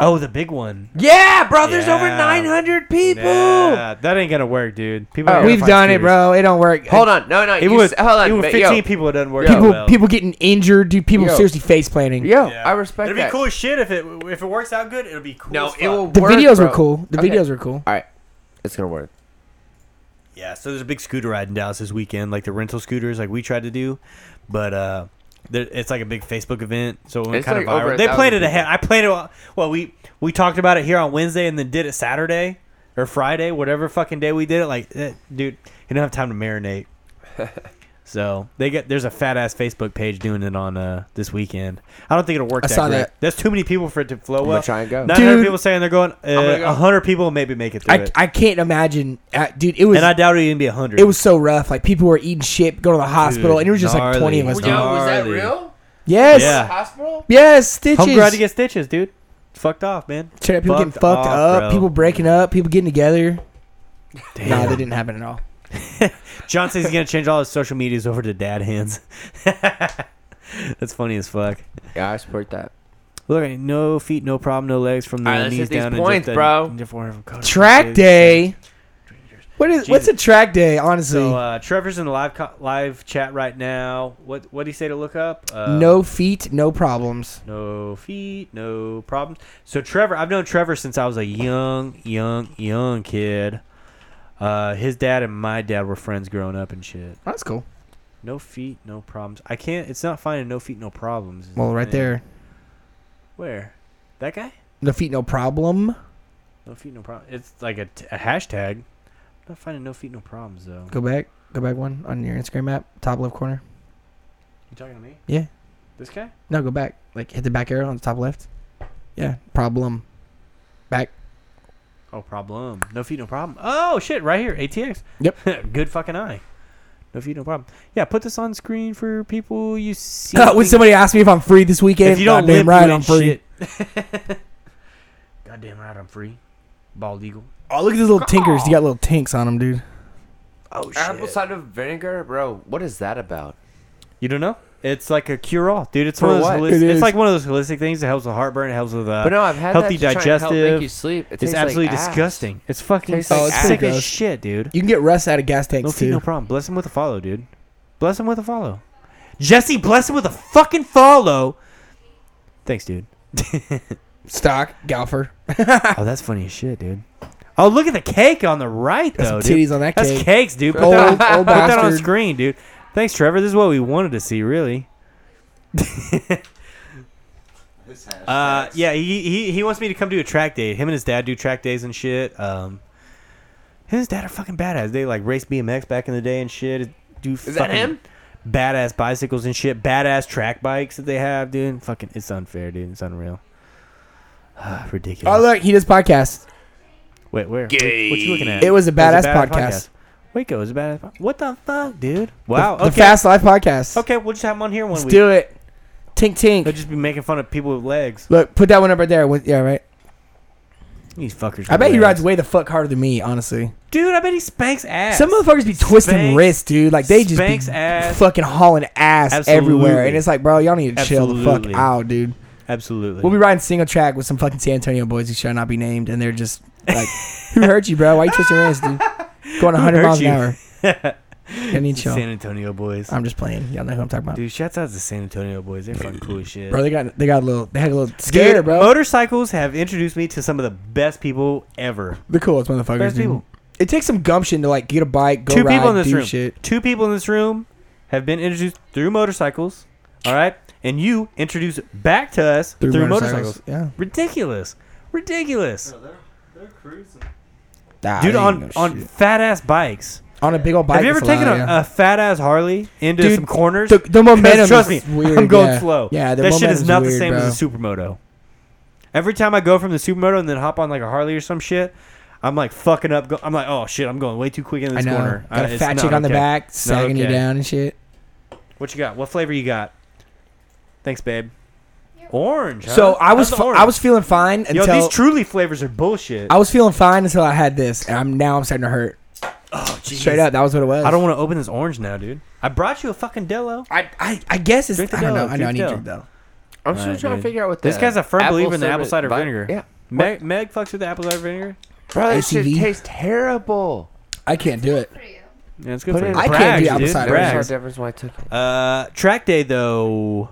[SPEAKER 2] oh, the big one.
[SPEAKER 4] Yeah, bro. There's over
[SPEAKER 2] Yeah.
[SPEAKER 4] 900 people.
[SPEAKER 2] Nah, that ain't gonna work, dude. People,
[SPEAKER 4] Oh.
[SPEAKER 2] ain't gonna
[SPEAKER 1] we've
[SPEAKER 2] find
[SPEAKER 1] done it,
[SPEAKER 2] scooters.
[SPEAKER 1] bro. It don't work.
[SPEAKER 4] Hold on. No, no.
[SPEAKER 2] It
[SPEAKER 4] you
[SPEAKER 2] was,
[SPEAKER 4] s- hold on.
[SPEAKER 2] it was
[SPEAKER 4] but
[SPEAKER 2] 15
[SPEAKER 4] yo,
[SPEAKER 2] people. It doesn't work.
[SPEAKER 1] People,
[SPEAKER 2] out well.
[SPEAKER 1] people getting injured, dude. People
[SPEAKER 4] Yo.
[SPEAKER 1] seriously face planting.
[SPEAKER 4] Yo,
[SPEAKER 2] Yeah.
[SPEAKER 4] I respect
[SPEAKER 2] It'd be
[SPEAKER 4] that.
[SPEAKER 2] cool as shit if it if it works out good. It'll be cool.
[SPEAKER 4] No,
[SPEAKER 2] as
[SPEAKER 4] it
[SPEAKER 2] fuck.
[SPEAKER 4] will.
[SPEAKER 1] The
[SPEAKER 4] work,
[SPEAKER 1] videos
[SPEAKER 4] bro.
[SPEAKER 1] were cool. The
[SPEAKER 4] Okay.
[SPEAKER 1] videos were cool.
[SPEAKER 4] All right, it's gonna work.
[SPEAKER 2] Yeah, so there's a big scooter ride in Dallas this weekend, like the rental scooters, like we tried to do, but uh, there- it's like a big Facebook event, so it went
[SPEAKER 4] It's
[SPEAKER 2] kind
[SPEAKER 4] like
[SPEAKER 2] of
[SPEAKER 4] over
[SPEAKER 2] viral.
[SPEAKER 4] a
[SPEAKER 2] They played it
[SPEAKER 4] thousand
[SPEAKER 2] ahead. I played it. Well, we we talked about it here on Wednesday, and then did it Saturday or Friday, whatever fucking day we did it. Like, eh, dude, you don't have time to marinate. so they get there's a fat ass Facebook page doing it on uh this weekend. I don't think it'll work.
[SPEAKER 1] I
[SPEAKER 2] that
[SPEAKER 1] saw
[SPEAKER 2] great.
[SPEAKER 1] that.
[SPEAKER 2] That's too many people for it to flow
[SPEAKER 4] gonna
[SPEAKER 2] well.
[SPEAKER 4] try and go.
[SPEAKER 2] Nine hundred
[SPEAKER 1] Dude.
[SPEAKER 2] people saying they're going.
[SPEAKER 4] gonna
[SPEAKER 2] Uh,
[SPEAKER 4] go.
[SPEAKER 2] hundred people will maybe make it through
[SPEAKER 1] I,
[SPEAKER 2] it.
[SPEAKER 1] I can't imagine, uh, dude. It was
[SPEAKER 2] and I doubt it'll even be hundred.
[SPEAKER 1] it was so rough. Like people were eating shit, going to the hospital,
[SPEAKER 2] Dude,
[SPEAKER 1] and it was just like twenty of
[SPEAKER 2] gnarly.
[SPEAKER 1] us.
[SPEAKER 2] It's
[SPEAKER 4] Yo,
[SPEAKER 1] down.
[SPEAKER 4] was that
[SPEAKER 2] gnarly.
[SPEAKER 4] real?
[SPEAKER 1] Yes,
[SPEAKER 2] Yeah.
[SPEAKER 4] Hospital?
[SPEAKER 1] yes, stitches.
[SPEAKER 2] I'm glad to get stitches, dude. Fucked off, man.
[SPEAKER 1] Straight up, people getting fucked
[SPEAKER 2] off,
[SPEAKER 1] up,
[SPEAKER 2] bro.
[SPEAKER 1] people breaking up, people getting together.
[SPEAKER 2] Damn.
[SPEAKER 1] Nah, that didn't happen at all.
[SPEAKER 2] John says he's gonna change all his social medias over to dad hands. That's funny as fuck.
[SPEAKER 4] Yeah, I support that.
[SPEAKER 2] Look, I- no feet, no problem, no legs from the
[SPEAKER 4] All right, let's
[SPEAKER 2] knees
[SPEAKER 4] hit these
[SPEAKER 2] down.
[SPEAKER 4] points,
[SPEAKER 2] and just uh,
[SPEAKER 4] bro.
[SPEAKER 2] and just forearm from coast to
[SPEAKER 1] Track
[SPEAKER 2] coast.
[SPEAKER 1] day. What is what's a
[SPEAKER 2] Jesus.
[SPEAKER 1] track day? Honestly,
[SPEAKER 2] So uh, Trevor's in the live co- live chat right now. What what do you say to look up? Uh,
[SPEAKER 1] no feet, no problems.
[SPEAKER 2] no feet, no problems. So Trevor, I've known Trevor since I was a young, young, young kid. Uh, his dad and my dad were friends growing up and shit.
[SPEAKER 1] Oh, that's cool.
[SPEAKER 2] No feet, no problems. I can't. It's not finding no feet, no problems. is
[SPEAKER 1] Well,
[SPEAKER 2] the
[SPEAKER 1] right
[SPEAKER 2] thing.
[SPEAKER 1] there,
[SPEAKER 2] Where? That guy?
[SPEAKER 1] no feet, no problem.
[SPEAKER 2] No feet, no problem. It's like a, t- a hashtag. I'm not finding no feet, no problems though.
[SPEAKER 1] Go back, go back one on your Instagram app, top left corner.
[SPEAKER 2] You talking to me?
[SPEAKER 1] Yeah.
[SPEAKER 2] This guy?
[SPEAKER 1] No, go back. Like hit the back arrow on the top left. Yeah, problem. Back.
[SPEAKER 2] Oh, problem. No feet, no problem. Oh shit! Right here, ATX. Yep. Good fucking eye. No feet, no problem. Yeah, put this on screen for people you see.
[SPEAKER 1] when somebody asks me if I'm free this weekend,
[SPEAKER 2] if you don't live
[SPEAKER 1] goddamn right, I'm free.
[SPEAKER 2] Goddamn right, I'm free. Bald eagle.
[SPEAKER 1] Oh, look at these little tinkers. You got little tinks on them, dude.
[SPEAKER 2] Oh shit.
[SPEAKER 4] Apple cider vinegar, bro. What is that about?
[SPEAKER 2] You don't know? It's like a cure all, dude. It's
[SPEAKER 4] For
[SPEAKER 2] one of those.
[SPEAKER 4] what?
[SPEAKER 2] holis-
[SPEAKER 1] It
[SPEAKER 2] it's
[SPEAKER 1] is.
[SPEAKER 2] like one of those holistic things that helps with heartburn. It helps with uh,
[SPEAKER 4] But no, I've had
[SPEAKER 2] healthy
[SPEAKER 4] that to try and help
[SPEAKER 2] digestive.
[SPEAKER 4] make you sleep. It
[SPEAKER 2] it's
[SPEAKER 4] tastes like
[SPEAKER 2] absolutely
[SPEAKER 4] ass.
[SPEAKER 2] disgusting. It's fucking
[SPEAKER 4] Tastes
[SPEAKER 1] like
[SPEAKER 2] oh,
[SPEAKER 1] ass.
[SPEAKER 2] sick
[SPEAKER 1] Pretty
[SPEAKER 2] as
[SPEAKER 1] gross.
[SPEAKER 2] shit, dude.
[SPEAKER 1] You can get rust out of gas
[SPEAKER 2] No
[SPEAKER 1] tanks
[SPEAKER 2] feet,
[SPEAKER 1] too.
[SPEAKER 2] no problem. Bless him with a follow, dude. Bless him with a follow. Jesse, bless him with a fucking follow. Thanks, dude.
[SPEAKER 1] Stock golfer.
[SPEAKER 2] Oh, that's funny as shit, dude. Oh, look at the cake on the right,
[SPEAKER 1] Got some
[SPEAKER 2] though, dude.
[SPEAKER 1] titties on that
[SPEAKER 2] That's
[SPEAKER 1] cake.
[SPEAKER 2] cakes, dude. Put,
[SPEAKER 1] Old,
[SPEAKER 2] that,
[SPEAKER 1] old
[SPEAKER 2] on, put that on
[SPEAKER 1] bastard.
[SPEAKER 2] screen, dude. Thanks, Trevor. This is what we wanted to see, really.
[SPEAKER 5] This hash.
[SPEAKER 2] Uh, yeah, he, he he wants me to come do a track day. Him and his dad do track days and shit. Um, him and his dad are fucking badass. They like race BMX back in the day and shit. Do
[SPEAKER 4] Is that him?
[SPEAKER 2] Badass bicycles and shit. Badass track bikes that they have, dude. Fucking, it's unfair, dude. It's unreal. Ridiculous.
[SPEAKER 1] Oh look, he does podcasts.
[SPEAKER 2] Wait, where? What, what you looking at?
[SPEAKER 1] It was a badass podcast.
[SPEAKER 2] Waco is a badass. po- What the fuck, dude? Wow.
[SPEAKER 1] The
[SPEAKER 2] okay.
[SPEAKER 1] Fast Life podcast.
[SPEAKER 2] Okay, we'll just have him on here one
[SPEAKER 1] Let's
[SPEAKER 2] week.
[SPEAKER 1] do it. Tink
[SPEAKER 2] They'll
[SPEAKER 1] tink.
[SPEAKER 2] just be making fun of people with legs.
[SPEAKER 1] Look, put that one up right there. With- Yeah, right.
[SPEAKER 2] These fuckers.
[SPEAKER 1] I
[SPEAKER 2] got
[SPEAKER 1] bet he
[SPEAKER 2] legs.
[SPEAKER 1] rides way the fuck harder than me, honestly.
[SPEAKER 2] Dude, I bet he spanks ass.
[SPEAKER 1] Some motherfuckers be twisting
[SPEAKER 2] Spanx-
[SPEAKER 1] wrists, dude. Like they just
[SPEAKER 2] Spanx
[SPEAKER 1] be
[SPEAKER 2] ass.
[SPEAKER 1] fucking hauling ass everywhere,
[SPEAKER 2] Absolutely.
[SPEAKER 1] and it's like, bro, y'all need to chill the
[SPEAKER 2] Absolutely.
[SPEAKER 1] fuck out, dude.
[SPEAKER 2] Absolutely.
[SPEAKER 1] We'll be riding single track with some fucking San Antonio boys who shall not be named, and they're just like, "Who hurt you, bro? Why you twisting your wrist, dude? Going 100
[SPEAKER 2] hurt
[SPEAKER 1] miles
[SPEAKER 2] you?
[SPEAKER 1] an hour." I need chill.
[SPEAKER 2] San Antonio boys.
[SPEAKER 1] I'm just playing. Y'all know who I'm talking about,
[SPEAKER 2] Dude, shouts out to San Antonio boys. They're fucking cool as shit.
[SPEAKER 1] bro. They got they got a little they had a little
[SPEAKER 2] Dude,
[SPEAKER 1] skater, bro.
[SPEAKER 2] Motorcycles have introduced me to some of the best people ever.
[SPEAKER 1] the coolest motherfuckers.
[SPEAKER 2] Best
[SPEAKER 1] dude.
[SPEAKER 2] people.
[SPEAKER 1] It takes some gumption to like get a bike, go
[SPEAKER 2] Two
[SPEAKER 1] ride,
[SPEAKER 2] people in this
[SPEAKER 1] do
[SPEAKER 2] room.
[SPEAKER 1] shit.
[SPEAKER 2] Two people in this room have been introduced through motorcycles. All right, and you introduced back to us through, motorcycles.
[SPEAKER 1] Yeah,
[SPEAKER 2] Ridiculous. Ridiculous,
[SPEAKER 5] they're, they're cruising.
[SPEAKER 1] Nah,
[SPEAKER 2] dude!
[SPEAKER 1] they ain't
[SPEAKER 2] On
[SPEAKER 1] no
[SPEAKER 2] on
[SPEAKER 1] shit.
[SPEAKER 2] fat ass bikes.
[SPEAKER 1] on a big old bike.
[SPEAKER 2] have you ever
[SPEAKER 1] it's allowed,
[SPEAKER 2] taken a,
[SPEAKER 1] yeah.
[SPEAKER 2] a fat ass Harley into
[SPEAKER 1] Dude,
[SPEAKER 2] some corners?
[SPEAKER 1] The, the momentum.
[SPEAKER 2] 'Cause Trust me,
[SPEAKER 1] is weird,
[SPEAKER 2] I'm going
[SPEAKER 1] yeah.
[SPEAKER 2] slow.
[SPEAKER 1] Yeah, the
[SPEAKER 2] that shit is
[SPEAKER 1] momentum's
[SPEAKER 2] not the
[SPEAKER 1] weird,
[SPEAKER 2] same
[SPEAKER 1] bro.
[SPEAKER 2] as a supermoto. Every time I go from the supermoto and then hop on like a Harley or some shit, I'm like fucking up. Go- I'm like, oh shit, I'm going way too quick in
[SPEAKER 1] I
[SPEAKER 2] this
[SPEAKER 1] know.
[SPEAKER 2] corner.
[SPEAKER 1] Got
[SPEAKER 2] Uh,
[SPEAKER 1] a
[SPEAKER 2] it's
[SPEAKER 1] fat
[SPEAKER 2] not
[SPEAKER 1] chick on the
[SPEAKER 2] okay.
[SPEAKER 1] back sagging you
[SPEAKER 2] okay.
[SPEAKER 1] down and shit.
[SPEAKER 2] What you got? What flavor you got? Thanks, babe. Orange. huh?
[SPEAKER 1] So I was fi-
[SPEAKER 2] How's the
[SPEAKER 1] I
[SPEAKER 2] orange?
[SPEAKER 1] was feeling fine
[SPEAKER 2] Yo,
[SPEAKER 1] until
[SPEAKER 2] these truly flavors are bullshit.
[SPEAKER 1] I was feeling fine until I had this, and I'm now I'm starting to hurt. Oh, straight up, that was what it was.
[SPEAKER 2] I don't want to open this orange now, dude. I brought you a fucking Dello.
[SPEAKER 1] I I, I guess it's.
[SPEAKER 2] Drink the
[SPEAKER 1] I don't know.
[SPEAKER 2] Dell,
[SPEAKER 1] I know. I
[SPEAKER 2] drink
[SPEAKER 1] need to
[SPEAKER 2] Dell.
[SPEAKER 1] drink though.
[SPEAKER 4] I'm still
[SPEAKER 2] Alright,
[SPEAKER 4] trying
[SPEAKER 2] dude.
[SPEAKER 4] to figure out what
[SPEAKER 2] This
[SPEAKER 4] the
[SPEAKER 2] guy's a firm
[SPEAKER 4] apple
[SPEAKER 2] believer in the apple cider
[SPEAKER 4] cider vi-
[SPEAKER 2] vinegar.
[SPEAKER 4] Yeah.
[SPEAKER 2] Meg, Meg fucks with the apple cider vinegar.
[SPEAKER 4] Bro, that shit
[SPEAKER 1] ACV?
[SPEAKER 4] tastes terrible.
[SPEAKER 1] I can't do it.
[SPEAKER 6] for you.
[SPEAKER 2] Yeah, it's good
[SPEAKER 4] Put
[SPEAKER 2] for
[SPEAKER 4] it
[SPEAKER 2] you.
[SPEAKER 4] in I
[SPEAKER 1] can't do apple
[SPEAKER 2] dude,
[SPEAKER 1] cider
[SPEAKER 4] There
[SPEAKER 1] vinegar.
[SPEAKER 2] brags.
[SPEAKER 4] was no difference when I took it.
[SPEAKER 2] Uh, track day though.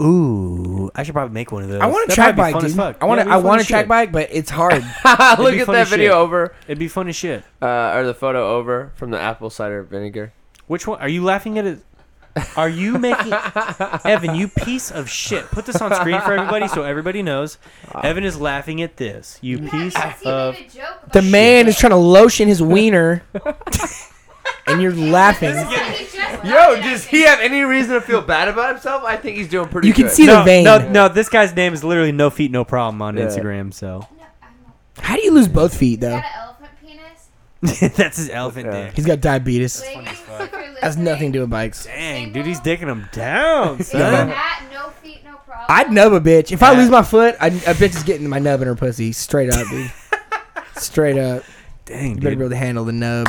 [SPEAKER 2] Ooh, I should probably make one of those.
[SPEAKER 1] I want a
[SPEAKER 2] That'd
[SPEAKER 1] track
[SPEAKER 2] probably be
[SPEAKER 1] bike,
[SPEAKER 2] fun as
[SPEAKER 1] dude.
[SPEAKER 2] fuck.
[SPEAKER 1] I want
[SPEAKER 2] Yeah,
[SPEAKER 1] to.
[SPEAKER 2] it'd be
[SPEAKER 1] I
[SPEAKER 2] fun
[SPEAKER 1] want a
[SPEAKER 2] as
[SPEAKER 1] track
[SPEAKER 2] shit.
[SPEAKER 1] bike, but it's hard.
[SPEAKER 2] It'd
[SPEAKER 4] Look
[SPEAKER 2] be
[SPEAKER 4] at
[SPEAKER 2] fun
[SPEAKER 4] that
[SPEAKER 2] as shit.
[SPEAKER 4] video over,
[SPEAKER 2] It'd be fun as shit.
[SPEAKER 4] uh, or the photo over from the apple cider vinegar.
[SPEAKER 2] Which one? Are you laughing at it? Are you making Evan? You piece of shit! Put this on screen for everybody so everybody knows. Evan is laughing at this. You piece
[SPEAKER 6] That's even
[SPEAKER 2] of
[SPEAKER 6] a joke about
[SPEAKER 1] The
[SPEAKER 6] it.
[SPEAKER 1] man is trying to lotion his wiener, and you're laughing.
[SPEAKER 6] He just
[SPEAKER 4] Yo, does he have any reason to feel bad about himself? I think he's doing pretty
[SPEAKER 1] You
[SPEAKER 4] good.
[SPEAKER 1] can see the
[SPEAKER 2] no,
[SPEAKER 1] vein.
[SPEAKER 2] no, no. This guy's name is literally No Feet No Problem on
[SPEAKER 4] Yeah.
[SPEAKER 2] Instagram. So
[SPEAKER 6] No, I don't-
[SPEAKER 1] How do you lose both feet
[SPEAKER 6] He's
[SPEAKER 1] though?
[SPEAKER 6] got an elephant penis.
[SPEAKER 2] that's his elephant
[SPEAKER 4] Yeah.
[SPEAKER 2] dick.
[SPEAKER 1] He's got diabetes.
[SPEAKER 6] Ladies, if you're listening,
[SPEAKER 1] Has nothing to do with bikes.
[SPEAKER 2] Dang, dude, he's dicking him down,
[SPEAKER 6] if you're
[SPEAKER 2] son.
[SPEAKER 6] That no feet, no problem.
[SPEAKER 1] I'd nub a bitch if I lose my foot. I, a bitch is getting my nub in her pussy straight up, dude. straight up.
[SPEAKER 2] Dang,
[SPEAKER 1] You better be
[SPEAKER 2] dude,
[SPEAKER 1] able to handle the nub.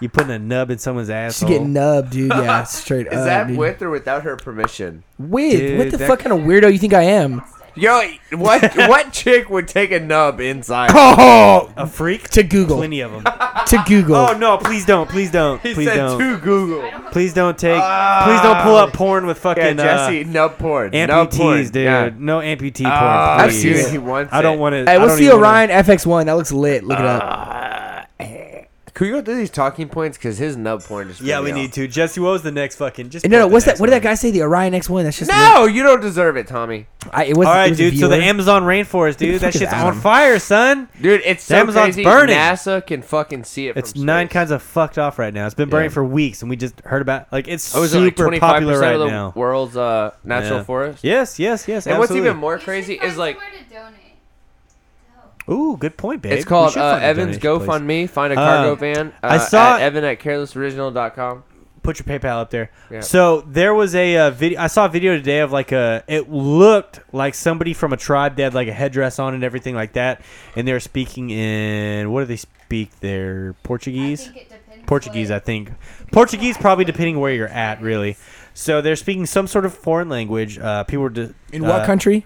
[SPEAKER 2] you putting a nub in someone's
[SPEAKER 1] She's
[SPEAKER 2] asshole.
[SPEAKER 1] getting nubbed, dude. Yeah, straight up.
[SPEAKER 4] Is that
[SPEAKER 1] Uh, dude.
[SPEAKER 4] with or without her permission?
[SPEAKER 1] With what
[SPEAKER 2] Dude,
[SPEAKER 1] the
[SPEAKER 2] that-
[SPEAKER 1] fuck kind of weirdo you think I am?
[SPEAKER 4] Yo, what what chick would take a nub inside?
[SPEAKER 1] Oh,
[SPEAKER 2] a freak.
[SPEAKER 1] to Google,
[SPEAKER 2] Plenty of them.
[SPEAKER 1] to Google.
[SPEAKER 2] Oh no! Please don't! Please don't!
[SPEAKER 4] He
[SPEAKER 2] Please
[SPEAKER 4] said
[SPEAKER 2] don't!
[SPEAKER 4] to Google.
[SPEAKER 2] Please don't take. please don't pull up porn with
[SPEAKER 4] Yeah,
[SPEAKER 2] fucking
[SPEAKER 4] Jesse, nub porn.
[SPEAKER 2] uh,
[SPEAKER 4] nub porn.
[SPEAKER 2] amputees, dude.
[SPEAKER 4] Yeah.
[SPEAKER 2] No amputee
[SPEAKER 4] Ah,
[SPEAKER 2] porn.
[SPEAKER 1] I've
[SPEAKER 2] Please.
[SPEAKER 1] seen it.
[SPEAKER 4] Dude, he wants
[SPEAKER 2] I don't Ah,
[SPEAKER 4] it.
[SPEAKER 2] want to.
[SPEAKER 1] hey, what's the Orion FX1? That looks lit. Look it up.
[SPEAKER 4] Can we go through these talking points? Because his nub porn is.
[SPEAKER 2] Yeah, we need to. Jesse, what was the next fucking? Just
[SPEAKER 1] No, no.
[SPEAKER 2] put the
[SPEAKER 1] What's that?
[SPEAKER 2] next
[SPEAKER 1] What did that
[SPEAKER 2] one.
[SPEAKER 1] guy say? The Orion X1. That's just
[SPEAKER 4] No, you don't deserve it, Tommy.
[SPEAKER 1] I, it was,
[SPEAKER 2] All
[SPEAKER 1] it
[SPEAKER 2] right,
[SPEAKER 1] was a
[SPEAKER 2] dude. So the
[SPEAKER 1] viewer.
[SPEAKER 2] Amazon
[SPEAKER 1] Who
[SPEAKER 2] rainforest,
[SPEAKER 1] the
[SPEAKER 2] dude.
[SPEAKER 1] fuck
[SPEAKER 2] That
[SPEAKER 1] is
[SPEAKER 2] shit's
[SPEAKER 1] Adam?
[SPEAKER 2] on fire, son.
[SPEAKER 4] Dude, it's so
[SPEAKER 2] Amazon's
[SPEAKER 4] crazy.
[SPEAKER 2] burning.
[SPEAKER 4] NASA can fucking see it. From
[SPEAKER 2] It's nine
[SPEAKER 4] space.
[SPEAKER 2] kinds of fucked off right now. It's been burning
[SPEAKER 4] Yeah.
[SPEAKER 2] for weeks, and we just heard about. Like it's
[SPEAKER 4] Oh, is it like
[SPEAKER 2] super
[SPEAKER 4] 25%
[SPEAKER 2] popular right
[SPEAKER 4] of the
[SPEAKER 2] now.
[SPEAKER 4] world's uh, natural
[SPEAKER 2] Yeah.
[SPEAKER 4] forest?
[SPEAKER 2] Yes, yes, yes.
[SPEAKER 4] And what's
[SPEAKER 2] absolutely.
[SPEAKER 4] even more
[SPEAKER 6] You should
[SPEAKER 4] crazy
[SPEAKER 6] find
[SPEAKER 4] is like
[SPEAKER 6] somewhere to donate.
[SPEAKER 2] Ooh, good point, babe.
[SPEAKER 4] it's
[SPEAKER 2] We
[SPEAKER 4] called
[SPEAKER 2] should
[SPEAKER 4] uh,
[SPEAKER 2] find a
[SPEAKER 4] Evan's
[SPEAKER 2] donation place.
[SPEAKER 4] GoFundMe. Find a
[SPEAKER 2] Uh,
[SPEAKER 4] cargo van. Uh,
[SPEAKER 2] I saw-
[SPEAKER 4] at Evan at carelessoriginal.com.
[SPEAKER 2] put your PayPal up there.
[SPEAKER 4] Yeah.
[SPEAKER 2] So there was a uh, video. I saw a video today of like a. It looked like somebody from a tribe. They had like a headdress on and everything like that, and they were speaking in what do they speak there?
[SPEAKER 6] I
[SPEAKER 2] Portuguese.
[SPEAKER 6] think it depends
[SPEAKER 2] Portuguese,
[SPEAKER 6] what-
[SPEAKER 2] I think. Portuguese, probably depending where you're at, really. So they're speaking some sort of foreign language. Uh, people were de-
[SPEAKER 1] in what
[SPEAKER 2] uh,
[SPEAKER 1] country?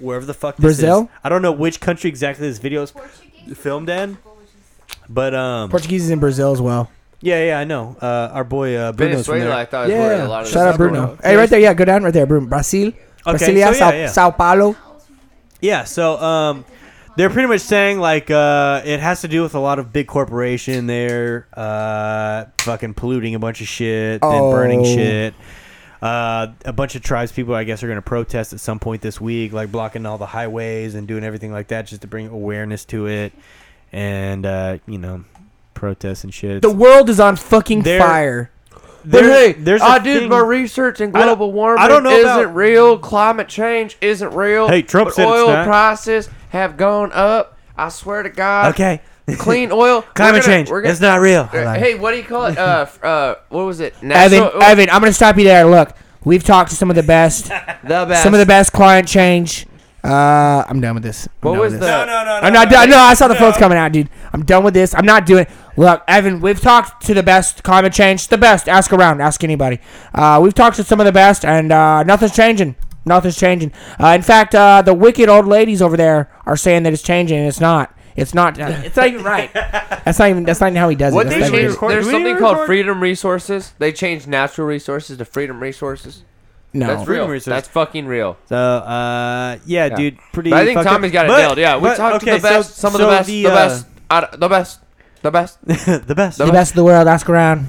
[SPEAKER 2] Wherever the fuck this
[SPEAKER 1] Brazil?
[SPEAKER 2] Is. I don't know which country exactly this video is
[SPEAKER 6] Portuguese.
[SPEAKER 2] filmed in,
[SPEAKER 6] Which is
[SPEAKER 2] but um,
[SPEAKER 1] Portuguese is in Brazil as well.
[SPEAKER 2] yeah, yeah, I know. Uh, our boy uh, Bruno's from
[SPEAKER 4] Venezuela,
[SPEAKER 2] there.
[SPEAKER 4] I thought is where a lot
[SPEAKER 1] Yeah,
[SPEAKER 4] of
[SPEAKER 1] shout
[SPEAKER 4] this
[SPEAKER 1] out
[SPEAKER 4] stuff
[SPEAKER 1] Bruno.
[SPEAKER 4] goes.
[SPEAKER 1] Hey, right there. Yeah, go down right there, Bruno. Brazil,
[SPEAKER 2] Okay,
[SPEAKER 1] Brasilia,
[SPEAKER 2] so
[SPEAKER 1] Sao,
[SPEAKER 2] yeah, yeah.
[SPEAKER 1] Sao Paulo.
[SPEAKER 2] Yeah, so um, they're pretty much saying like uh, it has to do with a lot of big corporation. They're uh, fucking polluting a bunch of shit and burning
[SPEAKER 1] Oh.
[SPEAKER 2] shit. Uh, a bunch of tribes people, I guess, are going to protest at some point this week, like blocking all the highways and doing everything like that, just to bring awareness to it, and uh, you know, protests and shit.
[SPEAKER 1] The world is on fucking
[SPEAKER 2] They're-
[SPEAKER 1] fire.
[SPEAKER 4] But hey,
[SPEAKER 2] there's a
[SPEAKER 4] I did
[SPEAKER 2] thing-
[SPEAKER 4] my research and
[SPEAKER 2] I don't-
[SPEAKER 4] global warming
[SPEAKER 2] I don't know
[SPEAKER 4] isn't
[SPEAKER 2] about-
[SPEAKER 4] real. Climate change isn't real.
[SPEAKER 2] Hey, Trump
[SPEAKER 4] but
[SPEAKER 2] said it's
[SPEAKER 4] oil
[SPEAKER 2] not.
[SPEAKER 4] prices have gone up. I swear to God.
[SPEAKER 2] Okay,
[SPEAKER 4] Clean oil. We're
[SPEAKER 2] climate
[SPEAKER 4] gonna-
[SPEAKER 2] change.
[SPEAKER 4] we're gonna-
[SPEAKER 2] it's not real.
[SPEAKER 4] Uh, Hey, what do you call it? Uh, f- uh, what was it?
[SPEAKER 1] Evan,
[SPEAKER 4] Natural- oh,
[SPEAKER 1] Evan, I'm gonna stop you there. Look, we've talked to some of the best,
[SPEAKER 4] the best.
[SPEAKER 1] some of the best client change. Uh, I'm done with this. I'm
[SPEAKER 4] What
[SPEAKER 1] done
[SPEAKER 4] was
[SPEAKER 1] with
[SPEAKER 4] the?
[SPEAKER 1] this.
[SPEAKER 2] no, no.
[SPEAKER 1] I'm not done. No, I saw the phones coming out, dude. I'm done with this. I'm not doing. Look, Evan, we've talked to the best climate change, the best. Ask around, ask anybody. Uh, we've talked to some of the best, and uh, nothing's changing. Nothing's changing. Uh, in fact, uh, the wicked old ladies over there are saying that it's changing, and it's not. It's not. It's not even right. That's not even. That's not even how he does
[SPEAKER 4] What
[SPEAKER 1] it.
[SPEAKER 4] they
[SPEAKER 1] That's not even-
[SPEAKER 4] changed?
[SPEAKER 2] record-
[SPEAKER 4] There's
[SPEAKER 2] do we need
[SPEAKER 4] something
[SPEAKER 2] to
[SPEAKER 4] called
[SPEAKER 2] record?
[SPEAKER 4] freedom resources. They changed natural resources to freedom resources.
[SPEAKER 1] no.
[SPEAKER 4] That's real.
[SPEAKER 2] Freedom resources.
[SPEAKER 4] That's fucking reil
[SPEAKER 2] So, uh, yeah,
[SPEAKER 4] Yeah.
[SPEAKER 2] dude, pretty.
[SPEAKER 4] But I think
[SPEAKER 2] fucked up.
[SPEAKER 4] Tommy's got it
[SPEAKER 2] But-
[SPEAKER 4] nailed. Yeah, we
[SPEAKER 2] but,
[SPEAKER 4] talked
[SPEAKER 2] okay,
[SPEAKER 4] to the best,
[SPEAKER 2] so-
[SPEAKER 4] some of
[SPEAKER 2] so
[SPEAKER 4] the best, the,
[SPEAKER 2] uh,
[SPEAKER 4] best, out, the best, the best.
[SPEAKER 2] the best.
[SPEAKER 1] the best of the world. Ask around.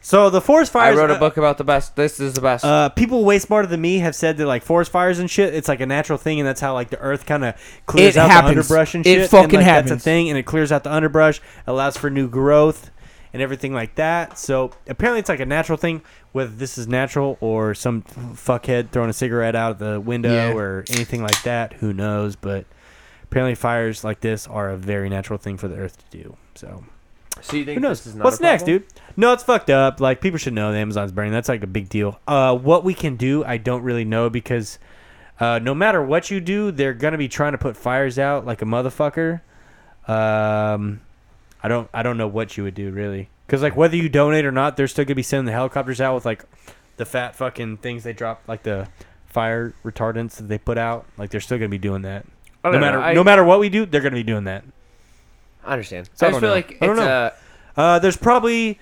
[SPEAKER 2] So the forest
[SPEAKER 4] I
[SPEAKER 2] fires.
[SPEAKER 4] wrote a
[SPEAKER 2] uh,
[SPEAKER 4] book about the best. This is the best.
[SPEAKER 2] Uh, people way smarter than me have said that like forest fires and shit, it's like a natural thing, and that's how like the earth kind of clears
[SPEAKER 1] It
[SPEAKER 2] out
[SPEAKER 1] happens.
[SPEAKER 2] the underbrush and
[SPEAKER 1] It
[SPEAKER 2] shit.
[SPEAKER 1] fucking
[SPEAKER 2] and, like, That's
[SPEAKER 1] happens.
[SPEAKER 2] a thing, and it clears out the underbrush, allows for new growth, and everything like that. So apparently, it's like a natural thing. Whether this is natural or some fuckhead throwing a cigarette out of the window
[SPEAKER 4] Yeah.
[SPEAKER 2] or anything like that, who knows? But apparently, fires like this are a very natural thing for the earth to do. So.
[SPEAKER 4] so you think
[SPEAKER 2] Who knows?
[SPEAKER 4] this is not
[SPEAKER 2] What's
[SPEAKER 4] a
[SPEAKER 2] next,
[SPEAKER 4] problem?
[SPEAKER 2] dude? No, it's fucked up. Like people should know the Amazon's burning. That's like a big deal. Uh, what we can do, I don't really know because uh, no matter what you do, they're gonna be trying to put fires out like a motherfucker. Um, I don't, I don't know what you would do really, because like whether you donate or not, they're still gonna be sending the helicopters out with like the fat fucking things they drop, like the fire retardants that they put out. Like they're still gonna be doing that.
[SPEAKER 4] I
[SPEAKER 2] No
[SPEAKER 4] don't know.
[SPEAKER 2] matter,
[SPEAKER 4] I-
[SPEAKER 2] no matter what we do, they're gonna be doing that.
[SPEAKER 4] I understand.
[SPEAKER 2] So I
[SPEAKER 4] I
[SPEAKER 2] don't
[SPEAKER 4] just feel
[SPEAKER 2] know.
[SPEAKER 4] like
[SPEAKER 2] I don't
[SPEAKER 4] it's
[SPEAKER 2] know.
[SPEAKER 4] uh,
[SPEAKER 2] Uh, there's probably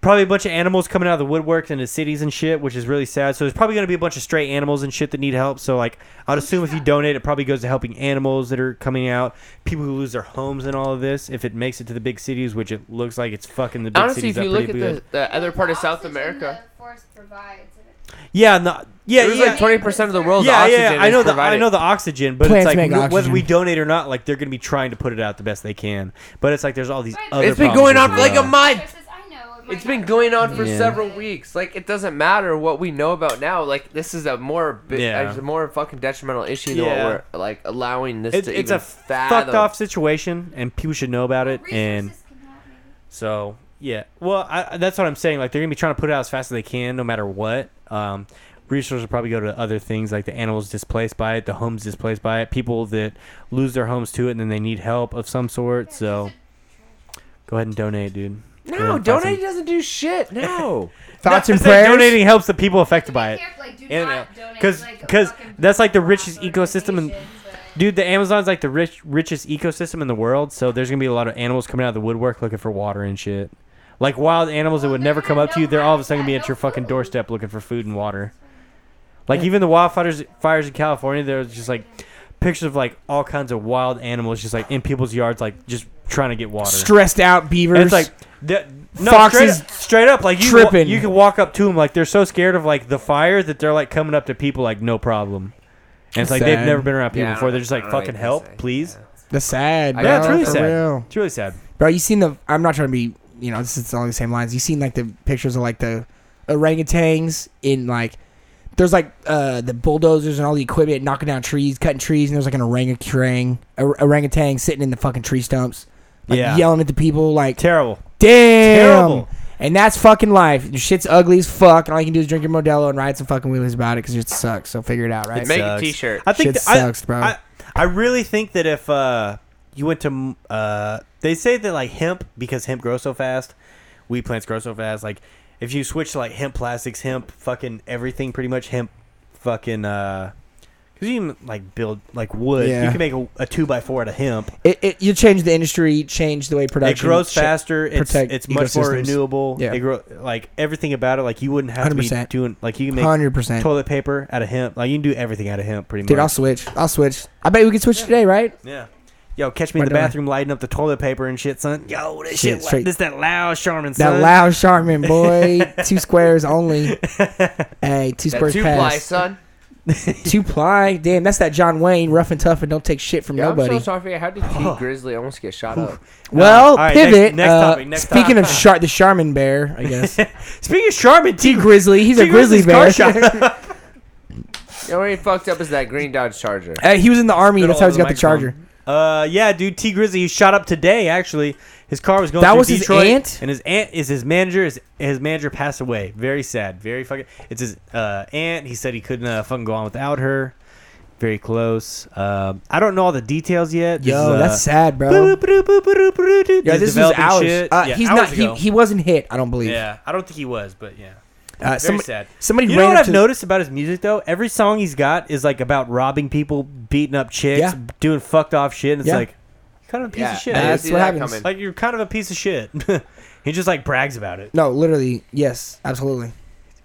[SPEAKER 2] probably a bunch of animals coming out of the woodwork into cities and shit, which is really sad. So there's probably gonna be a bunch of stray animals and shit that need help. So like, I'd assume if you donate, it probably goes to helping animals that are coming out, people who lose their homes and all of this. If it makes it to the big cities, which it looks like it's fucking the big
[SPEAKER 4] honestly,
[SPEAKER 2] cities
[SPEAKER 4] if you
[SPEAKER 2] up
[SPEAKER 4] look
[SPEAKER 2] pretty
[SPEAKER 4] at
[SPEAKER 2] good.
[SPEAKER 4] the, the other part of South
[SPEAKER 6] Oxygen,
[SPEAKER 4] America,
[SPEAKER 6] the forest provides.
[SPEAKER 2] Yeah, no, yeah,
[SPEAKER 4] There's
[SPEAKER 2] yeah.
[SPEAKER 4] like twenty percent of the world's
[SPEAKER 2] yeah,
[SPEAKER 4] oxygen.
[SPEAKER 2] yeah, I
[SPEAKER 4] is
[SPEAKER 2] know the
[SPEAKER 4] provided.
[SPEAKER 2] I know the oxygen, but
[SPEAKER 1] Plants
[SPEAKER 2] it's like
[SPEAKER 1] make
[SPEAKER 2] w- whether
[SPEAKER 1] oxygen.
[SPEAKER 2] we donate or not, like they're gonna be trying to put it out the best they can. But it's like there's all these
[SPEAKER 6] It's
[SPEAKER 2] other.
[SPEAKER 4] It's been
[SPEAKER 2] problems
[SPEAKER 4] going
[SPEAKER 2] as
[SPEAKER 4] on for like
[SPEAKER 2] well.
[SPEAKER 4] a month.
[SPEAKER 6] Versus, I know it
[SPEAKER 4] It's
[SPEAKER 6] might
[SPEAKER 4] been
[SPEAKER 6] not
[SPEAKER 4] going on for
[SPEAKER 6] be-
[SPEAKER 2] Yeah.
[SPEAKER 4] several weeks. Like it doesn't matter what we know about now. Like this is a more bi-
[SPEAKER 2] Yeah.
[SPEAKER 4] it's a more fucking detrimental issue than
[SPEAKER 2] Yeah.
[SPEAKER 4] what we're like allowing this
[SPEAKER 2] It's,
[SPEAKER 4] to
[SPEAKER 2] it's
[SPEAKER 4] even
[SPEAKER 2] a
[SPEAKER 4] fathom.
[SPEAKER 2] fucked off situation, and people should know about it. And
[SPEAKER 6] Resources can help, maybe.
[SPEAKER 2] so yeah, well, I, I- that's what I'm saying. Like they're gonna be trying to put it out as fast as they can, no matter what. Um, resources will probably go to other things like the animals displaced by it, the homes displaced by it, people that lose their homes to it, and then they need help of some sort. So go ahead and donate, dude. Go ahead
[SPEAKER 4] No,
[SPEAKER 2] and find some-
[SPEAKER 4] donate doesn't do shit. No.
[SPEAKER 1] Thoughts
[SPEAKER 2] No,
[SPEAKER 1] and
[SPEAKER 2] it's like
[SPEAKER 1] prayers.
[SPEAKER 2] Donating helps the people affected by it.
[SPEAKER 6] Careful, like, do
[SPEAKER 2] And,
[SPEAKER 6] not
[SPEAKER 2] uh,
[SPEAKER 6] donate
[SPEAKER 2] 'cause-
[SPEAKER 6] to, like, a
[SPEAKER 2] 'cause
[SPEAKER 6] fucking
[SPEAKER 2] that's like the
[SPEAKER 6] nonprofit
[SPEAKER 2] richest ecosystem in-
[SPEAKER 6] organization, but-
[SPEAKER 2] Dude, the Amazon's like the rich, richest ecosystem in the world, so there's gonna be a lot of animals coming out of the woodwork looking for water and shit. Like wild animals that would never come up to you, they're all of a sudden gonna be at your fucking doorstep looking for food and water. Like even the wildfires fires in California, there was just like pictures of like all kinds of wild animals just like in people's yards, like just trying to get water.
[SPEAKER 1] Stressed out
[SPEAKER 2] And
[SPEAKER 1] beavers.
[SPEAKER 2] it's like the, no,
[SPEAKER 1] Foxes
[SPEAKER 2] straight up, straight up like you wa-
[SPEAKER 1] tripping.
[SPEAKER 2] you can walk up to them like they're so scared of like the fire that they're like coming up to people like no problem. And it's like they've
[SPEAKER 1] Sad.
[SPEAKER 2] never been around people
[SPEAKER 4] Yeah, I
[SPEAKER 2] before.
[SPEAKER 4] don't-
[SPEAKER 2] They're just
[SPEAKER 4] I
[SPEAKER 2] like
[SPEAKER 4] don't know
[SPEAKER 2] fucking
[SPEAKER 4] what to
[SPEAKER 2] help,
[SPEAKER 4] say.
[SPEAKER 2] please.
[SPEAKER 1] the sad.
[SPEAKER 4] Yeah,
[SPEAKER 1] bro,
[SPEAKER 4] it's really
[SPEAKER 1] for
[SPEAKER 2] sad.
[SPEAKER 1] real.
[SPEAKER 2] It's really sad.
[SPEAKER 1] Bro, you seen the? I'm not trying to be, you know, this is along the same lines. You seen like the pictures of like the orangutans in like, there's like uh the bulldozers and all the equipment knocking down trees, cutting trees, and there's like an orangutan, or- orangutan sitting in the fucking tree stumps, like
[SPEAKER 2] Yeah.
[SPEAKER 1] yelling at the people, like,
[SPEAKER 2] Terrible.
[SPEAKER 1] damn.
[SPEAKER 2] Terrible.
[SPEAKER 1] And that's fucking life. Your shit's ugly as fuck, and all you can do is drink your Modelo and ride some fucking wheelies about it because it sucks. So figure it out, right?
[SPEAKER 4] Make
[SPEAKER 2] Sucks.
[SPEAKER 4] a t-shirt.
[SPEAKER 2] I think
[SPEAKER 1] Shit
[SPEAKER 2] th- I-
[SPEAKER 1] sucks, bro.
[SPEAKER 2] I, I really think that if uh, you went to m- uh, they say that like hemp because hemp grows so fast, wheat plants grow so fast. Like if you switch to like hemp plastics, hemp fucking everything, pretty much hemp fucking uh, because you can like build like wood. You
[SPEAKER 1] Yeah.
[SPEAKER 2] can make a, a two by four out of hemp.
[SPEAKER 1] It, it, you change the industry, change the way production.
[SPEAKER 2] it grows
[SPEAKER 1] shit-
[SPEAKER 2] faster. It's
[SPEAKER 1] protect
[SPEAKER 2] it's much more
[SPEAKER 1] ecosystems.
[SPEAKER 2] renewable.
[SPEAKER 1] Yeah.
[SPEAKER 2] It grow like everything about it. Like you wouldn't have to be
[SPEAKER 1] 100%.
[SPEAKER 2] doing like you can make
[SPEAKER 1] 100%.
[SPEAKER 2] toilet paper out of hemp. Like you can do everything out of hemp pretty
[SPEAKER 1] Dude, I'll
[SPEAKER 2] much.
[SPEAKER 1] switch. I'll switch. I bet we could switch today, right?
[SPEAKER 2] Yeah. Yo, catch me
[SPEAKER 1] Why
[SPEAKER 2] in the
[SPEAKER 1] don't I?
[SPEAKER 2] bathroom lighting up the toilet paper and shit, son. Yo, that
[SPEAKER 1] Shit,
[SPEAKER 2] shit, la-
[SPEAKER 1] straight-
[SPEAKER 2] this that loud Charmin,
[SPEAKER 1] That
[SPEAKER 2] son.
[SPEAKER 1] loud Charmin boy, two squares only. Hey, two
[SPEAKER 4] That
[SPEAKER 1] squares
[SPEAKER 4] two
[SPEAKER 1] pass.
[SPEAKER 4] ply, son.
[SPEAKER 1] Two ply. Damn, that's that John Wayne, rough and tough, and don't take shit from
[SPEAKER 4] Yeah,
[SPEAKER 1] nobody.
[SPEAKER 4] I'm so sorry. for you. How did
[SPEAKER 2] Oh.
[SPEAKER 4] T Grizzly almost get shot up?
[SPEAKER 1] well,
[SPEAKER 2] All right, next-
[SPEAKER 1] pivot.
[SPEAKER 2] next
[SPEAKER 1] uh,
[SPEAKER 2] topic, next
[SPEAKER 1] speaking
[SPEAKER 2] topic.
[SPEAKER 1] of Char- the Charmin bear, I guess.
[SPEAKER 2] Speaking of Charmin,
[SPEAKER 1] T Grizzly, he's a grizzly bear.
[SPEAKER 4] You know, where he fucked up is that green Dodge Charger.
[SPEAKER 1] Uh, he was in the army.
[SPEAKER 2] Good
[SPEAKER 1] That's
[SPEAKER 2] old
[SPEAKER 1] how he's got the
[SPEAKER 2] microphone.
[SPEAKER 1] charger.
[SPEAKER 2] uh, yeah, dude, T Grizzly, he shot up today. Actually, his car was going.
[SPEAKER 1] That
[SPEAKER 2] through
[SPEAKER 1] was his
[SPEAKER 2] Detroit,
[SPEAKER 1] aunt?
[SPEAKER 2] and his aunt is his manager. His, his manager passed away. Very sad. Very fucking. It's his uh, aunt. He said he couldn't uh, fucking go on without her. Very close. Um, I don't know all the details yet. This
[SPEAKER 1] Yo,
[SPEAKER 2] is, uh,
[SPEAKER 1] that's sad, bro.
[SPEAKER 2] Yeah,
[SPEAKER 1] Yeah, this was hours. Uh, he's not.
[SPEAKER 2] Ago.
[SPEAKER 1] He, he wasn't hit. I don't believe.
[SPEAKER 2] yeah, I don't think he was, but yeah.
[SPEAKER 1] Uh, somebody,
[SPEAKER 2] sad.
[SPEAKER 1] Somebody ran
[SPEAKER 2] You know what
[SPEAKER 1] up
[SPEAKER 2] I've
[SPEAKER 1] to the-
[SPEAKER 2] noticed about his music though? Every song he's got is like about robbing people, beating up chicks,
[SPEAKER 1] Yeah.
[SPEAKER 2] doing fucked off shit. And it's
[SPEAKER 1] Yeah.
[SPEAKER 2] like you're kind of a piece
[SPEAKER 4] Yeah,
[SPEAKER 2] of shit.
[SPEAKER 4] I didn't
[SPEAKER 1] That's
[SPEAKER 4] see
[SPEAKER 1] what
[SPEAKER 4] that
[SPEAKER 1] happens.
[SPEAKER 4] coming.
[SPEAKER 2] like you're kind of a piece of shit. he just like brags about it.
[SPEAKER 1] No, literally, yes, absolutely.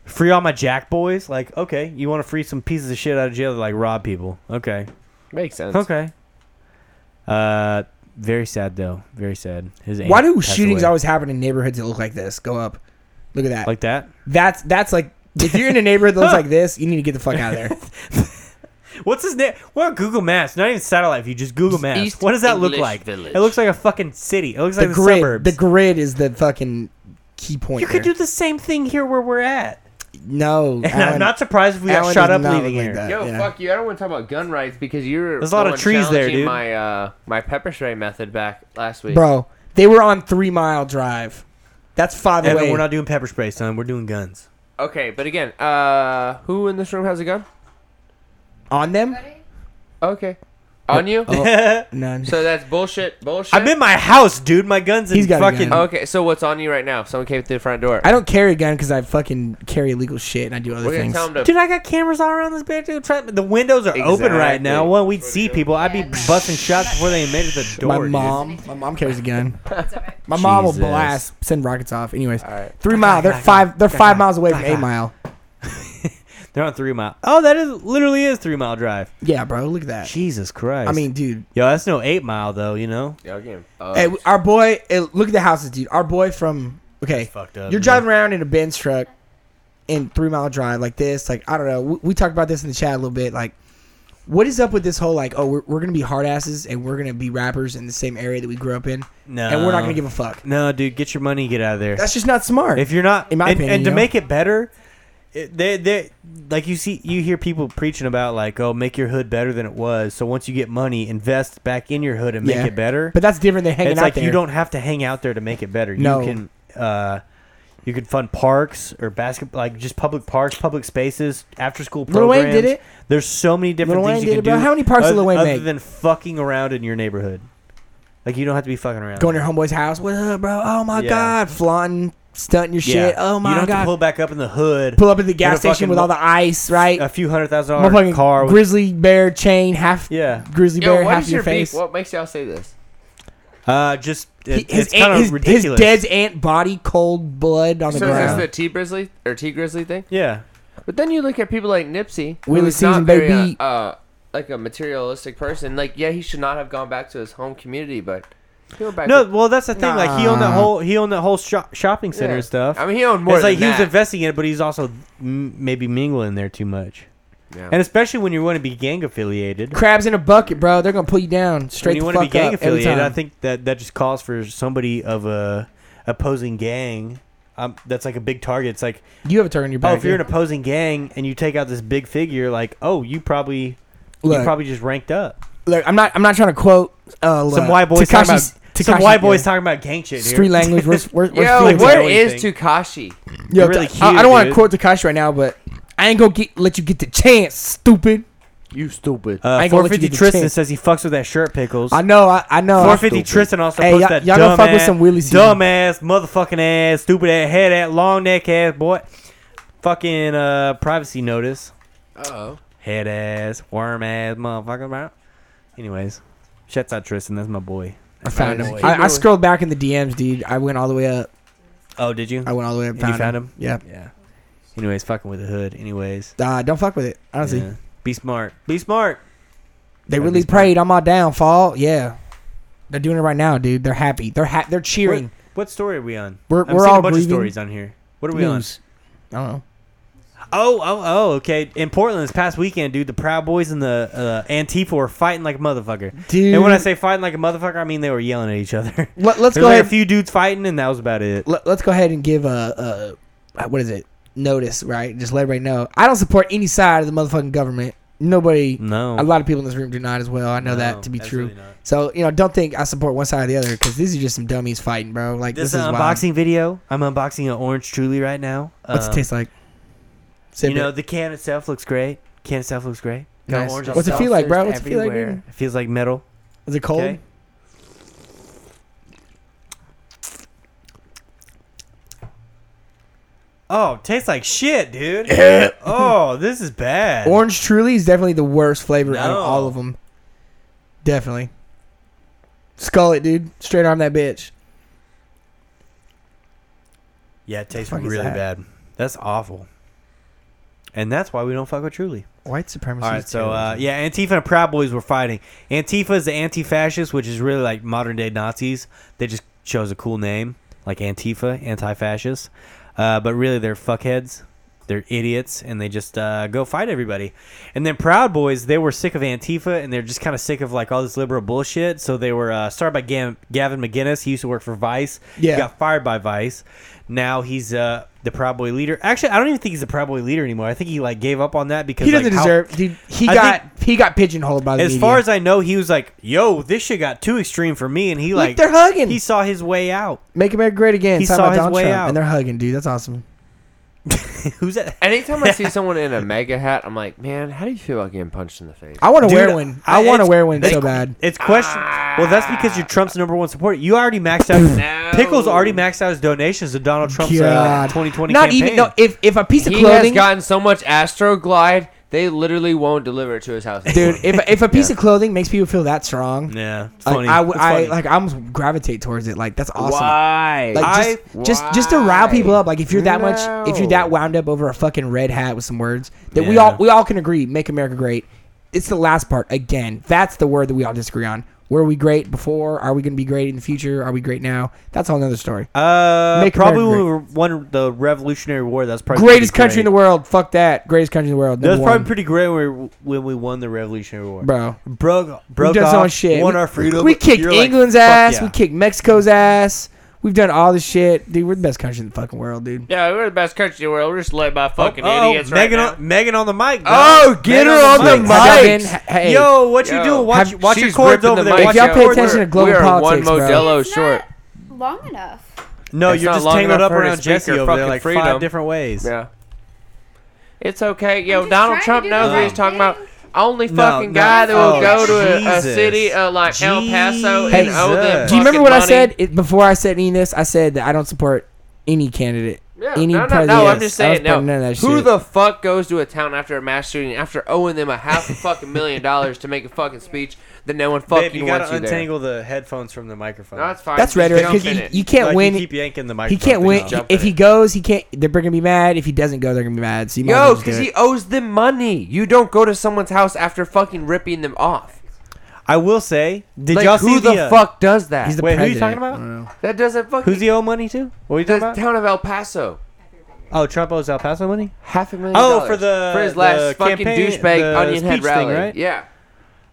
[SPEAKER 2] Free all my jack boys. Like okay, you want to free some pieces of shit out of jail that like rob people? Okay,
[SPEAKER 4] Makes sense.
[SPEAKER 2] okay. Uh, very sad though. Very sad. His
[SPEAKER 1] Why
[SPEAKER 2] aunt
[SPEAKER 1] do
[SPEAKER 2] passed
[SPEAKER 1] shootings
[SPEAKER 2] away.
[SPEAKER 1] always happen in neighborhoods that look like this? Go up. Look at that.
[SPEAKER 2] like that?
[SPEAKER 1] that's that's like if you're in a neighborhood that looks like this, you need to get the fuck out of there.
[SPEAKER 2] What's his name? What Google Maps? Not even satellite view. Just Google Maps.
[SPEAKER 7] East
[SPEAKER 2] what does that look
[SPEAKER 7] English
[SPEAKER 2] like?
[SPEAKER 7] Village.
[SPEAKER 2] It looks like a fucking city. It looks
[SPEAKER 1] the
[SPEAKER 2] like the
[SPEAKER 1] grid,
[SPEAKER 2] suburbs.
[SPEAKER 1] the grid is the fucking key point.
[SPEAKER 2] you could
[SPEAKER 1] there.
[SPEAKER 2] do the same thing here where we're at.
[SPEAKER 1] no.
[SPEAKER 2] And
[SPEAKER 1] Alan,
[SPEAKER 2] I'm not surprised if we
[SPEAKER 1] Alan
[SPEAKER 2] got shot
[SPEAKER 1] does
[SPEAKER 2] up
[SPEAKER 1] not
[SPEAKER 2] leaving
[SPEAKER 1] look like
[SPEAKER 2] here.
[SPEAKER 1] that.
[SPEAKER 4] Yo,
[SPEAKER 1] Yeah.
[SPEAKER 4] fuck you! I don't want to talk about gun rights because you're
[SPEAKER 2] There's a lot of
[SPEAKER 4] the one
[SPEAKER 2] trees there,
[SPEAKER 4] challenging
[SPEAKER 2] dude.
[SPEAKER 4] My uh, my pepper spray method back last week.
[SPEAKER 1] bro. They were on three mile drive. That's five
[SPEAKER 2] Evan,
[SPEAKER 1] away.
[SPEAKER 2] we're not doing pepper spray, son. We're doing guns.
[SPEAKER 4] Okay, but again, uh, who in this room has a gun?
[SPEAKER 1] on them.
[SPEAKER 6] Ready?
[SPEAKER 4] Okay, on you.
[SPEAKER 2] Oh.
[SPEAKER 1] None.
[SPEAKER 4] So that's bullshit. Bullshit.
[SPEAKER 2] I'm in my house, dude. My guns in
[SPEAKER 1] He's got a
[SPEAKER 2] fucking.
[SPEAKER 1] gun.
[SPEAKER 4] Okay, so what's on you right now? If someone came through the front door,
[SPEAKER 1] I don't carry a gun because I fucking carry illegal shit and I do other
[SPEAKER 4] we're gonna
[SPEAKER 1] things.
[SPEAKER 4] tell them to.
[SPEAKER 2] Dude, I got cameras all around this bitch. Dude, Try- the windows are open right now.
[SPEAKER 4] Exactly.
[SPEAKER 2] Well, we'd see people. I'd be busting shots before they even made it to the
[SPEAKER 1] my
[SPEAKER 2] door. dude.
[SPEAKER 1] mom, my mom carries a gun.
[SPEAKER 6] That's alright.
[SPEAKER 1] My mom will
[SPEAKER 2] Jesus.
[SPEAKER 1] blast, send rockets off. Anyways,
[SPEAKER 4] Alright.
[SPEAKER 1] three mile. They're five. They're five miles away from
[SPEAKER 2] Gaga.
[SPEAKER 1] eight mile.
[SPEAKER 2] They're on three mile. Oh, that is literally is three mile drive.
[SPEAKER 1] Yeah, bro. Look at that.
[SPEAKER 2] Jesus Christ.
[SPEAKER 1] I mean, dude.
[SPEAKER 2] yo, that's no eight mile though. You know.
[SPEAKER 4] Y'all getting fucked.
[SPEAKER 1] Hey, our boy. eh, look at the houses, dude. Our boy from. Okay,
[SPEAKER 2] fucked up,
[SPEAKER 1] you're
[SPEAKER 2] man.
[SPEAKER 1] driving around in a Benz truck, in Three Mile Drive like this. Like I don't know. We, we talked about this in the chat a little bit. Like, what is up with this whole like? Oh, we're, we're gonna be hard asses and we're gonna be rappers in the same area that we grew up in.
[SPEAKER 2] No.
[SPEAKER 1] and we're not gonna give a fuck.
[SPEAKER 2] No, dude, get your money, get out of there.
[SPEAKER 1] That's just not smart.
[SPEAKER 2] Um, if you're not,
[SPEAKER 1] in my
[SPEAKER 2] and,
[SPEAKER 1] opinion,
[SPEAKER 2] and to
[SPEAKER 1] you know?
[SPEAKER 2] make it better, it, they they like you see you hear people preaching about like oh make your hood better than it was. So once you get money, invest back in your hood and
[SPEAKER 1] Yeah.
[SPEAKER 2] make it better.
[SPEAKER 1] but that's different than hanging
[SPEAKER 2] it's
[SPEAKER 1] out
[SPEAKER 2] like
[SPEAKER 1] there.
[SPEAKER 2] you don't have to hang out there to make it better.
[SPEAKER 1] No.
[SPEAKER 2] You can uh you could fund parks or basketball like just public parks, public spaces, after school
[SPEAKER 1] Lil
[SPEAKER 2] programs.
[SPEAKER 1] Wayne did it.
[SPEAKER 2] There's so many different
[SPEAKER 1] Lil
[SPEAKER 2] things
[SPEAKER 1] Wayne
[SPEAKER 2] you
[SPEAKER 1] did it,
[SPEAKER 2] can
[SPEAKER 1] bro.
[SPEAKER 2] do.
[SPEAKER 1] How many parks did
[SPEAKER 2] other,
[SPEAKER 1] Lil Wayne
[SPEAKER 2] other
[SPEAKER 1] make?
[SPEAKER 2] than fucking around in your neighborhood? Like you don't have to be fucking around.
[SPEAKER 1] Going to your homeboy's house. What up, bro? Oh my
[SPEAKER 2] Yeah.
[SPEAKER 1] god, flaunting, stunting your
[SPEAKER 2] Yeah.
[SPEAKER 1] shit. Oh
[SPEAKER 2] You
[SPEAKER 1] my
[SPEAKER 2] don't have to
[SPEAKER 1] god.
[SPEAKER 2] pull
[SPEAKER 1] Pull,
[SPEAKER 2] back up in the hood.
[SPEAKER 1] up at the gas
[SPEAKER 2] a
[SPEAKER 1] station
[SPEAKER 2] fucking
[SPEAKER 1] with all the ice, right?
[SPEAKER 2] a few hundred thousand dollar
[SPEAKER 1] Motherfucking
[SPEAKER 2] car. With,
[SPEAKER 1] grizzly bear chain, half
[SPEAKER 2] Yeah.
[SPEAKER 1] grizzly
[SPEAKER 4] Yo,
[SPEAKER 1] bear,
[SPEAKER 4] what
[SPEAKER 1] half
[SPEAKER 4] is
[SPEAKER 1] your,
[SPEAKER 4] your beef?
[SPEAKER 1] face.
[SPEAKER 4] What makes y'all say this?
[SPEAKER 2] uh, just it,
[SPEAKER 1] his,
[SPEAKER 2] it's kind
[SPEAKER 1] aunt-
[SPEAKER 2] of
[SPEAKER 1] his, his
[SPEAKER 2] ridiculous.
[SPEAKER 1] dad's aunt body, cold blood on the
[SPEAKER 4] So is this
[SPEAKER 1] ground.
[SPEAKER 4] the T Grizzly or T Grizzly thing?
[SPEAKER 2] yeah,
[SPEAKER 4] But then you look at people like Nipsey,
[SPEAKER 1] Willie
[SPEAKER 4] who's not
[SPEAKER 1] Season,
[SPEAKER 4] very,
[SPEAKER 1] baby.
[SPEAKER 4] uh, uh, like a materialistic person. Like, yeah, he should not have gone back to his home community, but he went back.
[SPEAKER 2] no.
[SPEAKER 4] to-
[SPEAKER 2] Well, that's the thing. Like he owned that
[SPEAKER 1] Nah.
[SPEAKER 2] whole he owned that whole sho- shopping center
[SPEAKER 4] Yeah.
[SPEAKER 2] and stuff.
[SPEAKER 4] I mean, he owned more.
[SPEAKER 2] it's
[SPEAKER 4] than
[SPEAKER 2] like he was
[SPEAKER 4] that.
[SPEAKER 2] investing in it, but he's also m- maybe mingling there too much.
[SPEAKER 4] Yeah.
[SPEAKER 2] And especially when you want to be gang affiliated,
[SPEAKER 1] Crabs in a bucket, bro. They're gonna pull you down
[SPEAKER 2] when
[SPEAKER 1] straight
[SPEAKER 2] you
[SPEAKER 1] the
[SPEAKER 2] want to be
[SPEAKER 1] fuck
[SPEAKER 2] gang
[SPEAKER 1] up every
[SPEAKER 2] affiliated,
[SPEAKER 1] time.
[SPEAKER 2] I think that that just calls for somebody of a opposing gang. Um, that's like a big target. It's like,
[SPEAKER 1] you have a turn in your
[SPEAKER 2] oh,
[SPEAKER 1] back.
[SPEAKER 2] if you're an
[SPEAKER 1] dude.
[SPEAKER 2] opposing gang and you take out this big figure, like, oh, you probably you
[SPEAKER 1] look,
[SPEAKER 2] probably just ranked up.
[SPEAKER 1] look, I'm not, I'm not trying to quote uh,
[SPEAKER 2] Some
[SPEAKER 1] look,
[SPEAKER 2] white boys talking about
[SPEAKER 1] Takashi's-
[SPEAKER 2] some
[SPEAKER 1] Takashi-
[SPEAKER 2] white boys
[SPEAKER 1] yeah.
[SPEAKER 2] talking about gang shit. Here.
[SPEAKER 1] street language. We're, we're, we're
[SPEAKER 4] Yo,
[SPEAKER 1] feeling
[SPEAKER 4] where
[SPEAKER 1] it.
[SPEAKER 4] is
[SPEAKER 2] thing.
[SPEAKER 4] Takashi?
[SPEAKER 1] Yo,
[SPEAKER 2] really
[SPEAKER 1] I, I
[SPEAKER 2] cute,
[SPEAKER 1] don't want to
[SPEAKER 2] dude.
[SPEAKER 1] quote Takashi right now, but I ain't gonna get, let you get the chance, stupid.
[SPEAKER 4] You stupid.
[SPEAKER 1] I
[SPEAKER 2] Uh,
[SPEAKER 1] ain't gonna let you
[SPEAKER 2] 450
[SPEAKER 1] get the
[SPEAKER 2] Tristan
[SPEAKER 1] chance.
[SPEAKER 2] says he fucks with that shirt pickles.
[SPEAKER 1] I know, I, I know.
[SPEAKER 2] 450 Tristan also
[SPEAKER 1] Hey,
[SPEAKER 2] posted
[SPEAKER 1] y'all-
[SPEAKER 2] that
[SPEAKER 1] y'all gonna
[SPEAKER 2] dumb
[SPEAKER 1] fuck with
[SPEAKER 2] ass,
[SPEAKER 1] some Willie season.
[SPEAKER 2] dumb ass, motherfucking ass, stupid ass, head ass, long neck ass, boy. Fucking uh, privacy notice.
[SPEAKER 4] Oh,
[SPEAKER 2] Head ass, worm ass, motherfucker. bro. Anyways, shouts out Tristan. That's my boy.
[SPEAKER 1] I found him.
[SPEAKER 2] Keep
[SPEAKER 1] I, I
[SPEAKER 4] going.
[SPEAKER 1] scrolled back in the DMs, dude. I went all the way up.
[SPEAKER 2] Oh, did you?
[SPEAKER 1] I went all the way up.
[SPEAKER 2] And you found him?
[SPEAKER 1] Yeah.
[SPEAKER 2] yeah. Anyways, fucking with the hood. Anyways.
[SPEAKER 1] Uh, don't fuck with it. Honestly,
[SPEAKER 2] Yeah. Be smart. Be smart.
[SPEAKER 1] they
[SPEAKER 2] That'd
[SPEAKER 1] really
[SPEAKER 2] be smart.
[SPEAKER 1] prayed on my downfall. Yeah, they're doing it right now, dude. They're happy. They're ha- They're
[SPEAKER 2] What,
[SPEAKER 1] cheering.
[SPEAKER 2] what story are we on?
[SPEAKER 1] We're-
[SPEAKER 2] I'm
[SPEAKER 1] we're
[SPEAKER 2] seeing
[SPEAKER 1] all
[SPEAKER 2] a bunch
[SPEAKER 1] grieving.
[SPEAKER 2] of stories on here. What are we on?
[SPEAKER 1] News. I don't know.
[SPEAKER 2] Oh, oh, oh, okay. In Portland this past weekend, dude, the Proud Boys and the uh, Antifa were fighting like a motherfucker.
[SPEAKER 1] Dude.
[SPEAKER 2] And when I say fighting like a motherfucker, I mean they were yelling at each other.
[SPEAKER 1] Let, let's
[SPEAKER 2] There
[SPEAKER 1] go
[SPEAKER 2] was like
[SPEAKER 1] ahead.
[SPEAKER 2] a few dudes fighting, and that was about it.
[SPEAKER 1] let, us go ahead and give a, a what is it? Notice, right? Just let everybody know. I don't support any side of the motherfucking government. Nobody.
[SPEAKER 2] No.
[SPEAKER 1] A lot of people in this room do not as well. I know
[SPEAKER 2] Oh. No,
[SPEAKER 1] that to be true.
[SPEAKER 2] absolutely not.
[SPEAKER 1] So you know, don't think I support one side or the other because these are just some dummies fighting, bro. Like
[SPEAKER 2] This,
[SPEAKER 1] this,
[SPEAKER 2] is
[SPEAKER 1] is
[SPEAKER 2] an
[SPEAKER 1] wild.
[SPEAKER 2] unboxing video. I'm unboxing an orange truly right now.
[SPEAKER 1] What's
[SPEAKER 2] Um,
[SPEAKER 1] it taste like? Sip
[SPEAKER 2] You know,
[SPEAKER 1] it.
[SPEAKER 2] the can itself looks great. Can itself looks great. Got
[SPEAKER 1] Nice.
[SPEAKER 2] orange on
[SPEAKER 1] What's it
[SPEAKER 2] top.
[SPEAKER 1] feel like, bro? What's it feel like?
[SPEAKER 4] everywhere.
[SPEAKER 1] dude?
[SPEAKER 2] It feels like metal.
[SPEAKER 1] Is it cold?
[SPEAKER 2] Okay. Oh, tastes like shit, dude. oh, this is bad.
[SPEAKER 1] Orange Truly is definitely the worst flavor out of
[SPEAKER 2] No.
[SPEAKER 1] all of them. Definitely. Skull it, dude. Straight arm that bitch.
[SPEAKER 2] Yeah, it tastes
[SPEAKER 1] fuck is
[SPEAKER 2] really
[SPEAKER 1] that?
[SPEAKER 2] bad. That's awful. And that's why we don't fuck with Truly.
[SPEAKER 1] White supremacy.
[SPEAKER 2] All
[SPEAKER 1] is
[SPEAKER 2] right, so
[SPEAKER 1] terrible.
[SPEAKER 2] uh, yeah, Antifa and Proud Boys were fighting. Antifa is the anti-fascist, which is really like modern day Nazis. They just chose a cool name, like Antifa, anti-fascist. Uh, but really, they're fuckheads. They're idiots, and they just uh, go fight everybody. And then Proud Boys, they were sick of Antifa, and they're just kind of sick of like all this liberal bullshit. So they were uh, started by Gam- Gavin McGinnis. He used to work for Vice.
[SPEAKER 1] Yeah.
[SPEAKER 2] He got fired by Vice. Now he's uh, the Proud Boy leader. Actually, I don't even think he's the Proud Boy leader anymore. I think he like gave up on that because
[SPEAKER 1] he doesn't
[SPEAKER 2] like, how-
[SPEAKER 1] deserve. dude, he
[SPEAKER 2] I
[SPEAKER 1] got he got pigeonholed by the
[SPEAKER 2] as
[SPEAKER 1] media.
[SPEAKER 2] far as I know, he was like, "Yo, this shit got too extreme for me," and he
[SPEAKER 1] Look,
[SPEAKER 2] like
[SPEAKER 1] they're hugging.
[SPEAKER 2] He saw his way out.
[SPEAKER 1] Make America Great Again.
[SPEAKER 2] He
[SPEAKER 1] talking
[SPEAKER 2] saw
[SPEAKER 1] about
[SPEAKER 2] his
[SPEAKER 1] Donald
[SPEAKER 2] way
[SPEAKER 1] Trump,
[SPEAKER 2] out.
[SPEAKER 1] And they're hugging, dude. That's awesome.
[SPEAKER 2] Who's that?
[SPEAKER 4] anytime I see someone in a mega hat, I'm like, man, how do you feel about getting punched in the face?
[SPEAKER 1] I want to
[SPEAKER 2] Dude,
[SPEAKER 1] wear one. I,
[SPEAKER 2] I-
[SPEAKER 1] want to
[SPEAKER 2] it's-
[SPEAKER 1] wear one
[SPEAKER 2] they-
[SPEAKER 1] so bad.
[SPEAKER 2] It's question. Well, that's because you're
[SPEAKER 1] Ah.
[SPEAKER 2] Trump's number one supporter. You already maxed out. Pickles already maxed out his donations to Donald Trump's uh,
[SPEAKER 1] God.
[SPEAKER 2] 2020
[SPEAKER 1] Not
[SPEAKER 2] campaign.
[SPEAKER 1] even no. If if a piece of
[SPEAKER 4] He has
[SPEAKER 1] clothing,
[SPEAKER 4] gotten so much Astroglide, they literally won't deliver it to his house. anymore.
[SPEAKER 1] dude, if if a piece of clothing makes people feel that strong,
[SPEAKER 2] yeah, it's
[SPEAKER 1] like,
[SPEAKER 2] funny.
[SPEAKER 1] I,
[SPEAKER 2] It's
[SPEAKER 1] w- I-
[SPEAKER 2] funny.
[SPEAKER 1] like I almost gravitate towards it. Like that's awesome.
[SPEAKER 4] Why?
[SPEAKER 1] Like just, just just to rile people up. Like if you're that much, if you're that
[SPEAKER 4] No.
[SPEAKER 1] wound up over a fucking red hat with some words that we
[SPEAKER 2] Yeah.
[SPEAKER 1] all we all can agree, make America great. It's the last part again. That's the word that we all disagree on. Were we great before? Are we going to be great in the future? Are we great now? That's all another story.
[SPEAKER 2] Uh,
[SPEAKER 1] Make
[SPEAKER 2] probably
[SPEAKER 1] America
[SPEAKER 2] when we
[SPEAKER 1] great.
[SPEAKER 2] were- won the Revolutionary War. That's probably
[SPEAKER 1] Greatest country in the world. Fuck that. Greatest country in the world.
[SPEAKER 2] That was
[SPEAKER 1] Number
[SPEAKER 2] probably
[SPEAKER 1] one.
[SPEAKER 2] pretty great when we, when we won the Revolutionary War.
[SPEAKER 1] Bro.
[SPEAKER 2] broke
[SPEAKER 1] We've
[SPEAKER 2] broke
[SPEAKER 1] done so
[SPEAKER 2] off,
[SPEAKER 1] much shit.
[SPEAKER 2] won
[SPEAKER 1] we,
[SPEAKER 2] our freedom.
[SPEAKER 1] We kicked
[SPEAKER 2] You're like,
[SPEAKER 1] England's
[SPEAKER 2] "Fuck
[SPEAKER 1] ass.
[SPEAKER 2] yeah."
[SPEAKER 1] We kicked Mexico's ass. We've done all this shit, dude. We're the best country in the fucking world, dude.
[SPEAKER 7] Yeah, we're the best country in the world. We're just led by fucking
[SPEAKER 2] Uh-oh,
[SPEAKER 7] idiots right
[SPEAKER 2] Oh, Megan uh,
[SPEAKER 7] now.
[SPEAKER 2] on, Megan on the mic.
[SPEAKER 7] Oh,
[SPEAKER 2] dog.
[SPEAKER 7] get
[SPEAKER 2] Megan
[SPEAKER 7] her on the
[SPEAKER 2] mic.
[SPEAKER 1] mic. Have y'all been- hey.
[SPEAKER 2] Yo, what you
[SPEAKER 4] Yo.
[SPEAKER 2] doing? Watch
[SPEAKER 1] Have-
[SPEAKER 2] watch your
[SPEAKER 4] She's
[SPEAKER 2] cords
[SPEAKER 4] ripping
[SPEAKER 2] over
[SPEAKER 4] the
[SPEAKER 2] there.
[SPEAKER 4] mic
[SPEAKER 1] If
[SPEAKER 2] Watch
[SPEAKER 1] y'all
[SPEAKER 2] your
[SPEAKER 1] pay
[SPEAKER 2] cords.
[SPEAKER 1] attention to global
[SPEAKER 4] we are
[SPEAKER 1] politics,
[SPEAKER 4] one
[SPEAKER 1] bro.
[SPEAKER 4] Modelo
[SPEAKER 6] It's
[SPEAKER 4] short.
[SPEAKER 6] not long enough.
[SPEAKER 2] No,
[SPEAKER 4] It's
[SPEAKER 2] you're
[SPEAKER 4] not
[SPEAKER 2] just
[SPEAKER 4] long
[SPEAKER 2] tangled
[SPEAKER 4] enough
[SPEAKER 2] up
[SPEAKER 4] for her to
[SPEAKER 2] around
[SPEAKER 4] speak your
[SPEAKER 2] Jesse over there
[SPEAKER 4] fucking
[SPEAKER 2] like
[SPEAKER 4] freedom.
[SPEAKER 2] five different ways.
[SPEAKER 4] Yeah. It's okay. Yo,
[SPEAKER 6] just
[SPEAKER 4] Donald
[SPEAKER 6] trying to
[SPEAKER 4] Trump
[SPEAKER 6] do the
[SPEAKER 4] knows what
[SPEAKER 6] right
[SPEAKER 4] he's talking about.
[SPEAKER 6] thing.
[SPEAKER 4] Only
[SPEAKER 2] No,
[SPEAKER 4] fucking
[SPEAKER 2] no.
[SPEAKER 4] guy that will
[SPEAKER 2] Oh,
[SPEAKER 4] go to a, a
[SPEAKER 2] Jesus.
[SPEAKER 4] city uh, like El Paso
[SPEAKER 1] Hey,
[SPEAKER 4] and owe them.
[SPEAKER 1] Do you remember
[SPEAKER 4] fucking
[SPEAKER 1] what I
[SPEAKER 4] money.
[SPEAKER 1] said it, before I said any of this? I said that I don't support any candidate.
[SPEAKER 4] Yeah,
[SPEAKER 1] any
[SPEAKER 4] no, no,
[SPEAKER 1] president.
[SPEAKER 4] no, I'm just
[SPEAKER 1] I don't
[SPEAKER 4] saying. No.
[SPEAKER 1] support none of that
[SPEAKER 4] Who
[SPEAKER 1] shit.
[SPEAKER 4] the fuck goes to a town after a mass shooting, after owing them a half a fucking million dollars to make a fucking speech that no one fucking
[SPEAKER 2] Babe, you
[SPEAKER 4] wants
[SPEAKER 2] gotta
[SPEAKER 4] you there?
[SPEAKER 2] untangle the headphones from the microphone.
[SPEAKER 4] No, that's fine.
[SPEAKER 1] That's
[SPEAKER 4] Just
[SPEAKER 1] rhetoric
[SPEAKER 4] jump
[SPEAKER 1] because
[SPEAKER 4] in
[SPEAKER 1] you,
[SPEAKER 4] it.
[SPEAKER 1] you can't
[SPEAKER 2] Like,
[SPEAKER 1] win.
[SPEAKER 2] You keep yanking the
[SPEAKER 1] he
[SPEAKER 2] microphone.
[SPEAKER 1] can't
[SPEAKER 2] thing
[SPEAKER 1] win.
[SPEAKER 2] off.
[SPEAKER 4] Jump
[SPEAKER 1] If
[SPEAKER 4] in
[SPEAKER 1] he
[SPEAKER 4] it.
[SPEAKER 1] goes, he can't. They're gonna be mad. If he doesn't go, they're gonna be mad. So you might as
[SPEAKER 4] Yo,
[SPEAKER 1] well just
[SPEAKER 4] because
[SPEAKER 1] do
[SPEAKER 4] he
[SPEAKER 1] it.
[SPEAKER 4] owes them money. You don't go to someone's house after fucking ripping them off.
[SPEAKER 2] I will say, did
[SPEAKER 4] Like,
[SPEAKER 2] y'all see
[SPEAKER 4] who the,
[SPEAKER 2] uh,
[SPEAKER 4] fuck does that?
[SPEAKER 1] He's the
[SPEAKER 2] Wait, who you
[SPEAKER 1] president.
[SPEAKER 2] talking
[SPEAKER 1] I
[SPEAKER 2] about?
[SPEAKER 1] don't know.
[SPEAKER 4] that doesn't fucking.
[SPEAKER 2] Who's he owe money to? What are you
[SPEAKER 4] the
[SPEAKER 2] talking about?
[SPEAKER 4] town of El Paso?
[SPEAKER 2] Oh, Trump owes El Paso money.
[SPEAKER 4] Half a million.
[SPEAKER 2] Oh,
[SPEAKER 4] dollars
[SPEAKER 2] for the-
[SPEAKER 4] for his
[SPEAKER 2] the
[SPEAKER 4] last fucking
[SPEAKER 2] campaign-
[SPEAKER 4] douchebag
[SPEAKER 2] the
[SPEAKER 4] onion head
[SPEAKER 2] speech thing,
[SPEAKER 4] rally.
[SPEAKER 2] right?
[SPEAKER 4] Yeah.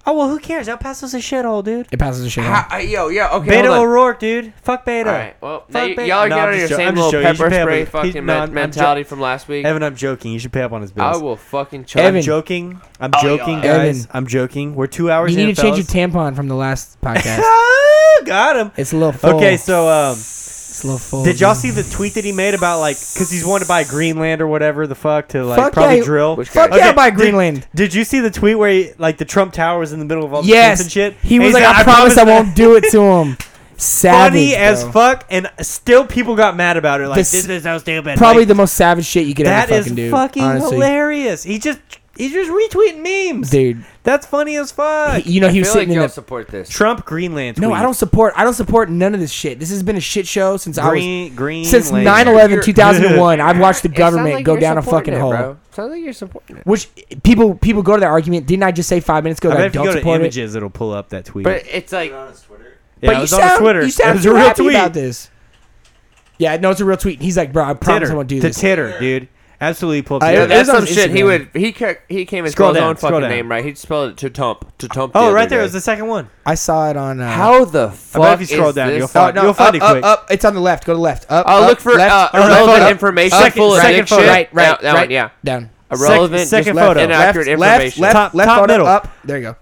[SPEAKER 2] Oh well, who cares? El Paso's a shithole, dude.
[SPEAKER 1] It passes the shit.
[SPEAKER 4] How,
[SPEAKER 1] on.
[SPEAKER 4] uh, yo, yo, okay.
[SPEAKER 2] Beta
[SPEAKER 4] hold on.
[SPEAKER 2] O'Rourke, dude. Fuck Beta.
[SPEAKER 4] All right. Well, now
[SPEAKER 2] Fuck
[SPEAKER 4] you,
[SPEAKER 2] Beta.
[SPEAKER 4] y'all are
[SPEAKER 2] No,
[SPEAKER 4] getting
[SPEAKER 2] I'm
[SPEAKER 4] on
[SPEAKER 2] just
[SPEAKER 4] your
[SPEAKER 2] jo-
[SPEAKER 4] same
[SPEAKER 2] I'm just
[SPEAKER 4] little
[SPEAKER 2] joking. You should
[SPEAKER 4] pepper
[SPEAKER 2] pay up
[SPEAKER 4] spray
[SPEAKER 2] with- he-
[SPEAKER 4] fucking
[SPEAKER 2] no,
[SPEAKER 4] men-
[SPEAKER 2] I'm- I'm jo-
[SPEAKER 4] mentality from last week.
[SPEAKER 2] Evan, I'm joking. You should pay up on his
[SPEAKER 4] I
[SPEAKER 2] bills.
[SPEAKER 4] will fucking chop.
[SPEAKER 2] I'm
[SPEAKER 1] Evan.
[SPEAKER 2] joking. I'm
[SPEAKER 7] Oh,
[SPEAKER 2] joking,
[SPEAKER 7] yeah.
[SPEAKER 2] guys.
[SPEAKER 1] Evan.
[SPEAKER 2] I'm joking. We're two hours.
[SPEAKER 1] You need
[SPEAKER 2] in,
[SPEAKER 1] to change your
[SPEAKER 2] fellas.
[SPEAKER 1] tampon from the last podcast.
[SPEAKER 2] Ah, Got him.
[SPEAKER 1] it's a little full.
[SPEAKER 2] Okay, so um,
[SPEAKER 1] it's a little full.
[SPEAKER 2] did y'all see the tweet that he made about like, cause he's wanting to buy Greenland or whatever the fuck to like
[SPEAKER 1] Fuck
[SPEAKER 2] probably
[SPEAKER 1] yeah,
[SPEAKER 2] drill.
[SPEAKER 4] Which
[SPEAKER 1] Fuck
[SPEAKER 4] guy?
[SPEAKER 1] yeah, by
[SPEAKER 2] did-
[SPEAKER 1] Greenland.
[SPEAKER 2] Did you see the tweet where he, like the Trump Tower was in the middle of all the tents
[SPEAKER 1] Yes,
[SPEAKER 2] and shit?
[SPEAKER 1] he
[SPEAKER 2] And
[SPEAKER 1] was
[SPEAKER 2] he's
[SPEAKER 1] like, "I promise I
[SPEAKER 2] that-
[SPEAKER 1] won't do it to him." Savage,
[SPEAKER 2] Funny as
[SPEAKER 1] bro.
[SPEAKER 2] fuck, and still people got mad about it. Like
[SPEAKER 1] This-
[SPEAKER 2] this, is how stupid.
[SPEAKER 1] Probably
[SPEAKER 2] like,
[SPEAKER 1] the most savage shit you could
[SPEAKER 2] that
[SPEAKER 1] ever
[SPEAKER 2] is
[SPEAKER 1] fucking do.
[SPEAKER 2] fucking
[SPEAKER 1] honestly.
[SPEAKER 2] hilarious. He just he's just retweeting memes,
[SPEAKER 1] dude.
[SPEAKER 2] That's funny as fuck.
[SPEAKER 1] He, you know he
[SPEAKER 4] I
[SPEAKER 1] was
[SPEAKER 4] feel like
[SPEAKER 1] sitting
[SPEAKER 4] y'all
[SPEAKER 1] in the.
[SPEAKER 4] support this.
[SPEAKER 2] Trump Greenland. Tweet.
[SPEAKER 1] No, I don't support. I don't support none of this shit. This has been a shit show since I
[SPEAKER 2] Green Green
[SPEAKER 1] was since
[SPEAKER 2] Land.
[SPEAKER 1] 9/11
[SPEAKER 4] You're-
[SPEAKER 1] 2001. I've watched the
[SPEAKER 4] It sounds
[SPEAKER 1] government
[SPEAKER 4] like
[SPEAKER 1] go
[SPEAKER 4] you're
[SPEAKER 1] down a fucking
[SPEAKER 4] supporting it,
[SPEAKER 1] hole.
[SPEAKER 4] Bro. Sounds like you're supporting it.
[SPEAKER 1] Which people people go to that argument. Didn't I just say five minutes ago
[SPEAKER 2] I
[SPEAKER 1] that
[SPEAKER 2] bet
[SPEAKER 1] I
[SPEAKER 2] if you
[SPEAKER 1] don't
[SPEAKER 2] go to
[SPEAKER 1] support it?
[SPEAKER 2] images, it'll pull up that tweet.
[SPEAKER 4] But it's like
[SPEAKER 2] yeah,
[SPEAKER 1] but
[SPEAKER 2] it
[SPEAKER 1] you
[SPEAKER 2] was
[SPEAKER 1] sound
[SPEAKER 2] on Twitter.
[SPEAKER 1] you sound
[SPEAKER 2] it was
[SPEAKER 1] too
[SPEAKER 2] a real
[SPEAKER 1] happy
[SPEAKER 2] tweet.
[SPEAKER 1] about this. Yeah, no, it's a real tweet. He's like, bro, I promise
[SPEAKER 2] titter,
[SPEAKER 1] I won't do
[SPEAKER 2] to
[SPEAKER 1] this.
[SPEAKER 2] titter, dude. Absolutely pull up.
[SPEAKER 1] I-
[SPEAKER 2] Twitter.
[SPEAKER 4] Yeah,
[SPEAKER 1] it
[SPEAKER 4] that's
[SPEAKER 1] is on
[SPEAKER 4] some shit. He
[SPEAKER 1] Instagram.
[SPEAKER 4] would he ca- he came and
[SPEAKER 2] Scroll
[SPEAKER 4] spelled his
[SPEAKER 2] down,
[SPEAKER 4] own
[SPEAKER 2] scroll
[SPEAKER 4] fucking
[SPEAKER 2] down.
[SPEAKER 4] name right. He spelled it to Tump to Tump.
[SPEAKER 2] oh,
[SPEAKER 4] the
[SPEAKER 2] right
[SPEAKER 4] other
[SPEAKER 2] there
[SPEAKER 4] day.
[SPEAKER 2] was the second one.
[SPEAKER 1] I saw it on. Uh,
[SPEAKER 4] How the fuck
[SPEAKER 2] bet if you scroll
[SPEAKER 4] is
[SPEAKER 2] down,
[SPEAKER 4] this? Oh,
[SPEAKER 2] you'll find-
[SPEAKER 1] no,
[SPEAKER 2] you'll find
[SPEAKER 1] up,
[SPEAKER 2] it
[SPEAKER 1] up,
[SPEAKER 2] quick.
[SPEAKER 1] Up, It's on the left. Go to the left. Up.
[SPEAKER 4] I'll
[SPEAKER 1] up,
[SPEAKER 4] look for
[SPEAKER 1] left,
[SPEAKER 4] uh,
[SPEAKER 2] right
[SPEAKER 4] irrelevant
[SPEAKER 2] photo.
[SPEAKER 4] information
[SPEAKER 2] Second-
[SPEAKER 4] full of
[SPEAKER 2] second
[SPEAKER 4] dick
[SPEAKER 2] photo.
[SPEAKER 4] shit.
[SPEAKER 1] Right, right,
[SPEAKER 4] that, that
[SPEAKER 1] right.
[SPEAKER 4] one, yeah.
[SPEAKER 1] down.
[SPEAKER 4] Irrelevant,
[SPEAKER 2] second
[SPEAKER 4] just
[SPEAKER 2] photo.
[SPEAKER 4] inaccurate
[SPEAKER 1] left,
[SPEAKER 4] information.
[SPEAKER 1] left,
[SPEAKER 2] Top-
[SPEAKER 1] left,
[SPEAKER 2] top
[SPEAKER 1] photo,
[SPEAKER 2] middle.
[SPEAKER 1] Up. There you go.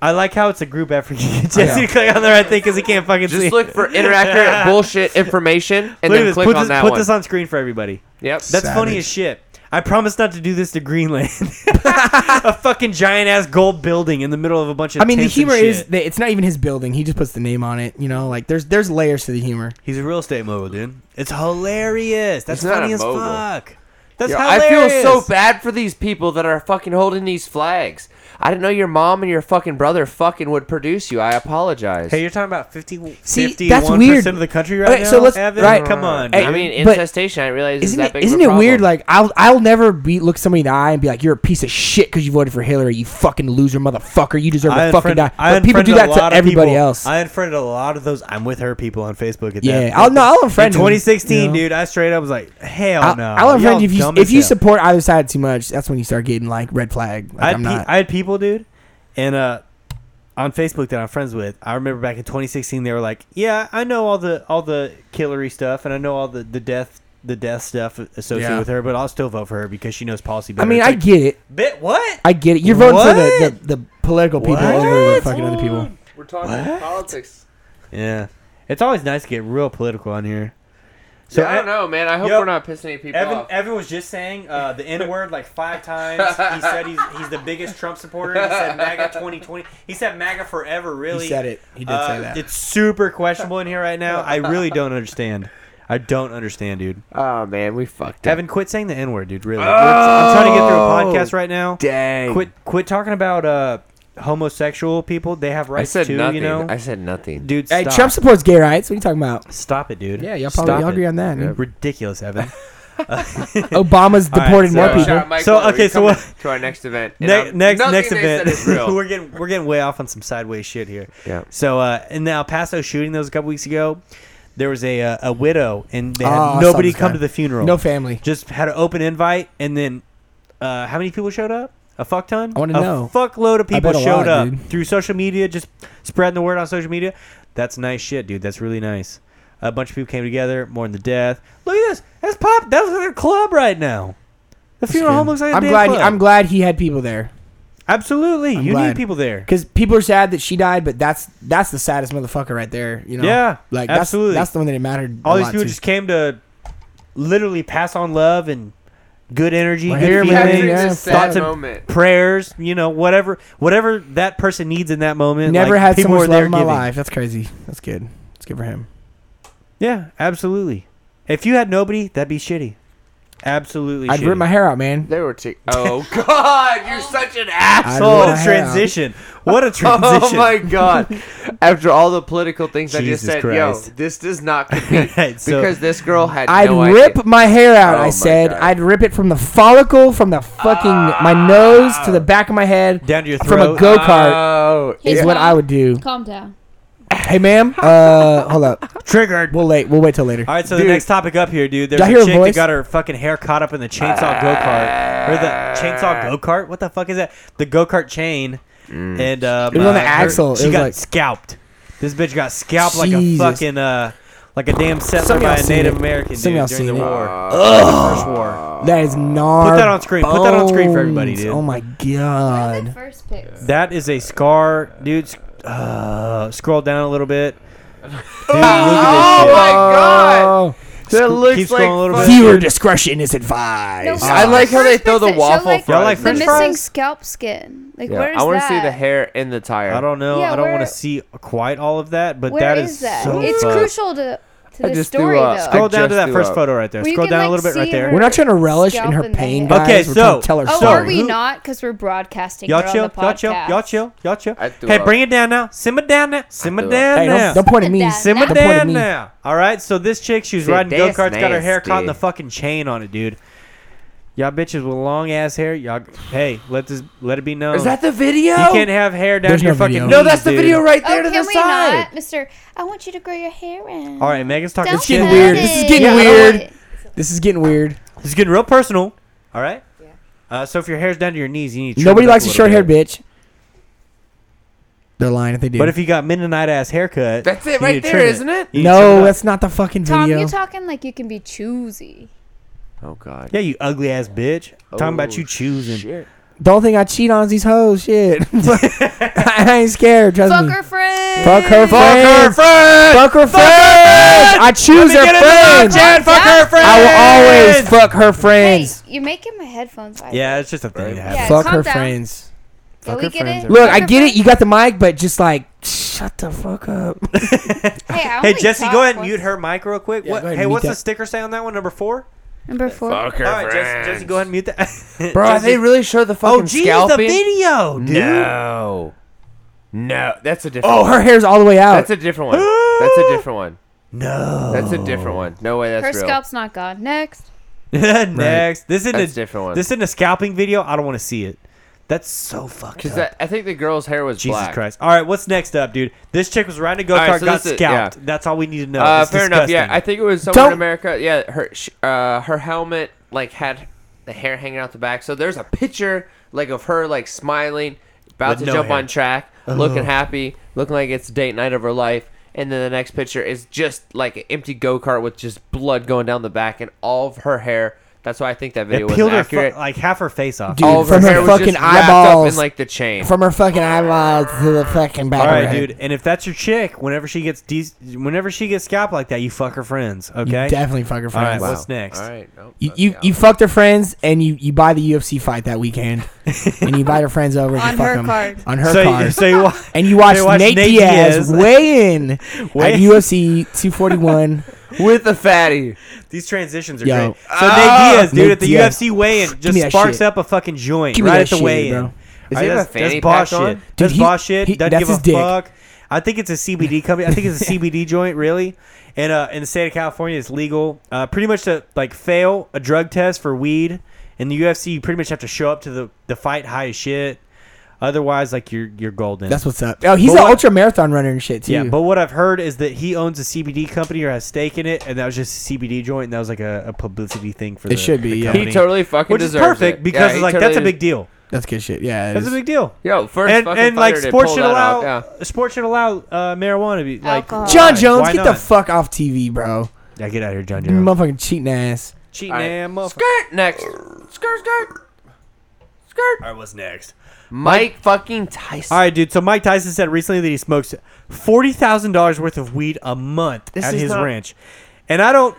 [SPEAKER 2] I like how it's a group effort. You get Jesse
[SPEAKER 1] Yeah.
[SPEAKER 2] to click on the right thing because he can't fucking see.
[SPEAKER 4] Just look for inaccurate bullshit information and
[SPEAKER 2] Look at
[SPEAKER 4] then
[SPEAKER 2] this.
[SPEAKER 4] click
[SPEAKER 2] put
[SPEAKER 4] on
[SPEAKER 2] this,
[SPEAKER 4] that
[SPEAKER 2] put
[SPEAKER 4] one.
[SPEAKER 2] this on screen for everybody.
[SPEAKER 4] Yep.
[SPEAKER 2] That's funny
[SPEAKER 1] Savage.
[SPEAKER 2] as shit. I promise not to do this to Greenland. a fucking giant ass gold building in the middle of a bunch of.
[SPEAKER 1] I mean, the
[SPEAKER 2] tents and
[SPEAKER 1] humor is
[SPEAKER 2] shit.
[SPEAKER 1] that it's not even his building. He just puts the name on it. You know, like there's there's layers to the humor.
[SPEAKER 2] He's a real estate mogul, dude. It's hilarious. That's
[SPEAKER 4] He's not
[SPEAKER 2] funny
[SPEAKER 4] a
[SPEAKER 2] as
[SPEAKER 4] mogul.
[SPEAKER 2] fuck. That's
[SPEAKER 4] Yo, I feel
[SPEAKER 2] hilarious.
[SPEAKER 4] so bad for these people that are fucking holding these flags. I didn't know your mom and your fucking brother fucking would produce you. I apologize.
[SPEAKER 2] Hey, you're talking about 50,
[SPEAKER 1] See,
[SPEAKER 2] 51%
[SPEAKER 1] that's weird.
[SPEAKER 2] of the country right
[SPEAKER 1] Okay,
[SPEAKER 2] now?
[SPEAKER 1] so let's-
[SPEAKER 2] Evan?
[SPEAKER 1] right.
[SPEAKER 2] Come on.
[SPEAKER 1] Hey,
[SPEAKER 4] Uh, I
[SPEAKER 2] dude.
[SPEAKER 4] mean,
[SPEAKER 1] but-
[SPEAKER 4] incestation. I realize
[SPEAKER 1] Isn't
[SPEAKER 4] is that
[SPEAKER 1] it,
[SPEAKER 4] big of
[SPEAKER 1] isn't
[SPEAKER 4] a
[SPEAKER 1] it weird?
[SPEAKER 4] problem.
[SPEAKER 1] Like I'll I'll never be look somebody in the eye and be like, "You're a piece of shit because you voted for Hillary. You fucking loser, motherfucker. You deserve
[SPEAKER 2] I
[SPEAKER 1] to fucking
[SPEAKER 2] unfriend-
[SPEAKER 1] die."
[SPEAKER 2] I
[SPEAKER 1] But people do
[SPEAKER 2] unfriended a
[SPEAKER 1] that
[SPEAKER 2] lot
[SPEAKER 1] to
[SPEAKER 2] of
[SPEAKER 1] everybody
[SPEAKER 2] people.
[SPEAKER 1] else.
[SPEAKER 2] I unfriended a lot of those I'm with her people on Facebook at
[SPEAKER 1] Yeah,
[SPEAKER 2] that.
[SPEAKER 1] I'll- no, I'll unfriend
[SPEAKER 2] In
[SPEAKER 1] them,
[SPEAKER 2] 2016,
[SPEAKER 1] you know?
[SPEAKER 2] dude, I straight up was like, hell
[SPEAKER 1] I'll,
[SPEAKER 2] Oh, no.
[SPEAKER 1] I'll unfriend
[SPEAKER 2] Y'all
[SPEAKER 1] you if you
[SPEAKER 2] dumb
[SPEAKER 1] if
[SPEAKER 2] as
[SPEAKER 1] you
[SPEAKER 2] hell.
[SPEAKER 1] support either side too much. That's when you start getting like red flag. Like,
[SPEAKER 2] I
[SPEAKER 1] I'm
[SPEAKER 2] had, pe-
[SPEAKER 1] not.
[SPEAKER 2] I had people, dude, and uh, on Facebook that I'm friends with. I remember back in 2016, they were like, "Yeah, I know all the all the Hillary stuff, and I know all the the death the death stuff associated
[SPEAKER 1] Yeah.
[SPEAKER 2] with her, but I'll still vote for her because she knows policy
[SPEAKER 1] I
[SPEAKER 2] better."
[SPEAKER 1] mean,
[SPEAKER 2] It's
[SPEAKER 1] I
[SPEAKER 2] like,
[SPEAKER 1] get it.
[SPEAKER 2] bit what?
[SPEAKER 1] I get it. You're voting for the,
[SPEAKER 2] What?
[SPEAKER 1] the, the political people over the fucking other people.
[SPEAKER 4] we're talking politics.
[SPEAKER 2] yeah, it's always nice to get real political on here. So
[SPEAKER 4] I don't know, man. I hope
[SPEAKER 2] Yo,
[SPEAKER 4] we're not pissing any people
[SPEAKER 2] Evan,
[SPEAKER 4] off.
[SPEAKER 2] Evan was just saying uh, the N word like five times. He said he's, he's the biggest Trump supporter. He said MAGA 2020. He said MAGA forever, really.
[SPEAKER 1] He said it. He did
[SPEAKER 2] Uh,
[SPEAKER 1] say that.
[SPEAKER 2] It's super questionable in here right now. I really don't understand. I don't understand, dude.
[SPEAKER 4] Oh man, we fucked up.
[SPEAKER 2] Evan, quit saying the N word, dude. Really, We're- I'm trying to get
[SPEAKER 4] Oh.
[SPEAKER 2] through a podcast right now.
[SPEAKER 4] Dang.
[SPEAKER 2] Quit, quit talking about uh, homosexual people. They have
[SPEAKER 4] I
[SPEAKER 2] rights
[SPEAKER 4] said
[SPEAKER 2] too.
[SPEAKER 4] nothing.
[SPEAKER 2] You know,
[SPEAKER 4] I said nothing.
[SPEAKER 2] dude. Stop.
[SPEAKER 1] Hey, Trump supports gay rights. What are you talking about?
[SPEAKER 2] stop it, dude.
[SPEAKER 1] Yeah, y'all
[SPEAKER 2] Stop
[SPEAKER 1] probably y'all
[SPEAKER 2] it.
[SPEAKER 1] agree on that.
[SPEAKER 2] Ridiculous, Evan.
[SPEAKER 1] Obama's
[SPEAKER 2] All right,
[SPEAKER 1] deported
[SPEAKER 2] so-
[SPEAKER 1] more
[SPEAKER 2] Yeah,
[SPEAKER 1] people.
[SPEAKER 4] shout out uh, Mike
[SPEAKER 2] So,
[SPEAKER 4] Waller,
[SPEAKER 2] okay,
[SPEAKER 4] you're
[SPEAKER 2] so what-
[SPEAKER 4] coming To our next event. and
[SPEAKER 2] Ne-
[SPEAKER 4] I'm-
[SPEAKER 2] next
[SPEAKER 4] nothing
[SPEAKER 2] next
[SPEAKER 4] they said
[SPEAKER 2] event,
[SPEAKER 4] is real.
[SPEAKER 2] we're getting we're getting way off on some sideways shit here.
[SPEAKER 4] Yeah.
[SPEAKER 2] So uh, in the El Paso shooting that was a couple weeks ago, there was a uh, a widow and they
[SPEAKER 1] Oh, I
[SPEAKER 2] had
[SPEAKER 1] saw
[SPEAKER 2] nobody
[SPEAKER 1] this
[SPEAKER 2] come
[SPEAKER 1] guy.
[SPEAKER 2] to the funeral.
[SPEAKER 1] No family.
[SPEAKER 2] Just had an open invite, and then uh, how many people showed up? A fuck ton.
[SPEAKER 1] I wanna
[SPEAKER 2] A
[SPEAKER 1] know.
[SPEAKER 2] Fuckload of
[SPEAKER 1] I
[SPEAKER 2] people
[SPEAKER 1] bet a
[SPEAKER 2] showed
[SPEAKER 1] lot,
[SPEAKER 2] up
[SPEAKER 1] dude.
[SPEAKER 2] through social media, just spreading the word on social media. That's nice shit, dude. That's really nice. A bunch of people came together, mourning the death. Look at this. That's pop. That was their club right now. The funeral home looks like a
[SPEAKER 1] I'm
[SPEAKER 2] damn
[SPEAKER 1] glad.
[SPEAKER 2] club.
[SPEAKER 1] I'm glad he had people there
[SPEAKER 2] Absolutely,
[SPEAKER 1] I'm
[SPEAKER 2] you need
[SPEAKER 1] glad.
[SPEAKER 2] people there.
[SPEAKER 1] because people are sad that she died, but that's that's the saddest motherfucker right there. You know.
[SPEAKER 2] Yeah,
[SPEAKER 1] Like
[SPEAKER 2] absolutely.
[SPEAKER 1] That's, that's the one that it mattered. a
[SPEAKER 2] All these
[SPEAKER 1] lot
[SPEAKER 2] people
[SPEAKER 1] to.
[SPEAKER 2] just came to literally pass on love and good energy,
[SPEAKER 1] We're
[SPEAKER 2] good
[SPEAKER 1] here, man.
[SPEAKER 2] feelings,
[SPEAKER 1] Yeah,
[SPEAKER 4] It's a sad
[SPEAKER 2] thoughts and
[SPEAKER 4] moment.
[SPEAKER 2] prayers. You know, whatever, whatever that person needs in that moment.
[SPEAKER 1] never
[SPEAKER 2] like,
[SPEAKER 1] had so
[SPEAKER 2] people
[SPEAKER 1] much
[SPEAKER 2] were
[SPEAKER 1] love
[SPEAKER 2] there
[SPEAKER 1] in my
[SPEAKER 2] giving.
[SPEAKER 1] life. That's crazy. That's good. That's good for him.
[SPEAKER 2] Yeah, absolutely. If you had nobody, that'd be shitty. Absolutely,
[SPEAKER 1] I'd
[SPEAKER 2] shitty.
[SPEAKER 1] rip my hair out, man.
[SPEAKER 4] They were t- Oh God, you're such an
[SPEAKER 1] I'd
[SPEAKER 4] asshole.
[SPEAKER 1] rip
[SPEAKER 2] what
[SPEAKER 1] my
[SPEAKER 2] a
[SPEAKER 1] hair out.
[SPEAKER 2] transition! What a transition!
[SPEAKER 4] Oh my God! After all the political things I just
[SPEAKER 2] Jesus
[SPEAKER 4] said, yo,
[SPEAKER 2] Christ.
[SPEAKER 4] this does not compete
[SPEAKER 2] Right, so-
[SPEAKER 4] because this girl had
[SPEAKER 1] I'd
[SPEAKER 4] no
[SPEAKER 1] rip
[SPEAKER 4] idea.
[SPEAKER 1] my hair out.
[SPEAKER 4] Oh my
[SPEAKER 1] I said
[SPEAKER 4] God.
[SPEAKER 1] I'd rip it from the follicle, from the fucking my nose to the back of my head,
[SPEAKER 2] Down to your
[SPEAKER 1] from a
[SPEAKER 2] Ah. throat.
[SPEAKER 1] go
[SPEAKER 2] Ah.
[SPEAKER 1] kart
[SPEAKER 4] Oh,
[SPEAKER 1] is what I would do.
[SPEAKER 6] Calm down.
[SPEAKER 1] Hey, ma'am. Uh, hold
[SPEAKER 2] Ah.
[SPEAKER 1] up.
[SPEAKER 2] Triggered.
[SPEAKER 1] We'll late. We'll wait till later.
[SPEAKER 2] All right, so
[SPEAKER 4] Dude.
[SPEAKER 2] the next topic up here, dude. There's
[SPEAKER 1] Did I hear
[SPEAKER 2] a
[SPEAKER 1] a
[SPEAKER 2] chick that
[SPEAKER 1] voice?
[SPEAKER 2] got her fucking hair caught up in the chainsaw go kart, or the
[SPEAKER 6] Ah.
[SPEAKER 2] chainsaw go kart. What the fuck is that? The go kart chain,
[SPEAKER 6] Mm.
[SPEAKER 2] and um,
[SPEAKER 1] It was on the
[SPEAKER 2] her-
[SPEAKER 1] axle. It
[SPEAKER 2] She
[SPEAKER 1] was
[SPEAKER 2] got
[SPEAKER 1] like-
[SPEAKER 2] scalped. This bitch got scalped like a
[SPEAKER 1] Jesus.
[SPEAKER 2] fucking uh, like a damn settler
[SPEAKER 1] Some
[SPEAKER 2] by
[SPEAKER 1] y'all
[SPEAKER 2] a
[SPEAKER 1] seen
[SPEAKER 2] Native
[SPEAKER 1] it.
[SPEAKER 2] American
[SPEAKER 1] Some
[SPEAKER 2] dude
[SPEAKER 1] y'all
[SPEAKER 2] during the
[SPEAKER 1] seen it.
[SPEAKER 2] war,
[SPEAKER 6] Ah.
[SPEAKER 2] the first war.
[SPEAKER 1] That is gnar.
[SPEAKER 2] Put that on screen. Put that on screen for everybody,
[SPEAKER 1] bones.
[SPEAKER 2] dude.
[SPEAKER 1] Oh my
[SPEAKER 6] What are the
[SPEAKER 1] god.
[SPEAKER 6] first picks?
[SPEAKER 2] That is a scar, dude. s- Uh, scroll down a little bit. Dude, look at this shit.
[SPEAKER 6] Oh
[SPEAKER 4] Oh my God!
[SPEAKER 1] Oh,
[SPEAKER 4] That
[SPEAKER 2] keep
[SPEAKER 4] looks
[SPEAKER 2] scrolling
[SPEAKER 4] like
[SPEAKER 2] a little bit.
[SPEAKER 4] fucking-
[SPEAKER 1] viewer discretion is advised.
[SPEAKER 6] No,
[SPEAKER 4] I like how they
[SPEAKER 6] First
[SPEAKER 4] throw the
[SPEAKER 6] picks that show,
[SPEAKER 4] waffle
[SPEAKER 6] like,
[SPEAKER 2] Y'all like
[SPEAKER 6] the
[SPEAKER 2] french
[SPEAKER 6] missing
[SPEAKER 2] fries?
[SPEAKER 6] scalp skin. Like,
[SPEAKER 4] Yeah,
[SPEAKER 6] where is
[SPEAKER 4] I
[SPEAKER 6] want
[SPEAKER 4] want
[SPEAKER 6] to
[SPEAKER 4] to see the hair in the tire.
[SPEAKER 2] I don't know.
[SPEAKER 6] Yeah,
[SPEAKER 2] I don't want to
[SPEAKER 6] where-
[SPEAKER 2] see quite all of that, but
[SPEAKER 6] Where
[SPEAKER 2] that
[SPEAKER 6] is
[SPEAKER 2] is,
[SPEAKER 6] that?
[SPEAKER 2] so
[SPEAKER 6] it's
[SPEAKER 2] fucked.
[SPEAKER 6] crucial to to
[SPEAKER 4] I
[SPEAKER 6] the
[SPEAKER 4] just threw
[SPEAKER 6] story,
[SPEAKER 4] up.
[SPEAKER 6] though.
[SPEAKER 2] Scroll
[SPEAKER 4] I
[SPEAKER 2] down to
[SPEAKER 4] just
[SPEAKER 2] that
[SPEAKER 4] threw
[SPEAKER 2] first
[SPEAKER 4] up.
[SPEAKER 2] photo right there.
[SPEAKER 6] Well, you
[SPEAKER 2] Scroll
[SPEAKER 6] can,
[SPEAKER 2] down a
[SPEAKER 6] like,
[SPEAKER 2] little bit right
[SPEAKER 6] see
[SPEAKER 2] there.
[SPEAKER 6] her-
[SPEAKER 1] We're not trying to relish in her
[SPEAKER 6] Scalp in the
[SPEAKER 1] pain,
[SPEAKER 6] head.
[SPEAKER 1] guys.
[SPEAKER 2] Okay,
[SPEAKER 1] We're trying
[SPEAKER 2] so-
[SPEAKER 1] to tell her
[SPEAKER 6] Oh,
[SPEAKER 2] So,
[SPEAKER 1] story.
[SPEAKER 6] are we
[SPEAKER 2] who-
[SPEAKER 6] not? Because we're broadcasting.
[SPEAKER 2] Y'all
[SPEAKER 6] her on
[SPEAKER 2] chill,
[SPEAKER 6] the
[SPEAKER 2] y'all chill,
[SPEAKER 6] podcast.
[SPEAKER 2] y'all chill, y'all chill.
[SPEAKER 4] I threw
[SPEAKER 2] Hey,
[SPEAKER 4] up.
[SPEAKER 2] bring it down now. Simmer down now. Simmer
[SPEAKER 4] threw up.
[SPEAKER 2] down
[SPEAKER 1] Hey,
[SPEAKER 2] now.
[SPEAKER 1] don't, don't point at me.
[SPEAKER 6] Sit down.
[SPEAKER 2] Simmer
[SPEAKER 6] Don't
[SPEAKER 1] point at
[SPEAKER 2] down
[SPEAKER 1] me.
[SPEAKER 2] now. All right, so this chick, she was
[SPEAKER 4] See,
[SPEAKER 2] riding go
[SPEAKER 4] that's
[SPEAKER 2] karts, got her hair caught in the
[SPEAKER 4] nasty.
[SPEAKER 2] fucking chain on it, dude. Y'all bitches with long ass hair, y'all. Hey, let this let it be known.
[SPEAKER 4] Is that the video?
[SPEAKER 2] you can't have hair down
[SPEAKER 1] There's
[SPEAKER 2] to your
[SPEAKER 1] no
[SPEAKER 2] fucking.
[SPEAKER 1] video.
[SPEAKER 2] knees,
[SPEAKER 4] No, that's the
[SPEAKER 2] dude.
[SPEAKER 4] video right
[SPEAKER 6] Oh,
[SPEAKER 4] there to
[SPEAKER 6] can
[SPEAKER 4] the
[SPEAKER 6] we
[SPEAKER 4] side.
[SPEAKER 6] not, Mister? I want you to grow your hair in.
[SPEAKER 2] All right, Megan's talking
[SPEAKER 6] Don't
[SPEAKER 1] It's getting
[SPEAKER 2] shit.
[SPEAKER 6] cut
[SPEAKER 1] weird.
[SPEAKER 6] it.
[SPEAKER 1] This is getting
[SPEAKER 6] Yeah, I
[SPEAKER 1] weird.
[SPEAKER 6] want it.
[SPEAKER 1] This is getting weird.
[SPEAKER 2] It's getting real personal. All right. Yeah. Uh, so if your hair's down to your knees, you need. to trim
[SPEAKER 1] Nobody
[SPEAKER 2] it up
[SPEAKER 1] likes a
[SPEAKER 2] little
[SPEAKER 1] short haired
[SPEAKER 2] bit.
[SPEAKER 1] bitch. They're lying if they do.
[SPEAKER 2] But if you got midnight ass haircut,
[SPEAKER 4] That's
[SPEAKER 2] you
[SPEAKER 4] it
[SPEAKER 2] need
[SPEAKER 4] right
[SPEAKER 2] to
[SPEAKER 4] there,
[SPEAKER 2] trim
[SPEAKER 4] isn't it?
[SPEAKER 2] You need to trim
[SPEAKER 1] no,
[SPEAKER 2] up.
[SPEAKER 1] that's not the fucking
[SPEAKER 6] Tom,
[SPEAKER 1] video.
[SPEAKER 6] you talking like you can be choosy.
[SPEAKER 4] Oh God.
[SPEAKER 2] Yeah, you ugly ass bitch. Talking about you choosing.
[SPEAKER 4] Oh, Shit.
[SPEAKER 1] the only thing I cheat on is these hoes. Shit, I ain't scared. Trust
[SPEAKER 6] Fuck
[SPEAKER 1] me.
[SPEAKER 6] her friend.
[SPEAKER 1] Fuck her friends.
[SPEAKER 2] friend.
[SPEAKER 1] Fuck her friends. I choose her friends.
[SPEAKER 6] Chad.
[SPEAKER 2] Fuck
[SPEAKER 6] Fuck
[SPEAKER 2] her
[SPEAKER 6] her
[SPEAKER 2] friend.
[SPEAKER 1] I will always fuck her friends.
[SPEAKER 6] Hey, you're making my headphones vibrate.
[SPEAKER 2] Yeah, it's just a thing. that
[SPEAKER 6] Yeah,
[SPEAKER 2] happens.
[SPEAKER 1] fuck
[SPEAKER 6] calm
[SPEAKER 1] her
[SPEAKER 6] down.
[SPEAKER 1] friends.
[SPEAKER 6] Did
[SPEAKER 2] fuck
[SPEAKER 6] we
[SPEAKER 2] her
[SPEAKER 6] get
[SPEAKER 2] friends
[SPEAKER 6] it?
[SPEAKER 2] are-
[SPEAKER 1] Look,
[SPEAKER 6] Fuck
[SPEAKER 1] I
[SPEAKER 6] her
[SPEAKER 1] get it.
[SPEAKER 6] friends.
[SPEAKER 1] You got the mic, but just like shut the fuck up.
[SPEAKER 6] Hey, I
[SPEAKER 2] Hey,
[SPEAKER 6] only
[SPEAKER 2] Jesse,
[SPEAKER 6] talk
[SPEAKER 2] go ahead and
[SPEAKER 6] once.
[SPEAKER 2] mute her mic real quick.
[SPEAKER 1] Yeah,
[SPEAKER 2] what?
[SPEAKER 1] go ahead
[SPEAKER 2] Hey,
[SPEAKER 1] and mute
[SPEAKER 2] what's the
[SPEAKER 1] that.
[SPEAKER 2] sticker say on that one? Number four.
[SPEAKER 6] Number four.
[SPEAKER 4] Fuck her
[SPEAKER 2] All right, Jesse, Jesse, go ahead and mute that.
[SPEAKER 4] Bro,
[SPEAKER 2] Jesse-
[SPEAKER 4] they really show the fucking
[SPEAKER 2] Oh, geez, the
[SPEAKER 4] scalping.
[SPEAKER 2] video, dude.
[SPEAKER 4] No. No, that's a different.
[SPEAKER 1] Oh,
[SPEAKER 4] one.
[SPEAKER 1] her hair's all the way out.
[SPEAKER 4] That's a different one. That's a different one.
[SPEAKER 2] No.
[SPEAKER 4] That's a
[SPEAKER 2] Oh.
[SPEAKER 4] different one. No way,
[SPEAKER 6] Her
[SPEAKER 4] that's real.
[SPEAKER 6] scalp's not gone. Next.
[SPEAKER 2] Next, this isn't
[SPEAKER 4] That's
[SPEAKER 2] a
[SPEAKER 4] different one.
[SPEAKER 2] This isn't a scalping video. I don't want to see it. That's so fucked up.
[SPEAKER 4] Because that, I think the girl's hair was
[SPEAKER 2] Jesus
[SPEAKER 4] black.
[SPEAKER 2] Christ! All right, what's next up, dude? This chick was riding a go kart,
[SPEAKER 4] All right, so
[SPEAKER 2] got
[SPEAKER 4] this is-
[SPEAKER 2] scalped.
[SPEAKER 4] yeah.
[SPEAKER 2] Oh, That's all we need to know.
[SPEAKER 4] Uh,
[SPEAKER 2] It's
[SPEAKER 4] fair enough. Yeah, I
[SPEAKER 2] disgusting.
[SPEAKER 4] think it was somewhere
[SPEAKER 1] Don't-
[SPEAKER 4] in America. Yeah, her sh- uh, her helmet like had the hair hanging out the back. So there's a picture like of her like smiling, about
[SPEAKER 2] With
[SPEAKER 4] to
[SPEAKER 2] no
[SPEAKER 4] jump
[SPEAKER 2] hair.
[SPEAKER 4] on track, looking happy, looking like it's date night of her life. And then the next picture is just like an empty go kart with just blood going down the back and all of her hair. That's why I think that video
[SPEAKER 2] it
[SPEAKER 4] was
[SPEAKER 2] peeled her fu-
[SPEAKER 4] accurate.
[SPEAKER 2] like half her face off.
[SPEAKER 1] Dude,
[SPEAKER 4] all of her,
[SPEAKER 1] from her
[SPEAKER 4] hair was
[SPEAKER 1] fucking
[SPEAKER 4] just wrapped up in
[SPEAKER 1] eyeballs.
[SPEAKER 4] like the chain.
[SPEAKER 1] From her fucking eyeballs to the fucking back.
[SPEAKER 2] all
[SPEAKER 1] of her
[SPEAKER 2] right,
[SPEAKER 1] head.
[SPEAKER 2] dude. And if that's your chick, whenever she gets de- whenever she gets scalped like that, you fuck her friends,
[SPEAKER 1] You
[SPEAKER 2] okay?
[SPEAKER 1] definitely fuck her
[SPEAKER 2] all right,
[SPEAKER 1] friends.
[SPEAKER 2] what's next?
[SPEAKER 4] All right, nope,
[SPEAKER 1] You,
[SPEAKER 4] that's
[SPEAKER 1] you,
[SPEAKER 4] out.
[SPEAKER 1] you fucked her friends and you, you buy the UFC fight that weekend and you invite her friends over and
[SPEAKER 6] On
[SPEAKER 1] you fuck
[SPEAKER 6] her
[SPEAKER 1] 'em.
[SPEAKER 6] card.
[SPEAKER 1] on her
[SPEAKER 2] so,
[SPEAKER 1] card
[SPEAKER 2] so you wa-
[SPEAKER 1] and you watch,
[SPEAKER 2] so you watch
[SPEAKER 1] Nate,
[SPEAKER 2] Nate
[SPEAKER 1] Diaz,
[SPEAKER 2] Diaz.
[SPEAKER 1] weigh in at
[SPEAKER 2] Weigh in.
[SPEAKER 1] UFC 241
[SPEAKER 4] with the fatty.
[SPEAKER 2] these transitions are
[SPEAKER 1] Yo.
[SPEAKER 2] great.
[SPEAKER 4] Ah.
[SPEAKER 2] So Nate Diaz, dude,
[SPEAKER 1] Nate
[SPEAKER 2] at the
[SPEAKER 1] Diaz.
[SPEAKER 2] UFC weigh-in,
[SPEAKER 1] Give me
[SPEAKER 2] just
[SPEAKER 1] that
[SPEAKER 2] sparks
[SPEAKER 1] shit.
[SPEAKER 2] up a fucking joint
[SPEAKER 1] Give me
[SPEAKER 2] right
[SPEAKER 1] that
[SPEAKER 2] at the
[SPEAKER 1] shit,
[SPEAKER 2] weigh-in.
[SPEAKER 1] bro.
[SPEAKER 2] All
[SPEAKER 4] Does
[SPEAKER 2] right,
[SPEAKER 4] he have
[SPEAKER 2] that's,
[SPEAKER 4] a fanny
[SPEAKER 2] that's boss
[SPEAKER 4] pack on?
[SPEAKER 2] shit.
[SPEAKER 4] Dude,
[SPEAKER 2] that's
[SPEAKER 1] he-
[SPEAKER 2] boss shit.
[SPEAKER 1] he-
[SPEAKER 2] Doesn't
[SPEAKER 1] that's
[SPEAKER 2] give a
[SPEAKER 1] his dick.
[SPEAKER 2] fuck. I think it's a CBD company. I think it's a CBD joint, really. And uh, in the state of California, it's legal. Uh, pretty much to like fail a drug test for weed in the UFC, you pretty much have to show up to the, the fight high as shit. Otherwise, like you're you're golden.
[SPEAKER 1] That's what's up. Oh, he's
[SPEAKER 2] But
[SPEAKER 1] an
[SPEAKER 2] what-
[SPEAKER 1] ultra marathon runner and shit too.
[SPEAKER 2] yeah. But what I've heard is that he owns a CBD company or has stake in it, and that was just a CBD joint, and that was like a, a publicity thing for.
[SPEAKER 1] It
[SPEAKER 2] the,
[SPEAKER 1] should be,
[SPEAKER 2] the
[SPEAKER 1] yeah. He
[SPEAKER 2] company.
[SPEAKER 4] He totally fucking
[SPEAKER 2] which is
[SPEAKER 4] deserves
[SPEAKER 2] perfect
[SPEAKER 4] it.
[SPEAKER 2] because
[SPEAKER 4] Yeah,
[SPEAKER 2] it's
[SPEAKER 4] he
[SPEAKER 2] like that's a
[SPEAKER 4] totally-
[SPEAKER 2] big deal.
[SPEAKER 1] that's good shit. Yeah, it
[SPEAKER 2] That's
[SPEAKER 1] is.
[SPEAKER 2] a big deal.
[SPEAKER 4] Yo, first
[SPEAKER 2] And,
[SPEAKER 4] fucking
[SPEAKER 2] and like
[SPEAKER 4] fighter to
[SPEAKER 2] sports
[SPEAKER 4] pull
[SPEAKER 2] should
[SPEAKER 4] that
[SPEAKER 2] allow
[SPEAKER 4] off, yeah.
[SPEAKER 2] sports should allow uh, marijuana to be like
[SPEAKER 6] Alcohol.
[SPEAKER 1] John
[SPEAKER 2] why?
[SPEAKER 1] Jones,
[SPEAKER 2] Why
[SPEAKER 1] get the
[SPEAKER 2] not?
[SPEAKER 1] fuck off TV, bro.
[SPEAKER 2] yeah, get out of here, John
[SPEAKER 1] You
[SPEAKER 2] Jones.
[SPEAKER 1] motherfucking cheating ass.
[SPEAKER 2] Cheating
[SPEAKER 4] All right.
[SPEAKER 2] man, motherfucker.
[SPEAKER 4] Skirt next. Skirt, skirt. Skirt.
[SPEAKER 2] All right, what's next?
[SPEAKER 4] Mike fucking Tyson.
[SPEAKER 2] All right, dude. So Mike Tyson said recently that he smokes forty thousand dollars worth of weed a month
[SPEAKER 4] This
[SPEAKER 2] at
[SPEAKER 4] is
[SPEAKER 2] his
[SPEAKER 4] not-
[SPEAKER 2] ranch, and I don't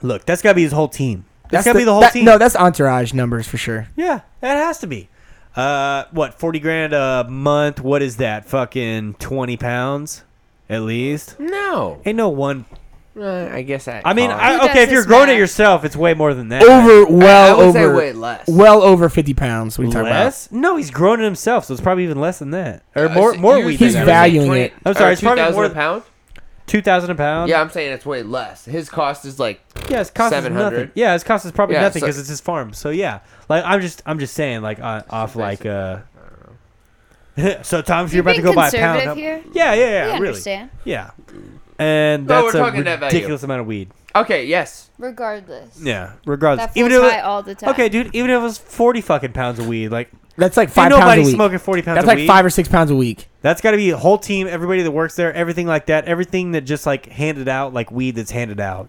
[SPEAKER 2] look. That's gotta be his whole team. That's gotta be the whole
[SPEAKER 1] that-
[SPEAKER 2] team.
[SPEAKER 1] No, that's entourage numbers for sure.
[SPEAKER 2] Yeah, that has to be. Uh, what forty grand a month? What is that? Fucking twenty pounds, at least.
[SPEAKER 4] No.
[SPEAKER 2] Ain't no one.
[SPEAKER 4] Uh, I guess I.
[SPEAKER 2] I mean,
[SPEAKER 4] uh,
[SPEAKER 2] I,
[SPEAKER 6] does
[SPEAKER 2] okay, if you're
[SPEAKER 6] this
[SPEAKER 2] growing it
[SPEAKER 6] math?
[SPEAKER 2] yourself, it's way more than that.
[SPEAKER 1] Over, well
[SPEAKER 4] I would say
[SPEAKER 1] over,
[SPEAKER 4] way less.
[SPEAKER 1] well over fifty pounds. What are you talking
[SPEAKER 2] less? No, he's growing it himself, so it's probably even less than that, or
[SPEAKER 4] Uh,
[SPEAKER 2] more.
[SPEAKER 4] so
[SPEAKER 2] More
[SPEAKER 4] you
[SPEAKER 2] weed.
[SPEAKER 4] think
[SPEAKER 1] He's
[SPEAKER 4] I
[SPEAKER 2] than
[SPEAKER 4] was
[SPEAKER 2] that.
[SPEAKER 4] saying
[SPEAKER 1] valuing
[SPEAKER 4] 20
[SPEAKER 1] it.
[SPEAKER 2] I'm sorry,
[SPEAKER 4] or
[SPEAKER 2] it's probably
[SPEAKER 4] 2,000
[SPEAKER 2] more
[SPEAKER 4] a
[SPEAKER 2] than- Um,
[SPEAKER 4] pound.
[SPEAKER 2] Two thousand a pound.
[SPEAKER 4] Yeah, I'm saying it's way less. His cost is like
[SPEAKER 2] Yeah, his cost is
[SPEAKER 4] 700.
[SPEAKER 2] nothing. Yeah, his cost is probably
[SPEAKER 4] Yeah,
[SPEAKER 2] nothing
[SPEAKER 4] so-
[SPEAKER 2] because it's his farm. So yeah, like I'm just I'm just saying like uh, off like uh. so Tom's you're about to go
[SPEAKER 6] being
[SPEAKER 2] buy a pound.
[SPEAKER 6] conservative here?
[SPEAKER 2] Yeah, yeah, yeah.
[SPEAKER 6] I
[SPEAKER 2] really.
[SPEAKER 6] understand.
[SPEAKER 2] Yeah. And
[SPEAKER 4] No,
[SPEAKER 2] that's
[SPEAKER 4] we're
[SPEAKER 2] a
[SPEAKER 4] talking net value.
[SPEAKER 2] ridiculous amount of weed.
[SPEAKER 4] okay. Yes.
[SPEAKER 6] Regardless.
[SPEAKER 2] Yeah. Regardless,
[SPEAKER 6] That fool's
[SPEAKER 2] if
[SPEAKER 6] high all the time.
[SPEAKER 2] okay, dude, even if it was forty fucking pounds of weed, like
[SPEAKER 1] about? That's like
[SPEAKER 2] ain't
[SPEAKER 1] five pounds a
[SPEAKER 2] nobody
[SPEAKER 1] week.
[SPEAKER 2] smoking forty pounds
[SPEAKER 1] That's
[SPEAKER 2] of
[SPEAKER 1] like
[SPEAKER 2] weed.
[SPEAKER 1] five or six pounds a week.
[SPEAKER 2] That's got to be a whole team, everybody that works there, everything like that, everything that just like handed out, like weed that's handed out.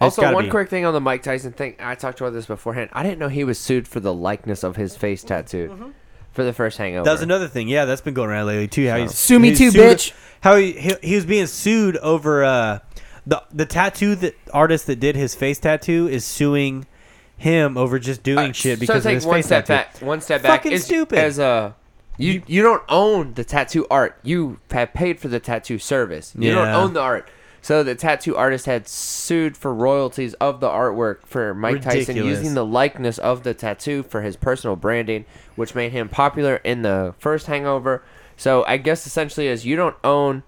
[SPEAKER 2] It's
[SPEAKER 4] Also,
[SPEAKER 2] gotta
[SPEAKER 4] one
[SPEAKER 2] be.
[SPEAKER 4] quick thing on the Mike Tyson thing. I talked about this beforehand. I didn't know he was sued for the likeness of his face tattoo for the first hangover.
[SPEAKER 2] That was another thing. Yeah, that's been going around lately too. How he's,
[SPEAKER 1] Sue me
[SPEAKER 2] he's
[SPEAKER 1] too,
[SPEAKER 2] sued-
[SPEAKER 1] bitch.
[SPEAKER 2] How he, he he was being sued over uh the the tattoo that artist that did his face tattoo is suing him over just doing shit because
[SPEAKER 4] so
[SPEAKER 2] of
[SPEAKER 4] take
[SPEAKER 2] his
[SPEAKER 4] one
[SPEAKER 2] face
[SPEAKER 4] step
[SPEAKER 2] tattoo.
[SPEAKER 4] back. One step back.
[SPEAKER 2] Fucking
[SPEAKER 4] is-
[SPEAKER 2] stupid.
[SPEAKER 4] As a you, you don't own the tattoo art. You have paid for the tattoo service. You don't
[SPEAKER 2] Yeah.
[SPEAKER 4] own the art. So the tattoo artist had sued for royalties of the artwork for Mike Tyson
[SPEAKER 2] Ridiculous.
[SPEAKER 4] using the likeness of the tattoo for his personal branding, which made him popular in the first Hangover. So I guess essentially is you don't own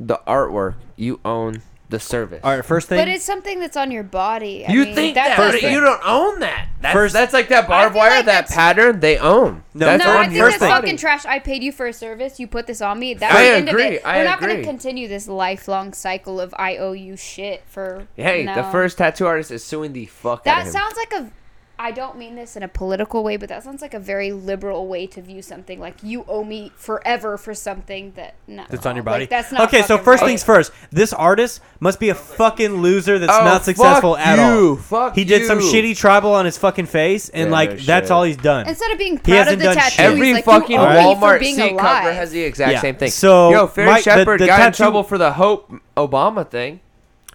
[SPEAKER 4] the artwork. You own the service.
[SPEAKER 2] All right, first thing.
[SPEAKER 6] But it's something that's on your body. I
[SPEAKER 4] You
[SPEAKER 6] mean,
[SPEAKER 4] think that,
[SPEAKER 6] that doesn't-
[SPEAKER 4] but you don't own that. That's,
[SPEAKER 2] First-
[SPEAKER 4] that's like that barbed
[SPEAKER 6] feel
[SPEAKER 4] wire,
[SPEAKER 6] like
[SPEAKER 4] that
[SPEAKER 6] that's-
[SPEAKER 4] pattern they own.
[SPEAKER 2] No,
[SPEAKER 4] that's
[SPEAKER 6] No,
[SPEAKER 2] on
[SPEAKER 6] I think
[SPEAKER 2] your
[SPEAKER 6] that's
[SPEAKER 2] body.
[SPEAKER 6] fucking trash. I paid you for a service. You put this on me. That's
[SPEAKER 4] I
[SPEAKER 6] the end of
[SPEAKER 4] agree,
[SPEAKER 6] it.
[SPEAKER 4] I
[SPEAKER 6] We're not
[SPEAKER 4] agree.
[SPEAKER 6] to continue this lifelong cycle of I owe you shit for.
[SPEAKER 4] Hey, the
[SPEAKER 6] no.
[SPEAKER 4] first tattoo artist is suing the fuck out
[SPEAKER 6] That
[SPEAKER 4] of him.
[SPEAKER 6] sounds like a. I don't mean this in a political way, but that sounds like a very liberal way to view something. Like you owe me forever for something that no,
[SPEAKER 2] that's on your
[SPEAKER 6] Like,
[SPEAKER 2] body.
[SPEAKER 6] that's not
[SPEAKER 2] okay, so
[SPEAKER 6] fucking
[SPEAKER 2] first
[SPEAKER 6] right.
[SPEAKER 2] things first. This artist must be a fucking loser that's
[SPEAKER 4] Oh,
[SPEAKER 2] not
[SPEAKER 4] fuck
[SPEAKER 2] successful at all.
[SPEAKER 4] you, fuck
[SPEAKER 2] he did some
[SPEAKER 4] you.
[SPEAKER 2] shitty tribal on his fucking face, and
[SPEAKER 4] Yeah,
[SPEAKER 2] like
[SPEAKER 4] no
[SPEAKER 2] that's
[SPEAKER 4] shit.
[SPEAKER 2] all he's done.
[SPEAKER 6] Instead of being
[SPEAKER 2] He
[SPEAKER 6] proud
[SPEAKER 2] hasn't
[SPEAKER 6] of the
[SPEAKER 2] done
[SPEAKER 6] tattoo,
[SPEAKER 2] shit.
[SPEAKER 6] he's
[SPEAKER 4] Every
[SPEAKER 6] like,
[SPEAKER 4] fucking
[SPEAKER 6] you owe me for
[SPEAKER 4] Walmart
[SPEAKER 6] being
[SPEAKER 4] seat
[SPEAKER 6] alive.
[SPEAKER 4] cover has the exact
[SPEAKER 2] Yeah.
[SPEAKER 4] same thing.
[SPEAKER 2] So,
[SPEAKER 4] yo, Ferry
[SPEAKER 2] Mike- the-
[SPEAKER 4] Shepard
[SPEAKER 2] the
[SPEAKER 4] got in
[SPEAKER 2] tattoo-
[SPEAKER 4] trouble for the Hope Obama thing.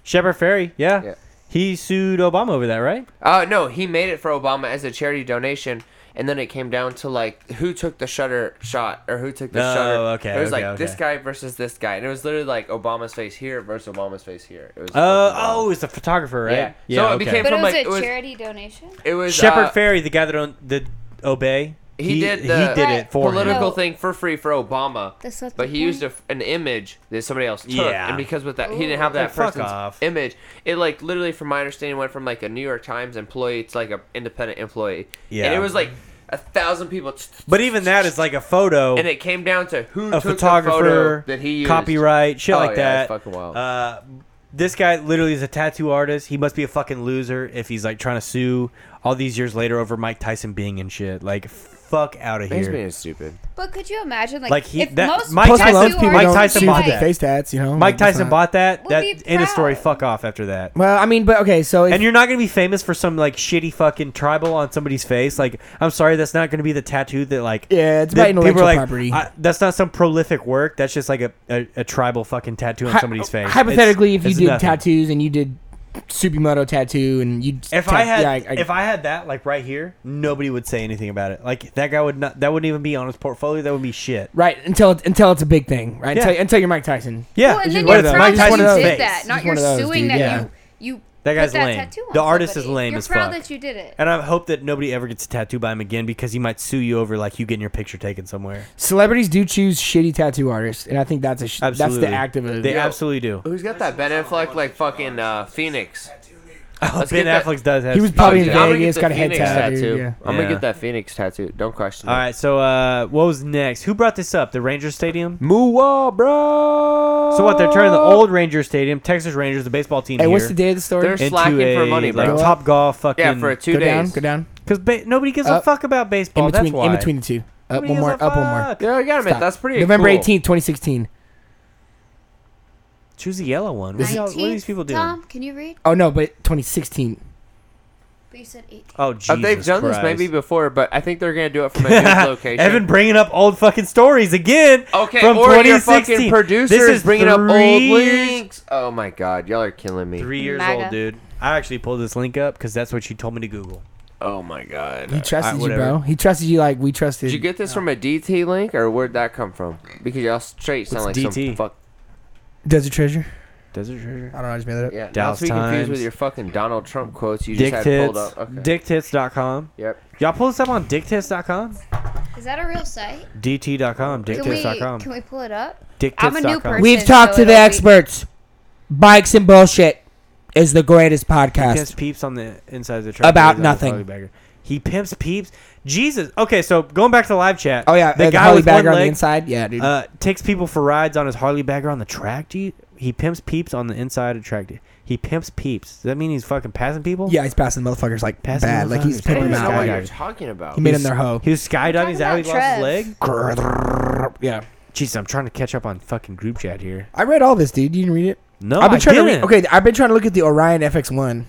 [SPEAKER 2] Shepard Ferry, yeah.
[SPEAKER 4] Yeah.
[SPEAKER 2] He sued Obama over that, right?
[SPEAKER 4] Uh, no, he made it for Obama as a charity donation, and then it came down to like who took the shutter shot or who took the
[SPEAKER 2] Oh,
[SPEAKER 4] shutter.
[SPEAKER 2] okay,
[SPEAKER 4] It was
[SPEAKER 2] okay,
[SPEAKER 4] like this
[SPEAKER 2] okay.
[SPEAKER 4] guy versus this guy, and it was literally like Obama's face here versus Obama's face here. It was
[SPEAKER 2] Uh,
[SPEAKER 4] fucking wild.
[SPEAKER 2] oh, he's a photographer, right?
[SPEAKER 4] Yeah. So it became-
[SPEAKER 6] But it
[SPEAKER 4] from,
[SPEAKER 6] was
[SPEAKER 4] like,
[SPEAKER 6] a
[SPEAKER 4] it was-
[SPEAKER 6] charity donation.
[SPEAKER 4] it was
[SPEAKER 2] Shepard
[SPEAKER 4] uh,
[SPEAKER 2] Ferry, the guy that owned the Obey.
[SPEAKER 4] he, did the
[SPEAKER 2] he did it for him.
[SPEAKER 4] political
[SPEAKER 6] No.
[SPEAKER 4] thing for free for Obama,
[SPEAKER 6] That's not
[SPEAKER 4] but
[SPEAKER 6] the
[SPEAKER 4] he used a, an image that somebody else took,
[SPEAKER 2] Yeah.
[SPEAKER 4] and because with that he didn't have that
[SPEAKER 2] Ooh. Fuck
[SPEAKER 4] person's
[SPEAKER 2] off.
[SPEAKER 4] image, it like literally, from my understanding, went from like a New York Times employee to like a independent employee, and
[SPEAKER 2] Yeah.
[SPEAKER 4] it was like a thousand people,
[SPEAKER 2] But even that is like a photo.
[SPEAKER 4] and it came down to who
[SPEAKER 2] Oh. a
[SPEAKER 4] took the photo
[SPEAKER 2] photographer,
[SPEAKER 4] that he used.
[SPEAKER 2] copyright, shit
[SPEAKER 4] Oh,
[SPEAKER 2] like
[SPEAKER 4] yeah,
[SPEAKER 2] that.
[SPEAKER 4] it's fucking wild.
[SPEAKER 2] Uh, this guy literally is a tattoo artist. He must be a fucking loser if he's like trying to sue all these years later over Mike Tyson being and shit. Like, fuck out of
[SPEAKER 4] He's
[SPEAKER 2] here.
[SPEAKER 4] being stupid.
[SPEAKER 6] But could you imagine, like,
[SPEAKER 2] Like, he-
[SPEAKER 6] if
[SPEAKER 2] that-
[SPEAKER 6] most
[SPEAKER 2] Mike
[SPEAKER 1] Plus,
[SPEAKER 6] tattoo
[SPEAKER 1] Tyson,
[SPEAKER 2] Tyson-
[SPEAKER 1] most people
[SPEAKER 6] artists
[SPEAKER 2] Mike
[SPEAKER 6] would
[SPEAKER 1] don't
[SPEAKER 2] Tyson
[SPEAKER 1] shoot
[SPEAKER 6] be
[SPEAKER 2] bought
[SPEAKER 1] for
[SPEAKER 6] like-
[SPEAKER 1] the face tats. You know,
[SPEAKER 2] Mike
[SPEAKER 1] Like, that's
[SPEAKER 2] Tyson
[SPEAKER 1] not-
[SPEAKER 2] bought that.
[SPEAKER 6] We'll
[SPEAKER 2] that
[SPEAKER 6] be
[SPEAKER 2] end of story.
[SPEAKER 6] proud.
[SPEAKER 2] Fuck off after that.
[SPEAKER 1] Well, I mean, but okay, so if,
[SPEAKER 2] And you're not gonna be famous for some like shitty fucking tribal on somebody's face. Like, I'm sorry, that's not gonna be the tattoo that like.
[SPEAKER 1] Yeah, it's
[SPEAKER 2] that
[SPEAKER 1] about
[SPEAKER 2] people are
[SPEAKER 1] intellectual
[SPEAKER 2] like,
[SPEAKER 1] property.
[SPEAKER 2] "I- that's not some prolific work. That's just like a, a, a tribal fucking tattoo on
[SPEAKER 1] hy-
[SPEAKER 4] oh,
[SPEAKER 2] somebody's face. It's-
[SPEAKER 1] Hypothetically, if you
[SPEAKER 2] it's
[SPEAKER 1] did
[SPEAKER 2] nothing.
[SPEAKER 1] tattoos and you did Subimoto tattoo and you,
[SPEAKER 2] If I had if I had that like right here, nobody would say anything about it. Like that guy would not. That wouldn't even be on his portfolio. That would be shit.
[SPEAKER 1] right until it, until it's a big thing, right?
[SPEAKER 2] Yeah.
[SPEAKER 1] Until, until you're Mike Tyson.
[SPEAKER 2] Yeah,
[SPEAKER 6] Well,
[SPEAKER 2] it's
[SPEAKER 6] and then
[SPEAKER 2] just-
[SPEAKER 6] you're
[SPEAKER 1] one of those.
[SPEAKER 6] proud that
[SPEAKER 1] Mike
[SPEAKER 6] you
[SPEAKER 1] Tyson's
[SPEAKER 6] did
[SPEAKER 1] face.
[SPEAKER 6] that.
[SPEAKER 1] It's
[SPEAKER 6] Not
[SPEAKER 1] just
[SPEAKER 6] you're
[SPEAKER 1] one of those,
[SPEAKER 6] suing
[SPEAKER 1] dude,
[SPEAKER 6] that
[SPEAKER 1] yeah.
[SPEAKER 6] you you
[SPEAKER 2] That guy's
[SPEAKER 6] that
[SPEAKER 2] lame.
[SPEAKER 6] tattoo on
[SPEAKER 2] The artist
[SPEAKER 6] somebody.
[SPEAKER 2] is lame
[SPEAKER 6] You're
[SPEAKER 2] as
[SPEAKER 6] proud
[SPEAKER 2] fuck.
[SPEAKER 6] that you did it.
[SPEAKER 2] and I hope that nobody ever gets tattooed by him again because he might sue you over like you getting your picture taken somewhere.
[SPEAKER 1] Celebrities do choose shitty tattoo artists, and I think that's a sh- that's
[SPEAKER 2] Absolutely,
[SPEAKER 1] the act of a.
[SPEAKER 2] They absolutely do.
[SPEAKER 4] Who's Oh, got that Ben Affleck like fucking uh, Phoenix? Let's
[SPEAKER 2] Oh, ben
[SPEAKER 4] get that-
[SPEAKER 2] Affleck does have.
[SPEAKER 1] he was
[SPEAKER 2] some-
[SPEAKER 1] probably in
[SPEAKER 4] Dude, I'm gonna get
[SPEAKER 1] Vegas,
[SPEAKER 4] the
[SPEAKER 1] got a head
[SPEAKER 4] Phoenix
[SPEAKER 1] tattoo. Yeah.
[SPEAKER 4] I'm
[SPEAKER 2] Yeah.
[SPEAKER 4] gonna get that Phoenix tattoo. Don't question
[SPEAKER 2] All
[SPEAKER 4] it.
[SPEAKER 2] right, so uh, what was next? Who brought this up? The Ranger Stadium.
[SPEAKER 4] Moolah, bro.
[SPEAKER 2] So what? They're turning the old Ranger Stadium, Texas Rangers, the baseball team
[SPEAKER 1] Hey,
[SPEAKER 2] here,
[SPEAKER 1] what's the day of the story?
[SPEAKER 4] There's-
[SPEAKER 2] into
[SPEAKER 4] Slacking for
[SPEAKER 2] a,
[SPEAKER 4] money,
[SPEAKER 2] like,
[SPEAKER 1] bro.
[SPEAKER 2] Top golf, fucking
[SPEAKER 4] Yeah, for two
[SPEAKER 1] go down,
[SPEAKER 4] days.
[SPEAKER 1] go down.
[SPEAKER 2] because ba- nobody gives a
[SPEAKER 1] Up.
[SPEAKER 2] fuck about baseball.
[SPEAKER 1] Uh, In between,
[SPEAKER 2] Oh, that's why.
[SPEAKER 1] in between the two. Up
[SPEAKER 2] Nobody
[SPEAKER 1] one
[SPEAKER 2] gives
[SPEAKER 1] more.
[SPEAKER 2] a
[SPEAKER 1] Up one more.
[SPEAKER 2] fuck.
[SPEAKER 4] Yeah, I gotta admit,
[SPEAKER 1] Stop.
[SPEAKER 4] that's pretty.
[SPEAKER 1] November
[SPEAKER 4] cool.
[SPEAKER 1] 18th, 2016.
[SPEAKER 2] Choose a yellow one. What, are y'all- what are these
[SPEAKER 6] 19th,
[SPEAKER 2] people doing?
[SPEAKER 6] Tom, can you read?
[SPEAKER 1] Oh no, but 2016.
[SPEAKER 6] But you said 18.
[SPEAKER 2] Oh
[SPEAKER 4] Uh,
[SPEAKER 2] Jesus
[SPEAKER 4] they've done
[SPEAKER 2] Christ.
[SPEAKER 4] this maybe before, but I think they're gonna do it from a new location.
[SPEAKER 2] Evan bringing up old fucking stories again.
[SPEAKER 4] okay,
[SPEAKER 2] from
[SPEAKER 4] or your
[SPEAKER 2] 2016.
[SPEAKER 4] fucking producers
[SPEAKER 2] This is
[SPEAKER 4] bringing up old
[SPEAKER 2] three years-
[SPEAKER 4] links. Oh my god, y'all are killing me.
[SPEAKER 2] Three years
[SPEAKER 6] MAGA.
[SPEAKER 2] old, dude. I actually pulled this link up because that's what you told me to Google.
[SPEAKER 4] Oh my god.
[SPEAKER 1] He trusted you,
[SPEAKER 2] whatever.
[SPEAKER 1] bro. He trusted you like we trusted.
[SPEAKER 4] Did you get this from a DT link or where'd that come from? Because y'all straight sound like
[SPEAKER 2] What's DT?
[SPEAKER 4] some fuck.
[SPEAKER 1] Desert Treasure?
[SPEAKER 2] Desert Treasure.
[SPEAKER 1] I don't know. I just made that up.
[SPEAKER 4] Yeah,
[SPEAKER 2] Dallas
[SPEAKER 4] not to be confused
[SPEAKER 2] Times.
[SPEAKER 4] with your fucking Donald Trump quotes you just had pulled
[SPEAKER 2] Dicktits.
[SPEAKER 4] up. Okay.
[SPEAKER 2] Dicktits.com.
[SPEAKER 4] Yep.
[SPEAKER 2] Y'all pull this up on dicktits.com?
[SPEAKER 6] Is that a real site?
[SPEAKER 2] DT.com.
[SPEAKER 6] Can we,
[SPEAKER 2] Dicktits.com.
[SPEAKER 6] can we pull it up? I'm a new
[SPEAKER 2] Dicktits.com.
[SPEAKER 6] person.
[SPEAKER 1] We've
[SPEAKER 6] So
[SPEAKER 1] talked to
[SPEAKER 6] it'll
[SPEAKER 1] the
[SPEAKER 6] be-
[SPEAKER 1] experts. Bikes and bullshit is the greatest
[SPEAKER 2] Pimps
[SPEAKER 1] podcast.
[SPEAKER 2] peeps on the inside of the truck.
[SPEAKER 1] About
[SPEAKER 2] He's on the
[SPEAKER 1] nothing.
[SPEAKER 2] Harley Bagger. He pimps peeps. Jesus. Okay, so going back to live chat.
[SPEAKER 1] Oh yeah,
[SPEAKER 2] the
[SPEAKER 1] uh,
[SPEAKER 2] guy
[SPEAKER 1] Harley
[SPEAKER 2] with
[SPEAKER 1] Bagger
[SPEAKER 2] one
[SPEAKER 1] on the
[SPEAKER 2] leg,
[SPEAKER 1] inside. Yeah, dude.
[SPEAKER 2] uh, takes people for rides on his Harley Bagger on the track. Gee, he pimps peeps on the inside of track. He pimps peeps. Does that mean he's fucking passing people?
[SPEAKER 1] yeah, he's passing motherfuckers like
[SPEAKER 2] Passing
[SPEAKER 1] bad. Like he's
[SPEAKER 2] motherfuckers.
[SPEAKER 4] I don't
[SPEAKER 1] pimping
[SPEAKER 4] even
[SPEAKER 1] them
[SPEAKER 4] know what
[SPEAKER 1] out.
[SPEAKER 4] you're
[SPEAKER 2] guys.
[SPEAKER 4] talking about.
[SPEAKER 1] He made him their hoe.
[SPEAKER 2] He was skydiving.
[SPEAKER 6] talking
[SPEAKER 2] Is that how he
[SPEAKER 6] about
[SPEAKER 2] lost his
[SPEAKER 6] Trev.
[SPEAKER 2] leg?
[SPEAKER 1] Yeah,
[SPEAKER 2] Jeez, I'm trying to catch up on fucking group chat here.
[SPEAKER 1] I read all this, dude. You didn't read it?
[SPEAKER 2] No,
[SPEAKER 1] I've been
[SPEAKER 2] I
[SPEAKER 1] trying
[SPEAKER 2] didn't.
[SPEAKER 1] to. Read, okay, I've been trying to look at the Orion FX1.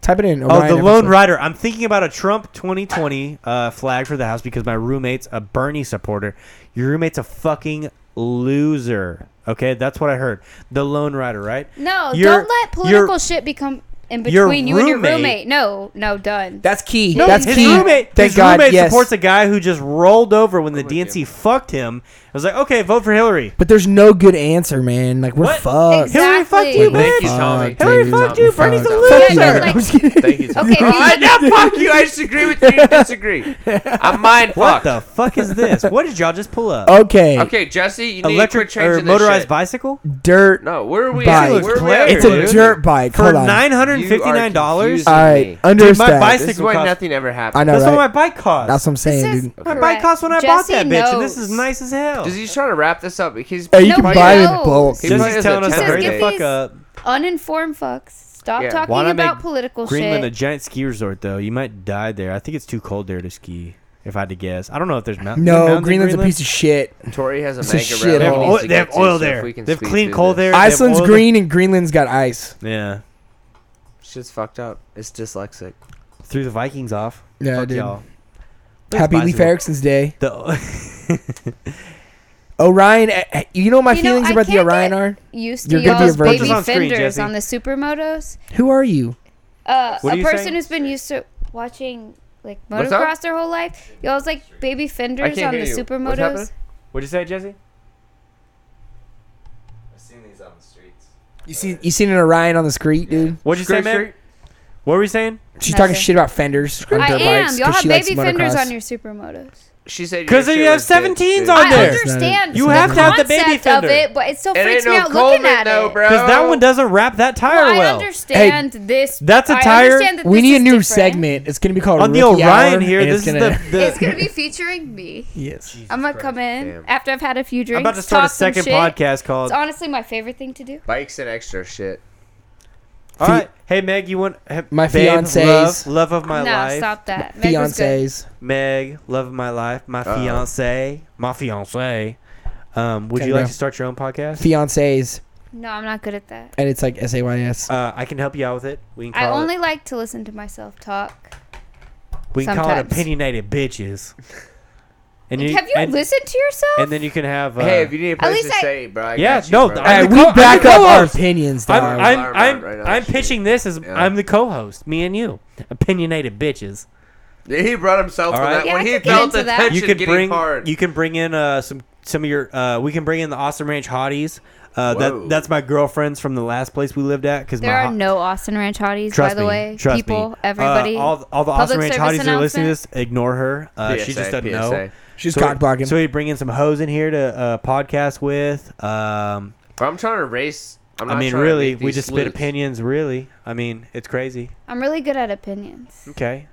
[SPEAKER 1] Type it in.
[SPEAKER 2] Oh,
[SPEAKER 1] Orion
[SPEAKER 2] the Lone
[SPEAKER 1] FX1.
[SPEAKER 2] Rider. I'm thinking about a Trump 2020 uh, flag for the house because my roommate's a Bernie supporter. Your roommate's a fucking loser. Okay, that's what I heard. The Lone Rider, right?
[SPEAKER 6] No,
[SPEAKER 2] Your-
[SPEAKER 6] don't let
[SPEAKER 2] your-
[SPEAKER 6] political shit become in
[SPEAKER 2] your
[SPEAKER 6] between you and your
[SPEAKER 2] roommate-
[SPEAKER 6] roommate. No, no, done.
[SPEAKER 1] That's key.
[SPEAKER 6] No,
[SPEAKER 1] That's
[SPEAKER 2] his
[SPEAKER 1] key.
[SPEAKER 2] roommate,
[SPEAKER 1] Thank
[SPEAKER 2] his
[SPEAKER 1] God.
[SPEAKER 2] roommate
[SPEAKER 1] yes.
[SPEAKER 2] supports a guy who just rolled over when the
[SPEAKER 4] with you.
[SPEAKER 2] DNC fucked him. I was like, okay, vote for Hillary.
[SPEAKER 1] But there's no good answer, man. Like we're
[SPEAKER 2] What?
[SPEAKER 1] fucked.
[SPEAKER 6] Exactly.
[SPEAKER 2] Hillary fucked you,
[SPEAKER 4] Thank you,
[SPEAKER 2] bitch.
[SPEAKER 4] Tommy.
[SPEAKER 1] Fuck,
[SPEAKER 2] Hillary
[SPEAKER 1] dude.
[SPEAKER 2] fucked you.
[SPEAKER 1] Fuck.
[SPEAKER 2] Bernie's a
[SPEAKER 1] Fuck you,
[SPEAKER 2] loser.
[SPEAKER 1] man.
[SPEAKER 6] like-
[SPEAKER 1] I'm just kidding.
[SPEAKER 4] Thank you. Tommy.
[SPEAKER 6] Okay, if you-
[SPEAKER 4] I know, fuck you. I disagree with you. You disagree. I'm mind
[SPEAKER 2] What
[SPEAKER 4] fucked.
[SPEAKER 2] the fuck is this? What did y'all just pull up?
[SPEAKER 1] Okay.
[SPEAKER 4] Okay, Jesse, you need
[SPEAKER 2] Electric
[SPEAKER 4] to quit
[SPEAKER 2] or
[SPEAKER 4] changing this
[SPEAKER 2] motorized
[SPEAKER 4] shit.
[SPEAKER 2] bicycle
[SPEAKER 1] Dirt.
[SPEAKER 4] No, where are we?
[SPEAKER 1] Bike.
[SPEAKER 4] At? Where are we at?
[SPEAKER 1] It's
[SPEAKER 2] Dude,
[SPEAKER 1] a
[SPEAKER 4] dude?
[SPEAKER 1] dirt bike.
[SPEAKER 2] for
[SPEAKER 1] Hold on.
[SPEAKER 2] nine hundred and fifty nine dollars.
[SPEAKER 4] confused.
[SPEAKER 1] All right.
[SPEAKER 4] Dude, my
[SPEAKER 2] Dude, my
[SPEAKER 1] Understand.
[SPEAKER 4] This is
[SPEAKER 2] bicycle
[SPEAKER 4] why
[SPEAKER 2] cost
[SPEAKER 4] nothing ever
[SPEAKER 1] I
[SPEAKER 4] happens.
[SPEAKER 1] know,
[SPEAKER 2] That's what
[SPEAKER 1] right?
[SPEAKER 2] my bike costs.
[SPEAKER 1] That's what I'm saying,
[SPEAKER 6] This is-
[SPEAKER 1] dude.
[SPEAKER 2] my bike
[SPEAKER 6] Correct.
[SPEAKER 2] costs when I bought
[SPEAKER 6] Jesse
[SPEAKER 2] that bitch, and this is
[SPEAKER 6] knows.
[SPEAKER 2] nice as hell.
[SPEAKER 4] Because he's trying to wrap this up. He's
[SPEAKER 1] Hey, you
[SPEAKER 6] No,
[SPEAKER 1] can
[SPEAKER 6] but
[SPEAKER 1] buy
[SPEAKER 6] he
[SPEAKER 1] it in
[SPEAKER 6] knows.
[SPEAKER 1] bulk.
[SPEAKER 4] He
[SPEAKER 1] dude.
[SPEAKER 4] probably
[SPEAKER 2] Jesse's
[SPEAKER 4] has
[SPEAKER 2] telling
[SPEAKER 4] a
[SPEAKER 2] us to
[SPEAKER 4] temper
[SPEAKER 2] hurry the
[SPEAKER 6] Says
[SPEAKER 4] tantrum.
[SPEAKER 6] get
[SPEAKER 2] fuck
[SPEAKER 6] these-
[SPEAKER 2] up.
[SPEAKER 6] Uninformed fucks. Stop
[SPEAKER 4] Yeah.
[SPEAKER 6] talking
[SPEAKER 2] Why not
[SPEAKER 6] about
[SPEAKER 2] make
[SPEAKER 6] political
[SPEAKER 2] Greenland a
[SPEAKER 6] shit.
[SPEAKER 2] giant ski resort though? You might die there. I think it's too cold there to ski. If I had to guess, I don't know if there's mountains.
[SPEAKER 1] No, Greenland's a piece of shit.
[SPEAKER 4] Tori has a
[SPEAKER 1] It's a
[SPEAKER 4] mega
[SPEAKER 1] shit
[SPEAKER 4] rabbit
[SPEAKER 2] They have
[SPEAKER 1] Oh,
[SPEAKER 4] he
[SPEAKER 1] it
[SPEAKER 4] needs
[SPEAKER 2] oil,
[SPEAKER 4] to
[SPEAKER 2] they
[SPEAKER 4] get
[SPEAKER 2] have
[SPEAKER 4] to, so
[SPEAKER 2] oil
[SPEAKER 4] if
[SPEAKER 2] there.
[SPEAKER 4] we can
[SPEAKER 2] they have
[SPEAKER 4] speed
[SPEAKER 2] clean
[SPEAKER 4] through
[SPEAKER 2] coal
[SPEAKER 4] this.
[SPEAKER 2] there. They have
[SPEAKER 1] Iceland's
[SPEAKER 2] oil there.
[SPEAKER 1] green and Greenland's got ice.
[SPEAKER 2] Yeah,
[SPEAKER 4] Shit's fucked up. It's dyslexic.
[SPEAKER 2] threw the Vikings off.
[SPEAKER 1] Yeah,
[SPEAKER 2] Fuck
[SPEAKER 1] dude.
[SPEAKER 2] y'all. There's
[SPEAKER 1] Happy Leif
[SPEAKER 2] bicycle.
[SPEAKER 1] Erickson's Day.
[SPEAKER 2] The
[SPEAKER 1] Orion, eh, eh, you know what my
[SPEAKER 6] You know,
[SPEAKER 1] feelings
[SPEAKER 6] I
[SPEAKER 1] about the
[SPEAKER 6] can't
[SPEAKER 1] Orion
[SPEAKER 6] get-
[SPEAKER 1] are?
[SPEAKER 6] Used
[SPEAKER 1] You're
[SPEAKER 6] to
[SPEAKER 1] gonna be
[SPEAKER 6] y'all's
[SPEAKER 1] a virgin.
[SPEAKER 6] baby
[SPEAKER 2] Put this on screen,
[SPEAKER 6] fenders
[SPEAKER 2] Jesse.
[SPEAKER 6] on the supermotos.
[SPEAKER 1] Who are you?
[SPEAKER 6] Uh,
[SPEAKER 2] What are
[SPEAKER 6] a
[SPEAKER 2] you
[SPEAKER 6] person
[SPEAKER 2] saying?
[SPEAKER 6] who's been used to watching like
[SPEAKER 4] What's up?
[SPEAKER 6] motocross their whole life, y'all's like baby fenders
[SPEAKER 4] can't
[SPEAKER 6] on the
[SPEAKER 4] hear you. What's happening?
[SPEAKER 6] supermotos.
[SPEAKER 2] What'd you say, Jesse?
[SPEAKER 5] I've seen these on the streets.
[SPEAKER 1] You see, you seen an Orion on the street, dude?
[SPEAKER 2] What'd you say,
[SPEAKER 4] Great
[SPEAKER 2] man?
[SPEAKER 4] street.
[SPEAKER 2] What were we saying?
[SPEAKER 1] She's talking
[SPEAKER 6] Nothing.
[SPEAKER 1] shit about fenders on
[SPEAKER 6] I
[SPEAKER 1] dirt
[SPEAKER 6] am.
[SPEAKER 1] bikes
[SPEAKER 6] Y'all
[SPEAKER 1] 'cause
[SPEAKER 6] have
[SPEAKER 1] she likes
[SPEAKER 6] baby fenders
[SPEAKER 1] motocross.
[SPEAKER 6] on your supermotos.
[SPEAKER 4] She said your
[SPEAKER 2] 'Cause you
[SPEAKER 4] shit
[SPEAKER 2] have
[SPEAKER 4] was dicks,
[SPEAKER 2] 17s
[SPEAKER 4] dude.
[SPEAKER 2] on
[SPEAKER 6] I
[SPEAKER 2] there.
[SPEAKER 6] understand.
[SPEAKER 2] You
[SPEAKER 6] the
[SPEAKER 2] have to have the baby
[SPEAKER 6] concept
[SPEAKER 2] fender.
[SPEAKER 6] of it, but it still
[SPEAKER 4] It
[SPEAKER 6] freaks
[SPEAKER 4] ain't
[SPEAKER 6] me
[SPEAKER 4] no
[SPEAKER 6] out looking
[SPEAKER 4] Coleman
[SPEAKER 6] at
[SPEAKER 4] though,
[SPEAKER 6] it.
[SPEAKER 4] bro.
[SPEAKER 2] Because that one doesn't wrap that tire
[SPEAKER 6] I
[SPEAKER 2] well.
[SPEAKER 6] understand this.
[SPEAKER 2] That's a
[SPEAKER 6] I
[SPEAKER 2] tire.
[SPEAKER 6] understand that
[SPEAKER 1] We
[SPEAKER 6] this
[SPEAKER 1] need a
[SPEAKER 6] is
[SPEAKER 1] new
[SPEAKER 6] different.
[SPEAKER 1] segment. It's gonna be called
[SPEAKER 2] on the
[SPEAKER 1] Rookie
[SPEAKER 2] Orion
[SPEAKER 1] Hour,
[SPEAKER 2] here,
[SPEAKER 1] and it's
[SPEAKER 2] this is
[SPEAKER 1] gonna-
[SPEAKER 2] the,
[SPEAKER 6] It's
[SPEAKER 2] the
[SPEAKER 6] gonna be featuring me.
[SPEAKER 1] yes.
[SPEAKER 6] I'm gonna come in
[SPEAKER 4] damn.
[SPEAKER 6] after I've had a few
[SPEAKER 2] I'm
[SPEAKER 6] drinks.
[SPEAKER 2] about to start a
[SPEAKER 6] talk some
[SPEAKER 2] second
[SPEAKER 6] shit.
[SPEAKER 2] podcast called.
[SPEAKER 6] It's honestly my favorite thing to do.
[SPEAKER 4] Bikes and extra shit.
[SPEAKER 2] All right, hey Meg, you want he-
[SPEAKER 1] My
[SPEAKER 2] babe,
[SPEAKER 1] fiance's-
[SPEAKER 2] love, love of my
[SPEAKER 6] no,
[SPEAKER 2] life,
[SPEAKER 6] stop that. Meg was good.
[SPEAKER 1] Fiancés.
[SPEAKER 2] Meg, love of my life, my
[SPEAKER 4] Uh-oh.
[SPEAKER 2] fiance, my fiance. Um, would
[SPEAKER 1] Can't
[SPEAKER 2] you like
[SPEAKER 1] go.
[SPEAKER 2] to start your own podcast?
[SPEAKER 1] Fiancés.
[SPEAKER 6] No, I'm not good at that.
[SPEAKER 1] And it's like S A Y S.
[SPEAKER 2] Uh, I can help you out with it. We can
[SPEAKER 6] I
[SPEAKER 2] call
[SPEAKER 6] only
[SPEAKER 2] it.
[SPEAKER 6] like to listen to myself talk.
[SPEAKER 2] We can call it
[SPEAKER 6] sometimes.
[SPEAKER 2] opinionated bitches. And
[SPEAKER 6] have you
[SPEAKER 2] and,
[SPEAKER 6] listened to yourself?
[SPEAKER 2] and then you can have. Uh,
[SPEAKER 4] hey, if you need a place
[SPEAKER 6] least
[SPEAKER 4] to
[SPEAKER 6] I-
[SPEAKER 4] stay, bro, I
[SPEAKER 2] Yeah,
[SPEAKER 4] got you,
[SPEAKER 2] no,
[SPEAKER 4] bro.
[SPEAKER 2] I-
[SPEAKER 1] Hey,
[SPEAKER 2] I'm the
[SPEAKER 1] we
[SPEAKER 2] co-
[SPEAKER 1] back
[SPEAKER 2] I'm the
[SPEAKER 1] up our
[SPEAKER 2] co-host.
[SPEAKER 1] opinions, dog.
[SPEAKER 2] I'm, I'm,
[SPEAKER 4] Alarm
[SPEAKER 2] I'm,
[SPEAKER 4] right now,
[SPEAKER 2] I'm
[SPEAKER 4] shit.
[SPEAKER 2] pitching this as
[SPEAKER 4] Yeah.
[SPEAKER 2] I'm the co-host, me and you, opinionated bitches.
[SPEAKER 4] he brought himself
[SPEAKER 2] All
[SPEAKER 4] on
[SPEAKER 2] right.
[SPEAKER 4] that
[SPEAKER 6] Yeah,
[SPEAKER 4] one.
[SPEAKER 6] I
[SPEAKER 4] He
[SPEAKER 6] could get
[SPEAKER 4] felt
[SPEAKER 6] into
[SPEAKER 4] the
[SPEAKER 6] that.
[SPEAKER 4] tension
[SPEAKER 2] you can
[SPEAKER 4] getting
[SPEAKER 2] bring
[SPEAKER 4] hard.
[SPEAKER 2] you can bring in uh, some some of your uh, we can bring in the Austin Ranch hotties. Uh,
[SPEAKER 4] Whoa.
[SPEAKER 2] that that's my girlfriend's from the last place we lived at because
[SPEAKER 6] There
[SPEAKER 2] my
[SPEAKER 6] are
[SPEAKER 2] ho-
[SPEAKER 6] no Austin Ranch hotties,
[SPEAKER 2] Trust
[SPEAKER 6] by the
[SPEAKER 2] me,
[SPEAKER 6] way.
[SPEAKER 2] trust me.
[SPEAKER 6] People,
[SPEAKER 2] Uh,
[SPEAKER 6] everybody.
[SPEAKER 2] all, all the Austin
[SPEAKER 6] Public
[SPEAKER 2] Ranch
[SPEAKER 6] service
[SPEAKER 2] hotties that are listening to
[SPEAKER 6] announcement.
[SPEAKER 2] this, ignore her. Uh, she
[SPEAKER 4] PSA,
[SPEAKER 2] just doesn't
[SPEAKER 4] PSA.
[SPEAKER 2] know.
[SPEAKER 1] She's
[SPEAKER 2] we-
[SPEAKER 1] cock blocking.
[SPEAKER 2] So we bring in some hoes in here to uh, podcast with. Um,
[SPEAKER 4] But I'm trying to race. I'm not
[SPEAKER 2] I mean,
[SPEAKER 4] trying to
[SPEAKER 2] really,
[SPEAKER 4] make
[SPEAKER 2] we
[SPEAKER 4] these
[SPEAKER 2] just spit
[SPEAKER 4] sleuths.
[SPEAKER 2] opinions. Really, I mean, it's crazy.
[SPEAKER 6] I'm really good at opinions.
[SPEAKER 2] Okay.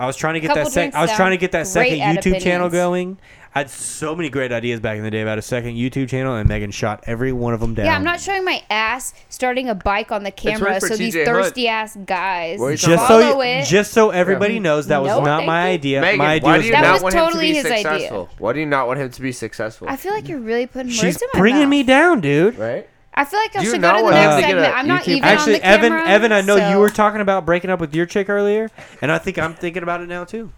[SPEAKER 2] I was trying to get
[SPEAKER 6] Couple
[SPEAKER 2] that. Sec-
[SPEAKER 6] drinks
[SPEAKER 2] I was
[SPEAKER 6] down.
[SPEAKER 2] trying to get that second
[SPEAKER 6] Great at
[SPEAKER 2] YouTube channel
[SPEAKER 6] opinions.
[SPEAKER 2] going. I had so many great ideas back in the day about a second YouTube channel, and Megan shot every one of them down.
[SPEAKER 6] Yeah, I'm not showing my ass starting a bike on the camera
[SPEAKER 4] ready for
[SPEAKER 6] so these
[SPEAKER 4] TJ Hunt.
[SPEAKER 6] thirsty ass guys
[SPEAKER 4] Where he's
[SPEAKER 2] Just so,
[SPEAKER 6] follow
[SPEAKER 2] you,
[SPEAKER 6] it.
[SPEAKER 2] just so everybody knows, that was
[SPEAKER 6] Nope,
[SPEAKER 2] not
[SPEAKER 6] thank
[SPEAKER 2] my
[SPEAKER 6] you.
[SPEAKER 2] idea.
[SPEAKER 4] Megan,
[SPEAKER 2] my idea
[SPEAKER 4] why
[SPEAKER 2] was
[SPEAKER 4] do you
[SPEAKER 6] That
[SPEAKER 4] not
[SPEAKER 6] was
[SPEAKER 4] want
[SPEAKER 6] totally
[SPEAKER 4] him
[SPEAKER 6] his
[SPEAKER 4] to be
[SPEAKER 6] idea.
[SPEAKER 4] successful? Why do you not want him to be successful?
[SPEAKER 6] I feel like you're really putting words
[SPEAKER 2] She's
[SPEAKER 6] in my
[SPEAKER 2] bringing me
[SPEAKER 6] mouth.
[SPEAKER 2] down, dude.
[SPEAKER 4] right?
[SPEAKER 6] I feel like I
[SPEAKER 4] Do you
[SPEAKER 6] should
[SPEAKER 4] not
[SPEAKER 6] go to the
[SPEAKER 4] want
[SPEAKER 6] next
[SPEAKER 2] us to get
[SPEAKER 6] segment.
[SPEAKER 4] a
[SPEAKER 6] I'm not
[SPEAKER 4] YouTube-
[SPEAKER 6] even
[SPEAKER 2] Actually,
[SPEAKER 6] on the camera.
[SPEAKER 2] Evan, Evan, I know you
[SPEAKER 6] so-
[SPEAKER 2] were talking about breaking up with your chick earlier, and I think I'm thinking about it now too.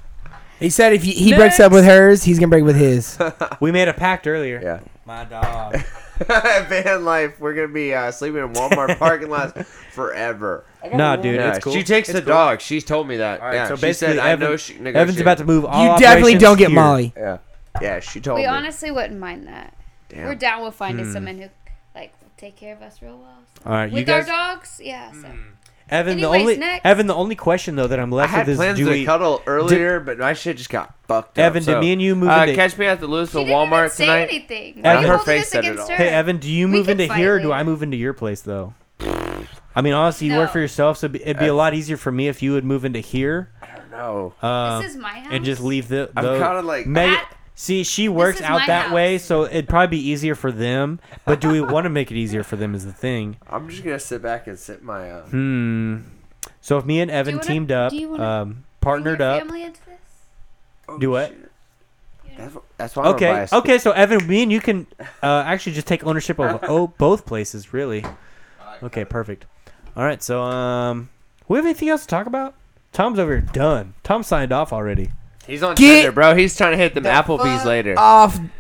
[SPEAKER 1] He said if he, he breaks up with hers, he's gonna break with his.
[SPEAKER 2] We made a pact earlier.
[SPEAKER 4] Yeah.
[SPEAKER 2] My dog.
[SPEAKER 4] Van life. We're gonna be uh, sleeping in Walmart parking lots forever.
[SPEAKER 2] no, dude,
[SPEAKER 4] Yeah,
[SPEAKER 2] it's cool.
[SPEAKER 4] She takes
[SPEAKER 2] It's
[SPEAKER 4] the
[SPEAKER 2] cool.
[SPEAKER 4] dog. She told me that.
[SPEAKER 2] All right,
[SPEAKER 4] yeah,
[SPEAKER 2] so
[SPEAKER 4] she
[SPEAKER 2] basically,
[SPEAKER 4] said,
[SPEAKER 2] Evan,
[SPEAKER 4] I know she
[SPEAKER 2] Evan's about to move all
[SPEAKER 1] you definitely
[SPEAKER 2] operations
[SPEAKER 1] don't get
[SPEAKER 2] here.
[SPEAKER 1] Molly.
[SPEAKER 4] Yeah, yeah. She told
[SPEAKER 6] We
[SPEAKER 4] me.
[SPEAKER 6] honestly wouldn't mind that.
[SPEAKER 4] Damn. Hmm.
[SPEAKER 6] We're down with finding someone who, like, will take care of us real well. So-
[SPEAKER 2] All right, you
[SPEAKER 6] With
[SPEAKER 2] guys.
[SPEAKER 6] our dogs, yeah.
[SPEAKER 4] Hmm.
[SPEAKER 6] So.
[SPEAKER 2] Evan,
[SPEAKER 6] Anyways,
[SPEAKER 2] the only
[SPEAKER 6] next.
[SPEAKER 2] Evan, the only question though that I'm
[SPEAKER 4] I
[SPEAKER 2] left
[SPEAKER 4] had
[SPEAKER 2] with is
[SPEAKER 4] plans
[SPEAKER 2] do
[SPEAKER 4] to
[SPEAKER 2] we
[SPEAKER 4] cuddle earlier, but my shit just got fucked up.
[SPEAKER 2] Evan, did
[SPEAKER 4] so-
[SPEAKER 2] me and you move
[SPEAKER 4] uh,
[SPEAKER 2] into-
[SPEAKER 4] Catch me at the Louisville
[SPEAKER 6] She didn't even
[SPEAKER 4] Walmart
[SPEAKER 6] say
[SPEAKER 4] tonight.
[SPEAKER 6] anything.
[SPEAKER 2] Evan-
[SPEAKER 6] Why are you
[SPEAKER 2] Her
[SPEAKER 6] holding
[SPEAKER 4] face
[SPEAKER 6] this
[SPEAKER 4] said it
[SPEAKER 6] against
[SPEAKER 4] all.
[SPEAKER 6] her?
[SPEAKER 2] Hey Evan, do you
[SPEAKER 6] We
[SPEAKER 2] move
[SPEAKER 6] can
[SPEAKER 2] into
[SPEAKER 6] fight
[SPEAKER 2] here or do
[SPEAKER 6] later.
[SPEAKER 2] I move into your place though? I mean, honestly, you work
[SPEAKER 6] No.
[SPEAKER 2] for yourself, so it'd be- it'd be a lot easier for me if you would move into here
[SPEAKER 4] No.
[SPEAKER 2] uh,
[SPEAKER 6] This is my house.
[SPEAKER 2] and just leave the.
[SPEAKER 4] I'm
[SPEAKER 2] the-
[SPEAKER 4] kinda like-
[SPEAKER 2] Meg-
[SPEAKER 6] At-
[SPEAKER 2] See, she works
[SPEAKER 6] is
[SPEAKER 2] out
[SPEAKER 6] my
[SPEAKER 2] that
[SPEAKER 6] house.
[SPEAKER 2] way, so it'd probably be easier for them. But do we want to make it easier for them? Is the thing.
[SPEAKER 4] I'm just gonna sit back and sit my. Uh,
[SPEAKER 2] Hmm. So if me and Evan
[SPEAKER 6] wanna-
[SPEAKER 2] teamed up,
[SPEAKER 6] do you wanna
[SPEAKER 2] um,
[SPEAKER 6] Bring your
[SPEAKER 2] partnered up,
[SPEAKER 6] family into this?
[SPEAKER 2] do what?
[SPEAKER 4] oh, That's, that's why. I'm gonna buy
[SPEAKER 2] Okay.
[SPEAKER 4] a-
[SPEAKER 2] Okay. So Evan, me and you can uh, actually just take ownership of oh, both places, really. Okay. Perfect. All right. So um, we have anything else to talk about? Tom's over here done. Tom signed off already.
[SPEAKER 4] He's on
[SPEAKER 1] Get
[SPEAKER 4] Tinder, bro. He's trying to hit them
[SPEAKER 6] Uh,
[SPEAKER 4] Applebee's later.
[SPEAKER 1] Off and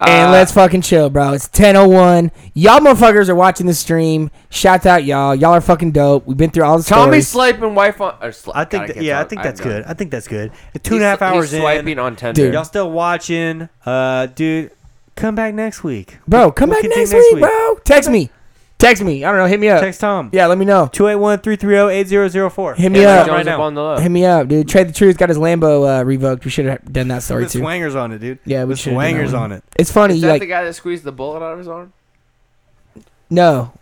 [SPEAKER 4] Uh,
[SPEAKER 1] let's fucking chill, bro. It's 10:01. Y'all motherfuckers are watching the stream. Shout out y'all. Y'all are fucking dope. We've been through all the
[SPEAKER 4] Tommy
[SPEAKER 1] stories.
[SPEAKER 4] swiping wife on. Or sli-
[SPEAKER 2] I
[SPEAKER 4] God,
[SPEAKER 2] think. that-
[SPEAKER 4] can't
[SPEAKER 2] yeah. I
[SPEAKER 4] talk.
[SPEAKER 2] think
[SPEAKER 4] I'm
[SPEAKER 2] that's
[SPEAKER 4] done.
[SPEAKER 2] good. I think that's good. Two and a half
[SPEAKER 4] He's-
[SPEAKER 2] hours
[SPEAKER 4] he's swiping
[SPEAKER 2] in.
[SPEAKER 4] on Tinder.
[SPEAKER 1] Dude.
[SPEAKER 2] Y'all still watching? Uh, dude, come back next week.
[SPEAKER 1] bro, come
[SPEAKER 2] We'll
[SPEAKER 1] back
[SPEAKER 2] continue
[SPEAKER 1] next,
[SPEAKER 2] next
[SPEAKER 1] week,
[SPEAKER 2] week.
[SPEAKER 1] bro. Text me. Text me. I don't know. Hit me up.
[SPEAKER 2] Text Tom.
[SPEAKER 1] Yeah, let me know.
[SPEAKER 2] 281-330-8004.
[SPEAKER 1] Hit me
[SPEAKER 4] Yeah,
[SPEAKER 1] up.
[SPEAKER 4] Jones
[SPEAKER 2] right
[SPEAKER 4] up
[SPEAKER 2] now.
[SPEAKER 4] on the low.
[SPEAKER 1] Hit me up, dude. Trade the truth. Got his Lambo uh, revoked. We should have done that story
[SPEAKER 2] With
[SPEAKER 1] too.
[SPEAKER 2] swangers on it, dude.
[SPEAKER 1] Yeah, we
[SPEAKER 2] With
[SPEAKER 1] should've done that
[SPEAKER 2] swangers
[SPEAKER 1] one.
[SPEAKER 2] on it.
[SPEAKER 1] It's funny.
[SPEAKER 4] Is
[SPEAKER 1] You
[SPEAKER 4] that
[SPEAKER 1] like
[SPEAKER 4] the guy that squeezed the bullet out of his arm?
[SPEAKER 1] no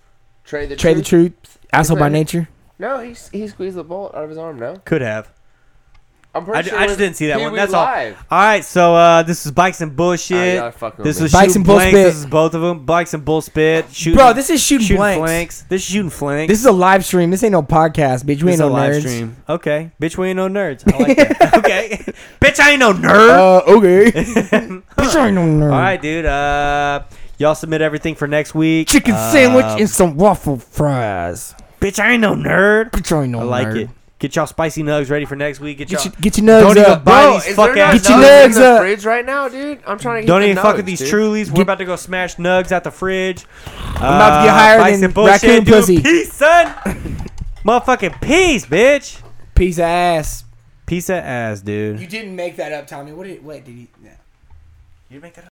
[SPEAKER 4] Trade the
[SPEAKER 1] trade the
[SPEAKER 4] truth?
[SPEAKER 1] truth. Asshole by
[SPEAKER 4] Right.
[SPEAKER 1] nature.
[SPEAKER 4] No, he s- he squeezed the bullet out of his arm. No,
[SPEAKER 2] Could have.
[SPEAKER 4] I'm pretty
[SPEAKER 2] I,
[SPEAKER 4] sure.
[SPEAKER 2] I just didn't see that one. That's
[SPEAKER 4] live.
[SPEAKER 2] all. All right, so uh, this is bikes and
[SPEAKER 4] Ah,
[SPEAKER 2] bullshit.
[SPEAKER 1] uh,
[SPEAKER 4] y'all are fucking
[SPEAKER 2] this
[SPEAKER 4] with
[SPEAKER 2] is
[SPEAKER 1] me. Bikes
[SPEAKER 2] shooting
[SPEAKER 1] and Bull
[SPEAKER 2] blanks.
[SPEAKER 1] Spit.
[SPEAKER 2] This is both of them. Bikes and bull spit. Shooting,
[SPEAKER 1] Bro, this is shooting,
[SPEAKER 2] shooting
[SPEAKER 1] blanks.
[SPEAKER 2] This is shooting flanks.
[SPEAKER 1] This is a live stream. This ain't no podcast, bitch. We
[SPEAKER 2] This
[SPEAKER 1] ain't
[SPEAKER 2] is
[SPEAKER 1] no
[SPEAKER 2] a live
[SPEAKER 1] nerds.
[SPEAKER 2] stream. Okay, bitch, we ain't no nerds. I like that. okay, bitch, I ain't no nerd.
[SPEAKER 1] Uh, okay. bitch, I ain't no nerd.
[SPEAKER 2] all right, dude. Uh, y'all submit everything for next week.
[SPEAKER 1] chicken
[SPEAKER 2] Uh,
[SPEAKER 1] sandwich and some waffle fries.
[SPEAKER 2] bitch, I ain't no nerd.
[SPEAKER 1] Bitch, I ain't no
[SPEAKER 2] I like
[SPEAKER 1] nerd.
[SPEAKER 2] it. Get y'all spicy nugs ready for next week. Get y'all.
[SPEAKER 1] Get your, get your nugs
[SPEAKER 2] Don't even
[SPEAKER 1] up. bro.
[SPEAKER 2] buy
[SPEAKER 4] Bro,
[SPEAKER 2] these
[SPEAKER 4] is
[SPEAKER 2] fuck
[SPEAKER 4] there not
[SPEAKER 2] ass-
[SPEAKER 1] Get your
[SPEAKER 4] nugs
[SPEAKER 1] legs
[SPEAKER 4] in the
[SPEAKER 1] up.
[SPEAKER 4] fridge right now, dude. I'm trying to.
[SPEAKER 2] Don't
[SPEAKER 4] get
[SPEAKER 2] even
[SPEAKER 4] the
[SPEAKER 2] fuck with
[SPEAKER 4] nugs,
[SPEAKER 2] these
[SPEAKER 4] dude.
[SPEAKER 2] Trulies. We're about to go smash nugs out the fridge. Uh, I'm
[SPEAKER 1] about to get higher than raccoon pussy.
[SPEAKER 2] Peace, son. Motherfucking peace, bitch.
[SPEAKER 1] Piece of ass.
[SPEAKER 2] Piece of ass, dude.
[SPEAKER 1] didn't make that up, Tommy. What did? Wait, did you?
[SPEAKER 2] you make that